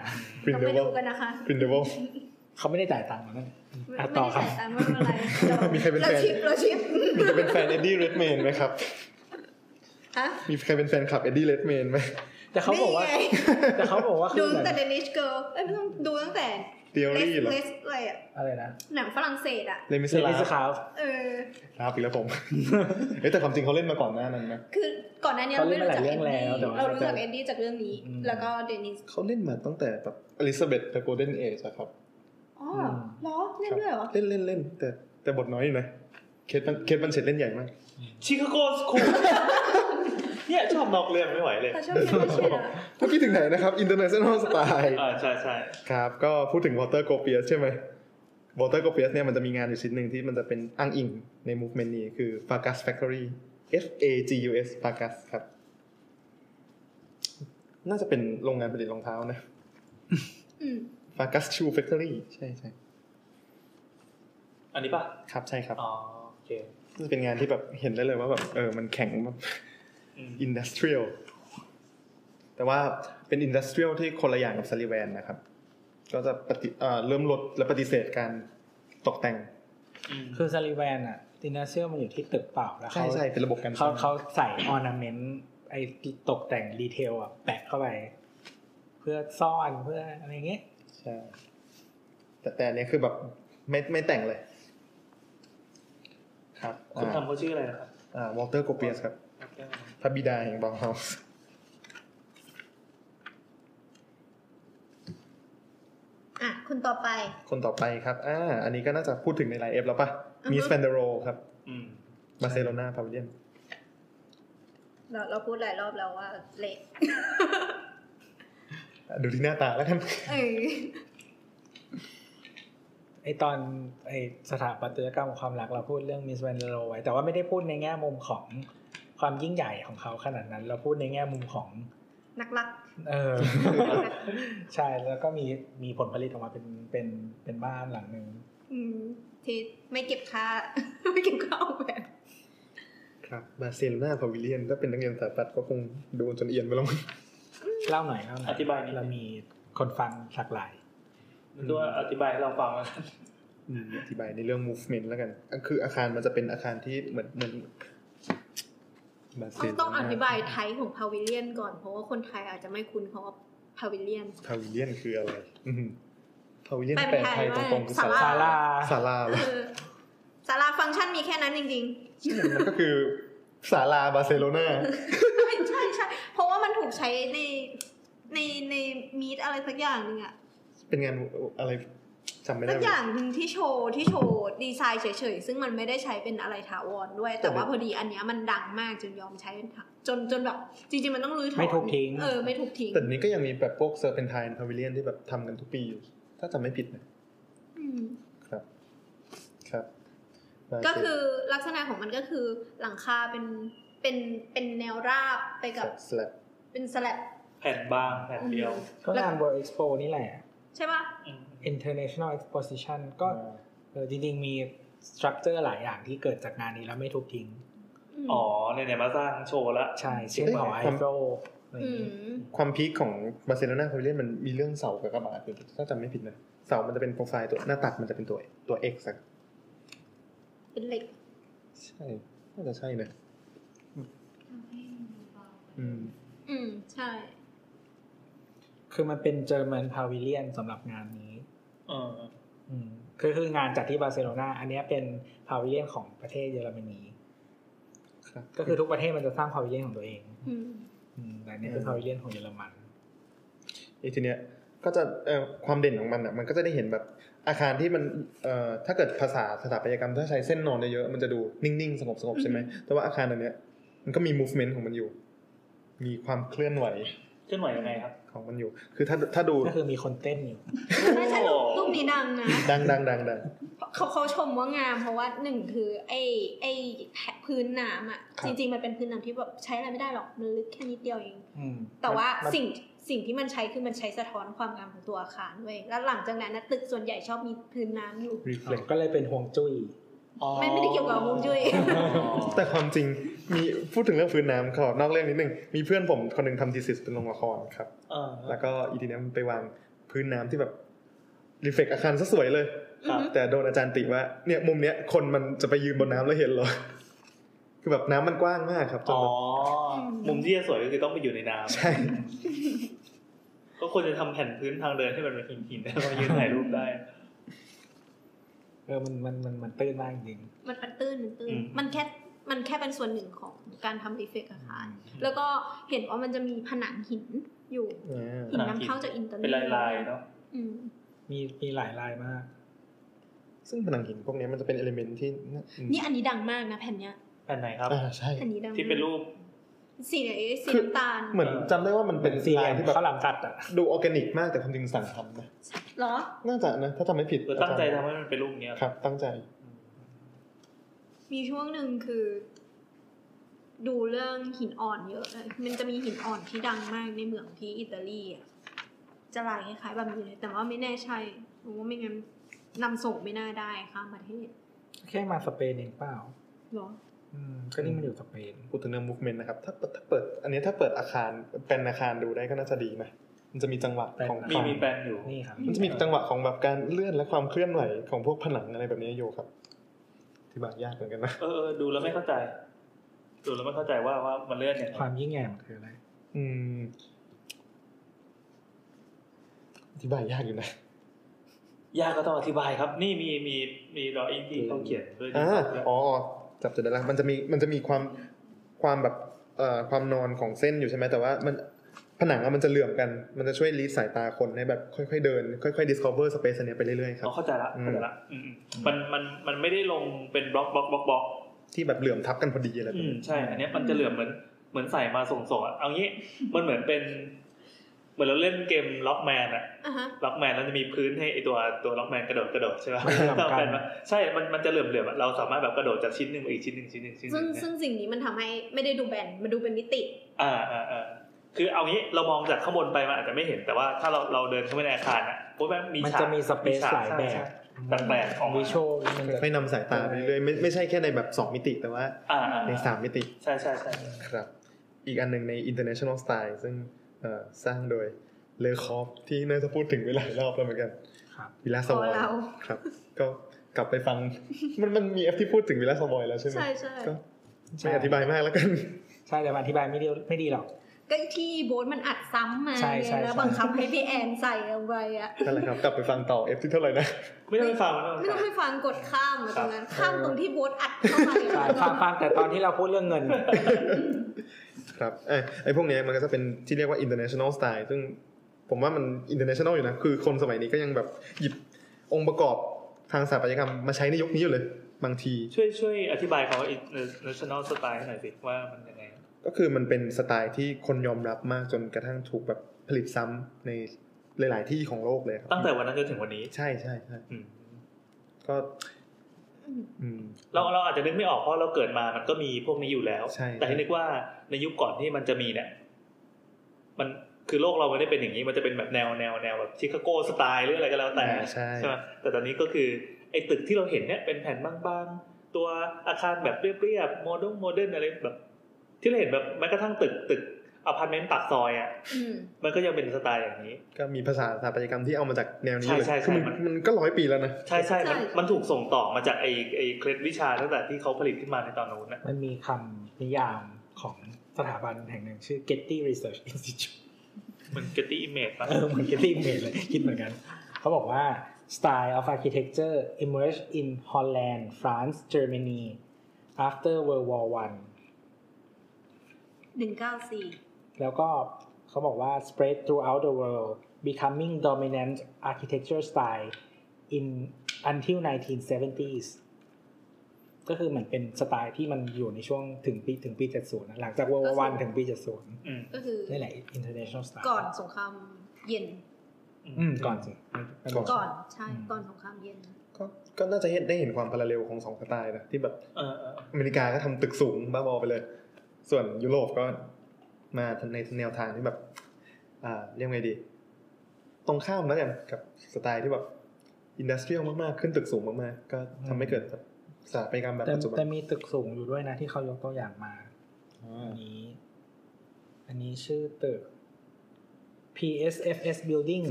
[SPEAKER 3] พิน
[SPEAKER 4] เราไป
[SPEAKER 3] เดเวล
[SPEAKER 4] ดูกันนะคะ
[SPEAKER 3] พินเดเวล
[SPEAKER 2] เขาไม่ได้จ่ายตังค์มานั่น
[SPEAKER 4] ไม่
[SPEAKER 2] อ่ะ
[SPEAKER 4] ไม่
[SPEAKER 2] ต่อ
[SPEAKER 4] ได้
[SPEAKER 2] ครับ
[SPEAKER 4] ใส่ตามว่าอะไร
[SPEAKER 3] มีใครเป็น
[SPEAKER 4] เรา
[SPEAKER 3] แฟน
[SPEAKER 4] ชิปเราชิป
[SPEAKER 3] มีใครเป็นแฟนเอ็ดดี้เรดเมนไหมครับ
[SPEAKER 4] ฮะ
[SPEAKER 3] มีใครเป็นแฟนคลับเอ็ดดี้เรดเมนไหม
[SPEAKER 2] แต่เขาบอกว่า
[SPEAKER 4] นี่ไง
[SPEAKER 2] แต่เขาบอกว่าคื
[SPEAKER 4] ดู
[SPEAKER 2] อ
[SPEAKER 4] ตั้ง
[SPEAKER 2] แบ
[SPEAKER 4] แต่
[SPEAKER 2] บ
[SPEAKER 4] เดนิชเกิร์ลเอ้ยไม่ต้องดูตั้งแต่
[SPEAKER 3] เดีย
[SPEAKER 4] เลส
[SPEAKER 3] รี่เหรอ
[SPEAKER 4] เลสอะไรอะ
[SPEAKER 2] อะไรนะ
[SPEAKER 4] หนังฝรั่งเศสอะ
[SPEAKER 3] เลมิส
[SPEAKER 2] เซ
[SPEAKER 3] ลา
[SPEAKER 2] นิสคาฟ
[SPEAKER 4] เออ
[SPEAKER 3] ครับอีกแล้วผม เอ้ยแต่ความจริงเขาเล่นมาก่อนหน้านั้นนะ
[SPEAKER 4] คือก่อนหน้านี้เราไม่รู้จักเอ็ดดี้
[SPEAKER 2] เขาเล่นมาหลายเรื่องแล้วแต่ว่า
[SPEAKER 4] เรารู้จักเอ็ดดี้จากเรื่องนี้
[SPEAKER 2] อืม
[SPEAKER 4] แล้วก็เดนิส
[SPEAKER 3] เขาเล่นมาตั้งแต่แบบอลิซาเบธเดอะโกลเด้นเอจครับ
[SPEAKER 4] อ๋อ
[SPEAKER 2] ม
[SPEAKER 4] เหรอเล่นด้วยเหรอ
[SPEAKER 3] เล่นเล่นเล่นแต่แต่บทน้อยอยู่นะเคสมันเคสมันเสร็จเล่นใหญ่มาก
[SPEAKER 1] ชิคาโกสคูลเนี่ยชอบนอกเรื่องไม่ไหวเลย
[SPEAKER 4] เขาชอบเล่นไม่ใช่เหรอ
[SPEAKER 3] เมื่อกี้ถึงไหนนะครับ international style
[SPEAKER 1] อ่าใช่ใช่
[SPEAKER 3] ครับก็พูดถึง water g o p i u s ใช่ไหม water g o p i u s เนี่ยมันจะมีงานอยู่ชิ้นหนึ่งที่มันจะเป็นอ้างอิงใน movement นี้คือ fagus factory F A G U S fagus ครับ น่าจะเป็นโรงงานผลิตรองเท้านะ
[SPEAKER 4] อืม
[SPEAKER 3] fagus shoe factory ใช่ใช่
[SPEAKER 1] อันนี้ป่ะ
[SPEAKER 3] ครับใช่ครับ
[SPEAKER 1] อ๋อโอเค
[SPEAKER 3] น่าจะเป็นงานที่แบบเห็นได้เลยว่าแบบเออมันแข็งแบบ
[SPEAKER 1] อืม
[SPEAKER 3] อินดัสเทรียลแต่ว่าเป็นอินดัสเทรียลที่คนละอย่างกับซาริแวนนะครับ ก็จะปฏิเอ่อเริ่มลดและปฏิเสธการตกแต่ง
[SPEAKER 2] คือซาริแวนอะตินาเชื่อมันอยู่ที่ตึกเปล่าแล้ว
[SPEAKER 3] ใช่
[SPEAKER 2] เขา
[SPEAKER 3] ใช่เป็นระบบการส
[SPEAKER 2] เขา
[SPEAKER 3] ร้าง
[SPEAKER 2] เขาใส่ออร์นาเมนต์ไอ้ตกแต่งดีเทลอะแปะเข้าไป เพื่อซ่อนเพื่ออะไรอย่างเงี้ย
[SPEAKER 3] ใช่แต่แต่อันเนี้ยคือแบบไม่ไม่แต่งเลย ครับ
[SPEAKER 1] คุณทำเขาชื่ออะไรนะครับ
[SPEAKER 3] วอลเตอร์โกเปียสครับพระบิดาแห่งบองเฮาส์
[SPEAKER 4] อ่ะคนต่อไป
[SPEAKER 3] คนต่อไปครับอ่าอันนี้ก็น่าจะพูดถึงในไลน์เอฟแล้วปะ
[SPEAKER 4] อือฮึ
[SPEAKER 3] มีสเปนเดโรครับ
[SPEAKER 1] อืม
[SPEAKER 3] มาเซโลนาพาวิเลียน
[SPEAKER 4] เราเราพูดหลายรอบแล้วว่าเละ
[SPEAKER 3] ดูที่หน้าตาแล้วกัน
[SPEAKER 4] เออ
[SPEAKER 2] ไอตอนไอสถาปัตยกรรมความรักเราพูดเรื่องมิสแวนเดโรไว้ แต่ว่าไม่ได้พูดในแง่มุมของความยิ่งใหญ่ของเขาขนาดนั้น เราพูดในแง่มุมของ
[SPEAKER 4] (laughs) นักรั
[SPEAKER 3] (laughs)
[SPEAKER 4] ก
[SPEAKER 2] เออ (laughs) ใช่แล้วก็มีมีผลผลิตออกมาเป็นเป็นเป็นบ้านหลังหนึ่ง
[SPEAKER 4] อืมที่ไม่เก็บค่า (laughs) ไม่เก็บค่าออกแบบ
[SPEAKER 3] ครับมาเซโลนาพาวิเลียนถ้าเป็นนักเรียนสถาปัตย์ก็คงดูจนเอียนไปแล้วมั้ง
[SPEAKER 2] เล่าหน่อยเล่าหน่อย
[SPEAKER 1] อธิบายนิด
[SPEAKER 2] เรา
[SPEAKER 1] นึง
[SPEAKER 2] มีคนฟังหลากหลาย
[SPEAKER 1] ด้วยอธิบายให้เราฟังแล้วกัน
[SPEAKER 3] อืมอธิบายในเรื่อง movement แล้วกันอ่ะคืออาคารมันจะเป็นอาคารที่เหมือนเหมือนบาเซ
[SPEAKER 4] ต้อง
[SPEAKER 3] โล
[SPEAKER 4] ต้องอ
[SPEAKER 3] นา
[SPEAKER 4] ธิบายไทยของพาวิเลียนก่อน เพราะว่าคนไทยอาจจะไม่คุ้นคำว่าพาวิเลียน
[SPEAKER 3] พาวิเลียนคืออะไรพาวิเลียน
[SPEAKER 4] แปล
[SPEAKER 3] แปล
[SPEAKER 4] เป็น
[SPEAKER 3] ไท
[SPEAKER 4] ไท
[SPEAKER 3] ย
[SPEAKER 4] ย
[SPEAKER 3] ต
[SPEAKER 4] ว่า
[SPEAKER 3] รงๆคือศา
[SPEAKER 4] ศา
[SPEAKER 3] ลา
[SPEAKER 2] ซา
[SPEAKER 4] ล
[SPEAKER 2] ลา
[SPEAKER 3] ศาลาเหรอ
[SPEAKER 4] เออศาลาฟังก์ชันมีแค่นั้นจริง
[SPEAKER 3] ชื่อมันก็คือศาลาบาร์เซโลนา
[SPEAKER 4] ๆ ใช่ใช่ใช่เพราะว่ามันถูกใช้ในในในมีดอะไรสักอย่างหนึงอะ
[SPEAKER 3] เป็นงานอะไรจำไม่ได้
[SPEAKER 4] สัก
[SPEAKER 3] เล
[SPEAKER 4] อย ย่างหนึ่งที่โชว์ที่โชว์ดีไซน์เฉยๆ ซึ่งมันไม่ได้ใช้เป็นอะไรถาวรด้วย แต่ว่าพอดีอันเนี้ยมันดังมากจนยอมใช้เป็นถาจนจนแบบจริงๆมันต้องรื้อถอน
[SPEAKER 2] ไม่ถูกทิ้ง
[SPEAKER 4] เออไม่ถูกทิ้ง
[SPEAKER 3] แต่นี้ก็ยังมีแบบพวกเซอร์เพนไทน์พาวิเลียนที่แบบทำกันทุกปีอยู่ ถ้าจำไม่ผิดนะ
[SPEAKER 4] ม
[SPEAKER 3] ครับ
[SPEAKER 4] ก็คือลักษณะของมันก็คือหลังคาเป็นเป็นเป็นแนวราบไปกับ
[SPEAKER 3] slab
[SPEAKER 4] เป็นสลับ
[SPEAKER 1] แผ่นบางแผ่นเดียว
[SPEAKER 2] ก็งาน World Expo นี่แหละ
[SPEAKER 4] ใช่ปะ
[SPEAKER 1] อืม
[SPEAKER 2] International Exposition ก็เออจริงๆมีสตรั c เจอร์หลายอย่างที่เกิดจากงานนี้แล้วไม่ถูกทิ้ง
[SPEAKER 4] ม
[SPEAKER 1] อ๋อในไหนๆมาสร้างโชว์ละ
[SPEAKER 2] ใช่เช่น
[SPEAKER 3] เอ้ย
[SPEAKER 2] ของไอ
[SPEAKER 3] ความ
[SPEAKER 2] โฟ
[SPEAKER 4] ม
[SPEAKER 3] ความพีคของบาร์เซโลนาพาวิเลียนมันมีเรื่องเสากับกระบะอยู่ถ้าจำไม่ผิดนะเสามันจะเป็นโปรไฟล์ตัวหน้าตัดมันจะเป็นตัวตัว X อะ
[SPEAKER 4] เป็นเหล็ก
[SPEAKER 3] ใช่น่าจะใช่นะอืม
[SPEAKER 4] อืมใช่
[SPEAKER 2] คือมันเป็นเจอร์แมนพาวิเลียนสำหรับงานนี้
[SPEAKER 1] เออ
[SPEAKER 2] อืมคือคืองานจากที่บาร์เซโลนาอันเนี้ยเป็นพาวิเลียนของประเทศเยอรมนี
[SPEAKER 3] ครับ
[SPEAKER 2] ก็คือทุกประเทศมันจะสร้างพาวิเลียนของตัวเอง
[SPEAKER 4] อืม
[SPEAKER 2] อืมแต่อันเนี้ยเป็นพาวิเลียนของเยอรมัน
[SPEAKER 3] ไอ้ทีเนี้ยก็จะเอ่อความเด่นของมันอ่ะมันก็จะได้เห็นแบบอาคารที่มันเอ่อถ้าเกิดภาษาสถาปัตยกรรมถ้าใช้เส้นนอนเยอะๆมันจะดูนิ่งๆ สงบๆ ใช่ไหมแต่ว่าอาคารอันเนี้ยมันก็มี movement ของมันอยู่ มีความเคลื่อนไหว
[SPEAKER 1] เคลื่อนไหวยังไงครับ
[SPEAKER 3] ของมันอยู่ คือถ้าถ้าดู
[SPEAKER 2] ก็คือมีคนเต้นอยู่
[SPEAKER 4] ใช่ใช่รูปรูปนี้ดังนะ
[SPEAKER 3] ดังดังดังดัง
[SPEAKER 4] เขาเขาชมว่างามเพราะว่าหนึ่งคือ ไอ้ไอ้พื้นน้ำอ่ะ
[SPEAKER 3] ครั
[SPEAKER 4] จ
[SPEAKER 3] บ
[SPEAKER 4] ริง ๆ มันเป็นพื้นน้ำที่แบบใช้อะไรไม่ได้หรอกมันลึกแค่นิดเดียวเอง
[SPEAKER 2] อืม
[SPEAKER 4] แต่ว่า
[SPEAKER 2] มัน
[SPEAKER 4] สิ่ง สิ่งที่มันใช้คือมันใช้สะท้อนความงามของตัวอาคารเว้ยแล้วหลังจากนั้นนะตึกส่วนใหญ่ชอบมีพื้นน้ำอยู่
[SPEAKER 3] reflect
[SPEAKER 2] ก็เลยเป็นห่วงจุ้ย
[SPEAKER 4] ไม่ไม่ได้เกี่ยวกับฮวงจุ้ย
[SPEAKER 3] แต่ความจริงมีพูดถึงเรื่องฟื้นน้ำขอนอกเรื่องนิดนึงมีเพื่อนผมคนหนึงทำดีสิสเป็นโรงละครครับ
[SPEAKER 1] เออ
[SPEAKER 3] แล้วก็อีทีเนี้ยมันไปวางพื้นน้ำที่แบบรีเฟกอาคารซะสวยเลย
[SPEAKER 1] ครับ
[SPEAKER 3] แต่โดนอาจารย์ติว่าเนี่ยมุมเนี้ยคนมันจะไปยืนบนน้ำแล้วเห็นเหรอ (laughs) คือแบบน้ำมันกว้างมากครับจน
[SPEAKER 1] อ๋อ
[SPEAKER 3] แบบ
[SPEAKER 1] มุมที่จะสวยก็คือต้องไปอยู่ในน้
[SPEAKER 3] ใช่
[SPEAKER 1] ำก็ควรจะทำแผ่นพื้นทางเดินให้มันเป็นหินหินๆแล้วก็ยืนถ่ายรูปได้
[SPEAKER 2] เออมันมันมันมันตื้นมากจริง
[SPEAKER 4] มันมันตื้นมันตื้น
[SPEAKER 1] อืม
[SPEAKER 4] มันแค่มันแค่เป็นส่วนหนึ่งของการทำรีเฟกอาคาร แล้วก็เห็นว่ามันจะมีผนังหินอยู่ หินนำเข้าจากอินเตอร์
[SPEAKER 1] เป็นลายๆเนาะ
[SPEAKER 4] อืม
[SPEAKER 2] มีมีหลายลายมาก
[SPEAKER 3] ซึ่งผนังหินพวกเนี้ยมันจะเป็นเอลิเมนที่น่าอืม
[SPEAKER 4] นี่อันนี้ดังมากนะแผ่นเนี้ย
[SPEAKER 1] แผ่นไหนครับ
[SPEAKER 3] อ่าใช่
[SPEAKER 4] อันนี้ดัง
[SPEAKER 1] ที่เป็นรูป
[SPEAKER 4] สีไหนสี
[SPEAKER 3] คือ
[SPEAKER 4] น้ำตาล
[SPEAKER 3] เหมือนจำได้ว่ามันเป็น
[SPEAKER 2] สี
[SPEAKER 3] ลายที่
[SPEAKER 2] ที่
[SPEAKER 3] แบบ
[SPEAKER 2] เขาวหลามตัดอ่ะ
[SPEAKER 3] ดูออร์แกนิกมากแต่ความจริงสั่งทำนะ
[SPEAKER 4] เหรอ
[SPEAKER 3] น่าจะนะ ถ้าจำไม่ผิด
[SPEAKER 1] เราตั้งใจทำให้มันเป็นรูปเนี้ย
[SPEAKER 3] ครับ ตั้งใจ
[SPEAKER 4] มีช่วงหนึ่งคือ ดูเรื่องหินอ่อนเยอะเลย มันจะมีหินอ่อนที่ดังมากในเมืองที่อิตาลีอ่ะ จะลายคล้ายๆแบบนี้เลย แต่ว่าไม่แน่ใจเพราะว่าไม่งั้นนำส่งไม่น่าได้ข้ามประเทศ
[SPEAKER 2] แค่มาสเปนเองเปล่า
[SPEAKER 4] เหรอ
[SPEAKER 2] อืมก็นี่มันอยู่สเปน
[SPEAKER 3] พูดถึงเรื่อง movement นะครับ ถ้าเปิดถ้าเปิด อันนี้ถ้าเปิดอาคารเป็นอาคารดูได้ก็น่าจะดีไหมมันจะมีจังหวะของ
[SPEAKER 1] มี
[SPEAKER 3] ความ
[SPEAKER 1] มีแปลนอยู่
[SPEAKER 2] นี่ครับ
[SPEAKER 3] มันจะมีจังหวะของแบบการเลื่อนและความเคลื่อนไหวของพวกผนังอะไรแบบนี้อยู่ครับอธิบายยากเหมือนกันนะ
[SPEAKER 1] เออเออดูแล้วไม่เข้าใจ ดูแล้วไม่เข้าใจว่าว่ามันเลื่อนเนี่ยงไง
[SPEAKER 2] ความยิ่งใหญ่มันคืออะไร
[SPEAKER 3] อืมอธิบายยากอยู่นะ
[SPEAKER 1] ยากก็ต้องอธิบายครับ นี่มีมีมีรออิงที่เขาเขียนด้วย
[SPEAKER 3] อ่า
[SPEAKER 1] นะครับ
[SPEAKER 3] อ๋ออ๋อจับจุดได้แล้วมันจะมีมันจะมีความความแบบเอ่อความนอนของเส้นอยู่ใช่ไหมแต่ว่ามันผนังอะมันจะเหลื่อมกัน มันจะช่วยรีดสายตาคนให้แบบค่อยๆเดิน ค่อยๆ discover space อันเนี้ยไปเรื่อยๆครั
[SPEAKER 1] อ๋
[SPEAKER 3] บ
[SPEAKER 1] อเข้าใจละ
[SPEAKER 3] อืม
[SPEAKER 1] เข้าใจละอืมอืมมันมันมันไม่ได้ลงเป็นบล็อกบล็อกบล็อกบล็อก
[SPEAKER 3] ที่แบบเหลื่อมทับกันพอดีอะไรแบบ
[SPEAKER 1] อืม
[SPEAKER 3] นี้
[SPEAKER 1] ใช่ อันเนี้ยมันจะเหลือเหมือนเหมือนใส่มาส่งส่งๆอะเอางี้ มันเหมือนเป็น เหมือนเราเล่นเกมล็อกแมนอะ
[SPEAKER 4] อ่ะฮะ
[SPEAKER 1] ล็อกแมนแล้วจะมีพื้นให้ไอตัวตัวล็อกแมนกระโดดกระโดดใช่ป่ะ
[SPEAKER 2] มันเหลื่อมกัน
[SPEAKER 1] ล็อกแมนปะใช่ มันมันจะเหลื่อมเหลื่อมเราสามารถแบบกระโดดจากชิ้นหนึ่งไปอีกชิ้นหนึ่งชิ้นหนึ่งชิ้นห
[SPEAKER 4] ซึ่
[SPEAKER 1] นึ่
[SPEAKER 4] ง
[SPEAKER 1] งเนี่ย
[SPEAKER 4] ซึ่งสิ่งนี้มันทำให้ไม่ได้ดูแบนมันดูเป็นมิติ
[SPEAKER 1] อ่าอ่าอ่าคือเอางี้เรามองจากข้างบนไปมันอาจจะไม่เห็นแต่ว่าถ้าเราเราเดินเข้าไปในอาคารอ่ะโอ้ยมันมี
[SPEAKER 2] มัน
[SPEAKER 1] ฉาก
[SPEAKER 2] จะมีสเปซ
[SPEAKER 1] ฉก
[SPEAKER 2] หลายแบ
[SPEAKER 1] ใช่
[SPEAKER 2] บ
[SPEAKER 1] ใช่ แปลกๆของ
[SPEAKER 2] วิชวลมันจะ
[SPEAKER 3] ค่อยๆนำสายตาไปเรื่อยๆไม่ไม่ใช่แค่ในแบบสองมิติ แต่ว่า
[SPEAKER 1] อ่าอ่า
[SPEAKER 3] ในสามมิติ
[SPEAKER 1] ใช่ใช่ใช่ใช่
[SPEAKER 3] ครับ อีกอันหนึ่งใน international style ซึ่งเอ่อสร้างโดยเลคอฟที่น่าจะพูดถึงไปหลายรอบแล้วเหมือนกัน
[SPEAKER 2] ครับ
[SPEAKER 3] วิลาสวอ
[SPEAKER 4] โอ้
[SPEAKER 3] ย
[SPEAKER 4] เรา
[SPEAKER 3] ครับ ก็กลับไปฟัง (laughs) มันมันมีเอฟที่พูดถึงวิลาสวอยแล้วใช่ไหม
[SPEAKER 4] ใช่ใช่
[SPEAKER 3] ก็ ไม่อธิบายมากแล้วกัน (laughs)
[SPEAKER 2] ใช่แต่มันอธิบายไม่ดีไม่ดีหรอก
[SPEAKER 4] ก็ที่โบ๊ทมันอัดซ้ำมา
[SPEAKER 2] ใช่
[SPEAKER 4] ไง
[SPEAKER 2] ใช่
[SPEAKER 4] แล้ว
[SPEAKER 2] ใช่
[SPEAKER 4] บังคับให้พี่แอนใส่เอาไว้อะ
[SPEAKER 3] นั่นแหละครับ กลับไปฟังต่อเอฟที่เท่าไหร่นะ
[SPEAKER 1] ไม่ต้องไปฟังไม่
[SPEAKER 4] ไม่
[SPEAKER 1] ต้องไป
[SPEAKER 4] ต้อ
[SPEAKER 1] ฟั
[SPEAKER 4] ง งไปฟังกดข้ามอะตรงนั้นข้ามตรงที่โบ๊ทอัดเข้าไป
[SPEAKER 2] ใช่ฟังฟังแต่ตอนที่เราพูดเรื่องเงิน
[SPEAKER 3] ครับเอ้ยไอ้พวกเนี้ยมันก็จะเป็นที่เรียกว่า international style ซึ่งผมว่ามัน international อยู่นะ คือคนสมัยนี้ก็ยังแบบหยิบองค์ประกอบทางสถาปัตยกรรมมาใช้ในยุคนี้อยู่เลย บางที
[SPEAKER 1] ช่วยช่วยอธิบายเขา international style ให้หน่อยสิว่ามันยังไง
[SPEAKER 3] ก็คือมันเป็นสไตล์ที่คนยอมรับมากจนกระทั่งถูกแบบผลิตซ้ำในหลาย ๆ ที่ของโลกเลยครับ
[SPEAKER 1] ตั้งแต่วันนั้นจนถึงวันนี้
[SPEAKER 3] ใช่ใช่ใช่
[SPEAKER 1] อืม
[SPEAKER 3] ก็ อืม
[SPEAKER 1] เราเราอาจจะนึกไม่ออกเพราะเราเกิดมามันก็มีพวกนี้อยู่แล้ว
[SPEAKER 3] ใช่
[SPEAKER 1] แต่ให้นึกว่าในยุคก่อนที่มันจะมีเนี่ย มันคือโลกเราไม่ได้เป็นอย่างนี้ มันจะเป็นแบบแนวแนวแนวแบบชิคาโกสไตล์หรืออะไรก็แล้วแต่
[SPEAKER 3] อ่าใช่
[SPEAKER 1] ใช่ไหมแต่ตอนนี้ก็คือไอ้ตึกที่เราเห็นเนี่ยเป็นแผ่นบางๆ ตัวอาคารแบบเรียบๆโมเดิร์นโมเดิร์นอะไรแบบ ที่เราเห็นแบบแม้กระทั่งตึกตึกอพาร์ตเมนต์ปากซอยอ่ะ
[SPEAKER 4] อืม
[SPEAKER 1] มันก็ยังเป็นสไตล์อย่างนี้
[SPEAKER 3] ก็มีภาษาสถาปัตยกรรมที่เอามาจากแนวนี้เลย
[SPEAKER 1] ใช่ใช่ใช่
[SPEAKER 3] คือ
[SPEAKER 1] มั
[SPEAKER 3] มัน
[SPEAKER 1] น
[SPEAKER 3] มันก็ร้อยปีแล้วนะ
[SPEAKER 1] ใช่ใช่มัน
[SPEAKER 4] ใช่
[SPEAKER 1] มันถูกส่งต่อมาจากไอ้ไอ้เคล็ดวิชาตั้งแต่ที่เขาผลิตขึ้นมาในตอนนู้นนะ
[SPEAKER 2] มันมีคำนิยามของสถาบันแห่งหนึ่งชื่อ Getty Research Institute
[SPEAKER 1] มันเกตตี้อิมเมจป่ะ
[SPEAKER 2] เออเหมือน Getty Image เลย คิดเหมือนกัน เขาบอกว่า Style of Architecture emerged in Holland France Germany after World War One
[SPEAKER 4] หนึ่งเก้าสี่
[SPEAKER 2] แล้วก็เขาบอกว่า spread throughout the world becoming dominant architecture style in until 1970s ก็คือเหมือนเป็นสไตล์ที่มันอยู่ในช่วงถึงปีถึงปี 70นะหลังจาก World War One ถึงปี 70
[SPEAKER 1] อืม
[SPEAKER 4] ก็คือ
[SPEAKER 2] นี่แหละ international style
[SPEAKER 4] ก่อนสงครามเย็น
[SPEAKER 2] อืมก่อนสิ
[SPEAKER 3] ก่อน
[SPEAKER 4] ก่อนใช่
[SPEAKER 2] อืม
[SPEAKER 4] ก่อนสงครามเย็น
[SPEAKER 3] ก็ก็น่าจะเห็นได้เห็นความพาราเรลของสองสไตล์นะที่แบบ
[SPEAKER 1] เออเออ
[SPEAKER 3] อเมริกาก็ทำตึกสูงบ้าบอไปเลย ส่วนยุโรปก็มาในแนวทางที่แบบ อ่าเรียกไงดี ตรงข้ามแล้วกันกับสไตล์ที่แบบอินดัสเทรียลมากๆ ขึ้นตึกสูงมากๆ ก็ทำให้เกิดแบบสถาปัตยกรรมแบบ
[SPEAKER 2] แต่
[SPEAKER 3] ปัจจุบัน
[SPEAKER 2] แต่มีตึกสูงอยู่ด้วยนะที่เขายกตัวอย่างมา อันนี้ อันนี้ชื่อตึก PSFS Building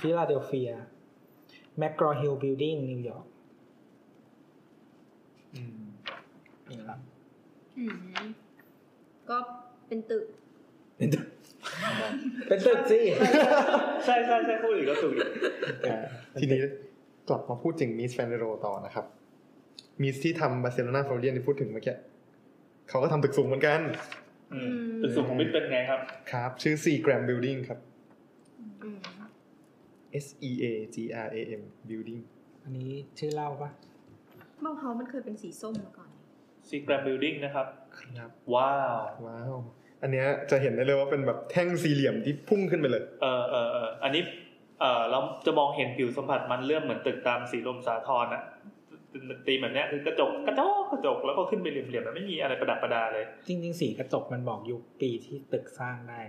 [SPEAKER 2] ฟิลาเดลเฟีย McGraw Hill Building นิวยอร์ก
[SPEAKER 3] อืม
[SPEAKER 2] นี่นะครับ
[SPEAKER 11] อืมก็เป็นตึก
[SPEAKER 2] เป็นตึก (laughs) เป็นตึกสิ
[SPEAKER 1] ใช่ใช่ใช่พูดอีกก็ถูกอีก
[SPEAKER 3] อ่าทีนี้กลับมาพูดถึงมิสแฟนเดโรต่อนะครับมิสที่ทำบาร์เซโลนาฟลอเรียนที่พูดถึงเมื่อกี้เขาก็ทำตึกสูงเหมือนกัน
[SPEAKER 1] อืมตึกสูงของมิตรเป็นไงครับ
[SPEAKER 3] ครับ ชื่อ 4 Gram Building ครับ
[SPEAKER 11] อืม
[SPEAKER 3] S E A G R A M Building
[SPEAKER 2] อันนี้ชื่อเล่าปะ
[SPEAKER 11] บ้านเขามันเคยเป็นสีส้มมาก่อน
[SPEAKER 1] ซีแกรมบิลดิ้งนะครับ
[SPEAKER 3] ครับ
[SPEAKER 1] ว้าว
[SPEAKER 3] ว้าว อันเนี้ยจะเห็นได้เลยว่าเป็นแบบแท่งสี่เหลี่ยมที่พุ่งขึ้นไปเลย
[SPEAKER 1] เออเออเอออันนี้เออเราจะมองเห็นผิวสัมผัสมันเลื่อมเหมือนตึกตามสีลมสาทรนะตีแบบเนี้ยคือกระจกกระจกกระจกแล้วก็ขึ้นไปเหลี่ยมๆมันไม่มีอะไรประดับประดาเลย
[SPEAKER 2] จริง ๆ สีกระจกมันบอกยุคปีที่ตึกสร้างได้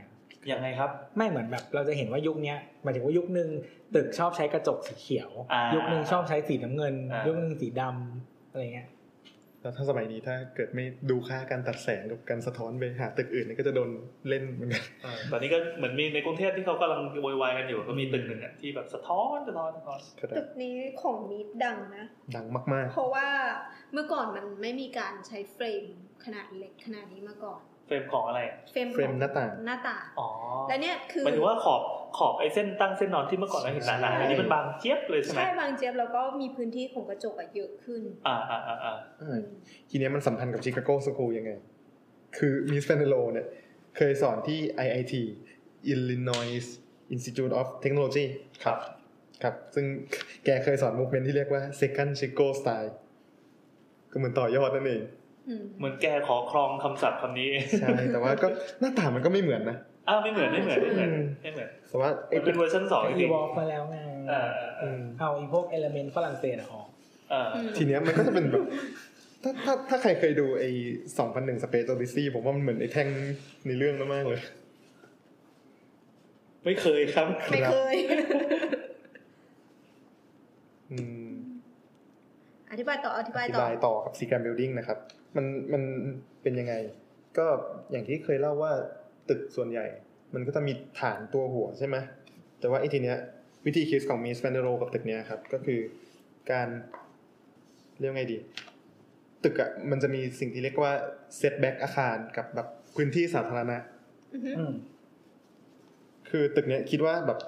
[SPEAKER 1] ยังไงครับ
[SPEAKER 2] ไม่เหมือนแบบเราจะเห็นว่ายุคเนี้ยหมายถึงว่ายุคหนึ่งตึกชอบใช้กระจกสีเขียว
[SPEAKER 1] อ่ายุ
[SPEAKER 2] ยุคหนึ่งชอบใช้สีน้ำเงิน
[SPEAKER 1] อ่ายุ
[SPEAKER 2] ยุคหนึ่งสีดำอะไรเงี้ย
[SPEAKER 3] แล้วถ้าสมัยนี้ถ้าเกิดไม่ดูค่าการตัดแสงกับการสะท้อนไปหาตึกอื่นเนี่ยก็จะโดนเล่นเหมือน (laughs) กัน
[SPEAKER 1] เออตอนนี้ก็เหมือนมีในกรุงเทพที่เขากำลังโวยวายกันอยู่ก็มีตึกหนึ่งอะที่แบบสะท้อนสะท้อนสะท้อน
[SPEAKER 3] ก็ได้
[SPEAKER 4] ตึกนี้ของมีดดังนะ
[SPEAKER 3] ดังมาก
[SPEAKER 4] เพราะว่าเมื่อก่อนมันไม่มีการใช้เฟรมขนาดเล็กขนาดนี้มาก่อน
[SPEAKER 1] เฟรมของอะไร
[SPEAKER 4] เฟรม
[SPEAKER 3] เฟรม
[SPEAKER 4] ของ
[SPEAKER 3] หน้าต่าง
[SPEAKER 4] หน้าต่าง
[SPEAKER 1] อ๋อ
[SPEAKER 4] และเนี่ยคือ
[SPEAKER 1] หมายถึงว่าขอบขอบไอ้เส้นตั้งเส้นนอนที่เมื่อก่อนเราเห็นหนาๆอันนี้มันบางเจี๊ยบเลยใช่ไหม
[SPEAKER 4] ใช่บางเจี๊ยบแล้วก็มีพื้นที่ของกระจกอะเยอะขึ้น
[SPEAKER 1] อ่าอ่าอ่าอ่า
[SPEAKER 3] ๆอ่าทีเนี้ยมันสัมพันธ์กับชิคาโกสคูลยังไง คือมิสแฟนเดโรเนี่ย เคยสอนที่ IIT Illinois Institute of Technology
[SPEAKER 1] ครับ
[SPEAKER 3] ครับ ซึ่งแกเคยสอนมูฟเมนที่เรียกว่า second chico style ก็เหมือนต่อยอดนั่นเอง
[SPEAKER 4] อืม
[SPEAKER 1] เหมือนแกขอครองคำศัพท์คำนี้
[SPEAKER 3] ใช่ แต่ว่าก็ (laughs) หน้าตามันก็ไม่เหมือนนะ
[SPEAKER 1] อ้าวไม่เหมือนไม่เหมือนไม่เหมือนไม่เหมือน
[SPEAKER 3] แต่ว่าไอ้
[SPEAKER 1] มันเป็นเวอร์ชันสองจ
[SPEAKER 2] อี
[SPEAKER 1] ริง
[SPEAKER 2] วอลมาแล้วไง
[SPEAKER 1] ๆเอ่า
[SPEAKER 3] อืม
[SPEAKER 2] เอาไอีพวกเอลเมนต์ฝรั่งเศสอะออก
[SPEAKER 1] อ่า
[SPEAKER 3] ทีเนี้ยมันก็จะเป็นแบบ ถ้าถ้าถ้าใครเคยดูไอ้สองพันหนึ่งสเปซโอดิซีผมว่ามันเหมือนไอ้แท่งในเรื่องมากๆเลย
[SPEAKER 1] ไม่เคยครับ
[SPEAKER 4] ไม่เคย
[SPEAKER 3] อืม
[SPEAKER 4] อธิบายต่ออธิบาย
[SPEAKER 3] อ
[SPEAKER 4] ต่อบ
[SPEAKER 3] ธิายต่อกับซีแกรมบิลดิ้งนะครับ มันมันเป็นยังไง ก็อย่างที่เคยเล่าว่าตึกส่วนใหญ่ มันก็จะมีฐานตัวหัวใช่ไหมแต่ว่าไอ้ทีเนี้ยวิธีคิดของมิสแฟนเดโรกับตึกเนี้ยครับ ก็คือการเรียกไงดี ตึกอะมันจะมีสิ่งที่เรียกว่าเซตแบ็กอาคารกับแบบพื้นที่สาธารณะ
[SPEAKER 4] อือฮึ
[SPEAKER 2] อืม
[SPEAKER 3] คือตึกเนี้ยคิดว่าแบบ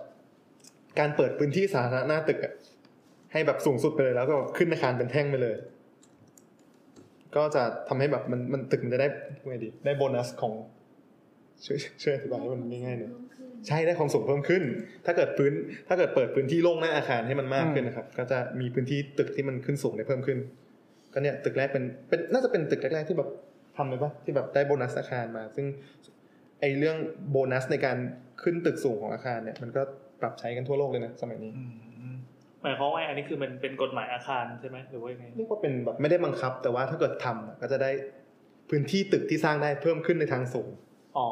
[SPEAKER 3] การเปิดพื้นที่สาธารณะหน้าตึกอะให้แบบสูงสุดไปเลยแล้วก็แบบขึ้นอาคารเป็นแท่งไปเลย ก็จะทำให้แบบมันมันตึกมันจะได้ไงดี ได้โบนัสของช่วยช่วยอธิบายให้มันง่ายๆหน่อยใช่ได้ความสูงเพิ่มขึ้น ถ้าเกิดพื้น ถ้าเกิดเปิดพื้นที่โล่งหน้าอาคารให้มันมากขึ้นนะครับ ก็จะมีพื้นที่ตึกที่มันขึ้นสูงได้เพิ่มขึ้น ก็เนี่ยตึกแรกเป็นเป็นน่าจะเป็นตึกแรกๆที่แบบทำเลยปะที่แบบได้โบนัสอาคารมา ซึ่งไอเรื่องโบนัสในการขึ้นตึกสูงของอาคารเนี่ย มันก็ปรับใช้กันทั่วโลกเลยนะสมัยนี้
[SPEAKER 2] อืม
[SPEAKER 1] หมายความว่าอันนี้คือมันเป็นกฎหมายอาคารใช่ไหมหรือว่ายังไง
[SPEAKER 3] เรียกว่าเป็นแบบไม่ได้บังคับ แต่ว่าถ้าเกิดทำอะก็จะได้พื้นที่ตึกที่สร้างได้เพิ่มขึ้นในทางสูง
[SPEAKER 1] อ๋อ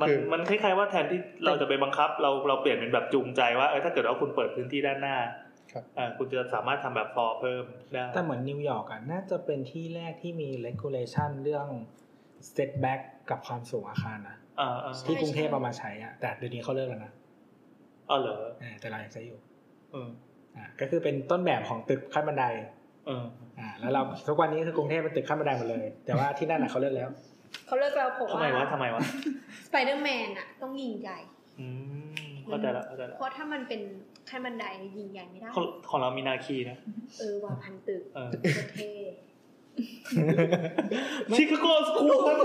[SPEAKER 3] ก็
[SPEAKER 1] มัน
[SPEAKER 3] คือ
[SPEAKER 1] มันคล้ายๆว่าแทนที่เราจะไปบังคับ เราเราเปลี่ยนเป็นแบบจูงใจว่าเออถ้าเกิดว่าคุณเปิดพื้นที่ด้านหน้า
[SPEAKER 3] ครับ
[SPEAKER 1] อ่าคุณจะสามารถทำแบบฟอร์เพิ่มได้
[SPEAKER 2] แต่เหมือนนิวยอร์กอะน่าจะเป็นที่แรกที่มี regulation เรื่อง setback กับความสูงอาคารนะ
[SPEAKER 1] อ่าอ่า
[SPEAKER 2] ที่กรุงเทพเอามาใช้อะแต่เดี๋ยวนี้เขาเลิกแล้วนะ
[SPEAKER 1] อ๋อเหรอ
[SPEAKER 2] เออแต่เรายังใช้อยู่
[SPEAKER 1] เออ
[SPEAKER 2] อ่ะก็คือเป็นต้นแบบของตึกขั้นบันได
[SPEAKER 1] เออ
[SPEAKER 2] อ่ะแล้วเราทุกวันนี้คือกรุงเทพเป็นตึกขั้นบันไดหมดเลย แต่ว่าที่นั่นอะเขาเลิกแล้ว
[SPEAKER 4] เขาเลิกเราผม
[SPEAKER 1] ทำไมวะทำไมวะ
[SPEAKER 4] สไปเดอร์แมนอะต้องยิงใหญ่
[SPEAKER 1] อืมเข้าใจละเข้าใจละ
[SPEAKER 4] เพราะถ้ามันเป็นขั้นบันไดเนี่ยยิงใหญ่ไม่ได้
[SPEAKER 1] ของของเรามีนาคีนะ
[SPEAKER 4] เออวางพันตึก
[SPEAKER 1] เออ
[SPEAKER 4] เท่
[SPEAKER 1] ชิคาโกสคูลครับ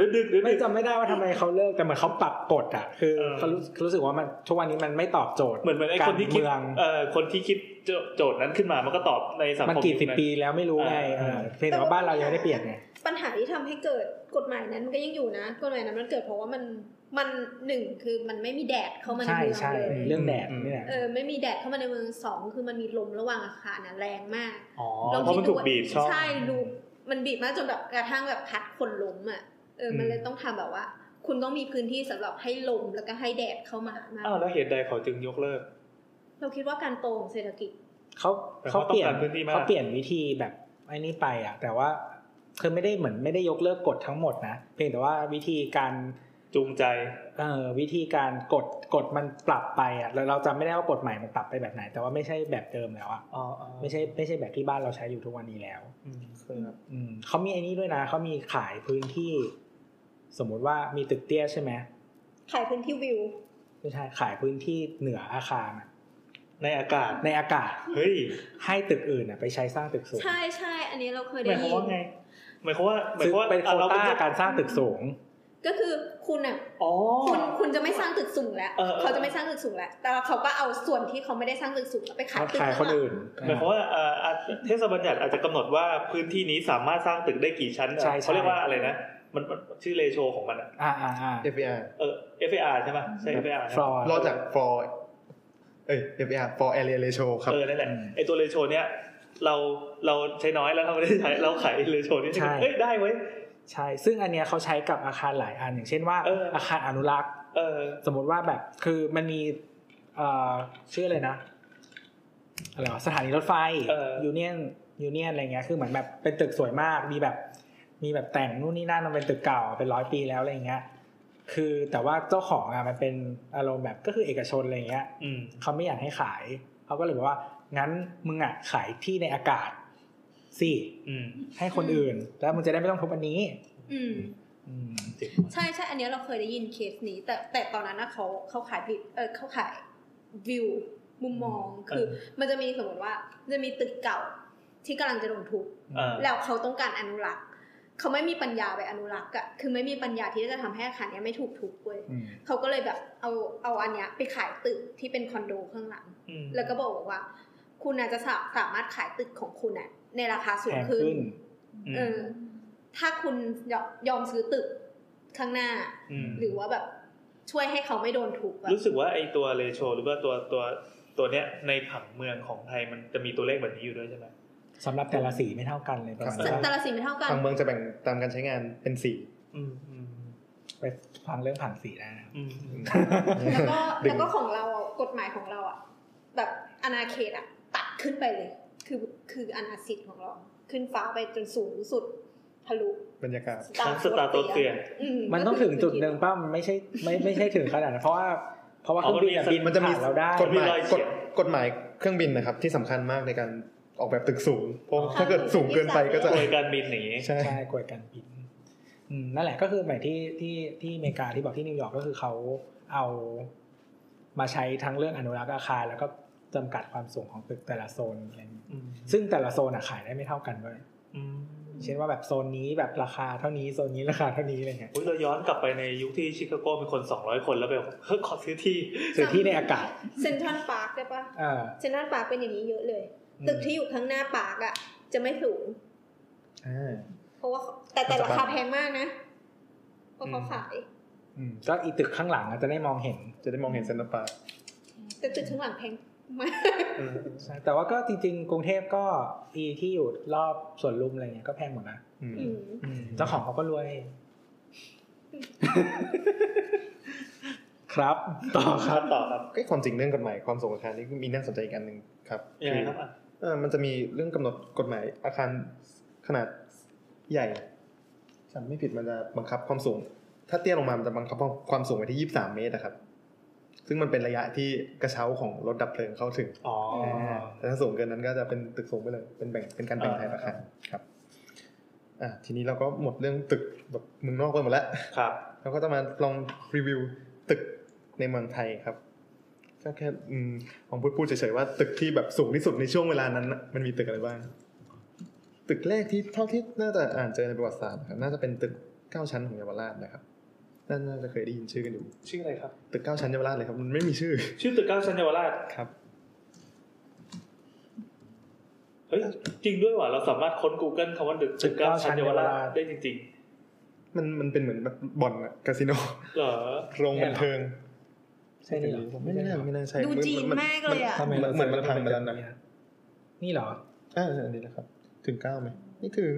[SPEAKER 1] ดึกดึกดึก
[SPEAKER 2] ไม่
[SPEAKER 1] ดึก
[SPEAKER 2] จำไม่ได้ว่าทำไมเขาเลิกแต่เหมือนเขาปรับกฎอะคือ
[SPEAKER 1] เออ
[SPEAKER 2] เขารู้รู้สึกว่ามันทุกวันนี้มันไม่ตอบโจทย์
[SPEAKER 1] เหมือนเหมือนไอ้
[SPEAKER 2] กา
[SPEAKER 1] ค
[SPEAKER 2] ร
[SPEAKER 1] นที่คิด
[SPEAKER 2] เมือง
[SPEAKER 1] เอ่อคนที่คิดโจโจทย์นั้นขึ้นมามันก็ตอบในสังคม
[SPEAKER 2] มันกี่สิบ
[SPEAKER 1] ยุค
[SPEAKER 2] ปีแล้วไม่รู้ไง
[SPEAKER 1] เออ
[SPEAKER 2] เออเพียงแต่ว่าบ้านเรายังไม่ได้เปลี่ยนไง
[SPEAKER 4] ปัญหาที่ทำให้เกิดกฎหมายนั้นมันก็ยังอยู่นะกฎหมายนั้นมันเกิดเพราะว่ามันมันหนึ่งคือมันไม่มีแดดเข้ามาใน
[SPEAKER 2] ใช่
[SPEAKER 4] เมือง
[SPEAKER 2] ใช่
[SPEAKER 4] เลย
[SPEAKER 2] เรื่องแดดนี่แหละ
[SPEAKER 4] เออไม่มีแดดเข้ามาในเมืองสองคือมันมีลมระหว่างอาคารนะแรงมาก
[SPEAKER 1] อ๋อ
[SPEAKER 4] ลอง
[SPEAKER 1] เพราะ
[SPEAKER 4] คิ
[SPEAKER 1] มั
[SPEAKER 4] ด
[SPEAKER 1] น
[SPEAKER 4] ดู
[SPEAKER 1] ถูกบีบช่อง
[SPEAKER 4] ใช่ดูมันบีบมากจนแบบกระทั่งแบบพัดคนล้มอ่ะเออมันเลยต้องทำแบบว่า คุณต้องมีพื้นที่สำหรับให้ลมแล้วก็ให้แดดเข้ามามาก
[SPEAKER 1] อ้าวแล้วเหตุใดเขาจึงยกเลิก
[SPEAKER 4] เราคิดว่าการโตของเศรษฐกิจ
[SPEAKER 2] เขา
[SPEAKER 1] แต่
[SPEAKER 2] เขา
[SPEAKER 1] เขา
[SPEAKER 2] เปลี่ยน
[SPEAKER 1] ต้องการพื้นที่มาก
[SPEAKER 2] เขาเปลี่ยนวิธีแบบไอ้นี่ไปอ่ะ แต่ว่าคือไม่ได้เหมือนไม่ได้ยกเลิกกฎทั้งหมดนะเพียงแต่ว่าวิธีการ
[SPEAKER 1] จูงใจ
[SPEAKER 2] เอ่อวิธีการกฎกฎมันปรับไปอ่ะเราเราจำไม่ได้ว่ากฎใหม่มันปรับไปแบบไหน แต่ว่าไม่ใช่แบบเดิมแล้วอ่ะ
[SPEAKER 1] อ๋อ
[SPEAKER 2] ไม่ใช่ไม่ใช่แบบที่บ้านเราใช้อยู่ทุกวันนี้แล้ว
[SPEAKER 1] ครับ
[SPEAKER 2] อืมเขามีไอ้นี่ด้วยนะเขามีขายพื้นที่ สมมุติว่ามีตึกเตี้ยใช่ไหม
[SPEAKER 4] ขายพื้นที่วิว
[SPEAKER 2] ไม่ใช่ขายพื้นที่เหนืออาคารอะ
[SPEAKER 1] ในอากาศ
[SPEAKER 2] ในอากาศ
[SPEAKER 1] เฮ้ย
[SPEAKER 2] ให้ตึกอื่นอะไปใช้สร้างตึกสูง
[SPEAKER 4] ใช่ใช่อันนี้เราเคย
[SPEAKER 1] ห
[SPEAKER 4] ได้
[SPEAKER 1] มายความ
[SPEAKER 4] ยิน
[SPEAKER 1] ว่าไงหมายความว่าหมาย
[SPEAKER 2] ซึ่ง
[SPEAKER 1] ความว่า
[SPEAKER 2] เป็นโคว
[SPEAKER 1] อ่ะ
[SPEAKER 2] ต้า
[SPEAKER 1] เจ้
[SPEAKER 2] การสร้างตึกสูง
[SPEAKER 4] ก็คือคุณอ่ะ
[SPEAKER 1] อ๋อ
[SPEAKER 4] คุณคุณจะไม่สร้างตึกสูงแล้ว
[SPEAKER 1] เออเออ
[SPEAKER 4] เขาจะไม่สร้างตึกสูงแล้ว แต่เขาก็เอาส่วนที่เขาไม่ได้สร้างตึกสูงไปขาย
[SPEAKER 2] มา
[SPEAKER 4] ตึก
[SPEAKER 2] ขายคนอื่น
[SPEAKER 1] หมายความว่าเอ่ออ่ะเทศบัญญัติอาจจะกำหนดว่าพื้นที่นี้สามารถสร้างตึกได้กี่ชั้นอ่ะ
[SPEAKER 2] ใช่ใช่
[SPEAKER 1] เขาเรียกว่าอะไรนะ มันมันชื่อเลโชของมันอ่ะ
[SPEAKER 2] อ่าอ่าอ่า
[SPEAKER 3] FAR
[SPEAKER 1] เออ FAR ใช่ป่ะใช่ FAR ใช่
[SPEAKER 2] ฟล
[SPEAKER 1] ปะ
[SPEAKER 2] อร์
[SPEAKER 3] รอจาก for เอ้ย FAR for area ratio ครับ
[SPEAKER 1] เออนั่นแหละไอตัวเลโชเนี้ยเราเราใช้น้อยแล้วเราไม่ได้ใช้เราขายเลโชนี่
[SPEAKER 2] ใช่
[SPEAKER 1] เอ้ยได้เว้ย
[SPEAKER 2] ใช่ ซึ่งอันเนี้ยเขาใช้กับอาคารหลายอัน อย่างเช่นว่า
[SPEAKER 1] เอออ
[SPEAKER 2] คารอนุรักษ์
[SPEAKER 1] เออ
[SPEAKER 2] สมมติว่าแบบคือมันมีเอ่อชื่ออะไรนะอะไรวะสถานีรถไฟยูเนียนยูเนียนอะไรเงี้ยคือเหมือนแบบเป็นตึกสวยมากมีแบบ มีแบบแต่งนู่นนี่นั่นมันเป็นตึกเก่าเป็นร้อยปีแล้วอะไรเงี้ย คือแต่ว่าเจ้าของอะมันเป็นอารมณ์แบบก็คือเอกชนอะไรเงี้ย
[SPEAKER 1] อืม
[SPEAKER 2] เขาไม่อยากให้ขาย เขาก็เลยบอกว่า งั้นมึงอ่ะขายที่ในอากาศสิ
[SPEAKER 1] อืม
[SPEAKER 2] ให้คนอื่น แล้วมึงจะได้ไม่ต้องทุบอันนี้
[SPEAKER 4] อืม
[SPEAKER 2] อืม
[SPEAKER 1] จริง
[SPEAKER 4] ใช่ใช่อันนี้เราเคยได้ยินเคสนี้ แต่แต่ตอนนั้นนะเขาเขาขายวิวเออเขาขายวิว มุมมองคือ มันจะมีสมมติว่าจะมีตึกเก่าที่กำลังจะโดนทุบ
[SPEAKER 1] เออ
[SPEAKER 4] แล้วเขาต้องการอนุรักษ์เขาไม่มีปัญญาไปอนุรักษ์อะคือไม่มีปัญญาที่จะทำให้อาคารเนี้ยไม่ถูกทุบเว้ย
[SPEAKER 2] อืม
[SPEAKER 4] เขาก็เลยแบบเอาเอาอันเนี้ยไปขายตึกที่เป็นคอนโดข้างหลัง
[SPEAKER 1] อืม
[SPEAKER 4] แล้วก็บอกว่า คุณอาจจะสาสามารถขายตึกของคุณอะในราคาสู
[SPEAKER 2] แพ
[SPEAKER 4] ง
[SPEAKER 2] ง
[SPEAKER 4] ขึ้น
[SPEAKER 2] ขึ้น
[SPEAKER 4] เออถ้าคุณยอมยอมซื้อตึกข้างหน้า
[SPEAKER 1] ม
[SPEAKER 4] หรือว่าแบบช่วยให้เขาไม่โดนถูกอะ
[SPEAKER 1] รู้สึกว่าไอตัวเรโชหรือว่าตัวตัวตัวเนี้ยในผังเมืองของไทยมันจะมีตัวเลขแบบนี้อยู่ด้วยใช่ไหม
[SPEAKER 2] สำหรับแต่ละสีไม่เท่ากันเลยประมาณ
[SPEAKER 1] คบ
[SPEAKER 2] นั้น
[SPEAKER 4] แต่ละสีไม่เท่ากัน
[SPEAKER 3] ทางเมืองจะแบ่งตามการใช้งานเป็นสี
[SPEAKER 1] (laughs) อืมอืม
[SPEAKER 2] ไปฟังเรื่องผังสีได้นะ
[SPEAKER 1] อืมอืม
[SPEAKER 4] แล้วก็
[SPEAKER 2] (laughs)
[SPEAKER 4] แล้วก็ของเราอะกฎหมายของเราอ่ะแบบอนาเขตอ่ะตัดขึ้นไปเลย คือคืออนาสิทธิ์ของเรา ขึ้นฟ้าไปจนสูงสุดทะลุ
[SPEAKER 3] บรรยากาศ
[SPEAKER 1] ทั้งสตาร์โตเตียน
[SPEAKER 2] มันต้องถึงจุดหนึ่งป้ามันไม่ใช่ไม่ไม่ใช่ถึงขนาดนั้นเพราะว่าเพราะว่าเครื่องบินอะ
[SPEAKER 1] อ๋อมันมี
[SPEAKER 2] บิน
[SPEAKER 3] มันจะมี
[SPEAKER 2] ผ่านเราได้
[SPEAKER 3] กฎหมาย
[SPEAKER 1] มีรอยเขี
[SPEAKER 3] ก
[SPEAKER 1] ย
[SPEAKER 3] ฎ
[SPEAKER 1] น
[SPEAKER 3] กฎหมายเครื่องบินนะครับที่สำคัญมากในการออกแบบตึกสูงเพราะ
[SPEAKER 2] อ๋อ
[SPEAKER 3] ถ้าเกิดสูงเกินไปก็จะ
[SPEAKER 1] โดยการบินหนี
[SPEAKER 3] ใช่
[SPEAKER 2] ใช่กวดการบินอืมนั่นแหละก็คือหมายที่ที่ที่อเมริกาที่บอกที่นิวยอร์กก็คือเขาเอามาใช้ทั้งเรื่องอนุรักษ์อาคาร แล้วก็จำกัดความสูงของตึกแต่ละโซนอะไรอย่างนี้
[SPEAKER 1] อืม
[SPEAKER 2] ซึ่งแต่ละโซนอะขายได้ไม่เท่ากันด้วย
[SPEAKER 1] อืม
[SPEAKER 2] เช่นว่าแบบโซนนี้แบบราคาเท่านี้โซนนี้ราคาเท่านี้อะไรเงี้ย
[SPEAKER 1] อุ๊ยเราย้อนกลับไปในยุคที่ชิคาโกมีคน 200 คนแล้วแบบเฮ้ยขอซื้อที่
[SPEAKER 2] สื่อที่ในอากาศ
[SPEAKER 4] เซนทรัลพาร์คได้ปะ
[SPEAKER 2] เออ
[SPEAKER 4] เซนทรัลพาร์คเป็นอย่างนี้เยอะเลย
[SPEAKER 2] อืม
[SPEAKER 4] ตึกที่อยู่ข้างหน้าปาร์คอ่ะ จะไม่สูง
[SPEAKER 3] อ่า
[SPEAKER 4] เพราะว่าแต่แต่ราคาแพงมากนะเพราะ
[SPEAKER 1] อืม
[SPEAKER 4] เขาขาย
[SPEAKER 2] อืมก็อีตึกข้างหลังอาจจะได้มองเห็น
[SPEAKER 3] จะได้มองเห็นเซนต์ปาร์ค
[SPEAKER 4] แต่ตึกข้างหลังแพงมาก
[SPEAKER 2] ใช่แต่ว่าก็จริง ๆ กรุงเทพก็อีที่อยู่รอบสวนลุมอะไรเงี้ยก็แพงหมดนะ
[SPEAKER 3] อืม
[SPEAKER 4] อืม
[SPEAKER 2] อืมเจ้าของเขาก็รวย ครับต่อครับ
[SPEAKER 1] ต่อครับ
[SPEAKER 3] ก็ความจริงเรื่องกฎหมายความสูงอาคารนี่มีน่าสนใจอีกอันหนึ่งครับ
[SPEAKER 1] ยังไง
[SPEAKER 3] คือ
[SPEAKER 1] ครับอ่ะ
[SPEAKER 3] เอ่อมันจะมีเรื่องกำหนดกฎหมายอาคารขนาดใหญ่จำไม่ผิดมันจะบังคับความสูง ถ้าเตี้ยลงมามันจะบังคับความสูงไว้ที่ยี่สิบสามเมตรนะครับ ซึ่งมันเป็นระยะที่กระเช้าของรถดับเพลิงเข้าถึง
[SPEAKER 1] อ๋ออ
[SPEAKER 3] แต่ถ้าสูงเกินนั้นก็จะเป็นตึกสูงไปเลย เป็นแบ่ง เป็นการแบ่ง
[SPEAKER 1] อ่า
[SPEAKER 3] ไทยราคารครับ อ่ะทีนี้เราก็หมดเรื่องตึกแบบเมึงนอกไปหมดแล้ว
[SPEAKER 1] ครับ
[SPEAKER 3] เราก็จะมาลองรีวิวตึกในเมืองไทยครับ ก็แค่อืมลองพูดพูดเฉยๆว่าตึกที่แบบสูงที่สุดในช่วงเวลานั้นน่ะมันมีตึกอะไรบ้าง ตึกแรกที่เท่าที่น่าจะอ่านเจอในประวัติศาสตร์นะครับน่าจะเป็นตึกเก้าชั้นของเยาวราชนะครับ น่าน่าจะเคยได้ยินชื่อกันอยู่
[SPEAKER 1] ชื่ออะไรครับ
[SPEAKER 3] ตึกเก้าชั้นเยาวราชเลยครับ มันไม่มีชื่อ
[SPEAKER 1] ชื่อตึกเก้าชั้นเยาวราช
[SPEAKER 3] ครับ
[SPEAKER 1] เฮ้ยจริงด้วยว่ะเราสามารถค้น Google คำว่าตึกตึกเก้าชั้นเยาวราชได้จริง
[SPEAKER 3] มันมันเป็นเหมือนแบบบ่อนอะคาสิโน
[SPEAKER 1] ๆเหรอ
[SPEAKER 3] โรงบันเทิง
[SPEAKER 2] ใช่นี่เหรอ
[SPEAKER 3] ไม่น่าไม่น่าใช่
[SPEAKER 12] ดูจีนมากเลยอะ
[SPEAKER 2] ทำไม
[SPEAKER 3] มันเหมือนมันพังไปแล้วนะ
[SPEAKER 2] นี่เหรอ
[SPEAKER 3] อ่าอันนี้นะครับ ถึงเก้าไหมไม่ถึง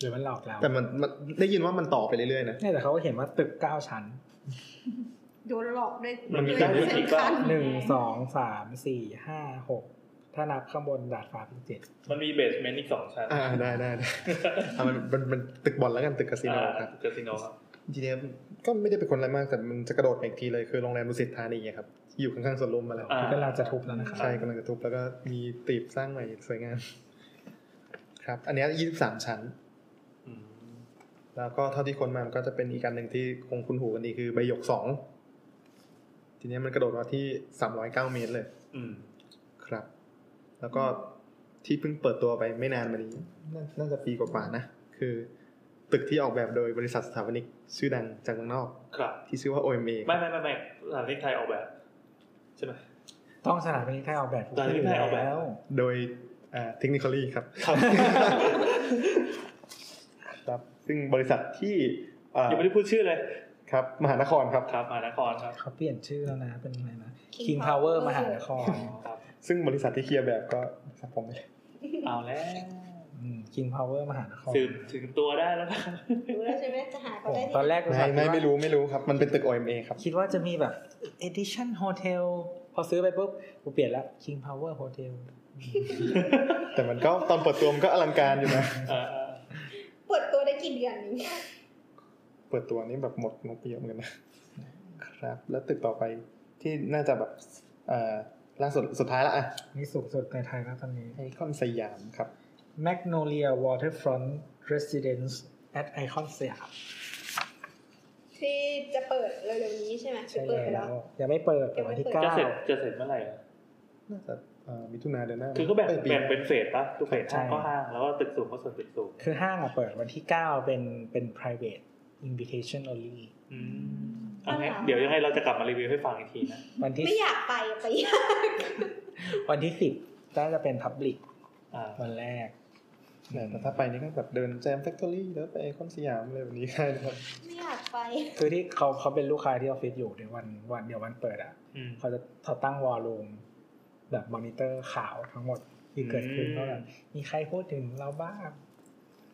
[SPEAKER 2] หรือมันหลอกเรา
[SPEAKER 13] แต่มันมันได้ยินว่ามันต่อไปเรื่อยๆนะ
[SPEAKER 2] เนี่ยแต่เขาก็เห็นว่าตึกเก้าชั้น
[SPEAKER 4] โดนหลอกด้วย
[SPEAKER 1] มันมี
[SPEAKER 4] ด้ว
[SPEAKER 1] การ
[SPEAKER 4] ย
[SPEAKER 1] เลือก
[SPEAKER 4] เส้
[SPEAKER 1] อี
[SPEAKER 4] น
[SPEAKER 1] กว่า
[SPEAKER 4] คัน
[SPEAKER 2] หนึ่งสองสามสี่ห้าหกถ้านับข้างบนดาดฟ้าเป็นเจ็ด
[SPEAKER 1] มันมีเบสเมนต์อีกสองชั้น
[SPEAKER 3] อ่าได้ได้ได้อ่ะมันมันมันตึกบอลแล้วกันตึกคาสิโน
[SPEAKER 1] อ่า
[SPEAKER 3] ครับ
[SPEAKER 1] คาสิโนครับ
[SPEAKER 13] ทีเนี้ย
[SPEAKER 3] ก็ไม่ได้เป็นคนอะไรมากแต่มันจะกระโดดไปอีกทีเลยคือโรงแรมดุสิตธานีอะครับอยู่ข้างๆสวนลมมาแล้ว
[SPEAKER 1] อ่า
[SPEAKER 2] ที่กำลังจะทุบแล้วนะครับ
[SPEAKER 3] ใช่กำลังจะทุบแล้วก็มีตีบสร้างใหม่สวยงามครับ อันเนี้ยี่สิบสามชั้น
[SPEAKER 1] อืม
[SPEAKER 3] แล้วก็เท่าที่คนมามันก็จะเป็นอีกการหนึ่งที่คงคุ้นหูกันดีคือใบหยกสองทีเนี้ยมันกระโดดมาที่สามร้อยเก้าเมตรเลย
[SPEAKER 1] อืม
[SPEAKER 3] ครับ แล้วก็ที่เพิ่งเปิดตัวไปไม่นานมานี้นาน่าจะปีกว่าๆนะ คือ ตึกที่ออกแบบโดยบริษัทสถาปนิกชื่อดังจากเมืองนอก
[SPEAKER 1] ครับ
[SPEAKER 3] ที่ชื่อว่า OMA
[SPEAKER 1] ไม่ไม่ไม่ไม่สถานที่ไทยออกแบบ ใช่ไหม
[SPEAKER 2] ต้องสถาปนิกไทยออกแบบ
[SPEAKER 1] สถาปนิกไทยออกแบบ
[SPEAKER 3] โดยเทคนิคอลี่ครับ
[SPEAKER 1] (laughs) ครับ
[SPEAKER 3] ครับ ซึ่งบริษัทที่เอ่อ
[SPEAKER 1] ยังไม่ได้พูดชื่อเลย
[SPEAKER 3] ครับมหานครครับ
[SPEAKER 1] ครับมหานครครับ
[SPEAKER 2] เขาเปลี่ยนชื่อแล้วนะเป็นอะไรนะ King Power มหานคร
[SPEAKER 1] ครับ
[SPEAKER 3] ซึ่งบริษัทที่เคลียร์แบบก็บริษัทผมเลย
[SPEAKER 1] เอาแล้ว
[SPEAKER 2] อืม King Power มหานคร
[SPEAKER 1] สืบถึงตัวได้แล้วนะ (laughs)
[SPEAKER 4] รู้แล้วใช่ไหมจะหาเขา
[SPEAKER 2] โอ้
[SPEAKER 4] ได้
[SPEAKER 2] โห
[SPEAKER 4] ที่
[SPEAKER 2] ตอนแรก
[SPEAKER 3] ไม่ไม่ไม่รู้ไม่รู้ครับ มันเป็นตึก OMA ครับ
[SPEAKER 2] คิดว่าจะมีแบบ Edition Hotel พอซื้อไปปุ๊บกูเปลี่ยนละ King Power Hotel
[SPEAKER 3] แต่มันก็ตอนเปิดตัวมันก็อลังการอยู่นะ
[SPEAKER 1] เออเออ
[SPEAKER 4] เปิดตัวได้กี่เดือนนี้
[SPEAKER 3] เปิดตัวนี้แบบหมดงบไปเยอะเหมือนกันนะครับ แล้วตึกต่อไปที่น่าจะแบบเอ่อล่าสุดสุดท้ายละอ่ะ
[SPEAKER 2] นี่สูงสุดในไทยแล้วตอนนี้
[SPEAKER 3] ไอคอนสยามครับ
[SPEAKER 2] Magnolia Waterfront Residence at Icon สยาม
[SPEAKER 4] ที่จะเปิดเร็วๆนี้ใช่ไหมจะ
[SPEAKER 2] ใช่
[SPEAKER 4] เปิดไป
[SPEAKER 2] แล้
[SPEAKER 4] แล้ว
[SPEAKER 2] วยังไม่เปิดเปิดวันที่เก้า
[SPEAKER 1] จะเสร็จจะเสร็จเมื่อไหร่อะ
[SPEAKER 3] น่าจะเอ่อมิถุนาเดือนหน้า
[SPEAKER 1] คือก็แบ่ง
[SPEAKER 3] อ้ยปี
[SPEAKER 1] แบ่งเป็นเฟสปะคือเฟสห้างก็ห้างแล้วก็ตึกสูงก็ส่วนตึกสูง
[SPEAKER 2] คือห้างอะเปิดวันที่เก้าเป็นเป็น private invitation only
[SPEAKER 1] อืมเอาไงเดี๋ยวยังไงเราจะกลับมารีวิวให้ฟังอีกทีนะ
[SPEAKER 2] วันที่
[SPEAKER 4] ไม่อยากไปอะไป (laughs) ยาก
[SPEAKER 2] วันที่สิบน่าจะเป็น public
[SPEAKER 1] อ่า
[SPEAKER 2] วันแรก
[SPEAKER 3] แต่แต่ถ้าไปนี่ก็แบบเดินแจมแฟคทอรี่แล้วไปไอคอนสยามอะไรแบบนี้ได้นะครับ
[SPEAKER 4] ไม่อยากไป
[SPEAKER 2] คือที่เขาเขาเป็นลูกค้าที่ออฟฟิศอยู่ในวันวันเดียววันเปิดอ่ะ
[SPEAKER 1] อืม
[SPEAKER 2] เขาจะเขาตั้งวอลลุ่มแบบมอนิเตอร์ข่าวทั้งหมดที่เกิดขึ้น
[SPEAKER 1] อืม
[SPEAKER 2] ว่าแบบมีใครพูดถึงเราบ้าง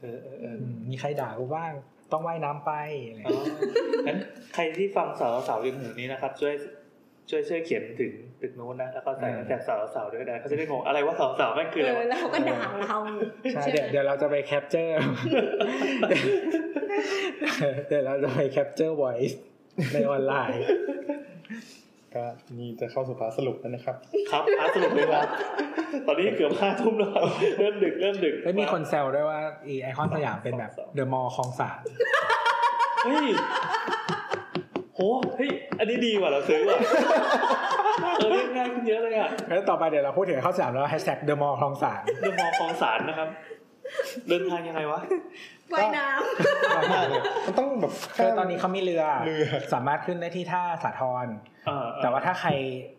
[SPEAKER 1] เออเออเออ
[SPEAKER 2] มมีใครด่ากูบ้าง ต้องว่ายน้ำไปอะไรอย่าง
[SPEAKER 1] อ๋อ
[SPEAKER 2] เงี้ย
[SPEAKER 1] งั้นใครที่ฟังสาวสาวๆจนถึงนี้นะครับ ช่วยช่วยช่วยเขียนถึงตึกนู้นนะ แล้วก็ใส่แจกสาวสาวๆด้วยนะเขาจะได้งงอะไรว่าสาวสาวๆแม่งคือ
[SPEAKER 4] เอ
[SPEAKER 1] อะไร
[SPEAKER 4] อ
[SPEAKER 1] วะ
[SPEAKER 4] แล้วเขาก็ด่าเรา
[SPEAKER 2] ใช่เดี๋ยวเดี๋ยวเราจะไปแคปเจอร์ (laughs) เดี๋ยวเราจะไปแคปเจอร์ไวส์ในออนไล
[SPEAKER 1] (laughs)
[SPEAKER 2] น์
[SPEAKER 3] ก็นี่จะเข้าสู่พาร์ทสรุปแล้วนะครับ
[SPEAKER 1] ครับอ่ะสรุปเลยครับตอนนี้เกือบห้าทุ่มแล้วครับเริ่มดึกเริ่มดึก
[SPEAKER 2] แล้วมีคนแซวด้วยว่าอีไอคอนสยามเป็น
[SPEAKER 1] (laughs)
[SPEAKER 2] แบบเดอะมอลล์คลองสาน
[SPEAKER 1] เฮ้ยโหเฮ้ย อันนี้ดีว่ะเราซื้อว่ะเออเรียกง่ายขึ้นเยอะเลยอ่ะ
[SPEAKER 2] แล้วต่อไปเดี๋ยวเราพูดถึงไอคอนสยามแล้วแฮชแท็กเดอะมอลล์คลอง
[SPEAKER 1] (laughs)
[SPEAKER 2] สาน
[SPEAKER 1] เดมอคลองสารนะครับ เดินทางยังไงวะ
[SPEAKER 4] ว่ายน้
[SPEAKER 3] มากเลยมันต้องแบบ
[SPEAKER 2] คื
[SPEAKER 3] ข้า
[SPEAKER 2] อ
[SPEAKER 3] ม
[SPEAKER 2] ตอนนี้เขามีเรือ
[SPEAKER 3] เรือ
[SPEAKER 2] สามารถขึ้นได้ที่ท่าสาทร
[SPEAKER 1] เออเออ
[SPEAKER 2] แต่ว่าถ้าใคร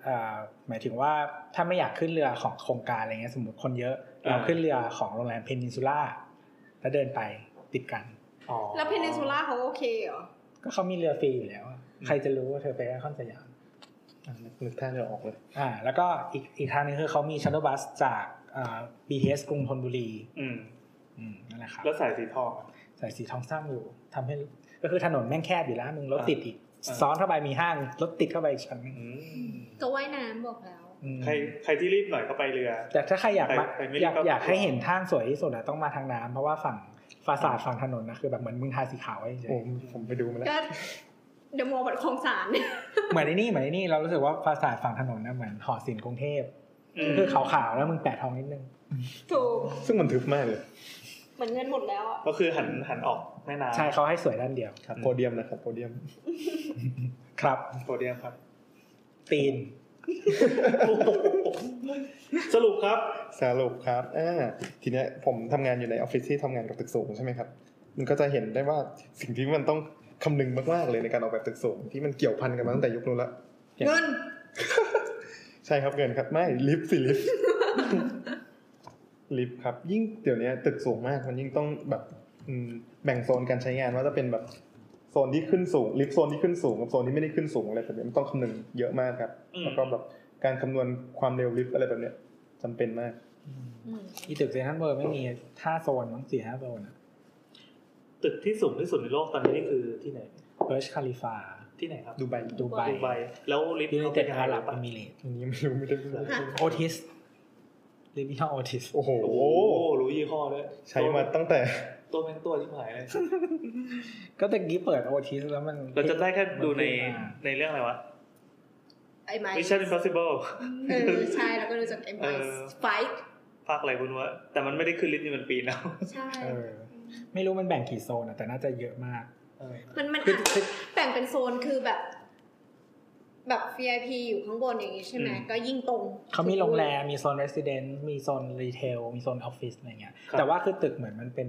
[SPEAKER 2] เอ่อหมายถึงว่าถ้าไม่อยากขึ้นเรือของโครงการอะไรเงี้ยสมมติคนเยอะ เราขึ้นเรือของโรงแรมเพนินซูล่าแล้วเดินไปติดกัน
[SPEAKER 1] อ๋อ
[SPEAKER 4] ำแล้วเพนินซูล่าเขาโอเคเหรอ
[SPEAKER 2] ก็เขามีเรือฟรีอยู่แล้วอะใครจะรู้ว่าเธอไปไอคอนสยาม
[SPEAKER 3] อ่ะนึกนึกท่าจะออกเลย
[SPEAKER 2] อ่า แล้วก็อีกอีกทางหนึงคือเขามีชัตเตอร์บัสจากเอ่อ BTS กรุงธนบุรี
[SPEAKER 1] อืม
[SPEAKER 2] อืมนั่นแหละครับ
[SPEAKER 1] แล้วสายสีทองอะ
[SPEAKER 2] สายสีทองสร้างอยู่ทำให้รู้ก็คือถนนแม่งแคบอยู่แล้วมึงรถติดอีก
[SPEAKER 1] อ่า
[SPEAKER 2] ซ้อนเข้าไปมีห้างรถติดเข้าไปอีกชั้นหนึ่ง
[SPEAKER 1] อืม
[SPEAKER 14] ก็ว่ายน้ำบอกแล้ว
[SPEAKER 2] อืม
[SPEAKER 1] ใครใครที่รีบหน่อยก็ไปเรือ
[SPEAKER 2] แต่ถ้าใครอยากมา
[SPEAKER 1] ไปไม่ได้
[SPEAKER 2] อยาก
[SPEAKER 1] ก็
[SPEAKER 2] อยากให้เห็นท่างสวยที่สุดอะต้องมาทางน้ำเพราะว่าฝั่งฟาสาดฝั่งถนนนะคือแบบเหมือนมึงทาสีขาวไว้เฉ
[SPEAKER 3] โอ้
[SPEAKER 2] ย
[SPEAKER 3] ผมไปดูมาแล้ว
[SPEAKER 4] ก็เดอะมอลล์บัดคลองสารเนี่ย
[SPEAKER 2] ๆเหมือนไอ้นี่เหมือนไอ้นี่เรารู้สึกว่าฟาสาดฝั่งถนนนะเหมือนหอศิลป์กรุงเทพ
[SPEAKER 1] อืม
[SPEAKER 2] คือขาวๆแล้วมึงแปะทองนิดนึง
[SPEAKER 4] ถูก
[SPEAKER 3] ซึ่งมันทึบมากเลย
[SPEAKER 4] เหมือนเงินหมดแล้วอ่ะ
[SPEAKER 1] ก็คือหันหันออกแม่น้ำ
[SPEAKER 2] ใช่เขาให้สวยด้านเดียว
[SPEAKER 3] ครับโพเดียมนะครับโพเดียม
[SPEAKER 2] ครับ
[SPEAKER 1] โพเดียมครับ
[SPEAKER 2] ตีน
[SPEAKER 1] สรุปครับ
[SPEAKER 3] สรุปครับอ่าทีเนี้ยผมทำงานอยู่ในออฟฟิศที่ทำงานกับตึกสูงใช่ไหมครับ มันก็จะเห็นได้ว่าสิ่งที่มันต้องคำนึงมากๆเลยในการออกแบบตึกสูง ที่มันเกี่ยวพันกันมาตั้งแต่ยุคนู้นละ
[SPEAKER 4] เงิน
[SPEAKER 3] (laughs) ใช่ครับเงินครับไม่ลิฟต์สิลิฟต์ (laughs) ลิฟต์ครับ ยิ่งเดี๋ยวเนี้ยตึกสูงมากมันยิ่งต้องแบบอืมแบ่งโซนการใช้งานว่าจะเป็นแบบโซนที่ขึ้นสูงลิฟต์โซนที่ขึ้นสูงกับโซนที่ไม่ได้ขึ้นสูงอะไรแบบนี้มันต้องคำนึงเยอะมากครับ
[SPEAKER 1] อืม
[SPEAKER 3] แล้วก็แบบการคำนวณความเร็วลิฟต์อะไรแบบเนี้ยจำเป็นมาก
[SPEAKER 2] อีตึกเซนทรัลเวิร์ไม่มีท่าโซนมั้งสี่ห้าโซนอะ
[SPEAKER 1] ตึกที่สูงที่สุดในโลกตอนนี้นี่คือที่ไหน
[SPEAKER 2] เบิร์ชคาลิฟา
[SPEAKER 1] ที่ไหนครับ
[SPEAKER 15] ดูไบ
[SPEAKER 2] ดูไบ
[SPEAKER 1] ดูไบแล้วลิฟต์
[SPEAKER 2] ยู
[SPEAKER 1] เขา
[SPEAKER 2] ไนเต็
[SPEAKER 1] เป็น
[SPEAKER 2] ด
[SPEAKER 1] ยังไง
[SPEAKER 2] อาหรับ
[SPEAKER 1] บ้า
[SPEAKER 2] เอง มิเรตส์
[SPEAKER 3] อันนี้ไม่รู้ไม่ได้ไม่รู้
[SPEAKER 2] โอทิสลิมิทอโอทิส
[SPEAKER 3] โอ้โห
[SPEAKER 1] โอ้โหรู้ยี่ห้อด้วย
[SPEAKER 3] ใช้มาตั้งแต่ (laughs)
[SPEAKER 1] ตัวเป็นตัวที่หายเลย
[SPEAKER 2] ก็ตะกี้เปิดโอทิสแล้วมัน
[SPEAKER 1] (laughs) เราจะได้แค่ดูใน
[SPEAKER 2] มันขึ้นมา
[SPEAKER 1] ในเรื่องอะไรวะ
[SPEAKER 4] ไอ้ไม้
[SPEAKER 1] Mission Impossible (laughs)
[SPEAKER 4] เออใช่แล้วก็รู้จักไอ้ไม้
[SPEAKER 1] เออ
[SPEAKER 4] ไฟ
[SPEAKER 1] ภาคอะไรคุณวะแต่มันไม่ได้ขึ้นลิสต์นี่มันปีน
[SPEAKER 3] (laughs)
[SPEAKER 1] แล้ว
[SPEAKER 4] ใช่
[SPEAKER 2] เออ ไม่รู้มันแบ่งกี่โซนอะแต่น่าจะเยอะมาก
[SPEAKER 4] มันมัน
[SPEAKER 2] คือ
[SPEAKER 4] อ่ะ
[SPEAKER 2] คือ
[SPEAKER 4] แบ่งเป็นโซนคือแบบ แบบ VIP อยู่ข้างบนอย่างงี้ใช่ไหมก็ยิ่งตรง
[SPEAKER 2] เขามีโรงแรม มีโซนเรสซิเดนซ์มีโซนรีเทล มีโซนออฟฟิศอะไรเงี้ย แต่ว่าคือตึกเหมือนมันเป็น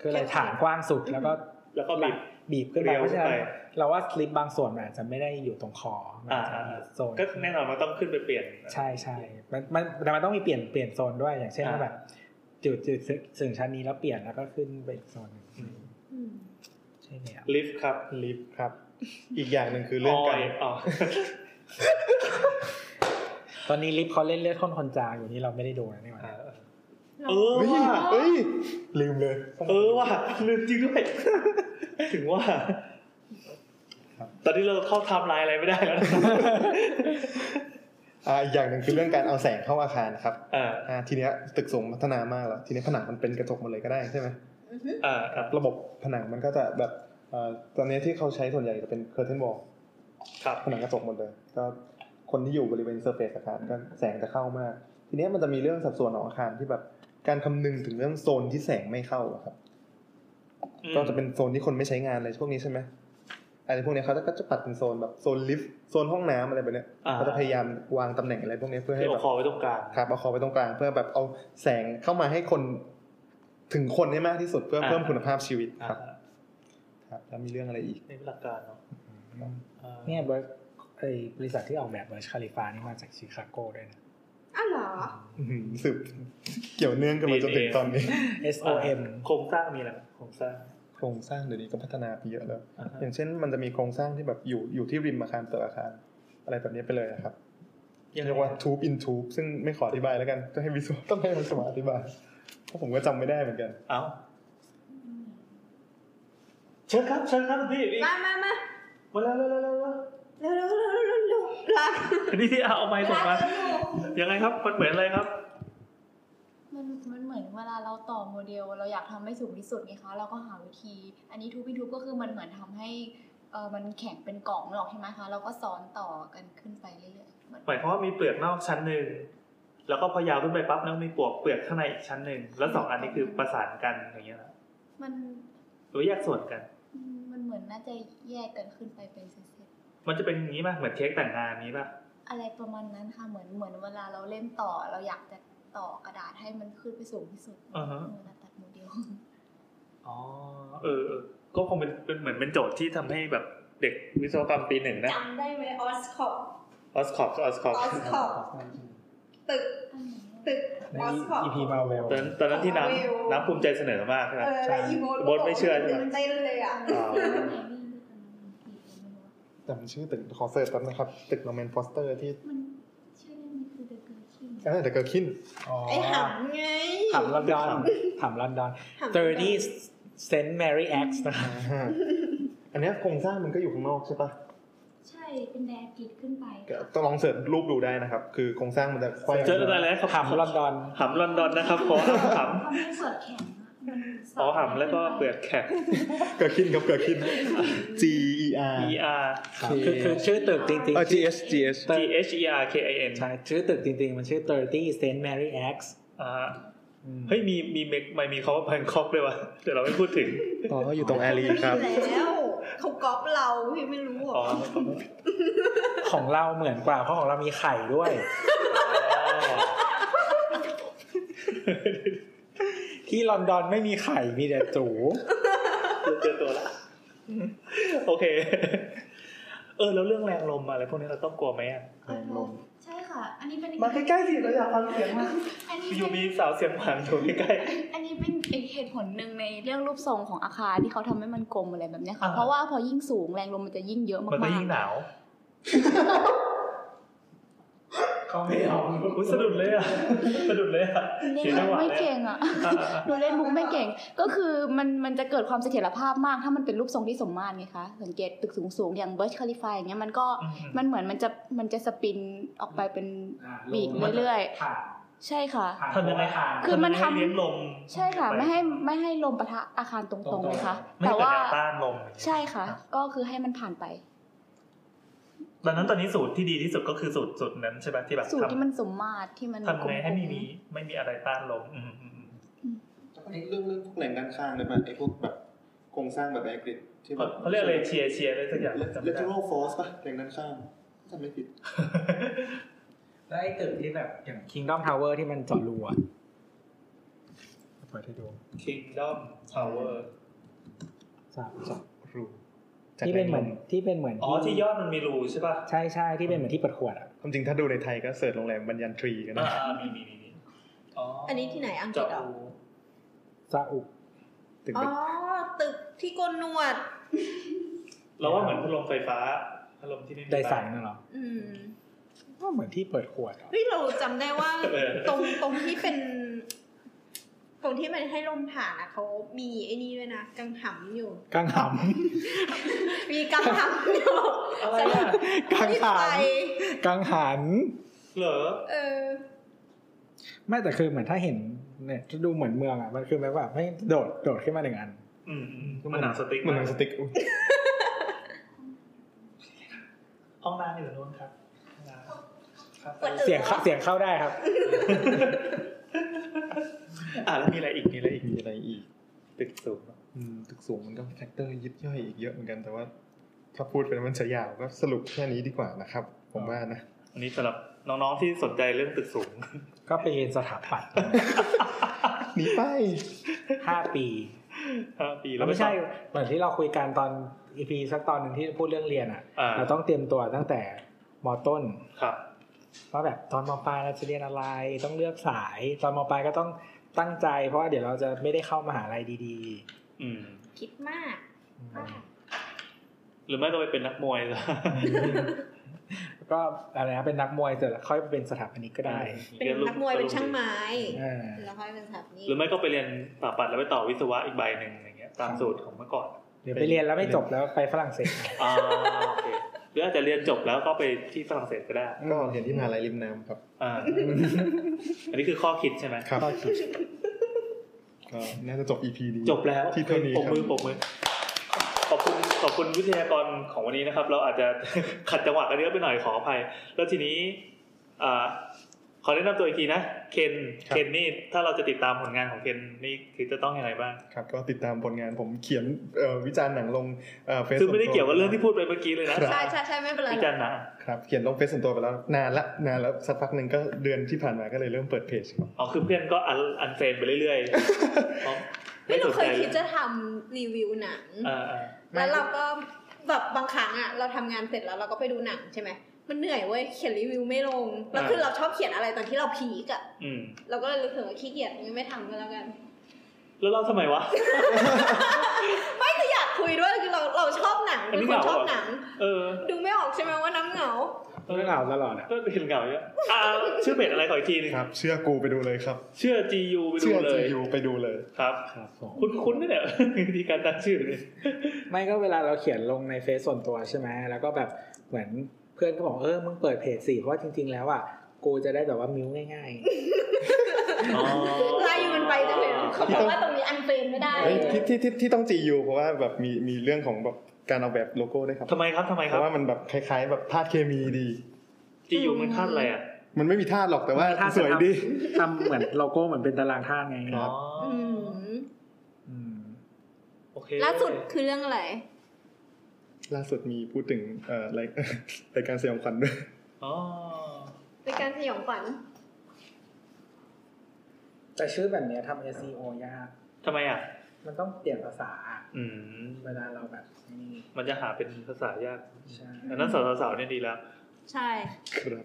[SPEAKER 2] คืออะไรฐานกว้างสุด แล้วก็
[SPEAKER 1] แล้วก็บีบ
[SPEAKER 2] บีบขึ้นไป
[SPEAKER 1] เรียว
[SPEAKER 2] เพราะฉะนั้น
[SPEAKER 1] ไป
[SPEAKER 2] เราว่าสลิปบางส่วนมันอาจจะไม่ได้อยู่ตรงคอมันอาจจะ
[SPEAKER 1] อ่า
[SPEAKER 2] มีโซน
[SPEAKER 1] ก็แน่นอนมันต้องขึ้นไปเปลี่ยน
[SPEAKER 2] ใช่ใช่มันมันแต่มันต้องมีเปลี่ยนเปลี่ยนโซนด้วยอย่างเช่น
[SPEAKER 1] อ่า
[SPEAKER 2] ว่าแบบจุดจุดสึงชั้นนี้แล้วเปลี่ยนแล้วก็ขึ้นไปอีกโซนหนึ่งใช่เนี่ย
[SPEAKER 1] ลิฟต์ครับ
[SPEAKER 3] ลิฟต์ครับ อีกอย่างหนึ่งคือเรื่องการ
[SPEAKER 1] ยอ๋อ
[SPEAKER 2] ตอนนี้ลิฟต์เขาเล่นเลือดข้นคนจางอยู่นี่เราไม่ได้ดูนะนี่หว่า
[SPEAKER 1] อ่าเออ
[SPEAKER 3] เฮ้ย
[SPEAKER 1] ว่ะ
[SPEAKER 3] เฮ้ย ลืมเลย
[SPEAKER 1] เออว่ะลืมจริงด้วย (laughs) ถึงว่า ตอนนี้เราเข้าไทำลายอะไรไม่ได้
[SPEAKER 3] (laughs)
[SPEAKER 1] แล้วนะ
[SPEAKER 3] อ่าอีกอย่างหนึ่งคือเรื่องการเอาแสงเข้าอาคารครับ
[SPEAKER 1] อ่า
[SPEAKER 3] อ่า ทีเนี้ยตึกสูงพัฒนามากแล้ว ทีนี้ผนังมันเป็นกระจกหมดเลยก็ได้ใช่ไหม
[SPEAKER 1] อ่าครับ
[SPEAKER 3] ระบบผนังมันก็จะแบบเอ่อตอนนี้ที่เขาใช้ส่วนใหญ่จะเป็นเคอร์เทนวอล
[SPEAKER 1] ครับ
[SPEAKER 3] ผนังกระจกหมดเลย ก็คนที่อยู่บริเวณเซอร์เฟซอาคารก็แสงจะเข้ามาก ทีเนี้ยมันจะมีเรื่องสัดส่วนของอาคารที่แบบการคำนึงถึงเรื่องโซนที่แสงไม่เข้าอะครับ
[SPEAKER 1] อืม
[SPEAKER 3] ก็จะเป็นโซนที่คนไม่ใช้งานเลยพวกนี้ใช่ไหมอะไรพวกเนี้ยเขาก็จะปัดเป็นโซนแบบโซนลิฟต์โซนห้องน้ำอะไรแบบเนี้ย
[SPEAKER 1] อ่า
[SPEAKER 3] เขาจะพยายามวางตำแหน่งอะไรพวกเนี้ยเพื่อให้
[SPEAKER 1] ที่
[SPEAKER 3] แบ
[SPEAKER 1] เอา
[SPEAKER 3] บ
[SPEAKER 1] คอไว้ตรงกลาง
[SPEAKER 3] ครับเอาคอไปตรงกลางเพื่อแบบเอาแสงเข้ามาให้คนถึงคนได้มากที่สุดเพื่อเพิ่ม
[SPEAKER 1] อ่า
[SPEAKER 3] คุณภาพชีวิต
[SPEAKER 1] อ่า
[SPEAKER 3] ครับ ครับแล้วมีเรื่องอะไรอีก (laughs)
[SPEAKER 1] นี่เป็นหลักการเนาะ
[SPEAKER 2] อืม
[SPEAKER 1] อ่า
[SPEAKER 2] เนี่ยบริไอ้บริษัทที่ออกแบบเบอร์ชคาลิฟานี่มาจากชิคาโกด้วยนะ
[SPEAKER 4] อ้าวเหรอ
[SPEAKER 3] อื้อหือสืบเกี่ยวเนื่องกันมาจนถึงตอนนี้
[SPEAKER 2] SOM
[SPEAKER 1] โครงสร้างมีอะไรไหมโครงสร้าง
[SPEAKER 3] โครงสร้างเดี๋ยวนี้ก็พัฒนาไปเยอะแล้ว
[SPEAKER 1] อ่าฮะ
[SPEAKER 3] อย่างเช่นมันจะมีโครงสร้างที่แบบอยู่อยู่ที่ริมอาคารเติมอาคาร อะไรแบบนี้ไปเลยนะครับ
[SPEAKER 1] ยังไง
[SPEAKER 3] เรียกว่าทูบอินทูบซึ่งไม่ขออธิบายแล้วกันต้องให้วิศวะต้องให้วิศวะอธิบายเพราะผมก็จำไม่ได้เหมือนกัน
[SPEAKER 1] เอ้าเชิญครับเชิญครับพี่พี่
[SPEAKER 4] มามามา
[SPEAKER 1] มาแล้วแล้วแล้วแล้ว
[SPEAKER 4] เร็วเร็วเร็วเร็วเร็วเร็วลา
[SPEAKER 1] นี่ที่เอาเอาไม้ส่งมา
[SPEAKER 4] ลาเร็ว
[SPEAKER 1] ยังไงครับมันเหมือนอะไรครับ
[SPEAKER 8] มันมันเหมือนเวลาเราต่อโมเดล เราอยากทำให้สูงที่สุดไงคะเราก็หาวิธี อันนี้ทูบิทูบก็คือมันเหมือนทำให้เออมันแข็งเป็นกล่องหรอกใช่ไหมคะเราก็ซ้อนต่อกันขึ้นไปเรื่อยๆเหมือน
[SPEAKER 1] หมายความว่ามีเปลือกนอกชั้นหนึ่ง แล้วก็พอยาวขึ้นไปปั๊บแล้วมีปลวกเปลือกข้างในอีกชั้นหนึ่ง แล้วสองอันนี้คือประสานกันอย่างเงี้ยนะ
[SPEAKER 8] มัน
[SPEAKER 1] หรือว่าแยกส่วนกัน
[SPEAKER 8] มันเหมือนน่าจะแยกกันขึ้นไปเป็นเซต
[SPEAKER 1] มันจะเป็นอย่างนี้ป่ะเหมือนเค้กแต่งงานนี้ป่ะ
[SPEAKER 8] ๆอะไรประมาณนั้นค่ะเหมือนเหมือนเวลาเราเล่นต่อ เราอยากจะต่อกระดาษให้มันขึ้นไปสูงที่สุด
[SPEAKER 1] อ่าฮะ
[SPEAKER 8] เวลาตัดโมเดล
[SPEAKER 1] อ๋อเออเออก็คงเป็นเป็นเหมือนเป็นโจทย์ที่ทำให้แบบเด็กวิศวกรรมปีหนึ่งนะ
[SPEAKER 4] จำได้ไหมออสคอป
[SPEAKER 1] ออสคอปออสค
[SPEAKER 4] อ
[SPEAKER 1] อป
[SPEAKER 4] อสคอปตึกตึก
[SPEAKER 2] ใน
[SPEAKER 4] ออสคอป
[SPEAKER 2] EP มาเวล
[SPEAKER 1] ตอนนั้นตอนนั้นที่น้
[SPEAKER 4] เอาเร็ว
[SPEAKER 1] ำน้ำภูมิใจเสนอมากใช่ไหม
[SPEAKER 4] เออและอีโมด
[SPEAKER 1] โบ๊ทไม่เชื่อใช่ไหม
[SPEAKER 4] ตื่นเต้นเลยอ่ะ
[SPEAKER 1] อ๋อ
[SPEAKER 3] จำชื่อตึกขอเสิร์ชแป๊บนะครับ ตึกโรแมนฟอสเตอร์ที่
[SPEAKER 8] มันชื่อเล่นมันคือ The Girl King
[SPEAKER 3] เออเดอะเกิร์ลคิน
[SPEAKER 4] ไอ้หันไง
[SPEAKER 2] ถามลอนดอนถามลอนดอนเจอที่เซนต์แมรี่แอคนะครับ
[SPEAKER 3] อ่า (laughs) อันเนี้ยโครงสร้างมันก็อยู่ข้างนอกใช่ปะ
[SPEAKER 8] ใช่เป็นแดกิดขึ้นไป
[SPEAKER 3] ก็ต้องลองเสิร์ชรูปดูได้นะครับ คือโครงสร้างมันจะไขว้
[SPEAKER 1] เจออะไรแล้วครับ
[SPEAKER 2] ถามลอนดอน
[SPEAKER 1] หำลอนดอน
[SPEAKER 8] (laughs)
[SPEAKER 1] นะครับขอห
[SPEAKER 8] ทำให้เปิดแข็งอะมัน
[SPEAKER 1] ำขอหำแล้วก็เปลือกแข็ง
[SPEAKER 3] เกิร์ลคินครับเกิร์ลคิน G E R
[SPEAKER 1] E R
[SPEAKER 2] ครับคือคือชื่อตึกจริง
[SPEAKER 3] เออ
[SPEAKER 2] ๆ
[SPEAKER 3] G S G S
[SPEAKER 1] G H E R K I N
[SPEAKER 2] ใช่ชื่อตึกจริงๆ มันชื่อ30 St. Mary X
[SPEAKER 1] อ่า เฮ้ยมีมีเมกไม่มีคำว่าแบงคอกด้วยวะเดี๋ยวเราไม่พูดถึง
[SPEAKER 3] อ๋ออยู่ตรงแอรีครับ
[SPEAKER 4] แล้วเขาก๊อปเราพี่ไม่รู้หร
[SPEAKER 1] อ๋
[SPEAKER 4] อ
[SPEAKER 1] อ
[SPEAKER 2] ของเราเหมือนกว่า เพราะของเรามีไข่ด้วย ที่ลอนดอนไม่มีไข่มีแต่จู
[SPEAKER 1] เจอตัวละโอเค เออ แล้วเรื่องแรงลมอะไรพวกนี้เราต้องกลัวไหมอ่ะ
[SPEAKER 8] เออใช่ค่ะ อันนี้เป็น
[SPEAKER 1] มาใกล้ๆสิเราอยากฟังเสียงมาก
[SPEAKER 8] อันนี้
[SPEAKER 1] อยู่
[SPEAKER 8] เป็น
[SPEAKER 1] มีสาวเสียงหวานอยู่ใกล้
[SPEAKER 8] อันนี้เป็นอีกเหตุผลหนึ่งในเรื่องรูปทรงของอาคารที่เขาทำให้มันกลมอะไรแบบเนี้ย
[SPEAKER 1] อ่า
[SPEAKER 8] ค่ะ เพราะว่าพอยิ่งสูงแรงลมมันจะยิ่งเยอะ
[SPEAKER 1] ๆ
[SPEAKER 8] มา
[SPEAKER 1] มันก็
[SPEAKER 8] ก
[SPEAKER 1] ยิ่งหนาว
[SPEAKER 2] เขาไม่ยอม
[SPEAKER 1] อุ้ยสะดุดเลยอ่ะ (laughs) สะดุดเลยอ่ะเสียจังหวะ
[SPEAKER 8] ไม่
[SPEAKER 1] เลย
[SPEAKER 8] เก่งอ่ะ
[SPEAKER 1] อ่ะอ่ะอ่ะ
[SPEAKER 8] หนูเล่นมุกไม่เก่ง ก็คือมันมันจะเกิดความเสถียรภาพมาก ถ้ามันเป็นรูปทรงที่สมมาตรไงคะ สังเกตตึกสูงสูงๆอย่างเบิร์ชคาลิฟายอย่างเงี้ยมันก็
[SPEAKER 1] อืม
[SPEAKER 8] มันเหมือนมันจะมันจะสปินออกไปเป็น
[SPEAKER 2] อ่ะ
[SPEAKER 8] บีบเรื่อยๆ
[SPEAKER 2] ผ่าน
[SPEAKER 8] ใช่ค่ะ
[SPEAKER 2] ผ่าน
[SPEAKER 1] ทำยังไง
[SPEAKER 2] ผ่าน
[SPEAKER 8] คือมันทำ
[SPEAKER 1] ให้เลี้ยงลม
[SPEAKER 8] ใช่ค่ะ ไม่ให้ไม่ให้ลมปะทะอาคารต
[SPEAKER 2] ตร
[SPEAKER 8] รง ง
[SPEAKER 2] ๆ
[SPEAKER 8] ๆเลยค่ะ
[SPEAKER 1] ไม่
[SPEAKER 8] แต่
[SPEAKER 1] ให้เกิด
[SPEAKER 8] ว่า
[SPEAKER 1] แนวต้านลม
[SPEAKER 8] ใช่ค่ะ ก็คือให้มันผ่านไป
[SPEAKER 1] ดังนั้นตอนนี้สูตรที่ดีที่สุดก็คือสูตรสูตรนั้นใช่ไหมที่แบบ
[SPEAKER 8] สูตรที่
[SPEAKER 1] ทำ
[SPEAKER 8] มันสมมาตรที่มัน
[SPEAKER 1] ทำยังไงให้ไม่มี
[SPEAKER 8] กล
[SPEAKER 1] ไม่มีอะไรต้านลมอืมอืมอืม
[SPEAKER 3] เรื่องเรื่องพวกแรงด้านข้างได้ไหมไอ้พวกแบบโครงสร้างแบบแบกริดที่แบบ
[SPEAKER 1] เขาเรียกอะไรเชียร์เชียร์อะไรสักอย่างจำ
[SPEAKER 3] เล
[SPEAKER 1] ไม่
[SPEAKER 3] เท
[SPEAKER 1] ได้
[SPEAKER 3] อรัลฟอร์สป่ะแรงด้านข้างจำไม่ผิด
[SPEAKER 2] แล้วไอ้ตึกที่แบบอย่าง Kingdom Tower ที่มันเจอดรูอะเปิดให้ดู
[SPEAKER 1] คิงดอมทาวเวอร์
[SPEAKER 2] สามสอง
[SPEAKER 3] รู
[SPEAKER 2] ที่เป็นเหมือนที่เป็นเหมือน
[SPEAKER 1] อ๋อที่ยอดมันมีรูใช่ป่ะ
[SPEAKER 2] ใช่ใช่ที่เป็นเหมือนที่เปิดขวดอะ
[SPEAKER 16] ความจริงถ้าดูในไทยก็เสิร์ชโรงแรมบรรยันทรีกัน
[SPEAKER 1] อ่า
[SPEAKER 16] นะ
[SPEAKER 1] อ่ามีมีมีมีอ๋ออั
[SPEAKER 4] อันนี้ที่ไหนอังกฤ
[SPEAKER 1] เจาะ
[SPEAKER 4] ษเหรอ
[SPEAKER 1] รู
[SPEAKER 2] ซาอุ
[SPEAKER 16] ตึก
[SPEAKER 4] อ๋
[SPEAKER 16] แบ
[SPEAKER 4] อบ ตึกที่โกนหนวด
[SPEAKER 1] เราว่าเหมือนพัดลมไฟฟ้าพัดลมที่ไม่มี
[SPEAKER 2] ไดสัน
[SPEAKER 1] น
[SPEAKER 2] น่ะเหรอ
[SPEAKER 4] อืม
[SPEAKER 2] ก็เหมือนที่เปิดขวดอะ
[SPEAKER 4] เฮ้ยเราจำได้ว่า
[SPEAKER 1] เออ
[SPEAKER 4] ตรงตรงที่เป็น ตรงที่มันให้ลมผ่านอ่ะเขามีไอ้นี่ด้วยนะกังหันอยู่
[SPEAKER 2] กังห
[SPEAKER 4] มีกังหันอยู่
[SPEAKER 1] อะไรอ่ะ
[SPEAKER 2] ำ กัง
[SPEAKER 4] ที่
[SPEAKER 2] หั
[SPEAKER 4] ไป
[SPEAKER 2] นกังหัน
[SPEAKER 1] เหรอ
[SPEAKER 4] เออ
[SPEAKER 2] ไม่แต่คือเหมือนถ้าเห็นเนี่ยดูเหมือนเมืองอ่ะมันคือแบบว่าให้โดดโดดขึ้นมาหนึ่งอัน
[SPEAKER 1] อืมอืมมันหนังสติ๊ก
[SPEAKER 16] เหมือนหนังสติ๊กอุ๊ย
[SPEAKER 1] ห้องน้ำอยู่ตรงนู้นครับห้องน้ำครับ
[SPEAKER 4] เปิด
[SPEAKER 2] เสียงเข้าเสียงเข้าได้ครับ
[SPEAKER 1] อ่าแล้วมีอะไรอีกมีอะไรอีก
[SPEAKER 3] มีอะไรอีก
[SPEAKER 1] ตึกสูง
[SPEAKER 16] อืมตึกสูงมันก็แฟกเตอร์ยิบย่อยอีกเยอะเหมือนกันแต่ว่า ถ้าพูดเป็นมันจะยาวก็สรุปแค่นี้ดีกว่านะครับ ผมว่านะ
[SPEAKER 1] อันนี้สำหรับน้องๆที่สนใจเรื่องตึกสูง
[SPEAKER 2] ก็ไปเรียนสถาปัตย์
[SPEAKER 16] หนีไป
[SPEAKER 2] ห้าปี
[SPEAKER 1] (laughs) ห้าปี
[SPEAKER 2] แล้ว
[SPEAKER 1] ป
[SPEAKER 2] ไม่ใช่
[SPEAKER 1] สอบ
[SPEAKER 2] เหมือนที่เราคุยกันตอนอีพีสักตอนหนึ่งที่พูดเรื่องเรียนอ่ะ
[SPEAKER 1] อ่า
[SPEAKER 2] เราต้องเตรียมตัวตั้งแต่มต้น
[SPEAKER 1] ครับ
[SPEAKER 2] ว่าแบบตอนมปลายเราจะเรียนอะไรต้องเลือกสาย ตอนมปลายก็ต้องตั้งใจ เพราะว่าเดี๋ยวเราจะไม่ได้เข้ามหาลัยดี
[SPEAKER 1] อืม
[SPEAKER 4] คิดมาก
[SPEAKER 2] ๆ
[SPEAKER 1] หรือไม่ก็ไปเป็นนักมวย (laughs) ซะ
[SPEAKER 2] ก็อะไรนะเป็นนักมวยเสร็จแล้วค่อยไปเป็นสถาปนิกก็ได้
[SPEAKER 4] เป็นนักมวยเป็นช่างไม้
[SPEAKER 2] เออ
[SPEAKER 4] แล้วค่อยเป็นสถาปนิก
[SPEAKER 1] หรือไม่ก็ไปเรียนสถาปัตย์แล้วไปต่อวิศวะอีกใบหนึ่งอย่างเงี้ยตามสูตรของเมื่อก่อน
[SPEAKER 2] เดี๋ยวไปเรียนแล้วไม่จบแล้วไปฝรั่งเศส
[SPEAKER 1] อ่าโอเคหรืออาจจะเรียนจบแล้วก็ไปที่ฝรั่งเศสก็ได้
[SPEAKER 16] ก็เรียนที่มหาลัยริมน้ำครับ
[SPEAKER 1] อ่าอันนี้คือข้อคิดใช่ไหม
[SPEAKER 16] ครับ
[SPEAKER 2] ก็คิด
[SPEAKER 16] ก็น่าจะจบ EP นี้
[SPEAKER 1] จบแล้ว
[SPEAKER 16] ที่เท่านี้
[SPEAKER 1] ปรบมือปรบมือขอบคุณขอบคุณวิทยากรของวันนี้นะครับ เราอาจจะ (laughs) ขัดจังหวะกันเยอะไปหน่อยขออภัย แล้วทีนี้อ่าขอแนะนำตัวอีกทีนะเคน
[SPEAKER 16] ครับ
[SPEAKER 1] เคนนี่ถ้าเราจะติดตามผลงานของเคนนี่คือจะต้องยังไงบ้าง
[SPEAKER 16] ครับ ก็ติดตามผลงานผมเขียนเอ่อวิจารณ์หนังลงเฟซ
[SPEAKER 1] ซึ่งไม่ได้เกี่ยวกับเรื่องที่พูดไปเมื่อกี้เลยนะ
[SPEAKER 4] ใช่ใช่ใช่ไม่เป็นไร
[SPEAKER 1] พี่จันนะครับ
[SPEAKER 16] เขียนลงเฟซส่วนตัวไปแล้วนานละนานแล้วสักพักหนึ่งก็เดือนที่ผ่านมาก็เลยเริ่มเปิดเพจครับ
[SPEAKER 1] อ๋อคือเพื่อนก็อันอันเฟรนไปเรื่อยๆเพราะ
[SPEAKER 4] ไม่เราเคย
[SPEAKER 1] ล
[SPEAKER 4] คิดจะทำรีวิวหนัง
[SPEAKER 1] อ่าอ่า
[SPEAKER 4] แล้วเราก็แบบบางครั้งอะเราทำงานเสร็จแล้วเราก็ไปดูหนังใช่ไหมมันเหนื่อยเว้ยเขียนรีวิวไม่ลง แล้วคือเราชอบเขียนอะไรตอนที่เราพีกอะ
[SPEAKER 1] อืม
[SPEAKER 4] เราก็เลยรู้สึกว่าขี้เกียจงั้นไม่ทำก็แล้วกัน
[SPEAKER 1] แล้วเราทำไมวะ
[SPEAKER 4] ไม่คืออยากคุยด้วยคือเราเราชอบหนัง
[SPEAKER 1] อัน
[SPEAKER 4] เป็น
[SPEAKER 1] นี้
[SPEAKER 4] ค
[SPEAKER 1] เห
[SPEAKER 4] น
[SPEAKER 1] งา
[SPEAKER 4] ชอบหนัง
[SPEAKER 1] เออ
[SPEAKER 4] ดูไม่ออกใช่ไหมว่าน้ำเหงา
[SPEAKER 2] เรื่องราวตลอดอ่ะ
[SPEAKER 1] ก็เห็นเหงาเยอะอ่าชื่อเพจอะไรขออีกทีหนึง
[SPEAKER 16] ครับ เชื่อกูไปดูเลยครับ
[SPEAKER 1] เชื่อ GU ไปดู
[SPEAKER 16] เชื่อ
[SPEAKER 1] เล
[SPEAKER 16] จี
[SPEAKER 1] ย
[SPEAKER 16] ยูไปดูเลย
[SPEAKER 1] ครับ
[SPEAKER 2] ครับผม
[SPEAKER 1] คุ้นคุ้นนี่แหละ (laughs) มีการตั้งชื่อเลย
[SPEAKER 2] ไม่ก็เวลาเราเขียนลงในเฟซส่วนตัวใช่ไหมแล้วก็แบบเหมือนเพื่อนก็บอกเออมึงเปิดเพจสิเพราะว่าจริง ๆ แล้วอ่ะกูจะได้แบบว่ามิ้วง่าย
[SPEAKER 1] อ๋อ
[SPEAKER 4] ไล่มันไปจะเห็นเขาบอกว่าตรงนี้อันเฟรมไม่ได้
[SPEAKER 16] เฮ้ยที่ที่ที่ที่ต้องจียูเพราะว่าแบบมีมีเรื่องของแบบการออกแบบโลโก้ด้วยครับ
[SPEAKER 1] ทำไมครับทำไมค
[SPEAKER 16] เพ
[SPEAKER 1] รับ
[SPEAKER 16] ราะว่ามันแบบคล้ายๆ แบบธาตุเคมีดี
[SPEAKER 1] GU มันคาดอะไรอ่ะ
[SPEAKER 16] มันไม่มีธาตุหรอกแต่ว่า
[SPEAKER 2] ไม่มีธาตุ
[SPEAKER 16] สวย
[SPEAKER 2] ครับ
[SPEAKER 16] ดี
[SPEAKER 2] ๆ (laughs) ทำเหมือนโลโก้เหมือนเป็นตารางธาตุไง
[SPEAKER 1] อ๋อ
[SPEAKER 4] อืม
[SPEAKER 2] อืม
[SPEAKER 1] โอเค
[SPEAKER 4] ล่าสุดคือเรื่องอะไร
[SPEAKER 16] ล่าสุดมีพูดถึงเอ่อราย (laughs) รายการสยองขวัญด้วย
[SPEAKER 1] อ๋อ
[SPEAKER 4] ในการสยองขวัญ
[SPEAKER 2] แต่ชื่อแบบเนี้ยทำ SEO ยาก
[SPEAKER 1] ทำไมอ่ะ
[SPEAKER 2] มันต้องเปลี่ยนภาษา
[SPEAKER 1] อืม
[SPEAKER 2] เวลาเราแบบนี่
[SPEAKER 1] มันจะหาเป็นภาษายาก
[SPEAKER 2] ใช่
[SPEAKER 1] อันนั้นสาวๆเนี่ยดีแล้ว
[SPEAKER 4] ใช่
[SPEAKER 16] ครับ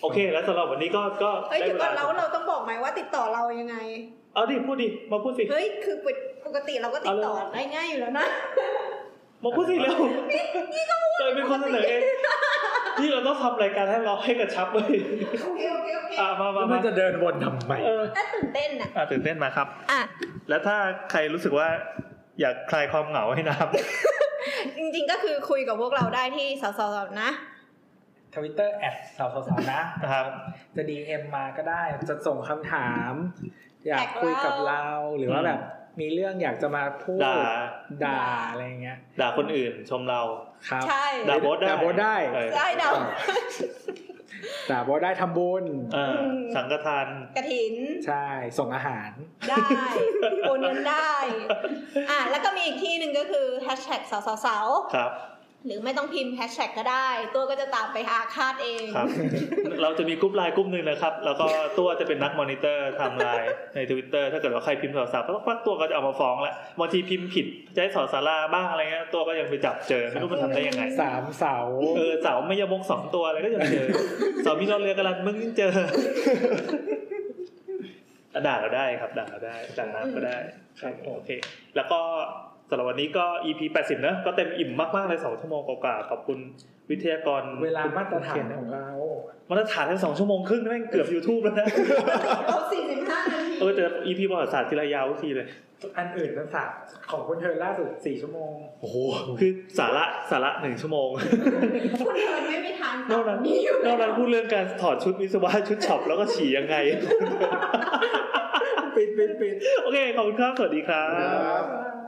[SPEAKER 1] โอเค แล้วสำหรับวันนี้ก็ก็
[SPEAKER 4] เฮ้ย
[SPEAKER 1] ได้
[SPEAKER 4] เดี๋ยว
[SPEAKER 1] เว
[SPEAKER 4] ก่อ
[SPEAKER 1] ลาน
[SPEAKER 4] เราเราต้องบอกไหมว่าติดต่อเรายังไง
[SPEAKER 1] เอาดิพูดดิมาพูดสิ
[SPEAKER 4] เฮ้ย คือปกติเราก็ติดต่อได้ง่ายอยู่แล้วนะ (laughs)
[SPEAKER 1] มาพูดสิเร็วนี่ก็พูดเลยเป็นคนเสนอเอง นี่เราต้องทำรายการให้เราให้กระชับเลย
[SPEAKER 4] โอเคโอเคโอเค
[SPEAKER 1] อ่ะมามา
[SPEAKER 2] มั
[SPEAKER 1] มาน
[SPEAKER 2] จะเดินวนทำไม
[SPEAKER 1] เออ
[SPEAKER 4] น่าตื่นเต้นอ่ะ
[SPEAKER 1] อ่ะตื่นเต้นมาครับ
[SPEAKER 4] อ่ะ
[SPEAKER 1] แล้วถ้าใครรู้สึกว่าอยากคลายความเหงาให้นะครับ
[SPEAKER 4] จริงๆก็คือคุยกับพวกเราได้ที่สาวๆนะ
[SPEAKER 2] ทวิตเตอร์แอดสาวสาวๆนะ
[SPEAKER 1] (laughs) นะครับ
[SPEAKER 2] จะดีเอ็มมาก็ได้ จะส่งคำถาม อยาก
[SPEAKER 4] แท็กเรา
[SPEAKER 2] คุยกับเราหรือว่า
[SPEAKER 1] อืม
[SPEAKER 2] แบบ มีเรื่องอยากจะมาพูด
[SPEAKER 1] ด่า
[SPEAKER 2] ด่าอะไรอย่างเงี้ย
[SPEAKER 1] ด่าคนอื่นชมเรา
[SPEAKER 2] ครับ
[SPEAKER 4] ใช่
[SPEAKER 1] ด่าโบทได้
[SPEAKER 2] ด่าโบ๊ทได้
[SPEAKER 1] เออ
[SPEAKER 4] ได้เดา
[SPEAKER 2] ด่าบอได้ทำบุญ
[SPEAKER 1] เออสังฆทาน
[SPEAKER 4] กระถิน
[SPEAKER 2] ใช่ ส่งอาหาร
[SPEAKER 4] ได้โอนเงินได้ อ่ะแล้วก็มีอีกที่หนึ่งก็คือแฮชแท็กสาวสาว
[SPEAKER 1] ครับ
[SPEAKER 4] ๆหรือไม่ต้องพิมพ์แฮชแท็กก็ได้ ตัวก็จะตามไปหาคาดเอง
[SPEAKER 2] (laughs)
[SPEAKER 1] ครับ เราจะมีกลุ่มไลน์กลุ่มหนึ่งนะครับ แล้วก็ตัวจะเป็นนักมอนิเตอร์ไทำไลน์ (laughs) ในทวิตเตอร์ถ้าเกิดว่าใครพิมพ์สาวๆก็ต้องฟักตัวก็จะเอามาฟ้องแหละบางทีพิมพ์ผิดจะให้สอสาราบ้างอะไรเงี้ยตัวก็ยังไปจับเจอไม่รู้มันทำได้ยังไง
[SPEAKER 2] สามเสา
[SPEAKER 1] เออเสาไม่ยมงสองตัวอะไรก็ยังเจอ
[SPEAKER 2] (laughs)
[SPEAKER 1] เสามีรอเรือกระลันมึงยังเจอ (laughs) ด่าเราได้ครับด่าเราได้ด่าน้ำก็ได้ครับโอเค แล้วก็สำหรับวันนี้ก็ EP 80นะก็เต็มอิ่มมากๆเลยสองชั่วโมงกว่าๆขอบคุณวิทยากร
[SPEAKER 2] เวลามาตรฐานของเรา
[SPEAKER 1] มาตรฐานทั้งสองชั่วโมงครึ่งแม่งเกือบ YouTube แล้วนะ (laughs)
[SPEAKER 4] เราสี่สิบห้านาที
[SPEAKER 1] เออแต่ EP ประวัติศาสตร์ทีละยาวทุกทีเลย
[SPEAKER 2] อันอื่นมันสามของคนเธอล่าสุดสี่ชั่วโมง
[SPEAKER 1] โอ้โห คือสาระสาระหนึ่งชั่วโมง
[SPEAKER 4] คุณเดินไม่มีทาง
[SPEAKER 1] นอกนั้นนอกนั้นพูดเรื่องการถอดชุดวิศวะชุดช็อปแล้วก็ฉี่ยังไง
[SPEAKER 2] ปิดปิดปิด
[SPEAKER 1] โอเค ขอบคุณครับ สวัสดีครับ
[SPEAKER 16] ครับ
[SPEAKER 4] บ